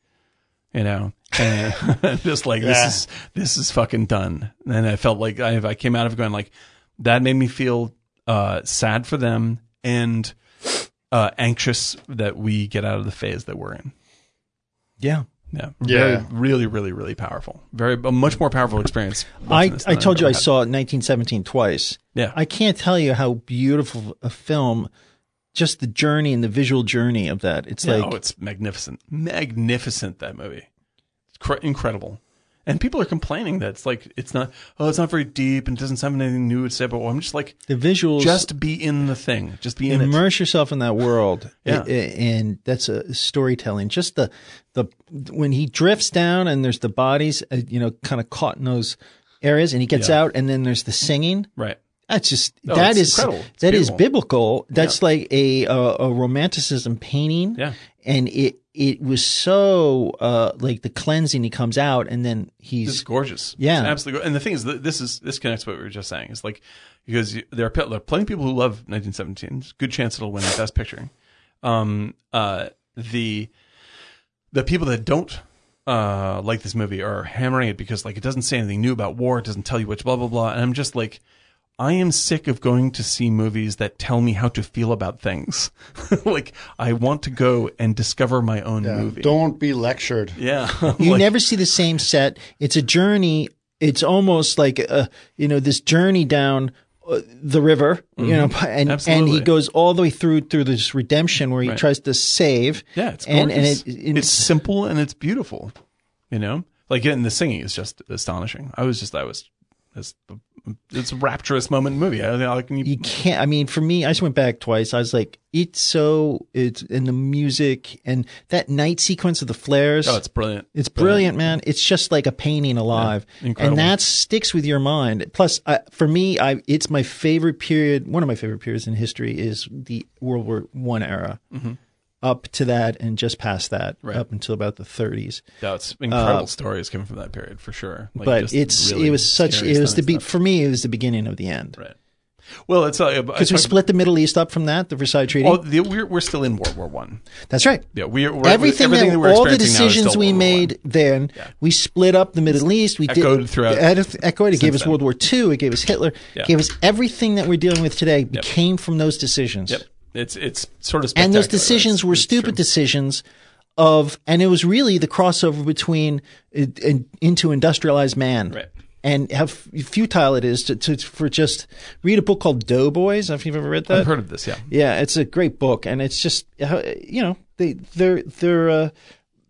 Speaker 4: you know. And just like
Speaker 1: Yeah.
Speaker 4: this is this is fucking done. And I felt like I I came out of it going like that made me feel uh, sad for them and uh, anxious that we get out of the phase that we're in.
Speaker 2: yeah.
Speaker 4: Yeah,
Speaker 1: Yeah.
Speaker 4: Very, really, really, really powerful. Very, a much more powerful experience. watching
Speaker 2: I,
Speaker 4: this
Speaker 2: I
Speaker 4: than I've
Speaker 2: told you
Speaker 4: ever
Speaker 2: I
Speaker 4: had.
Speaker 2: saw 1917 twice.
Speaker 4: Yeah.
Speaker 2: I can't tell you how beautiful a film, just the journey and the visual journey of that. It's
Speaker 4: Yeah,
Speaker 2: like,
Speaker 4: oh, it's magnificent, magnificent that movie. It's cr- incredible, and people are complaining that it's like it's not. Oh, it's not very deep and it doesn't have anything new to say. But well, I'm just like,
Speaker 2: the visuals.
Speaker 4: just be in the thing, just be in it.
Speaker 2: immerse yourself in that world
Speaker 4: Yeah.
Speaker 2: I- I- and that's a storytelling just the the when he drifts down and there's the bodies uh, you know kind of caught in those areas and he gets out and then there's the singing
Speaker 4: Right.
Speaker 2: that's just
Speaker 4: Oh,
Speaker 2: that
Speaker 4: it's
Speaker 2: is
Speaker 4: incredible. It's
Speaker 2: that is
Speaker 4: beautiful.
Speaker 2: biblical. That's like a, a a romanticism painting.
Speaker 4: Yeah.
Speaker 2: and it it was so uh like the cleansing. He comes out and then
Speaker 4: It's
Speaker 2: he's
Speaker 4: gorgeous.
Speaker 2: Yeah.
Speaker 4: It's absolutely. Go- and the thing is, th- this is this connects to what we were just saying. It's like because you, there, are, pe- there are plenty of people who love 1917. It's a good chance it'll win the Best Picture. Um, uh, the the people that don't uh like this movie are hammering it because like it doesn't say anything new about war. It doesn't tell you which blah blah blah. And I'm just like. I am sick of going to see movies that tell me how to feel about things. like I want to go and discover my own movie.
Speaker 1: Don't be lectured.
Speaker 4: yeah,
Speaker 2: you
Speaker 4: Like,
Speaker 2: never see the same set. It's a journey. It's almost like a you know this journey down uh, the river. You know, and and
Speaker 4: Mm-hmm. Absolutely.
Speaker 2: he goes all the way through through this redemption where he
Speaker 4: Right.
Speaker 2: tries to save.
Speaker 4: Yeah, it's
Speaker 2: and and
Speaker 4: gorgeous.
Speaker 2: it, it-
Speaker 4: it's simple and it's beautiful. You know, like and the singing is just astonishing. I was just I was it's it's a rapturous moment in the movie. I, I can
Speaker 2: you can't i mean for me i just went back twice i was like it's so it's and the music and that night sequence of the flares
Speaker 4: oh, it's brilliant.
Speaker 2: it's brilliant, man. It's just like a painting alive, and
Speaker 4: incredible.
Speaker 2: that sticks with your mind. Plus, I, for me, I it's my favorite period. One of my favorite periods in history is the World War One era, up to that and just past that,
Speaker 4: Mm-hmm. Right.
Speaker 2: up until about the 30s.
Speaker 4: Yeah, it's incredible stories coming from that period for sure. Like,
Speaker 2: uh, but
Speaker 4: just
Speaker 2: it's
Speaker 4: really
Speaker 2: it was such
Speaker 4: scary,
Speaker 2: it was the
Speaker 4: stunning
Speaker 2: be,
Speaker 4: stuff.
Speaker 2: for me it was the beginning of the end
Speaker 4: Right. Well, it's because uh, I
Speaker 2: because we
Speaker 4: talked-
Speaker 2: split the Middle East up from that the Versailles Treaty.
Speaker 4: Oh, the, we're we're still in World War One.
Speaker 2: That's right.
Speaker 4: Yeah, we are. We're,
Speaker 2: everything,
Speaker 4: everything
Speaker 2: that,
Speaker 4: we're
Speaker 2: all the
Speaker 4: experiencing now is still
Speaker 2: decisions we
Speaker 4: World War One.
Speaker 2: made then, we split up the Middle East. We
Speaker 4: echoed
Speaker 2: did,
Speaker 4: throughout
Speaker 2: Ed- echoed. It gave us
Speaker 4: then.
Speaker 2: World War II. It gave us Hitler.
Speaker 4: Yeah.
Speaker 2: It gave us everything that we're dealing with today. Came from those decisions.
Speaker 4: Yep. It's it's sort of
Speaker 2: And those
Speaker 4: spectacular.
Speaker 2: decisions
Speaker 4: It's-
Speaker 2: were
Speaker 4: it's
Speaker 2: stupid
Speaker 4: true.
Speaker 2: decisions. Of and it was really the crossover between uh, in- into industrialized man.
Speaker 4: Right.
Speaker 2: and how f- futile it is to, to for just read a book called Doughboys. If you've ever read that,
Speaker 4: I've heard of this. Yeah.
Speaker 2: yeah, it's a great book, and it's just uh, you know they they're they're uh,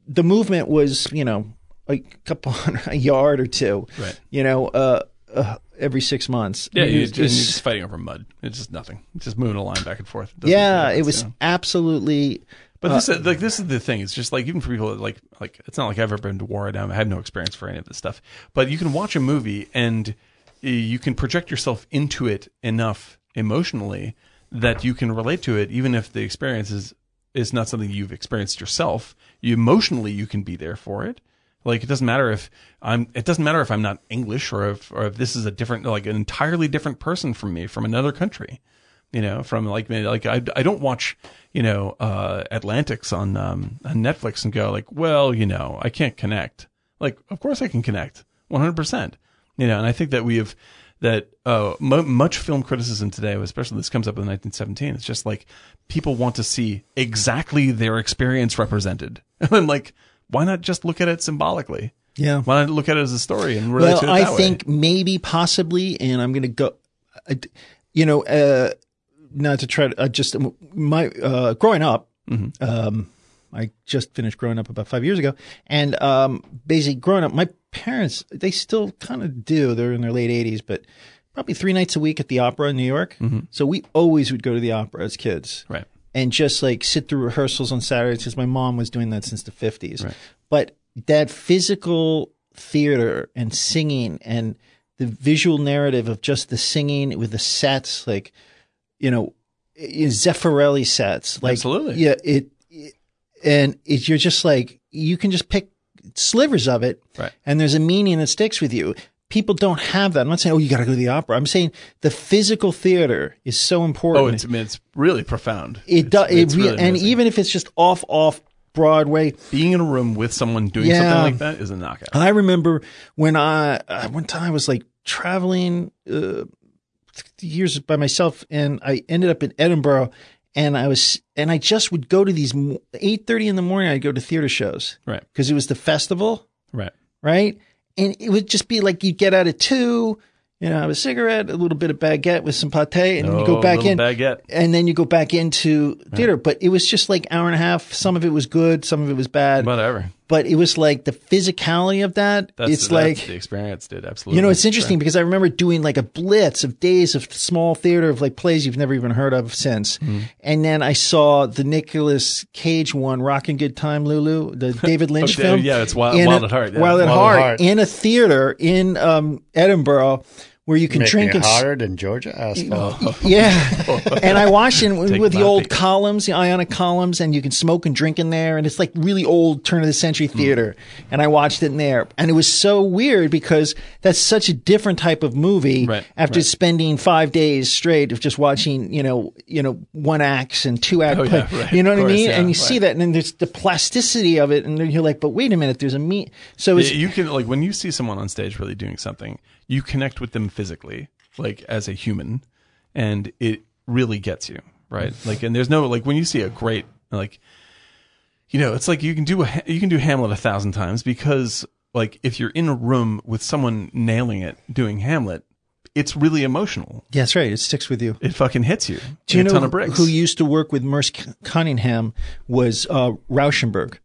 Speaker 2: the movement was you know a couple hundred, a yard or two,
Speaker 4: Right.
Speaker 2: You know, uh, uh, every six months.
Speaker 4: Yeah,
Speaker 2: It
Speaker 4: you
Speaker 2: was
Speaker 4: just, you're
Speaker 2: just-
Speaker 4: just fighting over mud. It's just nothing. It's just moving a line back and forth. It doesn't
Speaker 2: yeah,
Speaker 4: make
Speaker 2: it
Speaker 4: sense,
Speaker 2: was
Speaker 4: you know?
Speaker 2: absolutely.
Speaker 4: But this is like this is the thing. It's just like even for people that like like it's not like I've ever been to war. I don't- I have no experience for any of this stuff. But you can watch a movie and uh, you can project yourself into it enough emotionally that you can relate to it, even if the experience is is not something you've experienced yourself. You emotionally you can be there for it. Like it doesn't matter if I'm. It doesn't matter if I'm not English or if or if this is a different like an entirely different person from me from another country you know, from like maybe like I I don't watch you know uh Atlantics on um on Netflix and go like, well, you know, I can't connect. Like, of course I can connect, one hundred percent. You know, and I think that we have that uh mu much film criticism today, especially this comes up in nineteen seventeen. It's just like people want to see exactly their experience represented, and like, why not just look at it symbolically?
Speaker 2: Yeah.
Speaker 4: Why not look at it as a story and relate to
Speaker 2: Well,
Speaker 4: it that
Speaker 2: I
Speaker 4: way?
Speaker 2: think maybe, possibly, and I'm going to go. I d- You know, uh, not to try to uh, just my uh, growing up.
Speaker 4: Mm-hmm.
Speaker 2: Um, I just finished growing up about five years ago, and um, basically growing up, my parents they still kind of do. They're in their late 80s, but probably three nights a week at the opera in New York.
Speaker 4: Mm-hmm.
Speaker 2: So we always would go to the opera as kids,
Speaker 4: right.
Speaker 2: and just like sit through rehearsals on Saturdays because my mom was doing that since the 50s. But that physical theater and singing and the visual narrative of just the singing with the sets, like, you know, i- Zeffirelli sets. Like,
Speaker 4: Absolutely.
Speaker 2: Yeah. It, it- and it, you're just like, you can just pick slivers of it.
Speaker 4: Right.
Speaker 2: And there's a meaning that sticks with you. People don't have that. I'm not saying, oh, you got to go to the opera. I'm saying the physical theater is so important
Speaker 4: Oh, it's I mean, it's really profound.
Speaker 2: it does
Speaker 4: It's-
Speaker 2: it
Speaker 4: it's
Speaker 2: re-
Speaker 4: really
Speaker 2: and
Speaker 4: amazing.
Speaker 2: even if it's just off off broadway
Speaker 4: being in a room with someone doing
Speaker 2: Yeah.
Speaker 4: something like that is a knockout.
Speaker 2: i remember when i uh, one time i was like traveling uh, years by myself and i ended up in edinburgh and i was and i just would go to these 8.30 in the morning i'd go to theater shows
Speaker 4: Right.
Speaker 2: because it was the festival
Speaker 4: Right.
Speaker 2: right? And it would just be like you'd get out at two, you know, have a cigarette, a little bit of baguette with some pate, and you
Speaker 4: Oh,
Speaker 2: go back
Speaker 4: little
Speaker 2: in,
Speaker 4: baguette.
Speaker 2: and then you go back into theater. But it was just like hour and a half. Some of it was good, some of it was bad. But,
Speaker 4: Whatever.
Speaker 2: it was like the physicality of that.
Speaker 4: That's
Speaker 2: it's
Speaker 4: the,
Speaker 2: like
Speaker 4: that's the experience, dude. Absolutely.
Speaker 2: you know, it's interesting because I remember doing like a blitz of days of small theater of like plays you've never even heard of since.
Speaker 4: Mm-hmm.
Speaker 2: And then I saw the Nicolas Cage one, Rockin' Good Time Lulu, the David Lynch
Speaker 4: Okay,
Speaker 2: film.
Speaker 4: yeah, it's Wild-
Speaker 2: in
Speaker 4: Wild
Speaker 2: a-
Speaker 4: at Heart, yeah.
Speaker 2: Wild at
Speaker 1: Wild at
Speaker 2: Heart,
Speaker 1: Heart.
Speaker 2: in a theater in um, Edinburgh where you can
Speaker 1: Making
Speaker 2: drink
Speaker 1: it
Speaker 2: and. s-
Speaker 1: hotter than Georgia
Speaker 4: Oh,
Speaker 1: asphalt.
Speaker 2: Yeah, and I watched it with,
Speaker 4: Take
Speaker 2: with the
Speaker 4: my
Speaker 2: old
Speaker 4: pick.
Speaker 2: columns, the ionic columns, and you can smoke and drink in there, and it's like really old turn of the century
Speaker 4: Mm.
Speaker 2: theater. And I watched it in there, and it was so weird because that's such a different type of movie.
Speaker 4: Right,
Speaker 2: after
Speaker 4: right.
Speaker 2: spending five days straight of just watching, you know, you know, one acts and two act
Speaker 4: Oh,
Speaker 2: play,
Speaker 4: yeah, right.
Speaker 2: you know what
Speaker 4: Of
Speaker 2: I
Speaker 4: course,
Speaker 2: mean?
Speaker 4: yeah,
Speaker 2: and you
Speaker 4: right.
Speaker 2: see that, and then there's the plasticity of it, and then you're like, but wait a minute, there's a meat. So it's
Speaker 4: you can like when you see someone on stage really doing something, you connect with them physically, like as a human, and it really gets you right. Like, and there's no like when you see a great like, you know, it's like you can do a, you can do Hamlet a thousand times because like if you're in a room with someone nailing it doing Hamlet, it's really emotional.
Speaker 2: yeah, that's right. It sticks with you.
Speaker 4: It fucking hits you.
Speaker 2: Do you
Speaker 4: Like a
Speaker 2: know
Speaker 4: ton of bricks.
Speaker 2: who used to work with Merce Cunningham was uh, Rauschenberg.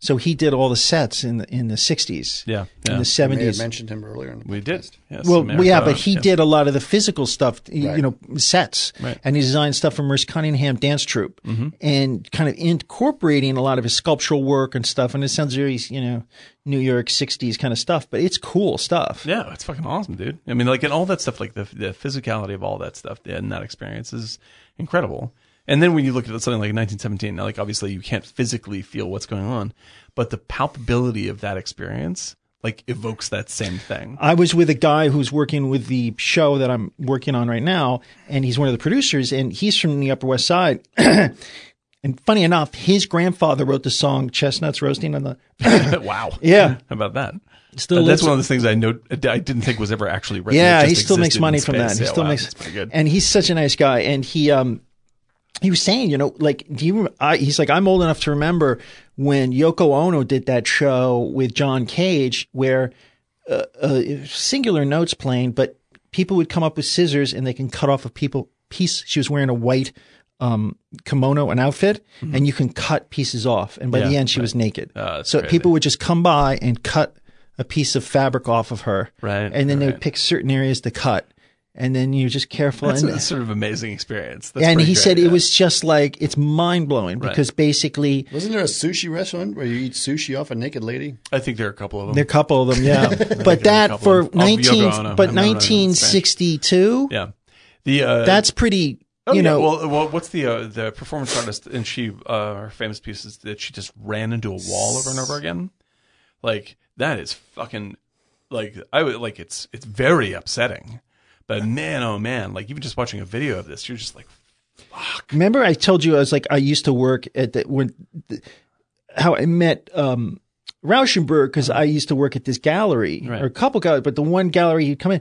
Speaker 2: So he did all the sets in the, in the 60s,
Speaker 4: Mm-hmm. Yeah,
Speaker 2: in
Speaker 4: yeah.
Speaker 2: the
Speaker 1: I may have
Speaker 2: 70s.
Speaker 1: mentioned him earlier. In the
Speaker 4: We did. Yes,
Speaker 2: well,
Speaker 4: Americana,
Speaker 2: yeah, but he
Speaker 4: yeah.
Speaker 2: did a lot of the physical stuff, you,
Speaker 1: Right.
Speaker 2: you know, sets,
Speaker 4: Right. Mm-hmm.
Speaker 2: and he designed stuff for Merce Cunningham Dance Troupe, and kind of incorporating a lot of his sculptural work and stuff. And it sounds very, you know, New York '60s kind of stuff, but it's cool stuff.
Speaker 4: Yeah, it's fucking awesome, dude. I mean, like, and all that stuff, like the the physicality of all that stuff and that experience is incredible. And then when you look at something like 1917, now, like obviously you can't physically feel what's going on, but the palpability of that experience like evokes that same thing.
Speaker 2: I was with a guy who's working with the show that I'm working on right now, and he's one of the producers, and he's from the Upper West Side. and funny enough, his grandfather wrote the song "Chestnuts Roasting on the."
Speaker 4: wow.
Speaker 2: Yeah.
Speaker 4: How about that?
Speaker 2: Still
Speaker 4: Uh, that's
Speaker 2: lives-
Speaker 4: one of those things I know I didn't think was ever actually written. It
Speaker 2: Yeah,
Speaker 4: just
Speaker 2: he still makes
Speaker 4: existed
Speaker 2: money
Speaker 4: in
Speaker 2: from
Speaker 4: space.
Speaker 2: that. He
Speaker 4: Yeah,
Speaker 2: still
Speaker 4: wow,
Speaker 2: makes,
Speaker 4: that's pretty good.
Speaker 2: and he's such a nice guy. And he um, he was saying, you know, like, do you? I, he's like, I'm old enough to remember when Yoko Ono did that show with John Cage, where uh, uh, singular notes playing, but people would come up with scissors and they can cut off a people piece. She was wearing a white um, kimono, an outfit, and you can cut pieces off. And by the end, she was naked.
Speaker 4: Mm-hmm. Oh, that's
Speaker 2: so
Speaker 4: crazy.
Speaker 2: people would just come by and cut a piece of fabric off of her,
Speaker 4: Right,
Speaker 2: And then they would
Speaker 4: right.
Speaker 2: pick certain areas to cut, and then you're just careful.
Speaker 4: That's
Speaker 2: and
Speaker 4: a sort of amazing experience. That's
Speaker 2: uh, and
Speaker 4: pretty
Speaker 2: he
Speaker 4: great,
Speaker 2: said
Speaker 4: yeah.
Speaker 2: it was just like it's mind blowing because basically
Speaker 1: Wasn't there a sushi restaurant where you eat sushi off a naked lady?
Speaker 4: I think there are a couple of them.
Speaker 2: there are a couple of them, yeah. but that
Speaker 4: couple
Speaker 2: for
Speaker 4: of- of
Speaker 2: nineteen,
Speaker 4: Yoko Ono.
Speaker 2: but
Speaker 4: I'm not- I'm not saying.
Speaker 2: nineteen sixty two,
Speaker 4: yeah. The uh,
Speaker 2: that's pretty.
Speaker 4: Oh,
Speaker 2: you
Speaker 4: yeah.
Speaker 2: know,
Speaker 4: well, well, what's the uh, the performance artist? And she, uh, her famous piece is that she just ran into a wall over and over again. Like that is fucking like I would like it's it's very upsetting. But man, oh man, like even just watching a video of this, you're just like,
Speaker 2: remember I told you I was like I used to work at the when the, how I met um Rauschenberg because I used to work at this gallery
Speaker 4: Right.
Speaker 2: or a couple galleries, but the one gallery he'd come in,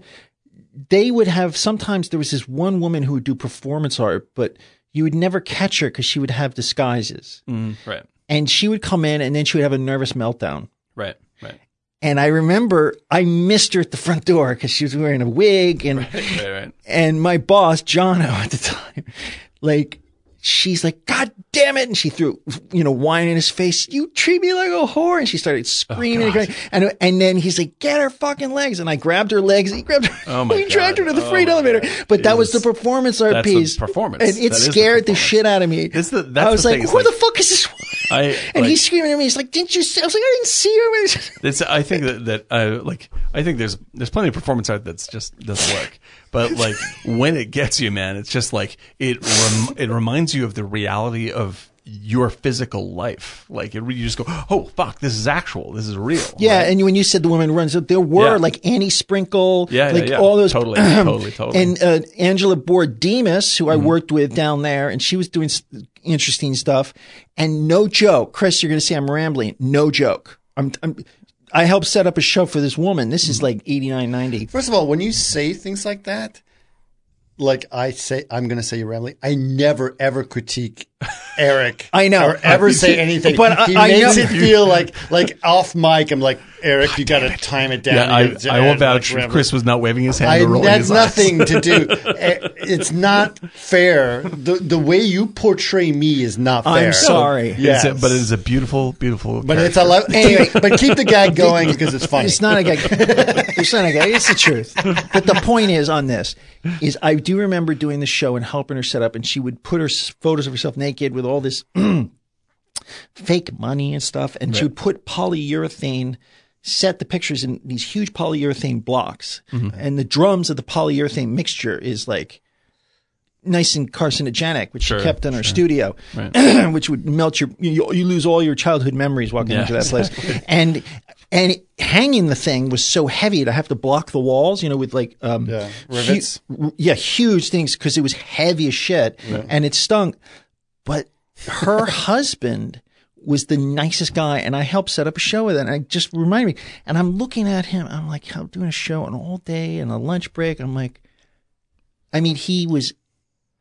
Speaker 2: they would have sometimes there was this one woman who would do performance art, but you would never catch her because she would have disguises.
Speaker 4: Mm. right,
Speaker 2: and she would come in and then she would have a nervous meltdown.
Speaker 4: right, right,
Speaker 2: And I remember I missed her at the front door because she was wearing a wig and
Speaker 4: right, right.
Speaker 2: and my boss Jono at the time, like she's like, God damn it! And she threw you know wine in his face. You treat me like a whore! And she
Speaker 4: Oh,
Speaker 2: started screaming and crying. And and then he's like, Get her fucking legs! And I grabbed her legs. He grabbed her.
Speaker 4: Oh, my
Speaker 2: he dragged
Speaker 4: God.
Speaker 2: her to the
Speaker 4: Oh,
Speaker 2: freight
Speaker 4: my
Speaker 2: elevator.
Speaker 4: God.
Speaker 2: But that was the
Speaker 4: Jesus.
Speaker 2: performance art
Speaker 4: That's the
Speaker 2: piece.
Speaker 4: performance.
Speaker 2: And it
Speaker 4: That is the
Speaker 2: scared the,
Speaker 4: performance.
Speaker 2: shit out of me.
Speaker 4: It's the- that's
Speaker 2: I was
Speaker 4: the
Speaker 2: like,
Speaker 4: thing, it's
Speaker 2: Who
Speaker 4: like-
Speaker 2: the fuck is this? woman?"
Speaker 4: I
Speaker 2: And
Speaker 4: like,
Speaker 2: he's screaming at me. He's like, "Didn't you?" See? I was like, "I didn't see her."
Speaker 4: It's, I think that that uh, like I think there's there's plenty of performance art that's just doesn't work, but like when it gets you, man, it's just like it rem- it reminds you of the reality of your physical life. Like it, re- you just go, oh fuck, this is actual, this is real.
Speaker 2: Yeah,
Speaker 4: right?
Speaker 2: and when you said the woman runs, there were
Speaker 4: Yeah.
Speaker 2: like Annie Sprinkle,
Speaker 4: Yeah, yeah,
Speaker 2: like
Speaker 4: yeah.
Speaker 2: all those
Speaker 4: Totally, totally, totally.
Speaker 2: and uh, Angela Bordemus, who I worked with down there, and she was doing s- interesting stuff. And no joke, Chris, you're going to see I'm rambling. No joke, I'm, I'm I helped set up a show for this woman. This is like 89, 90.
Speaker 1: First of all, when you say things like that, like I say, I'm going to say you're rambling. I never ever critique Eric.
Speaker 2: I know. Uh,
Speaker 1: or ever say anything.
Speaker 2: But I-
Speaker 1: he
Speaker 2: I
Speaker 1: makes
Speaker 2: know-
Speaker 1: it feel like like off mic. I'm like Eric, you got to time it down.
Speaker 4: yeah, I,
Speaker 1: You gotta-
Speaker 4: I will
Speaker 1: like,
Speaker 4: vouch. if
Speaker 1: rambling.
Speaker 4: Chris was not waving his hand
Speaker 1: I,
Speaker 4: or rolling
Speaker 1: that's
Speaker 4: his
Speaker 1: nothing to do. Eh, It's not fair. The the way you portray me is not
Speaker 2: I'm
Speaker 1: fair.
Speaker 2: sorry.
Speaker 4: Eyes.
Speaker 1: Yes.
Speaker 4: It's a- but it is a beautiful, beautiful.
Speaker 1: But it's a lot. Anyway, but keep the gag going because it's funny.
Speaker 2: It's not a gag. it's not a gag. It's the truth. But the point is on this is I do remember doing the show and helping her set up, and she would put her s- photos of herself naked with all this fake money and stuff, and she would put polyurethane. Set the pictures in these huge polyurethane blocks, and the drums of the polyurethane mixture is like nice and carcinogenic, which she kept in her studio, which would melt your you, you lose all your childhood memories walking into that place, and and hanging the thing was so heavy to have to block the walls, you know, with like um
Speaker 1: Yeah,
Speaker 2: hu-
Speaker 1: rivets.
Speaker 2: r- yeah, huge things because it was heavy as shit and it stunk, but her husband. Was the nicest guy, and I helped set up a show with it. And I just reminded me, and I'm looking at him. I'm like, I'm doing a show and all day and a lunch break. I'm like, I mean, he was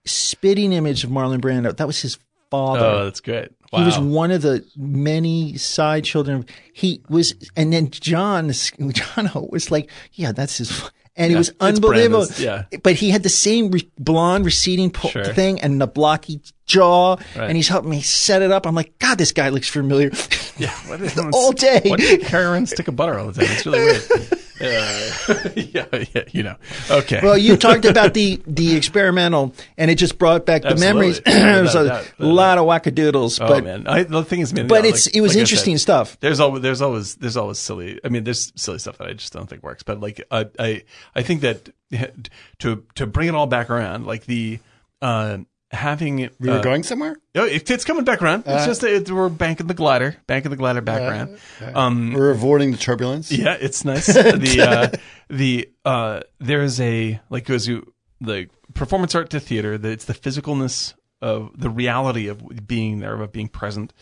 Speaker 2: spitting image of Marlon Brando. That was his father.
Speaker 4: Oh, that's great. Wow.
Speaker 2: He was one of the many side children. of- He was, and then John, John Ho was like, yeah, that's his. f- And it was
Speaker 4: Brando's,
Speaker 2: unbelievable.
Speaker 4: yeah.
Speaker 2: But he had the same re- blonde receding po-
Speaker 4: Sure.
Speaker 2: thing and the blocky jaw.
Speaker 4: Right.
Speaker 2: And he's helping me set it up. I'm like, God, this guy looks familiar.
Speaker 4: yeah, what is-
Speaker 2: all day.
Speaker 4: Why do you carry around a stick of butter all the time? It's really weird. Yeah, yeah, yeah, you know. Okay.
Speaker 2: well, you talked about the, the experimental and it just brought back the memories.
Speaker 4: Absolutely.
Speaker 2: it was a
Speaker 4: Without doubt.
Speaker 2: lot of wackadoodles,
Speaker 4: Oh
Speaker 2: but
Speaker 4: man, I, the thing is, man,
Speaker 2: But
Speaker 4: yeah,
Speaker 2: it's- it was
Speaker 4: I
Speaker 2: interesting stuff.
Speaker 4: There's always there's always there's always silly. I mean, there's silly stuff that I just don't think works. But like I I, I think that to to bring it all back around, like the uh, having
Speaker 1: we were going somewhere.
Speaker 4: oh, it, it's coming back around. It's just it, we're banking the glider, banking the glider back around.
Speaker 1: We were avoiding the turbulence.
Speaker 4: Mm. Yeah, it's nice. the uh, the uh, there is a like goes you like performance art to theater. That it's the physicalness of the reality of being there, of being present.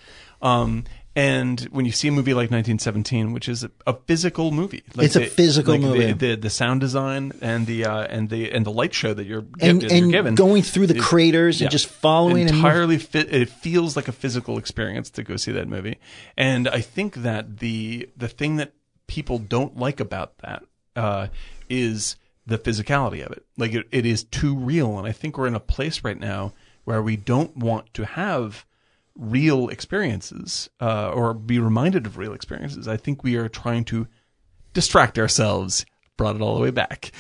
Speaker 4: Um, and when you see a movie like 1917, which is a, a physical movie, like
Speaker 2: It's a
Speaker 4: the-
Speaker 2: physical
Speaker 4: like the-
Speaker 2: movie.
Speaker 4: The, the, sound design and the uh, and the and the light show that you're,
Speaker 2: and,
Speaker 4: that you're
Speaker 2: and
Speaker 4: given
Speaker 2: going through the
Speaker 4: is-
Speaker 2: craters and
Speaker 4: yeah.
Speaker 2: just following and
Speaker 4: entirely fit. It feels like a physical experience to go see that movie, and I think that the the thing that people don't like about that uh, is the physicality of it. Like it, it is too real, and I think we're in a place right now where we don't want to have real experiences uh, or be reminded of real experiences. I think we are trying to distract ourselves. Brought it all the way back.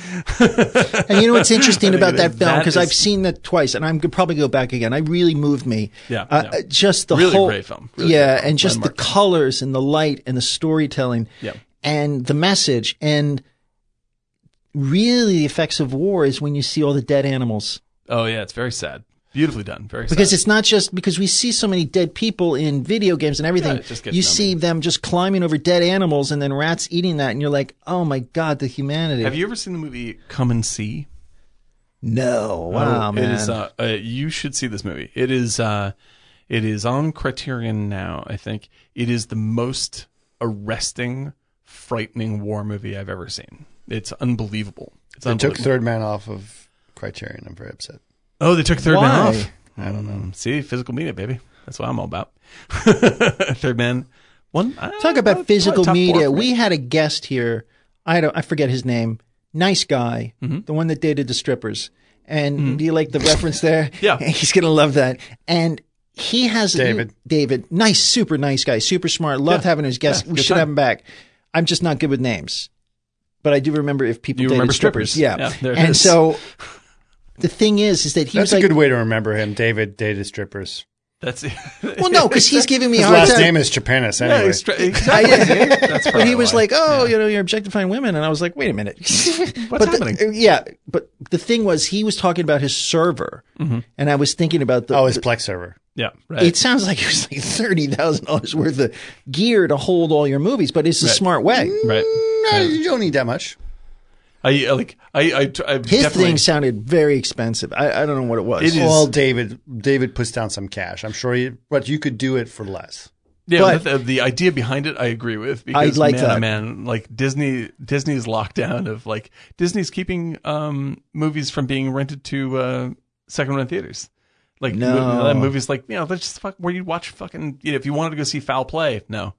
Speaker 2: And you know what's interesting about that film
Speaker 4: That
Speaker 2: because
Speaker 4: is-
Speaker 2: I've seen that twice, and I'm gonna probably go back again. I really moved me.
Speaker 4: Yeah,
Speaker 2: Uh,
Speaker 4: yeah.
Speaker 2: just the
Speaker 4: Really
Speaker 2: whole
Speaker 4: great film. Really
Speaker 2: yeah,
Speaker 4: great film.
Speaker 2: and just
Speaker 4: Landmark
Speaker 2: the colors and the light and the storytelling.
Speaker 4: Yeah.
Speaker 2: and the message and really the effects of war is when you see all the dead animals
Speaker 4: oh yeah, it's very sad. Beautifully done. Very sad.
Speaker 2: because it's not just because we see so many dead people in video games and everything.
Speaker 4: it just gets
Speaker 2: you
Speaker 4: numbing.
Speaker 2: see them just climbing over dead animals and then rats eating that, and you're like, oh my god, the humanity.
Speaker 4: Have you ever seen the movie Come and See?
Speaker 2: No, wow,
Speaker 4: Oh,
Speaker 2: man.
Speaker 4: It is. Uh, uh, you should see this movie. It is. Uh, it is on Criterion now. I think it is the most arresting, frightening war movie I've ever seen. It's unbelievable. It's
Speaker 1: They took
Speaker 4: unbelievable.
Speaker 1: Third Man off of Criterion. I'm very upset.
Speaker 4: oh, they took third man
Speaker 2: Why?
Speaker 4: off. I don't
Speaker 1: Mm.
Speaker 4: know. See, physical media, baby. That's what I'm all about. third man. One. uh,
Speaker 2: Talk
Speaker 4: probably-
Speaker 2: about physical
Speaker 4: probably top four
Speaker 2: media.
Speaker 4: for me.
Speaker 2: We had a guest here. I don't. I forget his name. Nice guy,
Speaker 4: Mm-hmm.
Speaker 2: the one that dated the strippers. And do you like the reference there?
Speaker 4: Yeah.
Speaker 2: he's gonna love that. And he has
Speaker 1: David.
Speaker 2: David, nice, super nice guy, super smart. Loved having his guest.
Speaker 4: Yeah,
Speaker 2: we
Speaker 4: good
Speaker 2: should
Speaker 4: time.
Speaker 2: have him back. I'm just not good with names, but I do remember if people
Speaker 4: You
Speaker 2: dated
Speaker 4: remember
Speaker 2: strippers.
Speaker 4: strippers.
Speaker 2: Yeah,
Speaker 4: Yeah, there it
Speaker 2: and
Speaker 4: is.
Speaker 2: so the thing is, is that he
Speaker 1: That's
Speaker 2: was
Speaker 1: a
Speaker 2: like,
Speaker 1: good way to remember him. David dated strippers.
Speaker 4: That's it.
Speaker 2: well, no, because he's giving me a
Speaker 1: His
Speaker 2: hard
Speaker 1: last
Speaker 2: time.
Speaker 1: name is Chapanis
Speaker 4: Yeah,
Speaker 1: anyway.
Speaker 4: extra- exactly. That's
Speaker 2: but he
Speaker 4: probably
Speaker 2: was
Speaker 4: why.
Speaker 2: like, "Oh, you know, you're objectifying women," and I was like, "Wait a minute,
Speaker 4: What's
Speaker 2: but the-
Speaker 4: happening?
Speaker 2: uh, yeah, but the thing was, he was talking about his server, and I was thinking about the.
Speaker 1: Oh, his Plex server.
Speaker 4: Mm-hmm. yeah, right.
Speaker 2: it sounds like it was like thirty thousand dollars worth of gear to hold all your movies, but it's a smart way.
Speaker 4: Mm-hmm. right.
Speaker 1: No, you don't need that much.
Speaker 4: I uh, like. I. I. I
Speaker 2: His
Speaker 4: definitely,
Speaker 2: thing sounded very expensive. I, I don't know what it was.
Speaker 4: It is-
Speaker 1: Well, David, David puts down some cash. I'm sure, he, but you could do it for less.
Speaker 4: Yeah,
Speaker 2: But-
Speaker 4: the, the idea behind it, I agree with.
Speaker 2: I'd like
Speaker 4: man,
Speaker 2: that.
Speaker 4: oh man. Like Disney, Disney's lockdown of like Disney's keeping um, movies from being rented to uh, second run theaters. Like
Speaker 2: No.
Speaker 4: mo- uh, movies, like you know, that's just fuck where you watch fucking. You know, if you wanted to go see Foul Play, no,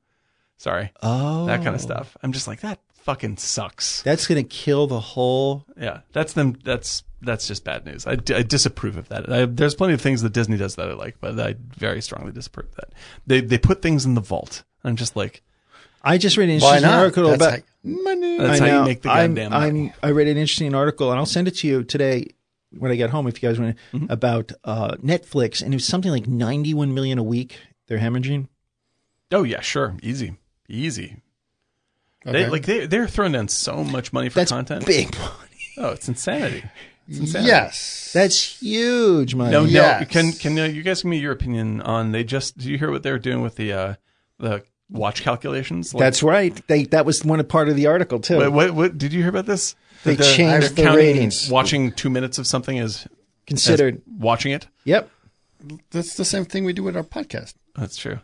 Speaker 4: sorry,
Speaker 2: oh,
Speaker 4: that kind of stuff. I'm just like that fucking sucks.
Speaker 2: That's gonna kill the whole.
Speaker 4: Yeah, that's them. That's that's just bad news. I, I disapprove of that. I, there's plenty of things that Disney does that I like, but I very strongly disapprove of that. They they put things in the vault. I'm just like
Speaker 2: I just read an
Speaker 1: Why
Speaker 2: interesting
Speaker 1: not?
Speaker 2: article
Speaker 1: That's
Speaker 2: about.
Speaker 1: like money.
Speaker 4: that's
Speaker 2: I
Speaker 4: how
Speaker 2: know.
Speaker 4: you make the
Speaker 2: I'm-
Speaker 4: goddamn
Speaker 2: I'm,
Speaker 4: money.
Speaker 2: I read an interesting article, and I'll send it to you today when I get home. If you guys want, to
Speaker 4: Mm-hmm.
Speaker 2: about uh, Netflix, and it was something like 91 million a week they're hemorrhaging.
Speaker 4: Oh yeah, sure, easy, easy.
Speaker 1: Okay.
Speaker 4: They like they they're throwing down so much money for
Speaker 2: That's
Speaker 4: content.
Speaker 2: big money.
Speaker 4: Oh, it's insanity. It's insanity.
Speaker 1: yes,
Speaker 2: That's huge money.
Speaker 4: No,
Speaker 1: Yes.
Speaker 4: no. Can can uh, you guys give me your opinion on they just? Do you hear what they're doing with the uh the watch calculations? Like,
Speaker 2: That's right. They that was one part of the article too.
Speaker 4: what, what what did you hear about this?
Speaker 2: they
Speaker 4: That they're-
Speaker 2: changed the
Speaker 4: counting
Speaker 2: ratings.
Speaker 4: Watching two minutes of something is
Speaker 2: Considered.
Speaker 4: watching it.
Speaker 2: Yep.
Speaker 1: that's the same thing we do with our podcast.
Speaker 4: That's true.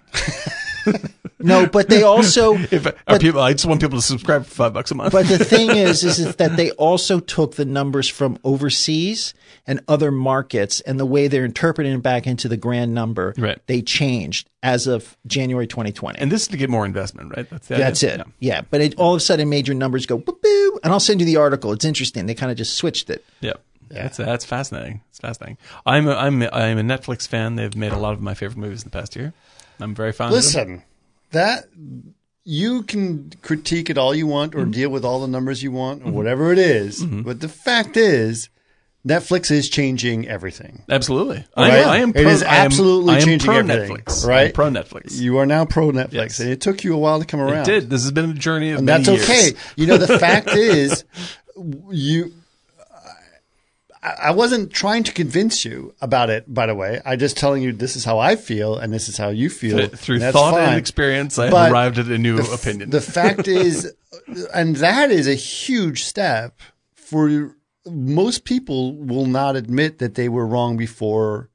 Speaker 2: No, but they also.
Speaker 4: If are people, I just want people to subscribe for five bucks a month.
Speaker 2: but the thing is, is, is that they also took the numbers from overseas and other markets, and the way they're interpreting it back into the grand number,
Speaker 4: Right.
Speaker 2: they changed as of January 2020.
Speaker 4: and this is to get more investment, right? That's the
Speaker 2: That's
Speaker 4: idea.
Speaker 2: it.
Speaker 4: Yeah.
Speaker 2: Yeah. But it all of a sudden major numbers go boop, boop, and I'll send you the article. It's interesting. They kind of just switched it.
Speaker 4: Yeah. That's that's fascinating. It's fascinating. I'm a, I'm a, I'm a Netflix fan. They've made a lot of my favorite movies in the past year. I'm very fond of
Speaker 1: Listen, that you can critique it all you want
Speaker 4: Mm-hmm.
Speaker 1: or deal with all the numbers you want or whatever it is, But the fact is, Netflix is changing everything.
Speaker 4: them. Absolutely.
Speaker 1: Right?
Speaker 4: I, I am
Speaker 1: Oh, It
Speaker 4: pro,
Speaker 1: is
Speaker 4: I am-
Speaker 1: absolutely
Speaker 4: I am,
Speaker 1: changing
Speaker 4: pro
Speaker 1: everything,
Speaker 4: Netflix.
Speaker 1: right?
Speaker 4: I'm pro Netflix.
Speaker 1: You are now pro Netflix,
Speaker 4: Yes.
Speaker 1: and it took you a while to come around.
Speaker 4: It did. This has been a journey of
Speaker 1: and
Speaker 4: many
Speaker 1: that's okay.
Speaker 4: years.
Speaker 1: You know, the fact is, you. I I wasn't trying to convince you about it, by the way. I'm just telling you this is how I feel and this is how you feel.
Speaker 4: Th- Through
Speaker 1: and that's
Speaker 4: thought
Speaker 1: fine.
Speaker 4: and experience, I
Speaker 1: But
Speaker 4: arrived at a new
Speaker 1: the f-
Speaker 4: opinion.
Speaker 1: The fact is, and that is a huge step for most people will not admit that they were wrong before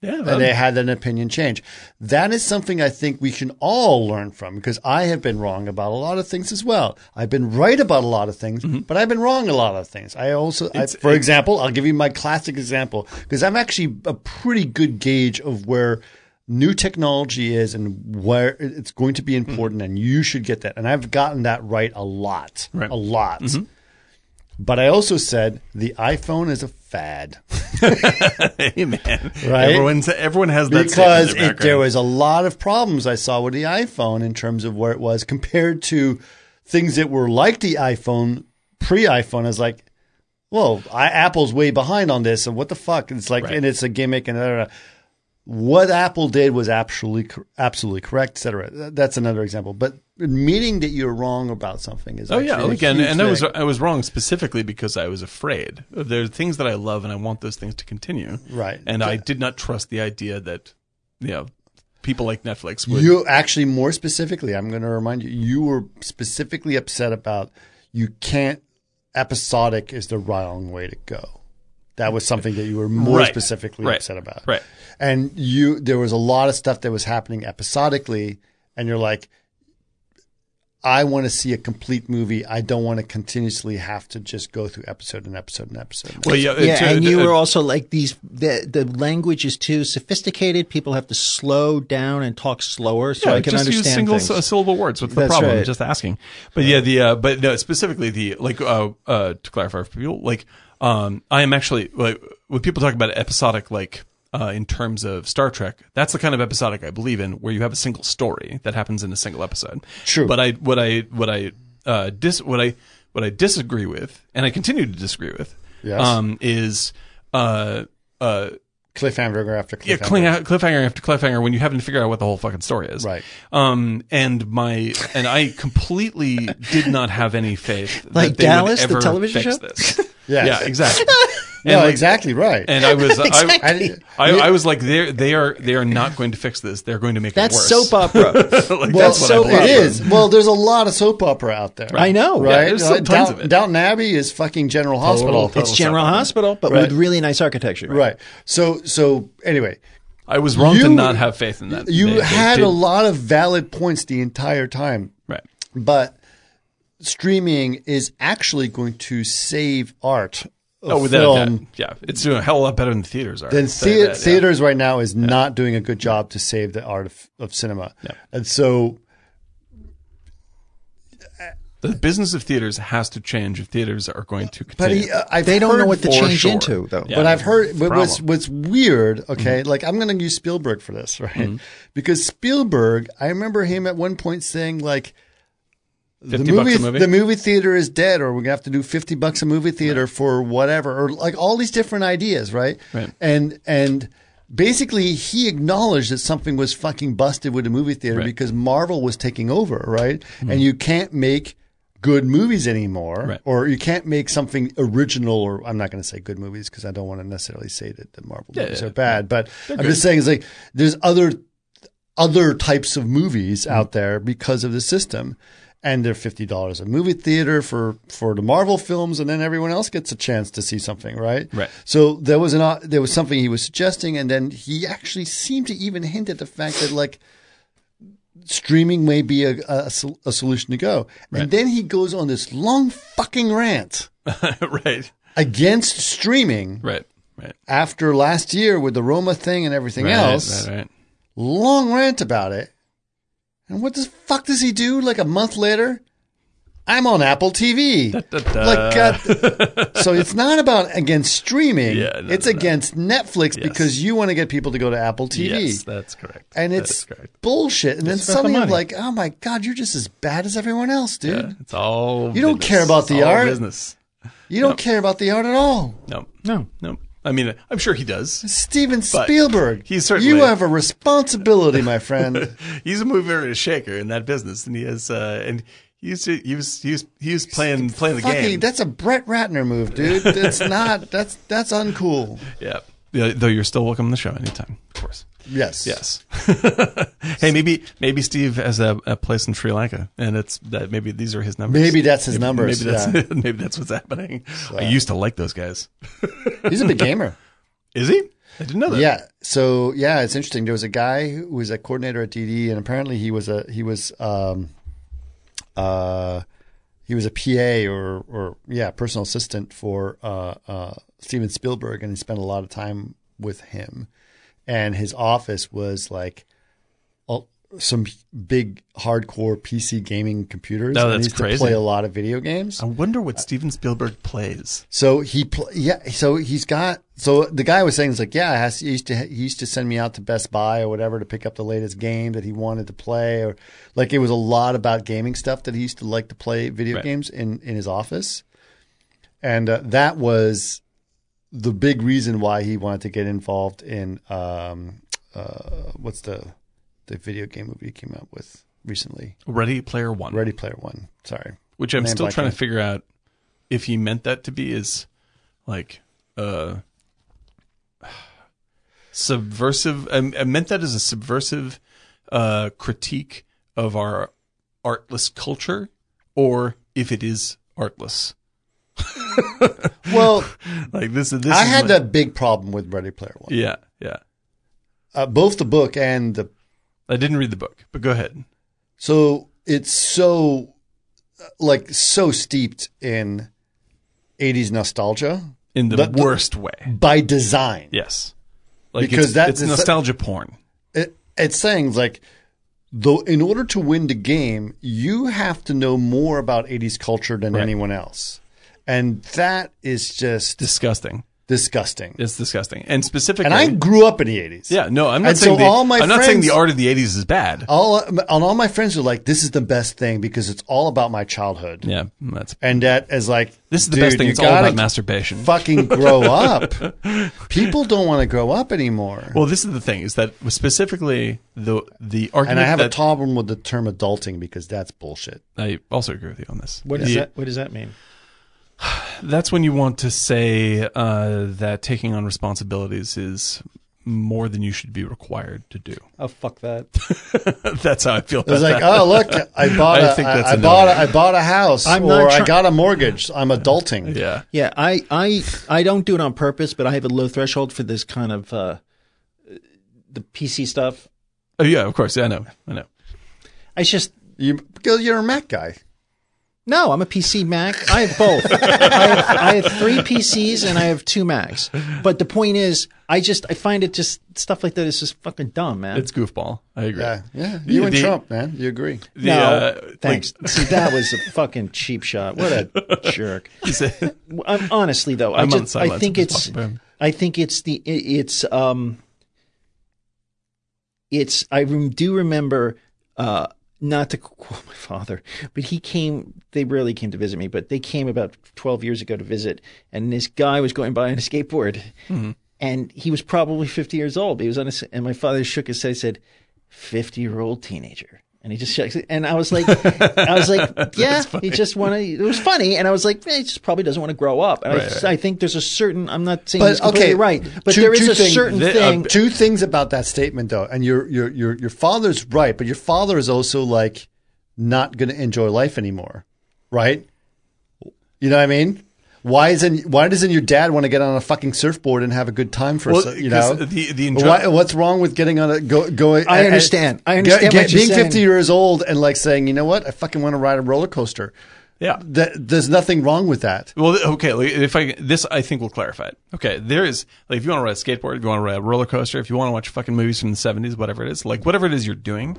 Speaker 4: yeah,
Speaker 1: that
Speaker 4: that-
Speaker 1: they had an opinion change. That is something I think we can all learn from because I have been wrong about a lot of things as well. I've been right about a lot of things, but I've been wrong a lot of things. I also, I, for example, I'll give you my classic example because I'm actually a pretty good gauge of where new technology is and where it's going to be important, and you should get that. And I've gotten that right a lot,
Speaker 4: Right.
Speaker 1: a lot. But I also said the iPhone is a fad
Speaker 4: Hey, man.
Speaker 1: Right?
Speaker 4: Everyone's, everyone has that statement
Speaker 1: because
Speaker 4: in their
Speaker 1: it, there
Speaker 4: background.
Speaker 1: was a lot of problems I saw with the iPhone in terms of where it was compared to things that were like the iPhone pre iPhone. I was like, well, I, Apple's way behind on this, and what the fuck? It's like, and it's a gimmick, and da, da, da. what Apple did was absolutely cor- absolutely correct, et cetera. Th- That's another example. But admitting that you're wrong about something is
Speaker 4: Oh yeah,
Speaker 1: actually a
Speaker 4: again,
Speaker 1: huge
Speaker 4: and I was
Speaker 1: thing.
Speaker 4: I was wrong specifically because I was afraid. There are things that I love, and I want those things to continue.
Speaker 1: Right.
Speaker 4: and I did not trust the idea that you know people like Netflix would.
Speaker 1: You actually, more specifically, I'm going to remind you, you were specifically upset about you can't, episodic is the wrong way to go. That was something that you were more
Speaker 4: Right.
Speaker 1: specifically
Speaker 4: Right.
Speaker 1: upset about.
Speaker 4: Right.
Speaker 1: And you, there was a lot of stuff that was happening episodically, and you're like, I want to see a complete movie. I don't want to continuously have to just go through episode and episode and episode.
Speaker 4: well, yeah,
Speaker 2: Yeah,
Speaker 4: to-
Speaker 2: and you
Speaker 4: uh,
Speaker 2: were also like these. The, the language is too sophisticated. People have to slow down and talk slower so
Speaker 4: yeah,
Speaker 2: I can
Speaker 4: just
Speaker 2: understand
Speaker 4: use single
Speaker 2: things.
Speaker 4: sy- syllable words. What's the
Speaker 2: That's
Speaker 4: problem?
Speaker 2: right.
Speaker 4: Just asking. But yeah, the uh, but no, specifically the like uh, uh, to clarify for people, like um, I am actually like when people talk about episodic, like uh, in terms of Star Trek, that's the kind of episodic I believe in, where you have a single story that happens in a single episode.
Speaker 1: True.
Speaker 4: But I what I what I uh, dis what I what I disagree with, and I continue to disagree with,
Speaker 1: Yes.
Speaker 4: um, is uh uh
Speaker 1: cliffhanger after cliffhanger.
Speaker 4: yeah, cliffhanger. cliffhanger after cliffhanger when you haven't figured out what the whole fucking story is.
Speaker 1: Right.
Speaker 4: Um, and my and I completely did not have any faith. that
Speaker 2: Like
Speaker 4: they would
Speaker 2: Dallas, the
Speaker 4: ever
Speaker 2: television
Speaker 4: fix
Speaker 2: show?
Speaker 4: This.
Speaker 1: Yes.
Speaker 4: Yeah, exactly.
Speaker 1: No,
Speaker 4: like-
Speaker 1: exactly right.
Speaker 4: And I was I,
Speaker 1: I didn't-
Speaker 4: I, I was like they they are they are not going to fix this. They're going to make
Speaker 2: That's
Speaker 4: it worse.
Speaker 2: soap opera.
Speaker 1: Well,
Speaker 4: like, that's what I
Speaker 1: so
Speaker 4: believe.
Speaker 1: it is. Well, there's a lot of soap opera out there.
Speaker 2: I know.
Speaker 1: right?
Speaker 4: Yeah, there's still tons
Speaker 1: Down-
Speaker 4: of it.
Speaker 1: Downton Abbey is fucking General Hospital.
Speaker 4: total
Speaker 2: It's General
Speaker 4: soap opera.
Speaker 2: Hospital, but
Speaker 1: Right.
Speaker 2: with really nice architecture.
Speaker 1: Right. So, so anyway,
Speaker 4: I was wrong
Speaker 1: You-
Speaker 4: to not have faith in that.
Speaker 1: you
Speaker 4: They- they
Speaker 1: had
Speaker 4: did-
Speaker 1: a lot of valid points the entire time,
Speaker 4: right.
Speaker 1: but streaming is actually going to save art. of
Speaker 4: Oh, without
Speaker 1: film.
Speaker 4: that, yeah, it's doing a hell of a lot better than the theaters are.
Speaker 1: Then
Speaker 4: I'd say
Speaker 1: thea-
Speaker 4: that, yeah.
Speaker 1: theaters right now is not doing a good job to save the art of, of cinema. And so
Speaker 4: the business of theaters has to change if theaters are going to
Speaker 1: But
Speaker 4: continue.
Speaker 1: he, uh, I've
Speaker 2: They don't know
Speaker 1: heard
Speaker 2: what to
Speaker 1: for
Speaker 2: change into, though. Mm-hmm.
Speaker 1: But
Speaker 4: Yeah.
Speaker 1: I've heard but what's
Speaker 4: Problem.
Speaker 1: what's weird. Okay, like I'm going to use Spielberg for this, right?
Speaker 4: Mm-hmm.
Speaker 1: Because Spielberg, I remember him at one point saying like. The
Speaker 4: 50 bucks
Speaker 1: movie,
Speaker 4: a movie?
Speaker 1: the movie theater is dead, or we're gonna have to do fifty bucks a movie theater for whatever, or like all these different ideas, right?
Speaker 4: Right.
Speaker 1: And and basically, he acknowledged that something was fucking busted with the movie theater
Speaker 4: Right. Hmm.
Speaker 1: because Marvel was taking over, right? And you can't make good movies anymore,
Speaker 4: Right.
Speaker 1: or you can't make something original. Or I'm not going to say good movies because I don't want to necessarily say that the Marvel movies
Speaker 4: yeah,
Speaker 1: are bad, but I'm just saying it's like there's other other types of movies
Speaker 4: Mm-hmm.
Speaker 1: out there because of the system. And they're fifty dollars a movie theater for for the Marvel films, and then everyone else gets a chance to see something, right?
Speaker 4: Right.
Speaker 1: So there was an there was something he was suggesting, and then he actually seemed to even hint at the fact that like streaming may be a, a, sol- a solution to go. And then he goes on this long fucking rant
Speaker 4: right,
Speaker 1: against streaming
Speaker 4: right, right.
Speaker 1: after last year with the Roma thing and everything
Speaker 4: Right,
Speaker 1: else.
Speaker 4: right, right.
Speaker 1: Long rant about it. And what the fuck does he do like a month later? I'm on Apple TV.
Speaker 4: da.
Speaker 1: Like, God- so it's not about against streaming.
Speaker 4: Yeah, no,
Speaker 1: it's
Speaker 4: no, no.
Speaker 1: against Netflix
Speaker 4: Yes.
Speaker 1: because you want to get people to go to Apple TV
Speaker 4: Yes, that's correct.
Speaker 1: and
Speaker 4: That
Speaker 1: it's
Speaker 4: is correct.
Speaker 1: bullshit. And then
Speaker 2: about the
Speaker 1: suddenly I'm
Speaker 2: money.
Speaker 1: like, oh my god, you're just as bad as everyone else, dude.
Speaker 4: Yeah, it's all
Speaker 1: You don't
Speaker 4: business.
Speaker 1: care about the
Speaker 4: It's all
Speaker 1: art.
Speaker 4: business.
Speaker 1: You don't care about the art at all.
Speaker 4: No,
Speaker 2: No.
Speaker 4: no. I mean, I'm sure he does.
Speaker 1: Steven Spielberg,
Speaker 4: he certainly-
Speaker 1: you have a responsibility, my friend.
Speaker 4: He's a mover and a shaker in that business, and he has. Uh, and he used to. He was. He was. He was playing playing the
Speaker 1: Fucking,
Speaker 4: game.
Speaker 1: that's a Brett Ratner move, dude. That's not. That's that's uncool.
Speaker 4: yeah. yeah. Though you're still welcome on the show anytime, of course.
Speaker 1: Yes.
Speaker 4: Yes. hey, maybe maybe Steve has a, a place in Sri Lanka, and it's that maybe these are his numbers.
Speaker 1: Maybe that's his numbers,
Speaker 4: Maybe that's
Speaker 1: yeah.
Speaker 4: maybe that's what's happening. I used to like those guys.
Speaker 1: He's a big gamer.
Speaker 4: Is he? I didn't know that.
Speaker 1: Yeah. So yeah, it's interesting. There was a guy who was a coordinator at DD, and apparently he was a he was um, uh, he was a PA or or yeah, personal assistant for uh, uh, Steven Spielberg, and he spent a lot of time with him. and his office was like all, some big hardcore PC gaming computers.
Speaker 4: Oh,
Speaker 1: and
Speaker 4: that's
Speaker 1: he used
Speaker 4: crazy.
Speaker 1: to play a lot of video games.
Speaker 4: I wonder what Steven Spielberg plays.
Speaker 1: So he, pl- yeah. So he's got. So the guy was saying, "It's like, yeah, I has, he used to he used to send me out to Best Buy or whatever to pick up the latest game that he wanted to play, or like it was a lot about gaming stuff that he used to like to play video
Speaker 4: Right.
Speaker 1: games in in his office, and uh, that was the big reason why he wanted to get involved in um, uh, what's the the video game movie he came out with recently,
Speaker 4: Ready Player One,
Speaker 1: Ready Player One. Sorry,
Speaker 4: which I'm
Speaker 1: Man,
Speaker 4: still
Speaker 1: Black
Speaker 4: trying
Speaker 1: Cat.
Speaker 4: to figure out if he meant that to be is like uh subversive. I, I meant that as a subversive uh critique of our artless culture, or if it is artless.
Speaker 1: well,
Speaker 4: Like this, this
Speaker 1: I
Speaker 4: is
Speaker 1: had
Speaker 4: my-
Speaker 1: that big problem with Ready Player One.
Speaker 4: Yeah, yeah.
Speaker 1: uh, both the book and the
Speaker 4: I didn't read the book, but go ahead.
Speaker 1: so it's so uh, like so steeped in 80s nostalgia
Speaker 4: In the,
Speaker 1: The- the-
Speaker 4: worst way.
Speaker 1: by design
Speaker 4: Yes. Like
Speaker 1: Because
Speaker 4: it's,
Speaker 1: that-
Speaker 4: it's
Speaker 1: it's-
Speaker 4: nostalgia porn.
Speaker 1: it, it's saying like though in order to win the game you have to know more about 80s culture than anyone else and that is just
Speaker 4: Disgusting.
Speaker 1: disgusting
Speaker 4: It's disgusting. And specifically
Speaker 1: and i grew up in the 80s
Speaker 4: Yeah, no, I'm not
Speaker 1: And
Speaker 4: saying
Speaker 1: so
Speaker 4: the,
Speaker 1: all my
Speaker 4: I'm not saying
Speaker 1: friends- Oh.
Speaker 4: the art of the 80s is bad.
Speaker 1: all and all my friends are like this is the best thing because it's all about my childhood
Speaker 4: yeah, that's
Speaker 1: and that is like
Speaker 4: This is the
Speaker 1: dude,
Speaker 4: best thing.
Speaker 1: you
Speaker 4: It's all
Speaker 1: gotta
Speaker 4: about masturbation.
Speaker 1: fucking grow up. People don't want to grow up anymore.
Speaker 4: Well, this is the thing is that specifically the the
Speaker 1: and
Speaker 4: argument
Speaker 1: I have a
Speaker 4: that
Speaker 1: problem with the term adulting because that's bullshit.
Speaker 4: I also agree with you on this.
Speaker 2: What
Speaker 4: The-
Speaker 2: does that? What does that mean?
Speaker 4: That's when you want to say uh, that taking on responsibilities is more than you should be required to do.
Speaker 2: Oh fuck that!
Speaker 4: that's how I feel.
Speaker 1: It's
Speaker 4: about
Speaker 1: like,
Speaker 4: that.
Speaker 1: oh look, I bought
Speaker 4: I
Speaker 1: a,
Speaker 4: think
Speaker 1: I-
Speaker 4: that's
Speaker 1: I
Speaker 4: annoying.
Speaker 1: bought a, I bought a house
Speaker 2: I'm not
Speaker 1: or I
Speaker 2: try-
Speaker 1: got a mortgage. I'm adulting.
Speaker 4: yeah.
Speaker 2: Yeah, I I I don't do it on purpose, but I have a low threshold for this kind of uh, the PC stuff.
Speaker 4: Oh yeah, of course. Yeah, I know. I know.
Speaker 2: I just
Speaker 1: You, because you're a Mac guy.
Speaker 2: No, I'm a PC Mac. I have both. I, have, I have three PCs and I have two Macs. But the point is, I just I find it just stuff like that is just fucking dumb, man.
Speaker 4: It's goofball. I agree.
Speaker 1: Yeah, yeah. You and
Speaker 4: the-
Speaker 1: Trump, man. You agree?
Speaker 4: The,
Speaker 2: no,
Speaker 4: uh,
Speaker 2: thanks. See, that was a fucking cheap shot. What a jerk.
Speaker 4: like-
Speaker 2: I'm, honestly though, i
Speaker 4: I'm on
Speaker 2: just I
Speaker 4: silence.
Speaker 2: think
Speaker 4: I'm
Speaker 2: it's
Speaker 4: just walking by.
Speaker 2: I think it's the it- it's um it's I rem- do remember uh not to quote my father, but he came. They rarely came to visit me, but they came about twelve years ago to visit, and this guy was going by on a skateboard,
Speaker 1: Mm-hmm.
Speaker 2: and he was probably fifty years old. He was on a, s- and my father shook his head, said, 50 year old teenager. And he just checks it. And I was like, I was like, yeah, he just want to, it was funny. And I was like, eh, he just probably doesn't want to grow up. And I, just- I think there's a certain, I'm not saying it's completely right, but
Speaker 1: two-
Speaker 2: there is
Speaker 1: two
Speaker 2: a
Speaker 1: things-
Speaker 2: certain
Speaker 1: th- uh,
Speaker 2: thing.
Speaker 1: two things about that statement, though, and your your your your father's right, but your father is also like not going to enjoy life anymore, right? You know what I mean? Why isn't Why doesn't your dad want to get on a fucking surfboard and have a good time for
Speaker 4: Well,
Speaker 1: a se- you
Speaker 4: 'cause uh,
Speaker 1: know?
Speaker 4: the- the enjoy-
Speaker 1: why, what's wrong with getting on a go going? and-
Speaker 2: I
Speaker 1: and-
Speaker 2: understand. I understand
Speaker 1: get-
Speaker 2: what you're
Speaker 1: being
Speaker 2: saying.
Speaker 1: fifty years old and like saying, you know what, I fucking want to ride a roller coaster.
Speaker 4: yeah.
Speaker 1: That there's nothing wrong with that.
Speaker 4: Well, th- okay. like, If I this, I think will clarify it. Okay, there is like if you want to ride a skateboard, if you want to ride a roller coaster, if you want to watch fucking movies from the seventies, whatever it is, like whatever it is you're doing,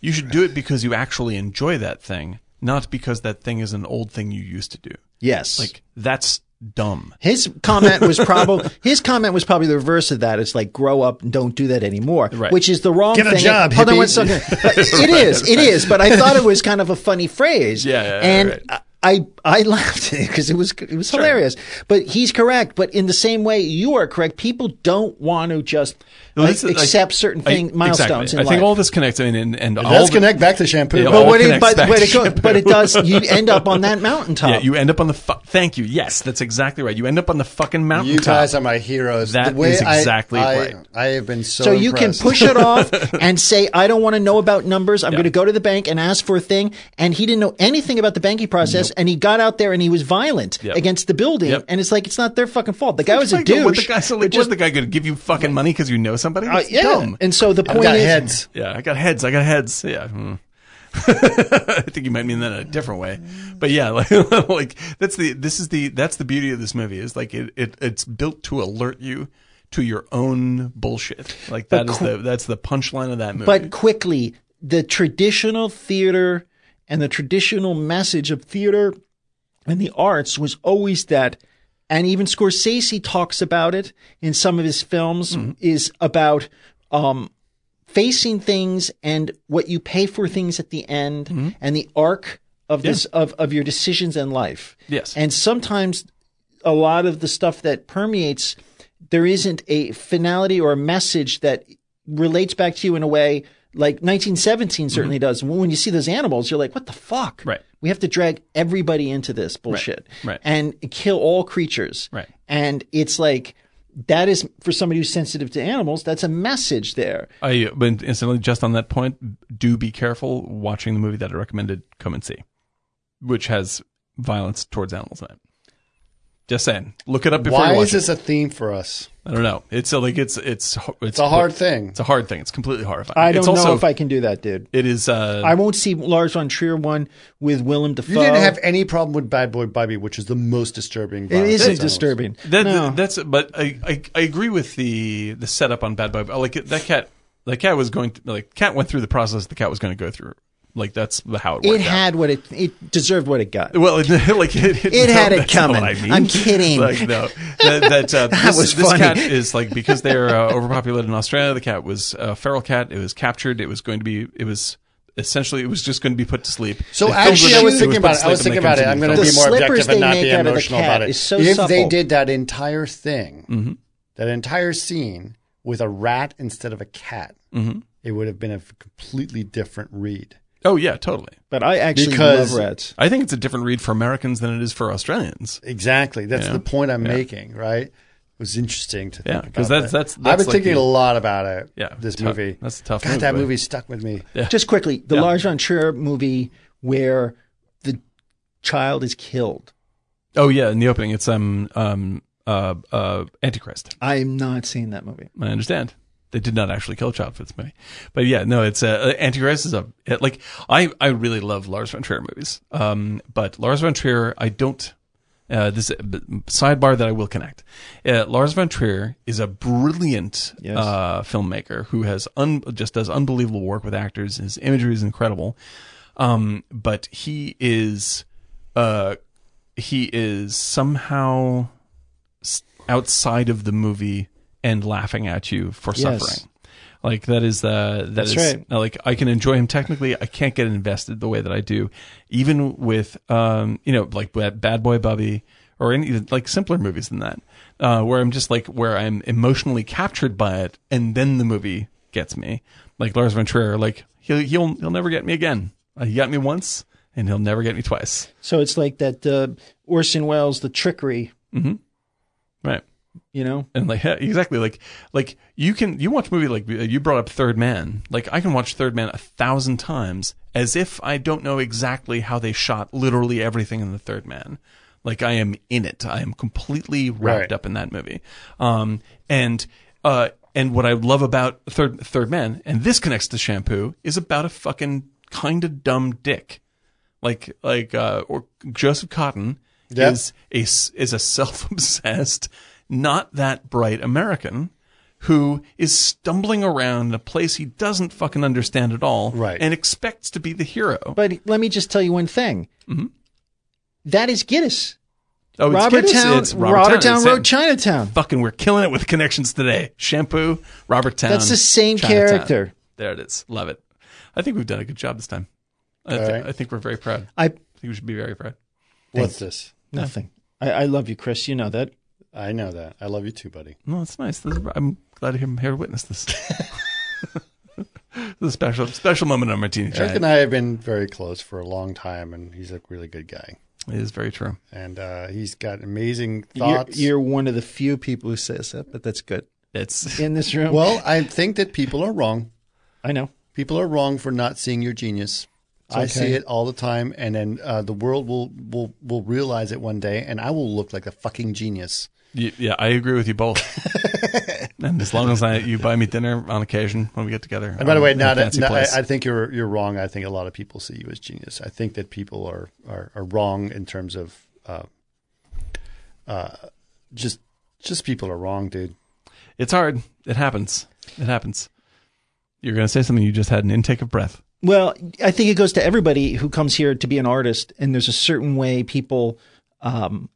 Speaker 4: you should do it because you actually enjoy that thing, not because that thing is an old thing you used to do.
Speaker 2: yes.
Speaker 4: Like that's dumb.
Speaker 2: his comment was probably, his comment was probably the reverse of that. It's like, grow up and don't do that anymore,
Speaker 4: Right.
Speaker 2: which is the wrong
Speaker 1: Get a
Speaker 2: thing.
Speaker 1: job,
Speaker 2: Hold on
Speaker 1: hippie.
Speaker 2: one second. But It is, it is, but I thought it was kind of a funny phrase.
Speaker 4: Yeah, yeah,
Speaker 2: And
Speaker 4: right.
Speaker 2: I I laughed because it was it was hilarious. But he's correct. But in the same way, you are correct. People don't want to just
Speaker 4: No,
Speaker 2: like,
Speaker 4: this is- I-
Speaker 2: accept certain
Speaker 4: I-
Speaker 2: thing milestones.
Speaker 4: Exactly.
Speaker 2: In
Speaker 4: I
Speaker 2: life.
Speaker 4: think all this connects. I mean, and, and all
Speaker 1: Let's
Speaker 4: the-
Speaker 1: connect back to shampoo.
Speaker 4: Yeah,
Speaker 1: But
Speaker 4: all
Speaker 2: But what
Speaker 4: connects
Speaker 2: it, but,
Speaker 4: back
Speaker 2: but,
Speaker 4: to
Speaker 2: it goes,
Speaker 4: shampoo.
Speaker 2: but it does. You end up on that mountaintop.
Speaker 4: Yeah, you end up on the. Fu- thank you. Yes, that's exactly right. You end up on the fucking mountain.
Speaker 1: You guys are my heroes.
Speaker 4: That
Speaker 1: the way
Speaker 4: is
Speaker 1: I-
Speaker 4: exactly
Speaker 1: I,
Speaker 4: right.
Speaker 1: I have been so.
Speaker 2: so you can
Speaker 1: impressed.
Speaker 2: push it off and say, I don't want to know about numbers. I'm going to go to the bank and ask for a thing. And he didn't know anything about the banking process. And he got out there and he was violent
Speaker 4: Yep.
Speaker 2: against the building.
Speaker 4: Yep.
Speaker 2: And it's like, it's not their fucking fault. The guy was a
Speaker 4: Like, what the
Speaker 2: douche.
Speaker 4: guy? So like, what's the guy going to give you fucking money because you know somebody?
Speaker 2: Uh,
Speaker 4: It's
Speaker 2: yeah.
Speaker 4: dumb.
Speaker 2: And so the
Speaker 1: I've
Speaker 2: point
Speaker 1: got
Speaker 2: is,
Speaker 1: heads.
Speaker 4: Yeah, I got heads. I got heads. Yeah. hmm. I think you might mean that in a different way, but yeah, like, like that's the this is the that's the beauty of this movie is like it, it it's built to alert you to your own bullshit. Like that is the that's the punchline of that movie.
Speaker 2: But quickly, the traditional theater and the traditional message of theater and the arts was always that. And even Scorsese talks about it in some of his films is about um, facing things and what you pay for things at the end and the arc of this of, of your decisions in life.
Speaker 4: Yes.
Speaker 2: And sometimes a lot of the stuff that permeates there isn't a finality or a message that relates back to you in a way like 1917 certainly does. When you see those animals, you're like, what the fuck?
Speaker 4: Right.
Speaker 2: We have to drag everybody into this bullshit
Speaker 4: Right.
Speaker 2: and kill all creatures.
Speaker 4: Right.
Speaker 2: And it's like, that is for somebody who's sensitive to animals, that's a message there.
Speaker 4: I but incidentally, just on that point, do be careful watching the movie that I recommended. Come and see, which has violence towards animals in it. Just saying, look it up before
Speaker 1: Why
Speaker 4: you watch
Speaker 1: is this a theme for us?
Speaker 4: it. I don't know. It's uh, like it's it's it's,
Speaker 1: It's a hard thing.
Speaker 4: It's a hard thing. It's completely horrifying.
Speaker 2: I don't
Speaker 4: it's
Speaker 2: know
Speaker 4: also,
Speaker 2: if I can do that, dude.
Speaker 4: It is. Uh,
Speaker 2: I won't see Lars von Trier one with Willem Dafoe.
Speaker 1: You didn't have any problem with Bad Boy Bobby, which is the most disturbing.
Speaker 2: it
Speaker 1: violence
Speaker 2: isn't
Speaker 1: in animals.
Speaker 2: disturbing.
Speaker 4: That,
Speaker 2: No.
Speaker 4: That's but I, I I agree with the the setup on Bad Boy. Like that cat, that cat was going to, like cat went through the process the cat was going to go through. Like that's how it worked.
Speaker 2: it had what it it deserved what it got.
Speaker 4: Well, it, like it,
Speaker 2: It
Speaker 4: no,
Speaker 2: had it
Speaker 4: that's not
Speaker 2: coming.
Speaker 4: what I mean.
Speaker 2: I'm kidding.
Speaker 4: Like no, that, that, uh, this,
Speaker 2: was
Speaker 4: this
Speaker 2: funny.
Speaker 4: cat is like because they're uh, overpopulated in Australia. The cat was a feral cat. It was captured. It was going to be. It was essentially. It was just going to be put to sleep.
Speaker 1: So
Speaker 4: They filmed
Speaker 1: actually,
Speaker 4: it,
Speaker 1: I was
Speaker 4: it
Speaker 1: thinking
Speaker 4: put to
Speaker 1: about it. I
Speaker 4: sleep,
Speaker 1: was
Speaker 4: and
Speaker 1: thinking
Speaker 4: they
Speaker 1: about it. I'm going
Speaker 4: continued
Speaker 1: to be
Speaker 2: The
Speaker 4: filming.
Speaker 1: more
Speaker 2: slippers
Speaker 1: objective and
Speaker 2: they
Speaker 1: not
Speaker 2: make
Speaker 1: be
Speaker 2: out of the
Speaker 1: emotional
Speaker 2: cat
Speaker 1: about it.
Speaker 2: is so
Speaker 1: if they
Speaker 2: supple.
Speaker 1: did that entire thing,
Speaker 4: Mm-hmm.
Speaker 1: that entire scene with a rat instead of a cat,
Speaker 4: Mm-hmm.
Speaker 1: it would have been a completely different read.
Speaker 4: Oh yeah, totally.
Speaker 2: But I actually
Speaker 1: Because-
Speaker 2: love rats.
Speaker 4: I think it's a different read for Americans than it is for Australians.
Speaker 1: Exactly. That's the point I'm making, right? It was interesting to think
Speaker 4: Yeah,
Speaker 1: about.
Speaker 4: 'cause that's-
Speaker 1: that.
Speaker 4: that's-
Speaker 1: I've
Speaker 4: that's
Speaker 1: been
Speaker 4: like
Speaker 1: thinking
Speaker 4: the-
Speaker 1: a lot about it.
Speaker 4: Yeah,
Speaker 1: this
Speaker 4: tough-
Speaker 1: movie.
Speaker 4: that's a tough
Speaker 1: God,
Speaker 4: movie,
Speaker 1: that
Speaker 4: but-
Speaker 1: movie stuck with me.
Speaker 2: Just quickly, the
Speaker 4: Yeah.
Speaker 2: Lars von Trier movie where the child is killed.
Speaker 4: Oh yeah, in the opening, it's um um uh uh Antichrist.
Speaker 2: I'm not seeing that movie.
Speaker 4: I understand. They did not actually kill a child for this movie, but yeah, no, it's uh, Antichrist is a it, like I I really love Lars von Trier movies. Um, but Lars von Trier, I don't. Uh, this uh, b- sidebar that I will connect. Uh, Lars von Trier is a brilliant uh, filmmaker who has un- just does unbelievable work with actors. His imagery is incredible, um, but he is uh, he is somehow s- outside of the movie and laughing at you for suffering. Like that is the that is
Speaker 2: right.
Speaker 4: uh, like I can enjoy him technically. I can't get invested the way that I do, even with um you know like Ba- Bad Boy Bubby or any like simpler movies than that, uh, where I'm just like where I'm emotionally captured by it, and then the movie gets me. Like Lars von Trier, like he'll he'll he'll never get me again. Uh, He got me once, and he'll never get me twice.
Speaker 2: So it's like that uh, Orson Welles, the trickery,
Speaker 4: Right.
Speaker 2: you know?
Speaker 4: and like yeah, exactly like like you can you watch a movie like uh, you brought up third man like i can watch third man a thousand times as if i don't know exactly how they shot literally everything in the third man like i am in it i am completely wrapped
Speaker 1: Right.
Speaker 4: up in that movie um and uh and what i love about third third man and this connects to shampoo is about a fucking kind of dumb dick like like uh, or Joseph Cotton
Speaker 1: Yeah.
Speaker 4: is a s- is a self obsessed, not that bright American who is stumbling around in a place he doesn't fucking understand at all,
Speaker 1: Right.
Speaker 4: and expects to be the hero.
Speaker 2: But let me just tell you one thing. That is Guinness.
Speaker 4: Mm-hmm. oh, it's
Speaker 2: Robert
Speaker 4: Guinness,
Speaker 2: Town,
Speaker 4: it's Robert
Speaker 2: Robert Town
Speaker 4: It's
Speaker 2: Road,
Speaker 4: that-
Speaker 2: Chinatown.
Speaker 4: Fucking, we're killing it with connections today. Shampoo, Robert Town.
Speaker 2: That's the same
Speaker 4: Chinatown.
Speaker 2: character.
Speaker 4: There it is. Love it. I think we've done a good job this time. I,
Speaker 1: All
Speaker 4: thi-
Speaker 1: right.
Speaker 4: I think we're very proud. I
Speaker 2: I
Speaker 4: think we should be very proud.
Speaker 1: What's this?
Speaker 2: nothing. I, I love you, Chris. You know that.
Speaker 1: I know that. I love you too, buddy.
Speaker 4: No, it's nice. This is, I'm glad to hear, hear witness this. this is a special special moment on Martini
Speaker 1: Eric and
Speaker 4: Giant.
Speaker 1: I have been very close for a long time, and he's a really good guy.
Speaker 4: It is very true.
Speaker 1: And uh, he's got amazing
Speaker 2: You're,
Speaker 1: thoughts.
Speaker 2: you're one of the few people who says that, but that's good.
Speaker 4: It's
Speaker 2: In this room.
Speaker 1: well, I think that people are wrong.
Speaker 2: I know.
Speaker 1: People are wrong for not seeing your genius. I see it all the time, and then uh, the world will, will will realize it one day, and I will look like a fucking genius.
Speaker 4: y- yeah, I agree with you both. and as long as I you buy me dinner on occasion when we get together.
Speaker 1: And by the way,
Speaker 4: now
Speaker 1: not, not I, I think you're you're wrong. I think a lot of people see you as genius. I think that people are are, are wrong in terms of uh, uh, just just people are wrong, dude.
Speaker 4: it's hard. It happens. It happens. You're going to say something. You just had an intake of breath.
Speaker 2: Well, I think it goes to everybody who comes here to be an artist, and there's a certain way people um,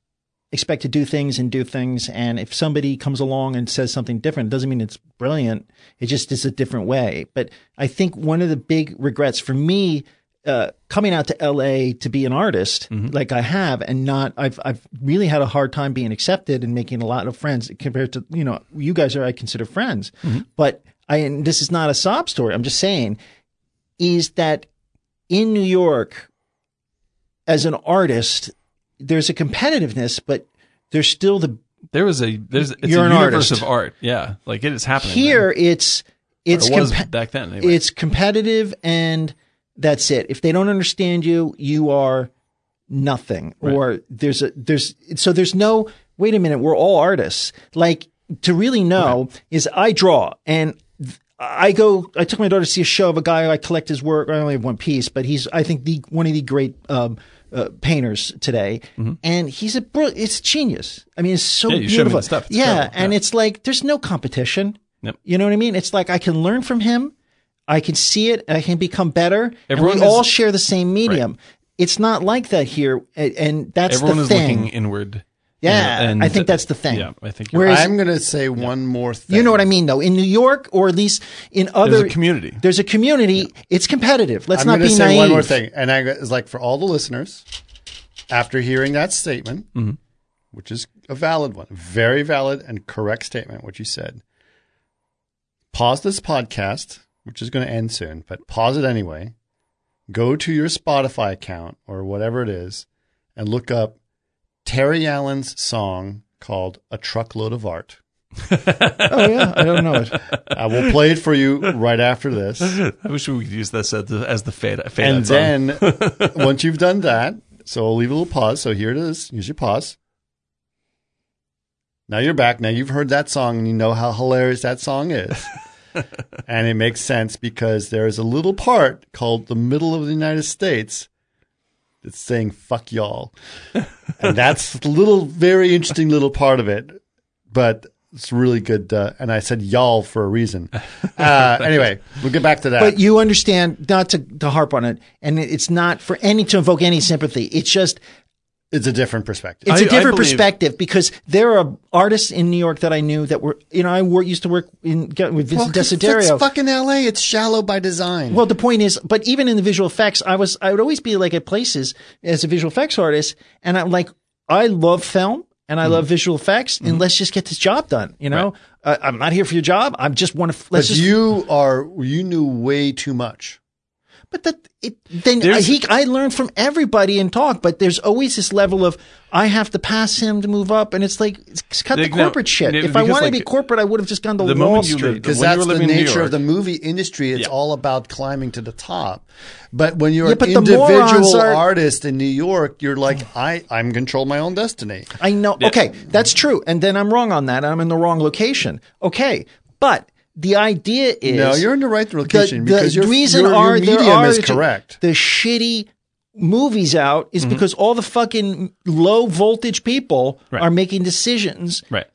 Speaker 2: expect to do things and do things. And if somebody comes along and says something different, it doesn't mean it's brilliant. It just is a different way. But I think one of the big regrets for me uh, coming out to LA to be an artist, like I have, and not I've I've really had a hard time being accepted and making a lot of friends compared to you know you guys are I consider friends, but I and this is not a sob story. I'm just saying is that in New York, as an artist, there's a competitiveness, but there's still the
Speaker 4: There was a there's it's
Speaker 2: You're
Speaker 4: a
Speaker 2: an
Speaker 4: universe
Speaker 2: artist.
Speaker 4: of art. Yeah, like it is happening
Speaker 2: here it's
Speaker 4: now. Or
Speaker 2: it's
Speaker 4: it was
Speaker 2: compe-
Speaker 4: back then. Anyway.
Speaker 2: it's competitive and that's it. If they don't understand you, you are nothing. Or there's a there's so there's no wait a minute, we're all artists. Like to really know is I draw and th- I go I took my daughter to see a show of a guy I collect his work. I only have one piece, but he's I think the one of the great um uh, painters today, and he's a bro. It's genius. I mean, it's so
Speaker 4: Mm-hmm. Yeah, you showed me
Speaker 2: beautiful.
Speaker 4: the stuff. It's
Speaker 2: yeah,
Speaker 4: incredible.
Speaker 2: and
Speaker 4: Yeah.
Speaker 2: it's like there's no competition.
Speaker 4: Yep.
Speaker 2: You know what I mean? It's like I can learn from him. I can see it. I can become better.
Speaker 4: Everyone
Speaker 2: and
Speaker 4: is-
Speaker 2: we all share the same medium. It's not like that here, and, and that's
Speaker 4: Everyone
Speaker 2: the
Speaker 4: is
Speaker 2: thing.
Speaker 4: looking inward.
Speaker 2: yeah, I think that's the thing.
Speaker 4: Yeah, I think you're
Speaker 2: Whereas,
Speaker 1: I'm going to say one more thing.
Speaker 2: you know what I mean, though. In New York, or at least in other
Speaker 4: There's a community.
Speaker 2: there's a community. It's competitive. Let's
Speaker 1: I'm
Speaker 2: not
Speaker 1: going
Speaker 2: be
Speaker 1: to say
Speaker 2: naive.
Speaker 1: one more thing, and I it's like for all the listeners, after hearing that statement,
Speaker 2: Mm-hmm.
Speaker 1: which is a valid one, very valid and correct statement, what you said. Pause this podcast, which is going to end soon, but pause it anyway. Go to your Spotify account or whatever it is, and look up Terry Allen's song called "A Truckload of Art."
Speaker 2: Oh yeah, I don't know it.
Speaker 1: I will play it for you right after this.
Speaker 4: I wish we could use this as the, as the fade. fade
Speaker 1: and
Speaker 4: out song.
Speaker 1: then once you've done that, so I'll leave a little pause. So here it is. Use your pause. Now you're back. Now you've heard that song and you know how hilarious that song is. and it makes sense because there is a little part called the middle of the United States that's saying fuck y'all. And that's the little, very interesting little part of it. But it's really good. Uh, and I said y'all for a reason. Uh, anyway, we'll get back to that.
Speaker 2: But you understand not to, to harp on it, and it's not for any to evoke any sympathy. It's just
Speaker 1: it's a different perspective.
Speaker 2: It's
Speaker 4: I-
Speaker 2: a
Speaker 4: I
Speaker 2: different
Speaker 4: believe-
Speaker 2: perspective because there are artists in New York that I knew that were, you know, I wor used to work in get- with Vincent
Speaker 1: Well, 'cause
Speaker 2: Desiderio.
Speaker 1: It's fucking LA. It's shallow by design.
Speaker 2: well, the point is, but even in the visual effects, I was, I would always be like at places as a visual effects artist, and I'm like, I love film and
Speaker 4: Mm-hmm.
Speaker 2: I love visual effects, and let's just get this job done. You know, uh, I'm not here for your job. I just want to.
Speaker 1: but
Speaker 2: Let's just.
Speaker 1: you are you knew way too much.
Speaker 2: but that it, then
Speaker 4: There's-
Speaker 2: he, I learned from everybody and talk, but there's always this level of I have to pass him to move up, and it's like it's- cut the
Speaker 4: Like, no,
Speaker 2: corporate shit.
Speaker 4: no,
Speaker 2: If I
Speaker 4: because,
Speaker 2: wanted to
Speaker 4: like,
Speaker 2: be corporate, I would have just gone to
Speaker 4: the
Speaker 2: Wall
Speaker 4: moment you
Speaker 2: Street.
Speaker 4: lived-
Speaker 1: Because
Speaker 4: When you
Speaker 1: that's
Speaker 4: were
Speaker 1: the
Speaker 4: living in New
Speaker 1: nature of
Speaker 4: York-
Speaker 1: the movie industry. It's
Speaker 4: Yeah.
Speaker 1: all about climbing to the top. But when you're
Speaker 2: Yeah,
Speaker 1: an
Speaker 2: but the morons
Speaker 1: individual
Speaker 2: are-
Speaker 1: artist in New York, you're like, I, I'm control my own destiny.
Speaker 4: uh,
Speaker 2: I know. Okay, that's true. And then I'm wrong on that. I'm in the wrong location. Okay, but the idea is
Speaker 1: No, you're in the right location because your,
Speaker 2: reason
Speaker 1: your,
Speaker 2: are
Speaker 1: your medium
Speaker 2: there are
Speaker 1: is
Speaker 2: the-
Speaker 1: correct.
Speaker 2: The shitty movies out is
Speaker 4: Mm-hmm.
Speaker 2: because all the fucking low voltage people are making decisions,
Speaker 4: right.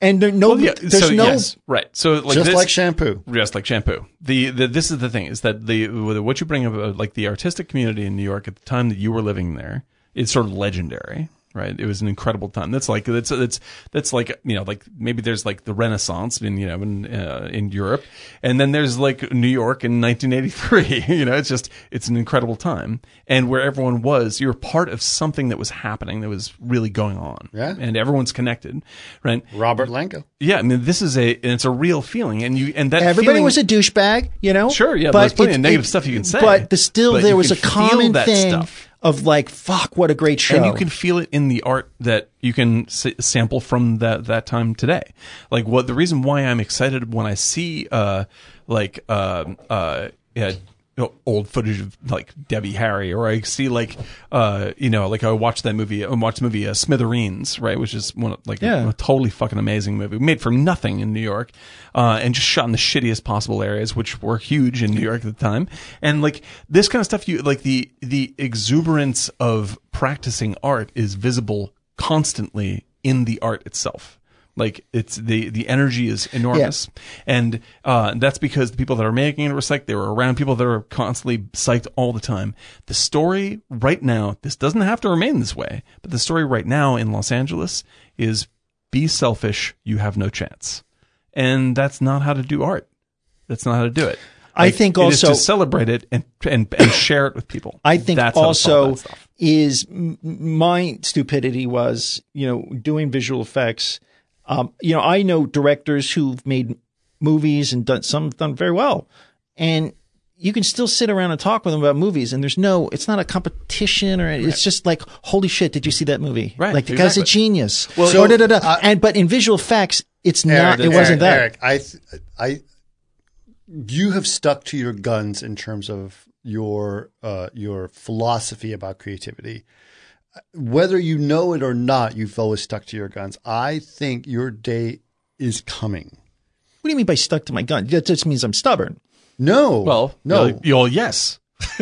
Speaker 2: and there no
Speaker 4: Well, yeah,
Speaker 2: there's
Speaker 4: so,
Speaker 2: no
Speaker 4: yes, right. So like
Speaker 1: just
Speaker 4: this,
Speaker 1: like shampoo.
Speaker 4: just like shampoo. The, the this is the thing is that the what you bring up uh, like the artistic community in New York at the time that you were living there is sort of legendary, right? It was an incredible time. That's like that's that's that's like you know like maybe there's like the Renaissance in you know in uh, in Europe, and then there's like New York in 1983. you know, it's just it's an incredible time, and where everyone was, you're part of something that was happening that was really going on,
Speaker 1: Yeah.
Speaker 4: and everyone's connected, right?
Speaker 1: Robert Lanka.
Speaker 4: Yeah, I mean, this is a and it's a real feeling, and you and that
Speaker 2: Everybody
Speaker 4: feeling-
Speaker 2: was a douchebag, you know.
Speaker 4: Sure, yeah,
Speaker 2: But
Speaker 4: there's plenty
Speaker 2: it-
Speaker 4: of negative
Speaker 2: it-
Speaker 4: stuff you can say,
Speaker 2: But the, still,
Speaker 4: but
Speaker 2: there
Speaker 4: you
Speaker 2: was a
Speaker 4: can feel
Speaker 2: common
Speaker 4: that
Speaker 2: thing
Speaker 4: stuff.
Speaker 2: of like, "Fuck, what a great show!"
Speaker 4: and you can feel it in the art that you can s- sample from that that time today. Like what the reason why I'm excited when I see uh like uh uh yeah, you know, old footage of like Debbie Harry or I see like uh you know like I watched that movie I watched the movie uh, Smithereens right which is one of, like a, totally fucking amazing movie made from nothing in New York uh and just shot in the shittiest possible areas which were huge in New York at the time and like this kind of stuff you like the the exuberance of practicing art is visible constantly in the art itself Like it's the the energy is enormous, and uh, that's because the people that are making it were psyched. They were around people that are constantly psyched all the time. The story right now, this doesn't have to remain this way, but the story right now in Los Angeles is be selfish, you have no chance, and that's not how to do art. That's not how to do it.
Speaker 2: I think
Speaker 4: it is
Speaker 2: also-
Speaker 4: to celebrate it and and, and share it with people.
Speaker 2: I think
Speaker 4: That's how to solve
Speaker 2: also
Speaker 4: that stuff.
Speaker 2: is m- my stupidity was you know doing visual effects. Um, you know, I know directors who've made movies and done some done very well, and you can still sit around and talk with them about movies. And there's no, it's not a competition or it's just like, holy shit, did you see that movie?
Speaker 4: Right,
Speaker 2: like the guy's a
Speaker 4: exactly.
Speaker 2: genius.
Speaker 1: Well,
Speaker 2: Well,
Speaker 1: so,
Speaker 2: da, da, da. and but in visual effects, it's not. It
Speaker 1: Eric,
Speaker 2: wasn't that.
Speaker 1: Eric, I, th- I, you have stuck to your guns in terms of your uh, your philosophy about creativity. Whether you know it or not, you've always stuck to your guns. I think your day is coming.
Speaker 2: What do you mean by stuck to my gun? That just means I'm stubborn.
Speaker 1: No,
Speaker 4: Well,
Speaker 1: no,
Speaker 4: you'll- you'll- yes.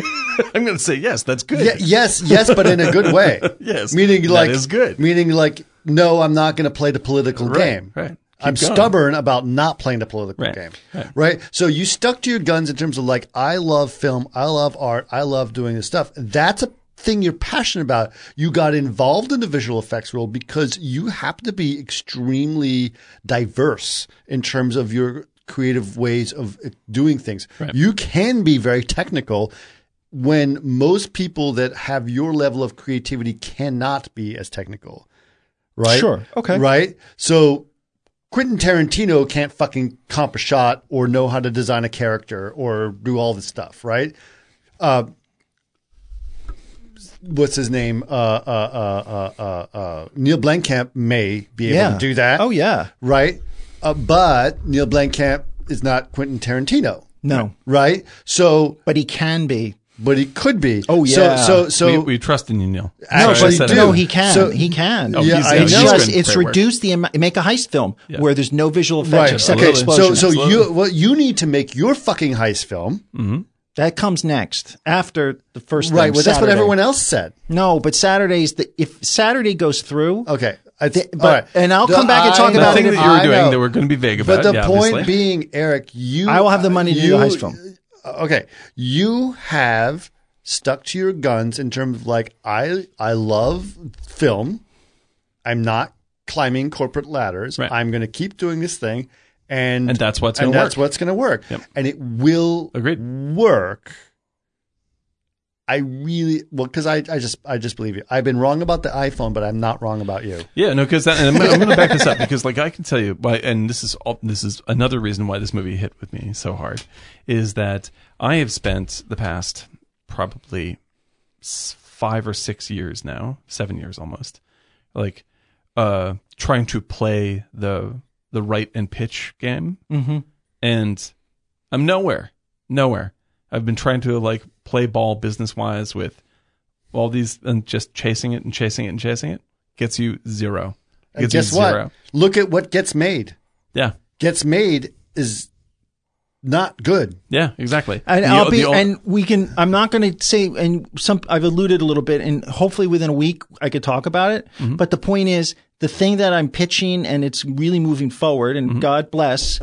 Speaker 4: I'm going to say yes. That's good.
Speaker 1: Ye- yes, yes, but in a good way.
Speaker 4: Yes,
Speaker 1: meaning
Speaker 4: that
Speaker 1: like
Speaker 4: is good.
Speaker 1: Meaning like no, I'm not going to play the political
Speaker 4: Right,
Speaker 1: game.
Speaker 4: right. Keep
Speaker 1: I'm
Speaker 4: going.
Speaker 1: stubborn about not playing the political
Speaker 4: Right,
Speaker 1: game.
Speaker 4: right.
Speaker 1: So you stuck to your guns in terms of like I love film, I love art, I love doing this stuff. That's a thing you're passionate about. You got involved in the visual effects world because you happen to be extremely diverse in terms of your creative ways of uh, doing things. You can be very technical when most people that have your level of creativity cannot be as technical. Right?
Speaker 2: Sure. Okay.
Speaker 1: Right? So Quentin Tarantino can't fucking comp a shot or know how to design a character or do all this stuff, right? Uh, what's his name? Uh, uh, uh, uh, uh, uh, Neil Blankamp may be able
Speaker 2: Yeah.
Speaker 1: to do that.
Speaker 2: Oh yeah.
Speaker 1: Right? Uh, but Neil Blankamp is not Quentin Tarantino,
Speaker 2: No,
Speaker 1: right? So,
Speaker 2: but he can be.
Speaker 1: but he could be.
Speaker 2: Oh, yeah.
Speaker 1: So, so, so
Speaker 4: we, we trust in you, Neil.
Speaker 1: No,
Speaker 4: Sorry,
Speaker 1: but
Speaker 4: I
Speaker 1: you
Speaker 4: said
Speaker 1: do.
Speaker 4: it.
Speaker 2: No, he can.
Speaker 1: So-
Speaker 2: he can.
Speaker 1: Oh, Yeah, he's- I
Speaker 2: it's
Speaker 1: he's know.
Speaker 2: just
Speaker 4: doing
Speaker 2: it's
Speaker 4: great work.
Speaker 2: reduced the amount. Make a heist film
Speaker 4: Yeah.
Speaker 2: where there's no visual effects
Speaker 1: Right.
Speaker 2: except
Speaker 1: Okay.
Speaker 2: for explosions.
Speaker 1: So, so you well, you need to make your fucking heist film,
Speaker 2: that comes next after the first.
Speaker 1: right?
Speaker 2: thing,
Speaker 1: Well, that's what
Speaker 2: Saturday.
Speaker 1: everyone else said.
Speaker 2: No, but Saturday's the if Saturday goes through.
Speaker 1: Okay, I th-
Speaker 2: but- and I'll come back and talk
Speaker 4: The
Speaker 2: about
Speaker 4: thing
Speaker 2: it.
Speaker 4: that you were
Speaker 1: I
Speaker 4: doing
Speaker 1: know.
Speaker 4: that we're going to be vague about.
Speaker 1: But the
Speaker 4: yeah,
Speaker 1: point
Speaker 4: obviously.
Speaker 1: being, Eric, you
Speaker 2: I will have the money to do
Speaker 1: you-
Speaker 2: the heist film.
Speaker 1: Okay, you have stuck to your guns in terms of like I I love film. I'm not climbing corporate ladders.
Speaker 4: Right.
Speaker 1: I'm going to keep doing this thing, and
Speaker 4: And that's what's
Speaker 1: and
Speaker 4: gonna
Speaker 1: that's
Speaker 4: work.
Speaker 1: what's going to work,
Speaker 4: Yep.
Speaker 1: and it will
Speaker 4: Agreed.
Speaker 1: work. I really well because I, I just I just believe you. I've been wrong about the iPhone, but I'm not wrong about you.
Speaker 4: Yeah, no, because I'm, gonna- I'm going to back this up because, like, I can tell you, why, and this is all, this is another reason why this movie hit with me so hard, is that I have spent the past probably s- five or six years now, seven years almost, like, uh, trying to play the the right and pitch game, mm-hmm. and I'm nowhere, nowhere. I've been trying to like play ball business wise with all these and just chasing it and chasing it and chasing it gets you zero.
Speaker 1: And
Speaker 4: Gets you
Speaker 1: guess what?
Speaker 4: zero.
Speaker 1: Look at what gets made.
Speaker 4: Yeah.
Speaker 1: Gets made is not good.
Speaker 4: Yeah, exactly.
Speaker 2: And
Speaker 4: The-
Speaker 2: I'll be,
Speaker 4: the-
Speaker 2: and we can. I'm not going to say, and some I've alluded a little bit, and hopefully within a week I could talk about it.
Speaker 4: Mm-hmm.
Speaker 2: But the point is, the thing that I'm pitching, and it's really moving forward,
Speaker 4: Mm-hmm.
Speaker 2: and God bless.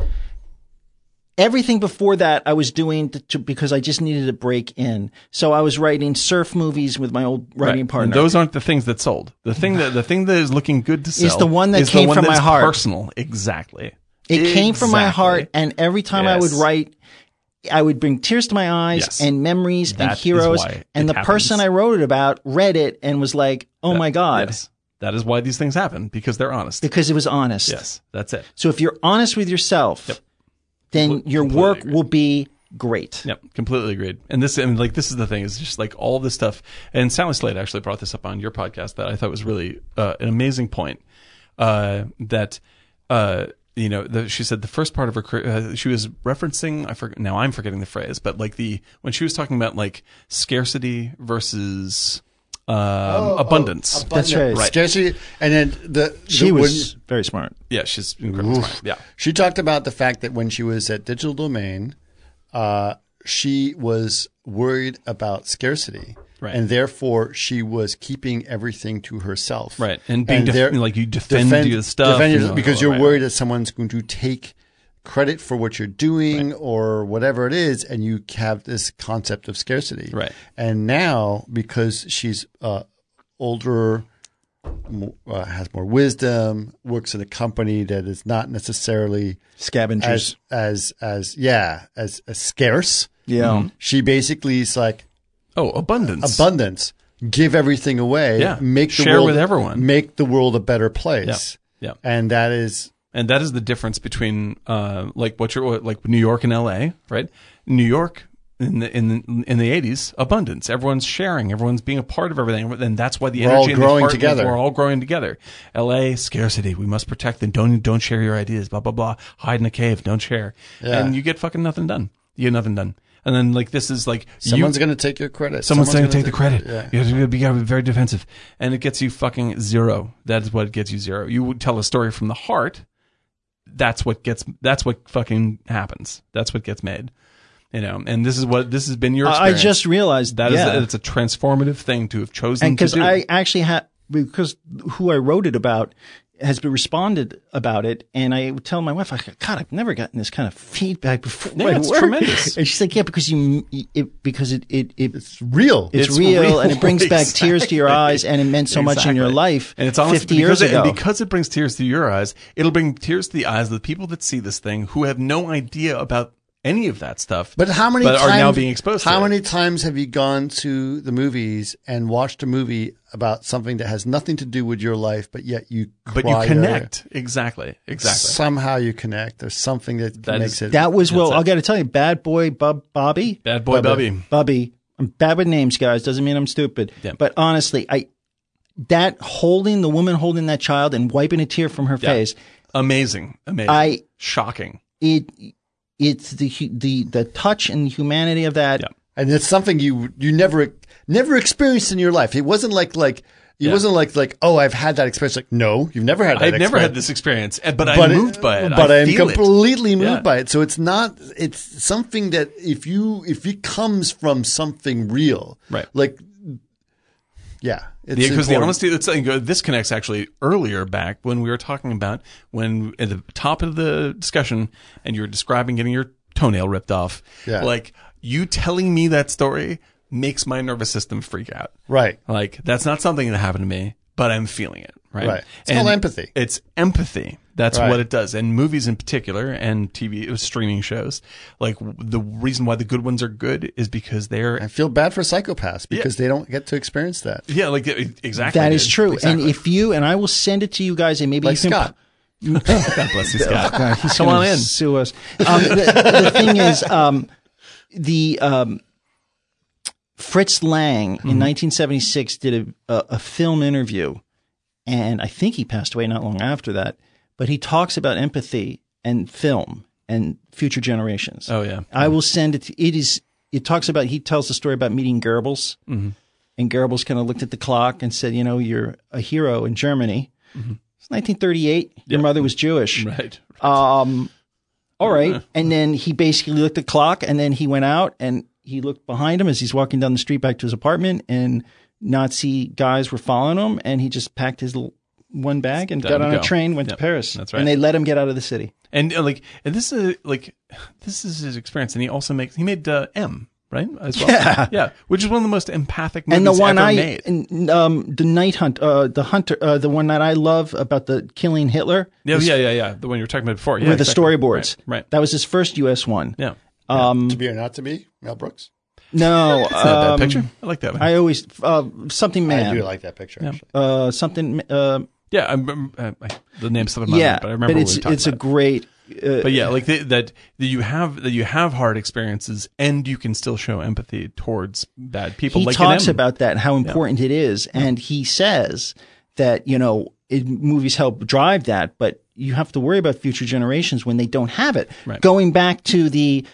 Speaker 2: Everything before that I was doing to, to, because I just needed a break in. So I was writing surf movies with my old
Speaker 4: right.
Speaker 2: writing
Speaker 4: And
Speaker 2: partner.
Speaker 4: Those aren't the things that sold. The thing that the thing that is looking good to sell
Speaker 2: the one that
Speaker 4: is
Speaker 2: came
Speaker 4: the one
Speaker 2: from
Speaker 4: that's
Speaker 2: my heart.
Speaker 4: Personal, exactly.
Speaker 2: It came from my
Speaker 4: Exactly.
Speaker 2: heart, and every time I would
Speaker 4: Yes.
Speaker 2: write, I would bring tears to my eyes
Speaker 4: Yes.
Speaker 2: and memories
Speaker 4: That
Speaker 2: and
Speaker 4: is
Speaker 2: heroes.
Speaker 4: why
Speaker 2: And the
Speaker 4: it
Speaker 2: person
Speaker 4: happens.
Speaker 2: I wrote it about read it and was like, "Oh my god,"
Speaker 4: Yes. That is why these things happen because they're honest.
Speaker 2: because it was honest.
Speaker 4: Yes, that's it.
Speaker 2: So if you're honest with yourself, then your
Speaker 4: completely
Speaker 2: work
Speaker 4: agree.
Speaker 2: will be great.
Speaker 4: Yep, completely agreed. And this, and like this is the thing is just like all this stuff. And Sally Slade actually brought this up on your podcast that I thought was really uh, an amazing point. Uh, that uh, you know, the, she said the first part of her career, uh, she was referencing. I forget now. I'm forgetting the phrase, but like the when she was talking about like scarcity versus um, abundance.
Speaker 2: That's right.
Speaker 4: Right.
Speaker 1: Scarcity, and then the
Speaker 2: She
Speaker 1: the-
Speaker 2: was
Speaker 1: when-
Speaker 2: very smart.
Speaker 4: Yeah, she's incredibly
Speaker 1: Oof.
Speaker 4: smart. Yeah,
Speaker 1: She talked about the fact that when she was at Digital Domain, uh, she was worried about scarcity.
Speaker 4: Right.
Speaker 1: and therefore she was keeping everything to herself.
Speaker 4: Right. And being def-
Speaker 1: there-
Speaker 4: like you defend your stuff
Speaker 1: defend
Speaker 4: and
Speaker 1: your-
Speaker 4: all-
Speaker 1: because you're
Speaker 4: right,
Speaker 1: worried that someone's going to take credit for what you're doing or whatever it is, and you have this concept of scarcity.
Speaker 4: Right.
Speaker 1: And now because she's uh, older. mo- Uh, has more wisdom, works in a company that is not necessarily
Speaker 10: Scavengers.
Speaker 1: as as as yeah as, as scarce.
Speaker 10: yeah.
Speaker 2: Mm-hmm.
Speaker 1: She basically is like
Speaker 4: Oh, abundance.
Speaker 1: abundance. Give everything away.
Speaker 4: Yeah.
Speaker 1: Make the
Speaker 4: Share
Speaker 1: world,
Speaker 4: with everyone.
Speaker 1: Make the world a better place.
Speaker 4: Yeah.
Speaker 1: And that is
Speaker 4: and that is the difference between uh, like what you're what- like New York and L.A. Right, New York in the in the, in the eighties, abundance. Everyone's sharing. Everyone's being a part of everything, and that's why the
Speaker 1: We're all
Speaker 4: energy and the
Speaker 1: growing
Speaker 4: heart-
Speaker 1: together.
Speaker 4: We're all growing together. L.A. scarcity. We must protect them. Don't don't share your ideas. Blah blah blah. Hide in a cave. Don't share. And you get fucking nothing done. You get nothing done. And then like this is like you-
Speaker 1: someone's going to take your credit.
Speaker 4: Someone's, going to take the
Speaker 1: gonna
Speaker 4: credit. You have to be, you gotta be very defensive. And it gets you fucking zero. That is what gets you zero. You would tell a story from the heart. That's what gets, that's what fucking happens. That's what gets made. You know, and this is what, this has been your
Speaker 2: I I
Speaker 4: experience.
Speaker 2: just realized
Speaker 4: that is,
Speaker 2: yeah.
Speaker 4: it's a transformative thing to have chosen
Speaker 2: and
Speaker 4: to
Speaker 2: because
Speaker 4: do.
Speaker 2: I actually had because who I wrote it about has been responded about it, and I would tell my wife, I go, "God, I've never gotten this kind of feedback before."
Speaker 4: Yeah,
Speaker 2: my
Speaker 4: it's
Speaker 2: work."
Speaker 4: tremendous.
Speaker 2: And she's like, "Yeah, because you it, because it it, it it's,
Speaker 1: real.
Speaker 4: it's
Speaker 2: real,
Speaker 4: real."
Speaker 2: and it brings back tears to your eyes, and it meant so much in your
Speaker 4: Exactly.
Speaker 2: life."
Speaker 4: And it's honestly
Speaker 2: fifty
Speaker 4: because
Speaker 2: years
Speaker 4: it,
Speaker 2: ago.
Speaker 4: And because it brings tears to your eyes, it'll bring tears to the eyes of the people that see this thing who have no idea about any of that stuff.
Speaker 1: But how many
Speaker 4: but
Speaker 1: times
Speaker 4: are now being exposed?
Speaker 1: How
Speaker 4: to it.
Speaker 1: many times have you gone to the movies and watched a movie about something that has nothing to do with your life, but yet you
Speaker 4: But you
Speaker 1: cry or
Speaker 4: connect exactly, exactly.
Speaker 1: Somehow you connect. There's something that,
Speaker 4: That
Speaker 1: makes
Speaker 4: is-
Speaker 1: it.
Speaker 2: that was well,
Speaker 4: it.
Speaker 2: I got to tell you, Bad Boy Bob Bobby,
Speaker 4: Bad boy, Bubby.
Speaker 2: Bubby. I'm bad with names, guys. Doesn't mean I'm stupid.
Speaker 4: Yeah.
Speaker 2: But honestly, I that holding the woman holding that child and wiping a tear from her face,
Speaker 4: Amazing, amazing,
Speaker 2: I-
Speaker 4: shocking.
Speaker 2: it it's the hu- the the touch and humanity of that.
Speaker 4: Yeah.
Speaker 1: and it's something you you never never experienced in your life. It wasn't like like it wasn't like like oh I've had that experience. Like no, you've never had that.
Speaker 4: I've never
Speaker 1: experience.
Speaker 4: had this experience, eh, but,
Speaker 1: but
Speaker 4: I'm
Speaker 1: it-
Speaker 4: moved by it.
Speaker 1: But
Speaker 4: I
Speaker 1: am
Speaker 4: feel it.
Speaker 1: completely moved
Speaker 4: Yeah.
Speaker 1: by it. So it's not. It's something that if you if it comes from something real,
Speaker 4: Right.
Speaker 1: Like, yeah, it's
Speaker 4: Yeah, because the
Speaker 1: important.
Speaker 4: honesty that's saying this connects actually earlier back when we were talking about when at the top of the discussion and you were describing getting your toenail ripped off.
Speaker 1: Yeah.
Speaker 4: Like you telling me that story makes my nervous system freak out.
Speaker 1: right?
Speaker 4: Like that's not something that happened to me, but I'm feeling it. Right.
Speaker 1: Right. It's called empathy.
Speaker 4: It's empathy. That's
Speaker 1: Right.
Speaker 4: what it does. And movies in particular and TV streaming shows, like w- the reason why the good ones are good is because
Speaker 1: I
Speaker 4: they're,
Speaker 1: feel bad for psychopaths because they don't get to experience that.
Speaker 4: yeah, like e- exactly.
Speaker 2: That is
Speaker 4: dude.
Speaker 2: true.
Speaker 4: Exactly.
Speaker 2: And e-, if you and I will send it to you guys, and maybe
Speaker 1: Like
Speaker 2: you can
Speaker 1: Scott,
Speaker 4: God bless you, Scott.
Speaker 2: he's
Speaker 4: Come
Speaker 2: gonna
Speaker 4: on in.
Speaker 2: Sue us. Um, the, the thing is, um, the um, Fritz Lang
Speaker 4: Mm-hmm.
Speaker 2: in 1976 did a, a, a film interview, and I think he passed away not long after that. But he talks about empathy and film and future generations.
Speaker 4: Oh yeah.
Speaker 2: I will send it. To, it is. It talks about. He tells the story about meeting Goebbels,
Speaker 4: Mm-hmm.
Speaker 2: and Goebbels kind of looked at the clock and said, "You know, you're a hero in Germany." It's 1938. Your mother was Jewish.
Speaker 4: Mm-hmm. Right.
Speaker 2: Um, all right. And then he basically looked at the clock, and then he went out and he looked behind him as he's walking down the street back to his apartment, and Nazi guys were following him, and he just packed his little one bag and
Speaker 4: Time
Speaker 2: got
Speaker 4: to
Speaker 2: on
Speaker 4: go.
Speaker 2: a train, went
Speaker 4: Yep.
Speaker 2: to Paris.
Speaker 4: That's right.
Speaker 2: And they let him get out of the city.
Speaker 4: And uh, like, and this is like, this is his experience. And he also makes, he made uh, M, right? As well. Yeah. Which is one of the most empathic movies
Speaker 2: and the one
Speaker 4: ever
Speaker 2: I
Speaker 4: made.
Speaker 2: and, um the night hunt uh the hunter uh, the one that I love about the killing Hitler
Speaker 4: Yeah, yeah, yeah, yeah. The one you were talking about before. Yeah,
Speaker 2: with
Speaker 4: exactly.
Speaker 2: the storyboards
Speaker 4: Right. right.
Speaker 2: that was his first U.S. one
Speaker 4: Yeah.
Speaker 2: um
Speaker 1: to be or not to be, Mel Brooks.
Speaker 2: no
Speaker 4: That's not a bad
Speaker 2: um,
Speaker 4: picture. I like that one.
Speaker 2: I always uh, something
Speaker 1: I
Speaker 2: man
Speaker 1: do like that picture. Actually,
Speaker 2: uh something uh,
Speaker 4: yeah, I'm, I'm- uh, I, the name slipped my
Speaker 2: yeah
Speaker 4: mind, but I remember
Speaker 2: it's
Speaker 4: we talked
Speaker 2: it's
Speaker 4: about.
Speaker 2: a great uh,
Speaker 4: it. but yeah, like the, that, that you have that you have hard experiences, and you can still show empathy towards bad people.
Speaker 2: he
Speaker 4: like in
Speaker 2: talks
Speaker 4: M.
Speaker 2: about that how important it is and he says that you know it, movies help drive that but you have to worry about future generations when they don't have it
Speaker 4: Right.
Speaker 2: going back to the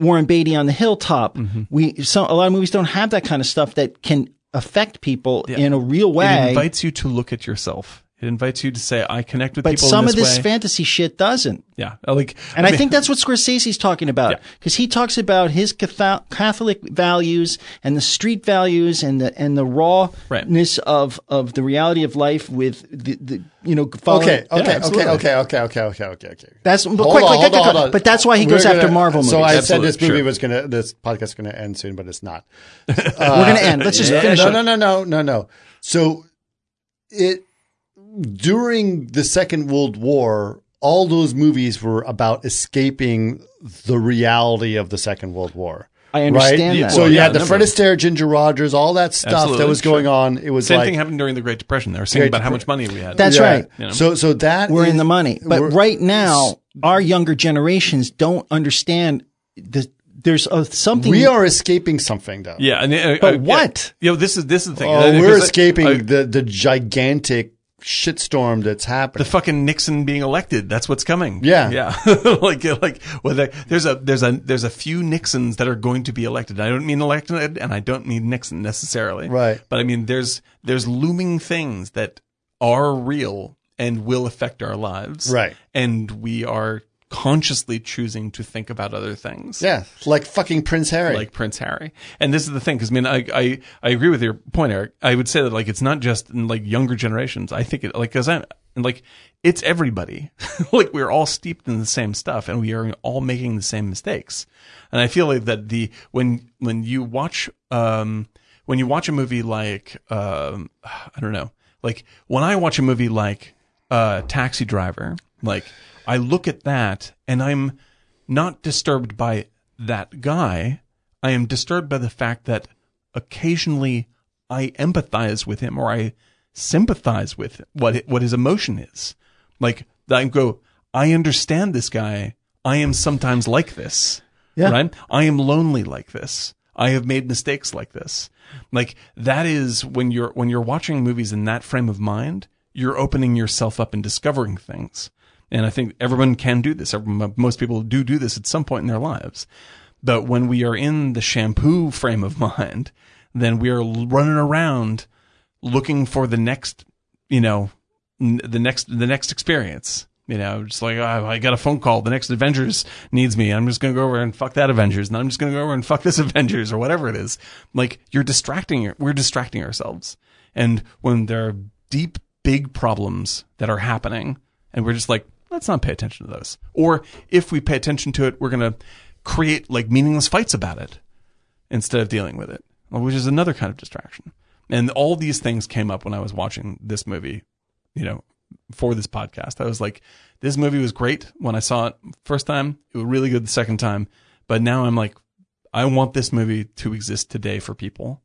Speaker 2: warren beatty on the hilltop
Speaker 4: Mm-hmm.
Speaker 2: we so a lot of movies don't have that kind of stuff that can affect people in a real
Speaker 4: It
Speaker 2: way
Speaker 4: invites you to look at yourself. It It invites you to say, "I connect with
Speaker 2: But
Speaker 4: people." in
Speaker 2: some of this
Speaker 4: way.
Speaker 2: fantasy shit doesn't.
Speaker 4: yeah, I like,
Speaker 2: And I, think that's what Scorsese's talking about because he talks about his Catho- Catholic values and the street values and the and the rawness of of the reality of life with the, the you know following-
Speaker 1: Okay,
Speaker 2: Yeah,
Speaker 1: okay, okay,
Speaker 2: absolutely.
Speaker 1: okay, okay, okay, okay, okay, okay.
Speaker 2: That's but
Speaker 1: Hold
Speaker 2: quick,
Speaker 1: on,
Speaker 2: quick,
Speaker 1: hold
Speaker 2: quick,
Speaker 1: on,
Speaker 2: quick,
Speaker 1: hold on.
Speaker 2: But that's why he
Speaker 1: We're
Speaker 2: goes after
Speaker 1: gonna-
Speaker 2: Marvel movies.
Speaker 1: So I
Speaker 4: Absolutely,
Speaker 1: said this movie
Speaker 4: sure.
Speaker 1: was gonna, this podcast was gonna end soon, but it's not.
Speaker 2: We're gonna end. Let's just finish
Speaker 1: no,
Speaker 2: it.
Speaker 1: no, no, no, no, no. So it during the Second World War, all those movies were about escaping the reality of the Second World War.
Speaker 2: I understand
Speaker 1: right?
Speaker 2: that.
Speaker 1: So
Speaker 4: Well,
Speaker 1: you
Speaker 4: yeah,
Speaker 1: had the
Speaker 4: number
Speaker 1: Fred
Speaker 4: of-
Speaker 1: Astaire, Ginger Rogers, all that stuff that
Speaker 4: Absolutely,
Speaker 1: was going
Speaker 4: sure.
Speaker 1: on. It was
Speaker 4: same
Speaker 1: like
Speaker 4: thing happened during the Great Depression. They were saying
Speaker 1: Great
Speaker 4: about how
Speaker 1: Depre-
Speaker 4: much money we had.
Speaker 2: That's
Speaker 1: yeah.
Speaker 2: right.
Speaker 4: You know?
Speaker 1: So so that
Speaker 2: We're in
Speaker 1: is-
Speaker 2: the money. But
Speaker 1: we're-
Speaker 2: right now, our younger generations don't understand the there's a, something
Speaker 1: we are escaping something though.
Speaker 4: yeah, and, uh,
Speaker 2: But
Speaker 4: uh, yeah.
Speaker 2: what?
Speaker 4: You know, this is this is the thing.
Speaker 1: Oh,
Speaker 4: Uh,
Speaker 1: we're
Speaker 4: because, uh,
Speaker 1: escaping
Speaker 4: uh,
Speaker 1: the the gigantic shitstorm that's
Speaker 4: the
Speaker 1: happening.
Speaker 4: fucking Nixon being elected. That's what's coming.
Speaker 1: Yeah.
Speaker 4: yeah. like like well, there, there's a there's a there's a few Nixons that are going to be elected. I don't mean elected, and I don't mean Nixon necessarily.
Speaker 1: Right.
Speaker 4: But I mean there's there's looming things that are real and will affect our lives.
Speaker 1: Right.
Speaker 4: And we are consciously choosing to think about other things.
Speaker 1: yeah, like fucking Prince Harry.
Speaker 4: Like Prince Harry, and this is the thing because I mean I, I I agree with your point, Eric. I would say that like it's not just in, like younger generations. I think it like because I'm and, like it's everybody. like we're all steeped in the same stuff, and we are all making the same mistakes. And I feel like that the when when you watch um when you watch a movie like um I don't know like when I watch a movie like uh Taxi Driver, like I look at that and I'm not disturbed by that guy. I am disturbed by the fact that occasionally I empathize with him or I sympathize with what what his emotion is. Like I go, I understand this guy. I am sometimes like this. Yeah. Right? I am lonely like this. I have made mistakes like this. Like that is when you're when you're watching movies in that frame of mind, you're opening yourself up and discovering things. And I think everyone can do this. Everyone, most people do do this at some point in their lives. But when we are in the shampoo frame of mind, then we are l- running around looking for the next, you know, n- the next the next experience. You know, just like oh, I got a phone call, the next Avengers needs me. I'm just gonna go over and fuck that Avengers, and I'm just gonna go over and fuck this Avengers or whatever it is. Like you're distracting, we're distracting ourselves. And when there are deep, big problems that are happening, and we're just like, let's not pay attention to those. Or if we pay attention to it, we're gonna create like meaningless fights about it instead of dealing with it, which is another kind of distraction. And all these things came up when I was watching this movie, you know, for this podcast. I was like, this movie was great when I saw it first time. It was really good the second time. But now I'm like, I want this movie to exist today for people.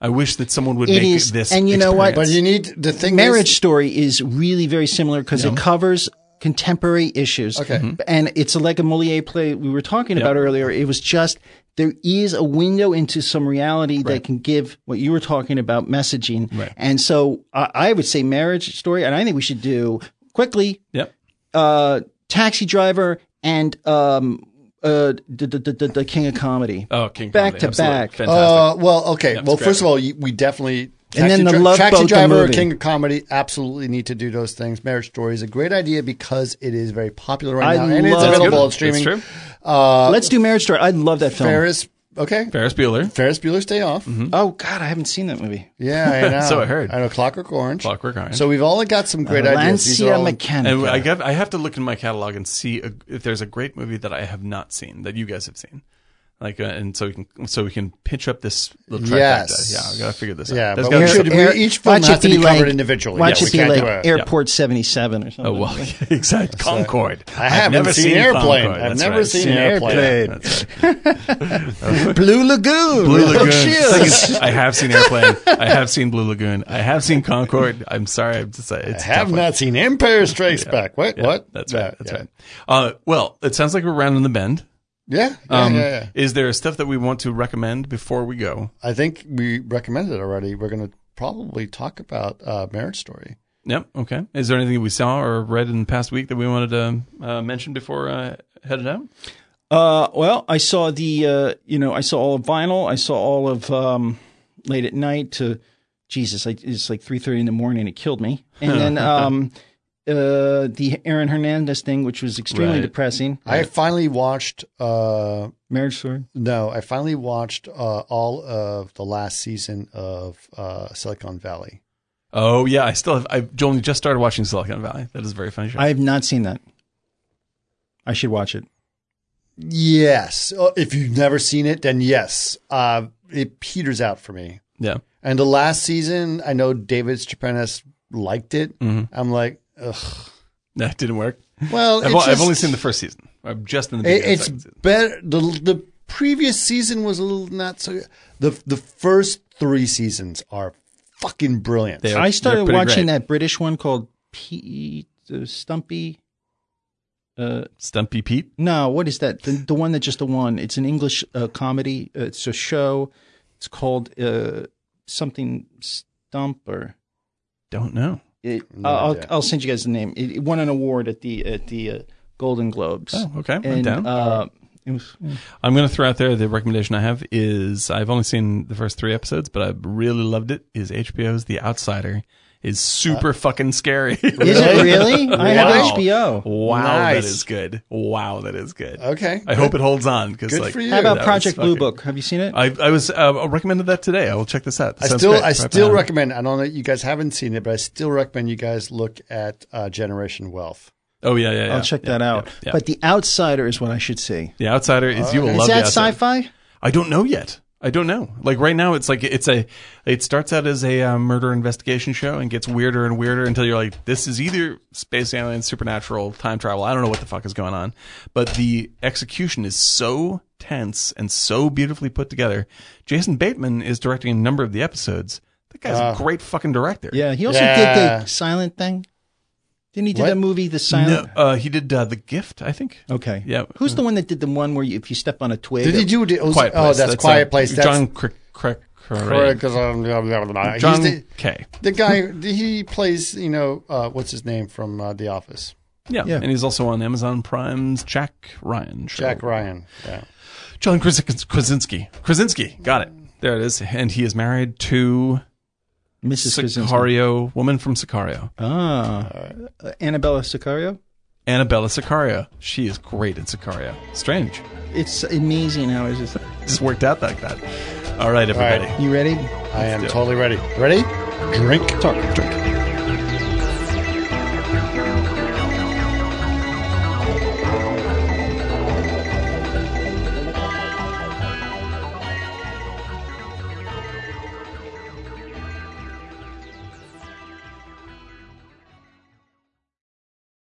Speaker 4: I wish that someone would
Speaker 2: It
Speaker 4: make
Speaker 2: is-
Speaker 4: this.
Speaker 2: and you know what?
Speaker 1: but
Speaker 4: experience.
Speaker 1: you need the thing.
Speaker 2: marriage
Speaker 1: is-
Speaker 2: story is really very similar because it covers contemporary issues.
Speaker 1: Okay.
Speaker 2: And it's like a Moliere play we were talking about earlier. It was just there is a window into some reality that can give what you were talking about messaging.
Speaker 4: Right.
Speaker 2: And so I I would say marriage story, and I think we should do quickly
Speaker 4: Yep.
Speaker 2: uh, taxi driver and um, uh, the, the, the, the King of Comedy.
Speaker 4: Oh, King
Speaker 2: Back
Speaker 4: Comedy,
Speaker 2: to
Speaker 4: absolutely.
Speaker 2: back.
Speaker 4: Fantastic.
Speaker 1: Uh, well, okay. well, first of all, you, we definitely
Speaker 2: And then the
Speaker 1: Taxi
Speaker 2: Love Boat,
Speaker 1: Taxi
Speaker 2: the
Speaker 1: Driver,
Speaker 2: movie.
Speaker 1: King of Comedy, absolutely need to do those things. Marriage Story is a great idea because it is very popular right
Speaker 2: I
Speaker 1: now, and it's
Speaker 2: love- That's
Speaker 1: available
Speaker 4: good.
Speaker 1: on streaming.
Speaker 4: It's true.
Speaker 2: Uh, Let's do marriage story. I love that film.
Speaker 1: Ferris, okay.
Speaker 4: Ferris Bueller,
Speaker 1: Ferris Bueller's Day Off.
Speaker 2: Oh God, I haven't seen that movie.
Speaker 1: Yeah, I know.
Speaker 4: Mm-hmm. So I heard.
Speaker 1: I know Clockwork Orange.
Speaker 4: Clockwork Orange. Uh,
Speaker 1: So we've all got some great ideas. These are
Speaker 2: Lancia
Speaker 1: all-
Speaker 2: Mechanic.
Speaker 4: And I got I have to look in my catalog and see a, if there's a great movie that I have not seen that you guys have seen. Like uh, and so we can so we can pitch up this little trifecta.
Speaker 1: Yes.
Speaker 4: Yeah, I gotta figure this
Speaker 1: Yeah,
Speaker 4: out. There's
Speaker 1: but
Speaker 4: gotta
Speaker 1: we
Speaker 4: be
Speaker 1: should-
Speaker 4: something-
Speaker 1: each film
Speaker 2: watch
Speaker 1: has
Speaker 2: it
Speaker 1: to be covered
Speaker 2: like-
Speaker 1: individually.
Speaker 2: Watch
Speaker 1: Yeah,
Speaker 2: it
Speaker 1: we
Speaker 2: be
Speaker 1: can't
Speaker 2: like
Speaker 1: do it.
Speaker 2: Airport 77 or something.
Speaker 4: Oh well, exactly. Concord.
Speaker 1: I haven't seen Airplane. I've never seen Airplane.
Speaker 2: Blue Lagoon.
Speaker 4: Blue Lagoon. Second- I have seen Airplane. I have seen Blue Lagoon. I have seen Concord. I'm sorry. I'm just, it's
Speaker 1: I
Speaker 4: a
Speaker 1: have
Speaker 4: tough one.
Speaker 1: not seen Empire Strikes Back. What?
Speaker 4: Yeah,
Speaker 1: what?
Speaker 4: That's right.
Speaker 1: Yeah,
Speaker 4: That's
Speaker 1: yeah.
Speaker 4: right. Uh, well, it sounds like we're rounding the bend.
Speaker 1: Yeah, yeah,
Speaker 4: Um,
Speaker 1: yeah, yeah.
Speaker 4: Is there stuff that we want to recommend before we go?
Speaker 1: I think we recommended it already. We're going to probably talk about uh, Marriage Story.
Speaker 4: Yep. Okay. Is there anything we saw or read in the past week that we wanted to uh, mention before uh, headed out?
Speaker 2: Uh, well, I saw the, uh, you know, I saw all of vinyl. I saw all of um, Late at Night to Jesus, I, it's like three thirty in the morning. It killed me. And then um, uh, the Aaron Hernandez thing, which was extremely
Speaker 4: Right.
Speaker 2: depressing.
Speaker 1: I finally watched. Uh,
Speaker 2: Marriage Story.
Speaker 1: no, I finally watched uh, all of the last season of uh, Silicon Valley.
Speaker 4: Oh yeah, I still have. I've only just started watching Silicon Valley. That is a very funny show.
Speaker 2: I have not seen that. I should watch it.
Speaker 1: Yes, Uh, if you've never seen it, then yes, uh, it peters out for me.
Speaker 4: yeah,
Speaker 1: And the last season, I know David Strapenis liked it. I'm like, ugh.
Speaker 4: that didn't work.
Speaker 1: Well,
Speaker 4: Mm-hmm. I've,
Speaker 1: it's
Speaker 4: o- I've
Speaker 1: just-
Speaker 4: only seen the first season. I'm just in the
Speaker 1: It,
Speaker 4: beginning of the
Speaker 1: it's
Speaker 4: second season.
Speaker 1: better. The, the previous season was a little not so. The the first three seasons are fucking brilliant.
Speaker 4: They are-
Speaker 2: I started
Speaker 4: they're pretty
Speaker 2: watching
Speaker 4: great.
Speaker 2: that British one called Pete uh, Stumpy. Uh,
Speaker 4: Stumpy Pete.
Speaker 2: no, what is that? The, the one that just the one. It's an English uh, comedy. Uh, it's a show. It's called uh, something Stump or.
Speaker 4: Don't know.
Speaker 2: It,
Speaker 1: No
Speaker 2: I'll, I'll-
Speaker 1: idea.
Speaker 2: I'll send you guys the name. It, it won an award at the at the uh, Golden Globes.
Speaker 4: Oh, okay. I'm
Speaker 2: And
Speaker 4: down.
Speaker 2: uh, it was,
Speaker 4: I'm going to throw out there the recommendation I have is I've only seen the first three episodes, but I really loved it. Is HBO's The Outsider is super fucking scary.
Speaker 2: is it really? I
Speaker 1: Wow.
Speaker 2: have HBO.
Speaker 4: wow,
Speaker 1: Nice.
Speaker 4: that is good. Wow, that is good.
Speaker 1: Okay.
Speaker 4: I hope it holds on because
Speaker 1: Good
Speaker 4: like
Speaker 1: for you.
Speaker 2: How
Speaker 1: Yeah,
Speaker 2: about
Speaker 4: that was
Speaker 2: Project Blue
Speaker 4: fucking-
Speaker 2: Book? Have you seen it?
Speaker 4: I, I was uh, recommended that today. I will check this out. That
Speaker 1: I
Speaker 4: sounds
Speaker 1: still,
Speaker 4: great.
Speaker 1: I
Speaker 4: Right
Speaker 1: still
Speaker 4: behind.
Speaker 1: recommend. I don't know you guys haven't seen it, but I still recommend you guys look at uh, Generation Wealth.
Speaker 4: Oh yeah, yeah. yeah.
Speaker 2: I'll check
Speaker 4: Yeah,
Speaker 2: that out.
Speaker 4: yeah, yeah.
Speaker 2: But The Outsider is what I should see.
Speaker 4: The Outsider is you will
Speaker 2: Is
Speaker 4: love The
Speaker 2: that
Speaker 4: Outsider.
Speaker 2: sci-fi?
Speaker 4: I don't know yet. I don't know. Like right now, it's like it's a. It starts out as a uh, murder investigation show and gets weirder and weirder until you're like, this is either space alien, supernatural, time travel. I don't know what the fuck is going on, but the execution is so tense and so beautifully put together. Jason Bateman is directing a number of the episodes. That guy's
Speaker 1: Ah.
Speaker 4: a great fucking director.
Speaker 2: Yeah, he also
Speaker 1: Yeah.
Speaker 2: did the silent thing. Didn't he do
Speaker 1: What?
Speaker 2: that movie, The
Speaker 4: No,
Speaker 2: Silent?
Speaker 4: uh, he did uh, the Gift, I think.
Speaker 2: Okay.
Speaker 4: Yeah.
Speaker 2: Who's the one that did the one where you, if you step on a twig?
Speaker 1: Did he do? it was-
Speaker 4: Quiet Place.
Speaker 1: Oh, that's, Quiet
Speaker 4: uh,
Speaker 1: Place. That's
Speaker 4: John Cr- Cr- Cr-
Speaker 1: Correct, 'cause I'm- blah, blah, blah, blah.
Speaker 4: John
Speaker 1: He's the,
Speaker 4: K.
Speaker 1: the guy. He plays, you know, uh, what's his name from uh, The Office?
Speaker 4: Yeah. and he's also on Amazon Prime's Jack Ryan show.
Speaker 1: Jack Ryan. Yeah.
Speaker 4: John Kras- Krasinski. Krasinski, got it. There it is. And he is married to
Speaker 2: Mrs. Krasinski.
Speaker 4: Sicario, woman from Sicario,
Speaker 2: Ah, Uh, Annabella Sicario.
Speaker 4: Annabella Sicario. She is great in Sicario. Strange,
Speaker 2: It's amazing how it's just.
Speaker 4: It just worked out like that. All right, everybody.
Speaker 2: You ready?
Speaker 1: I am totally ready. Ready? Drink talk. Drink.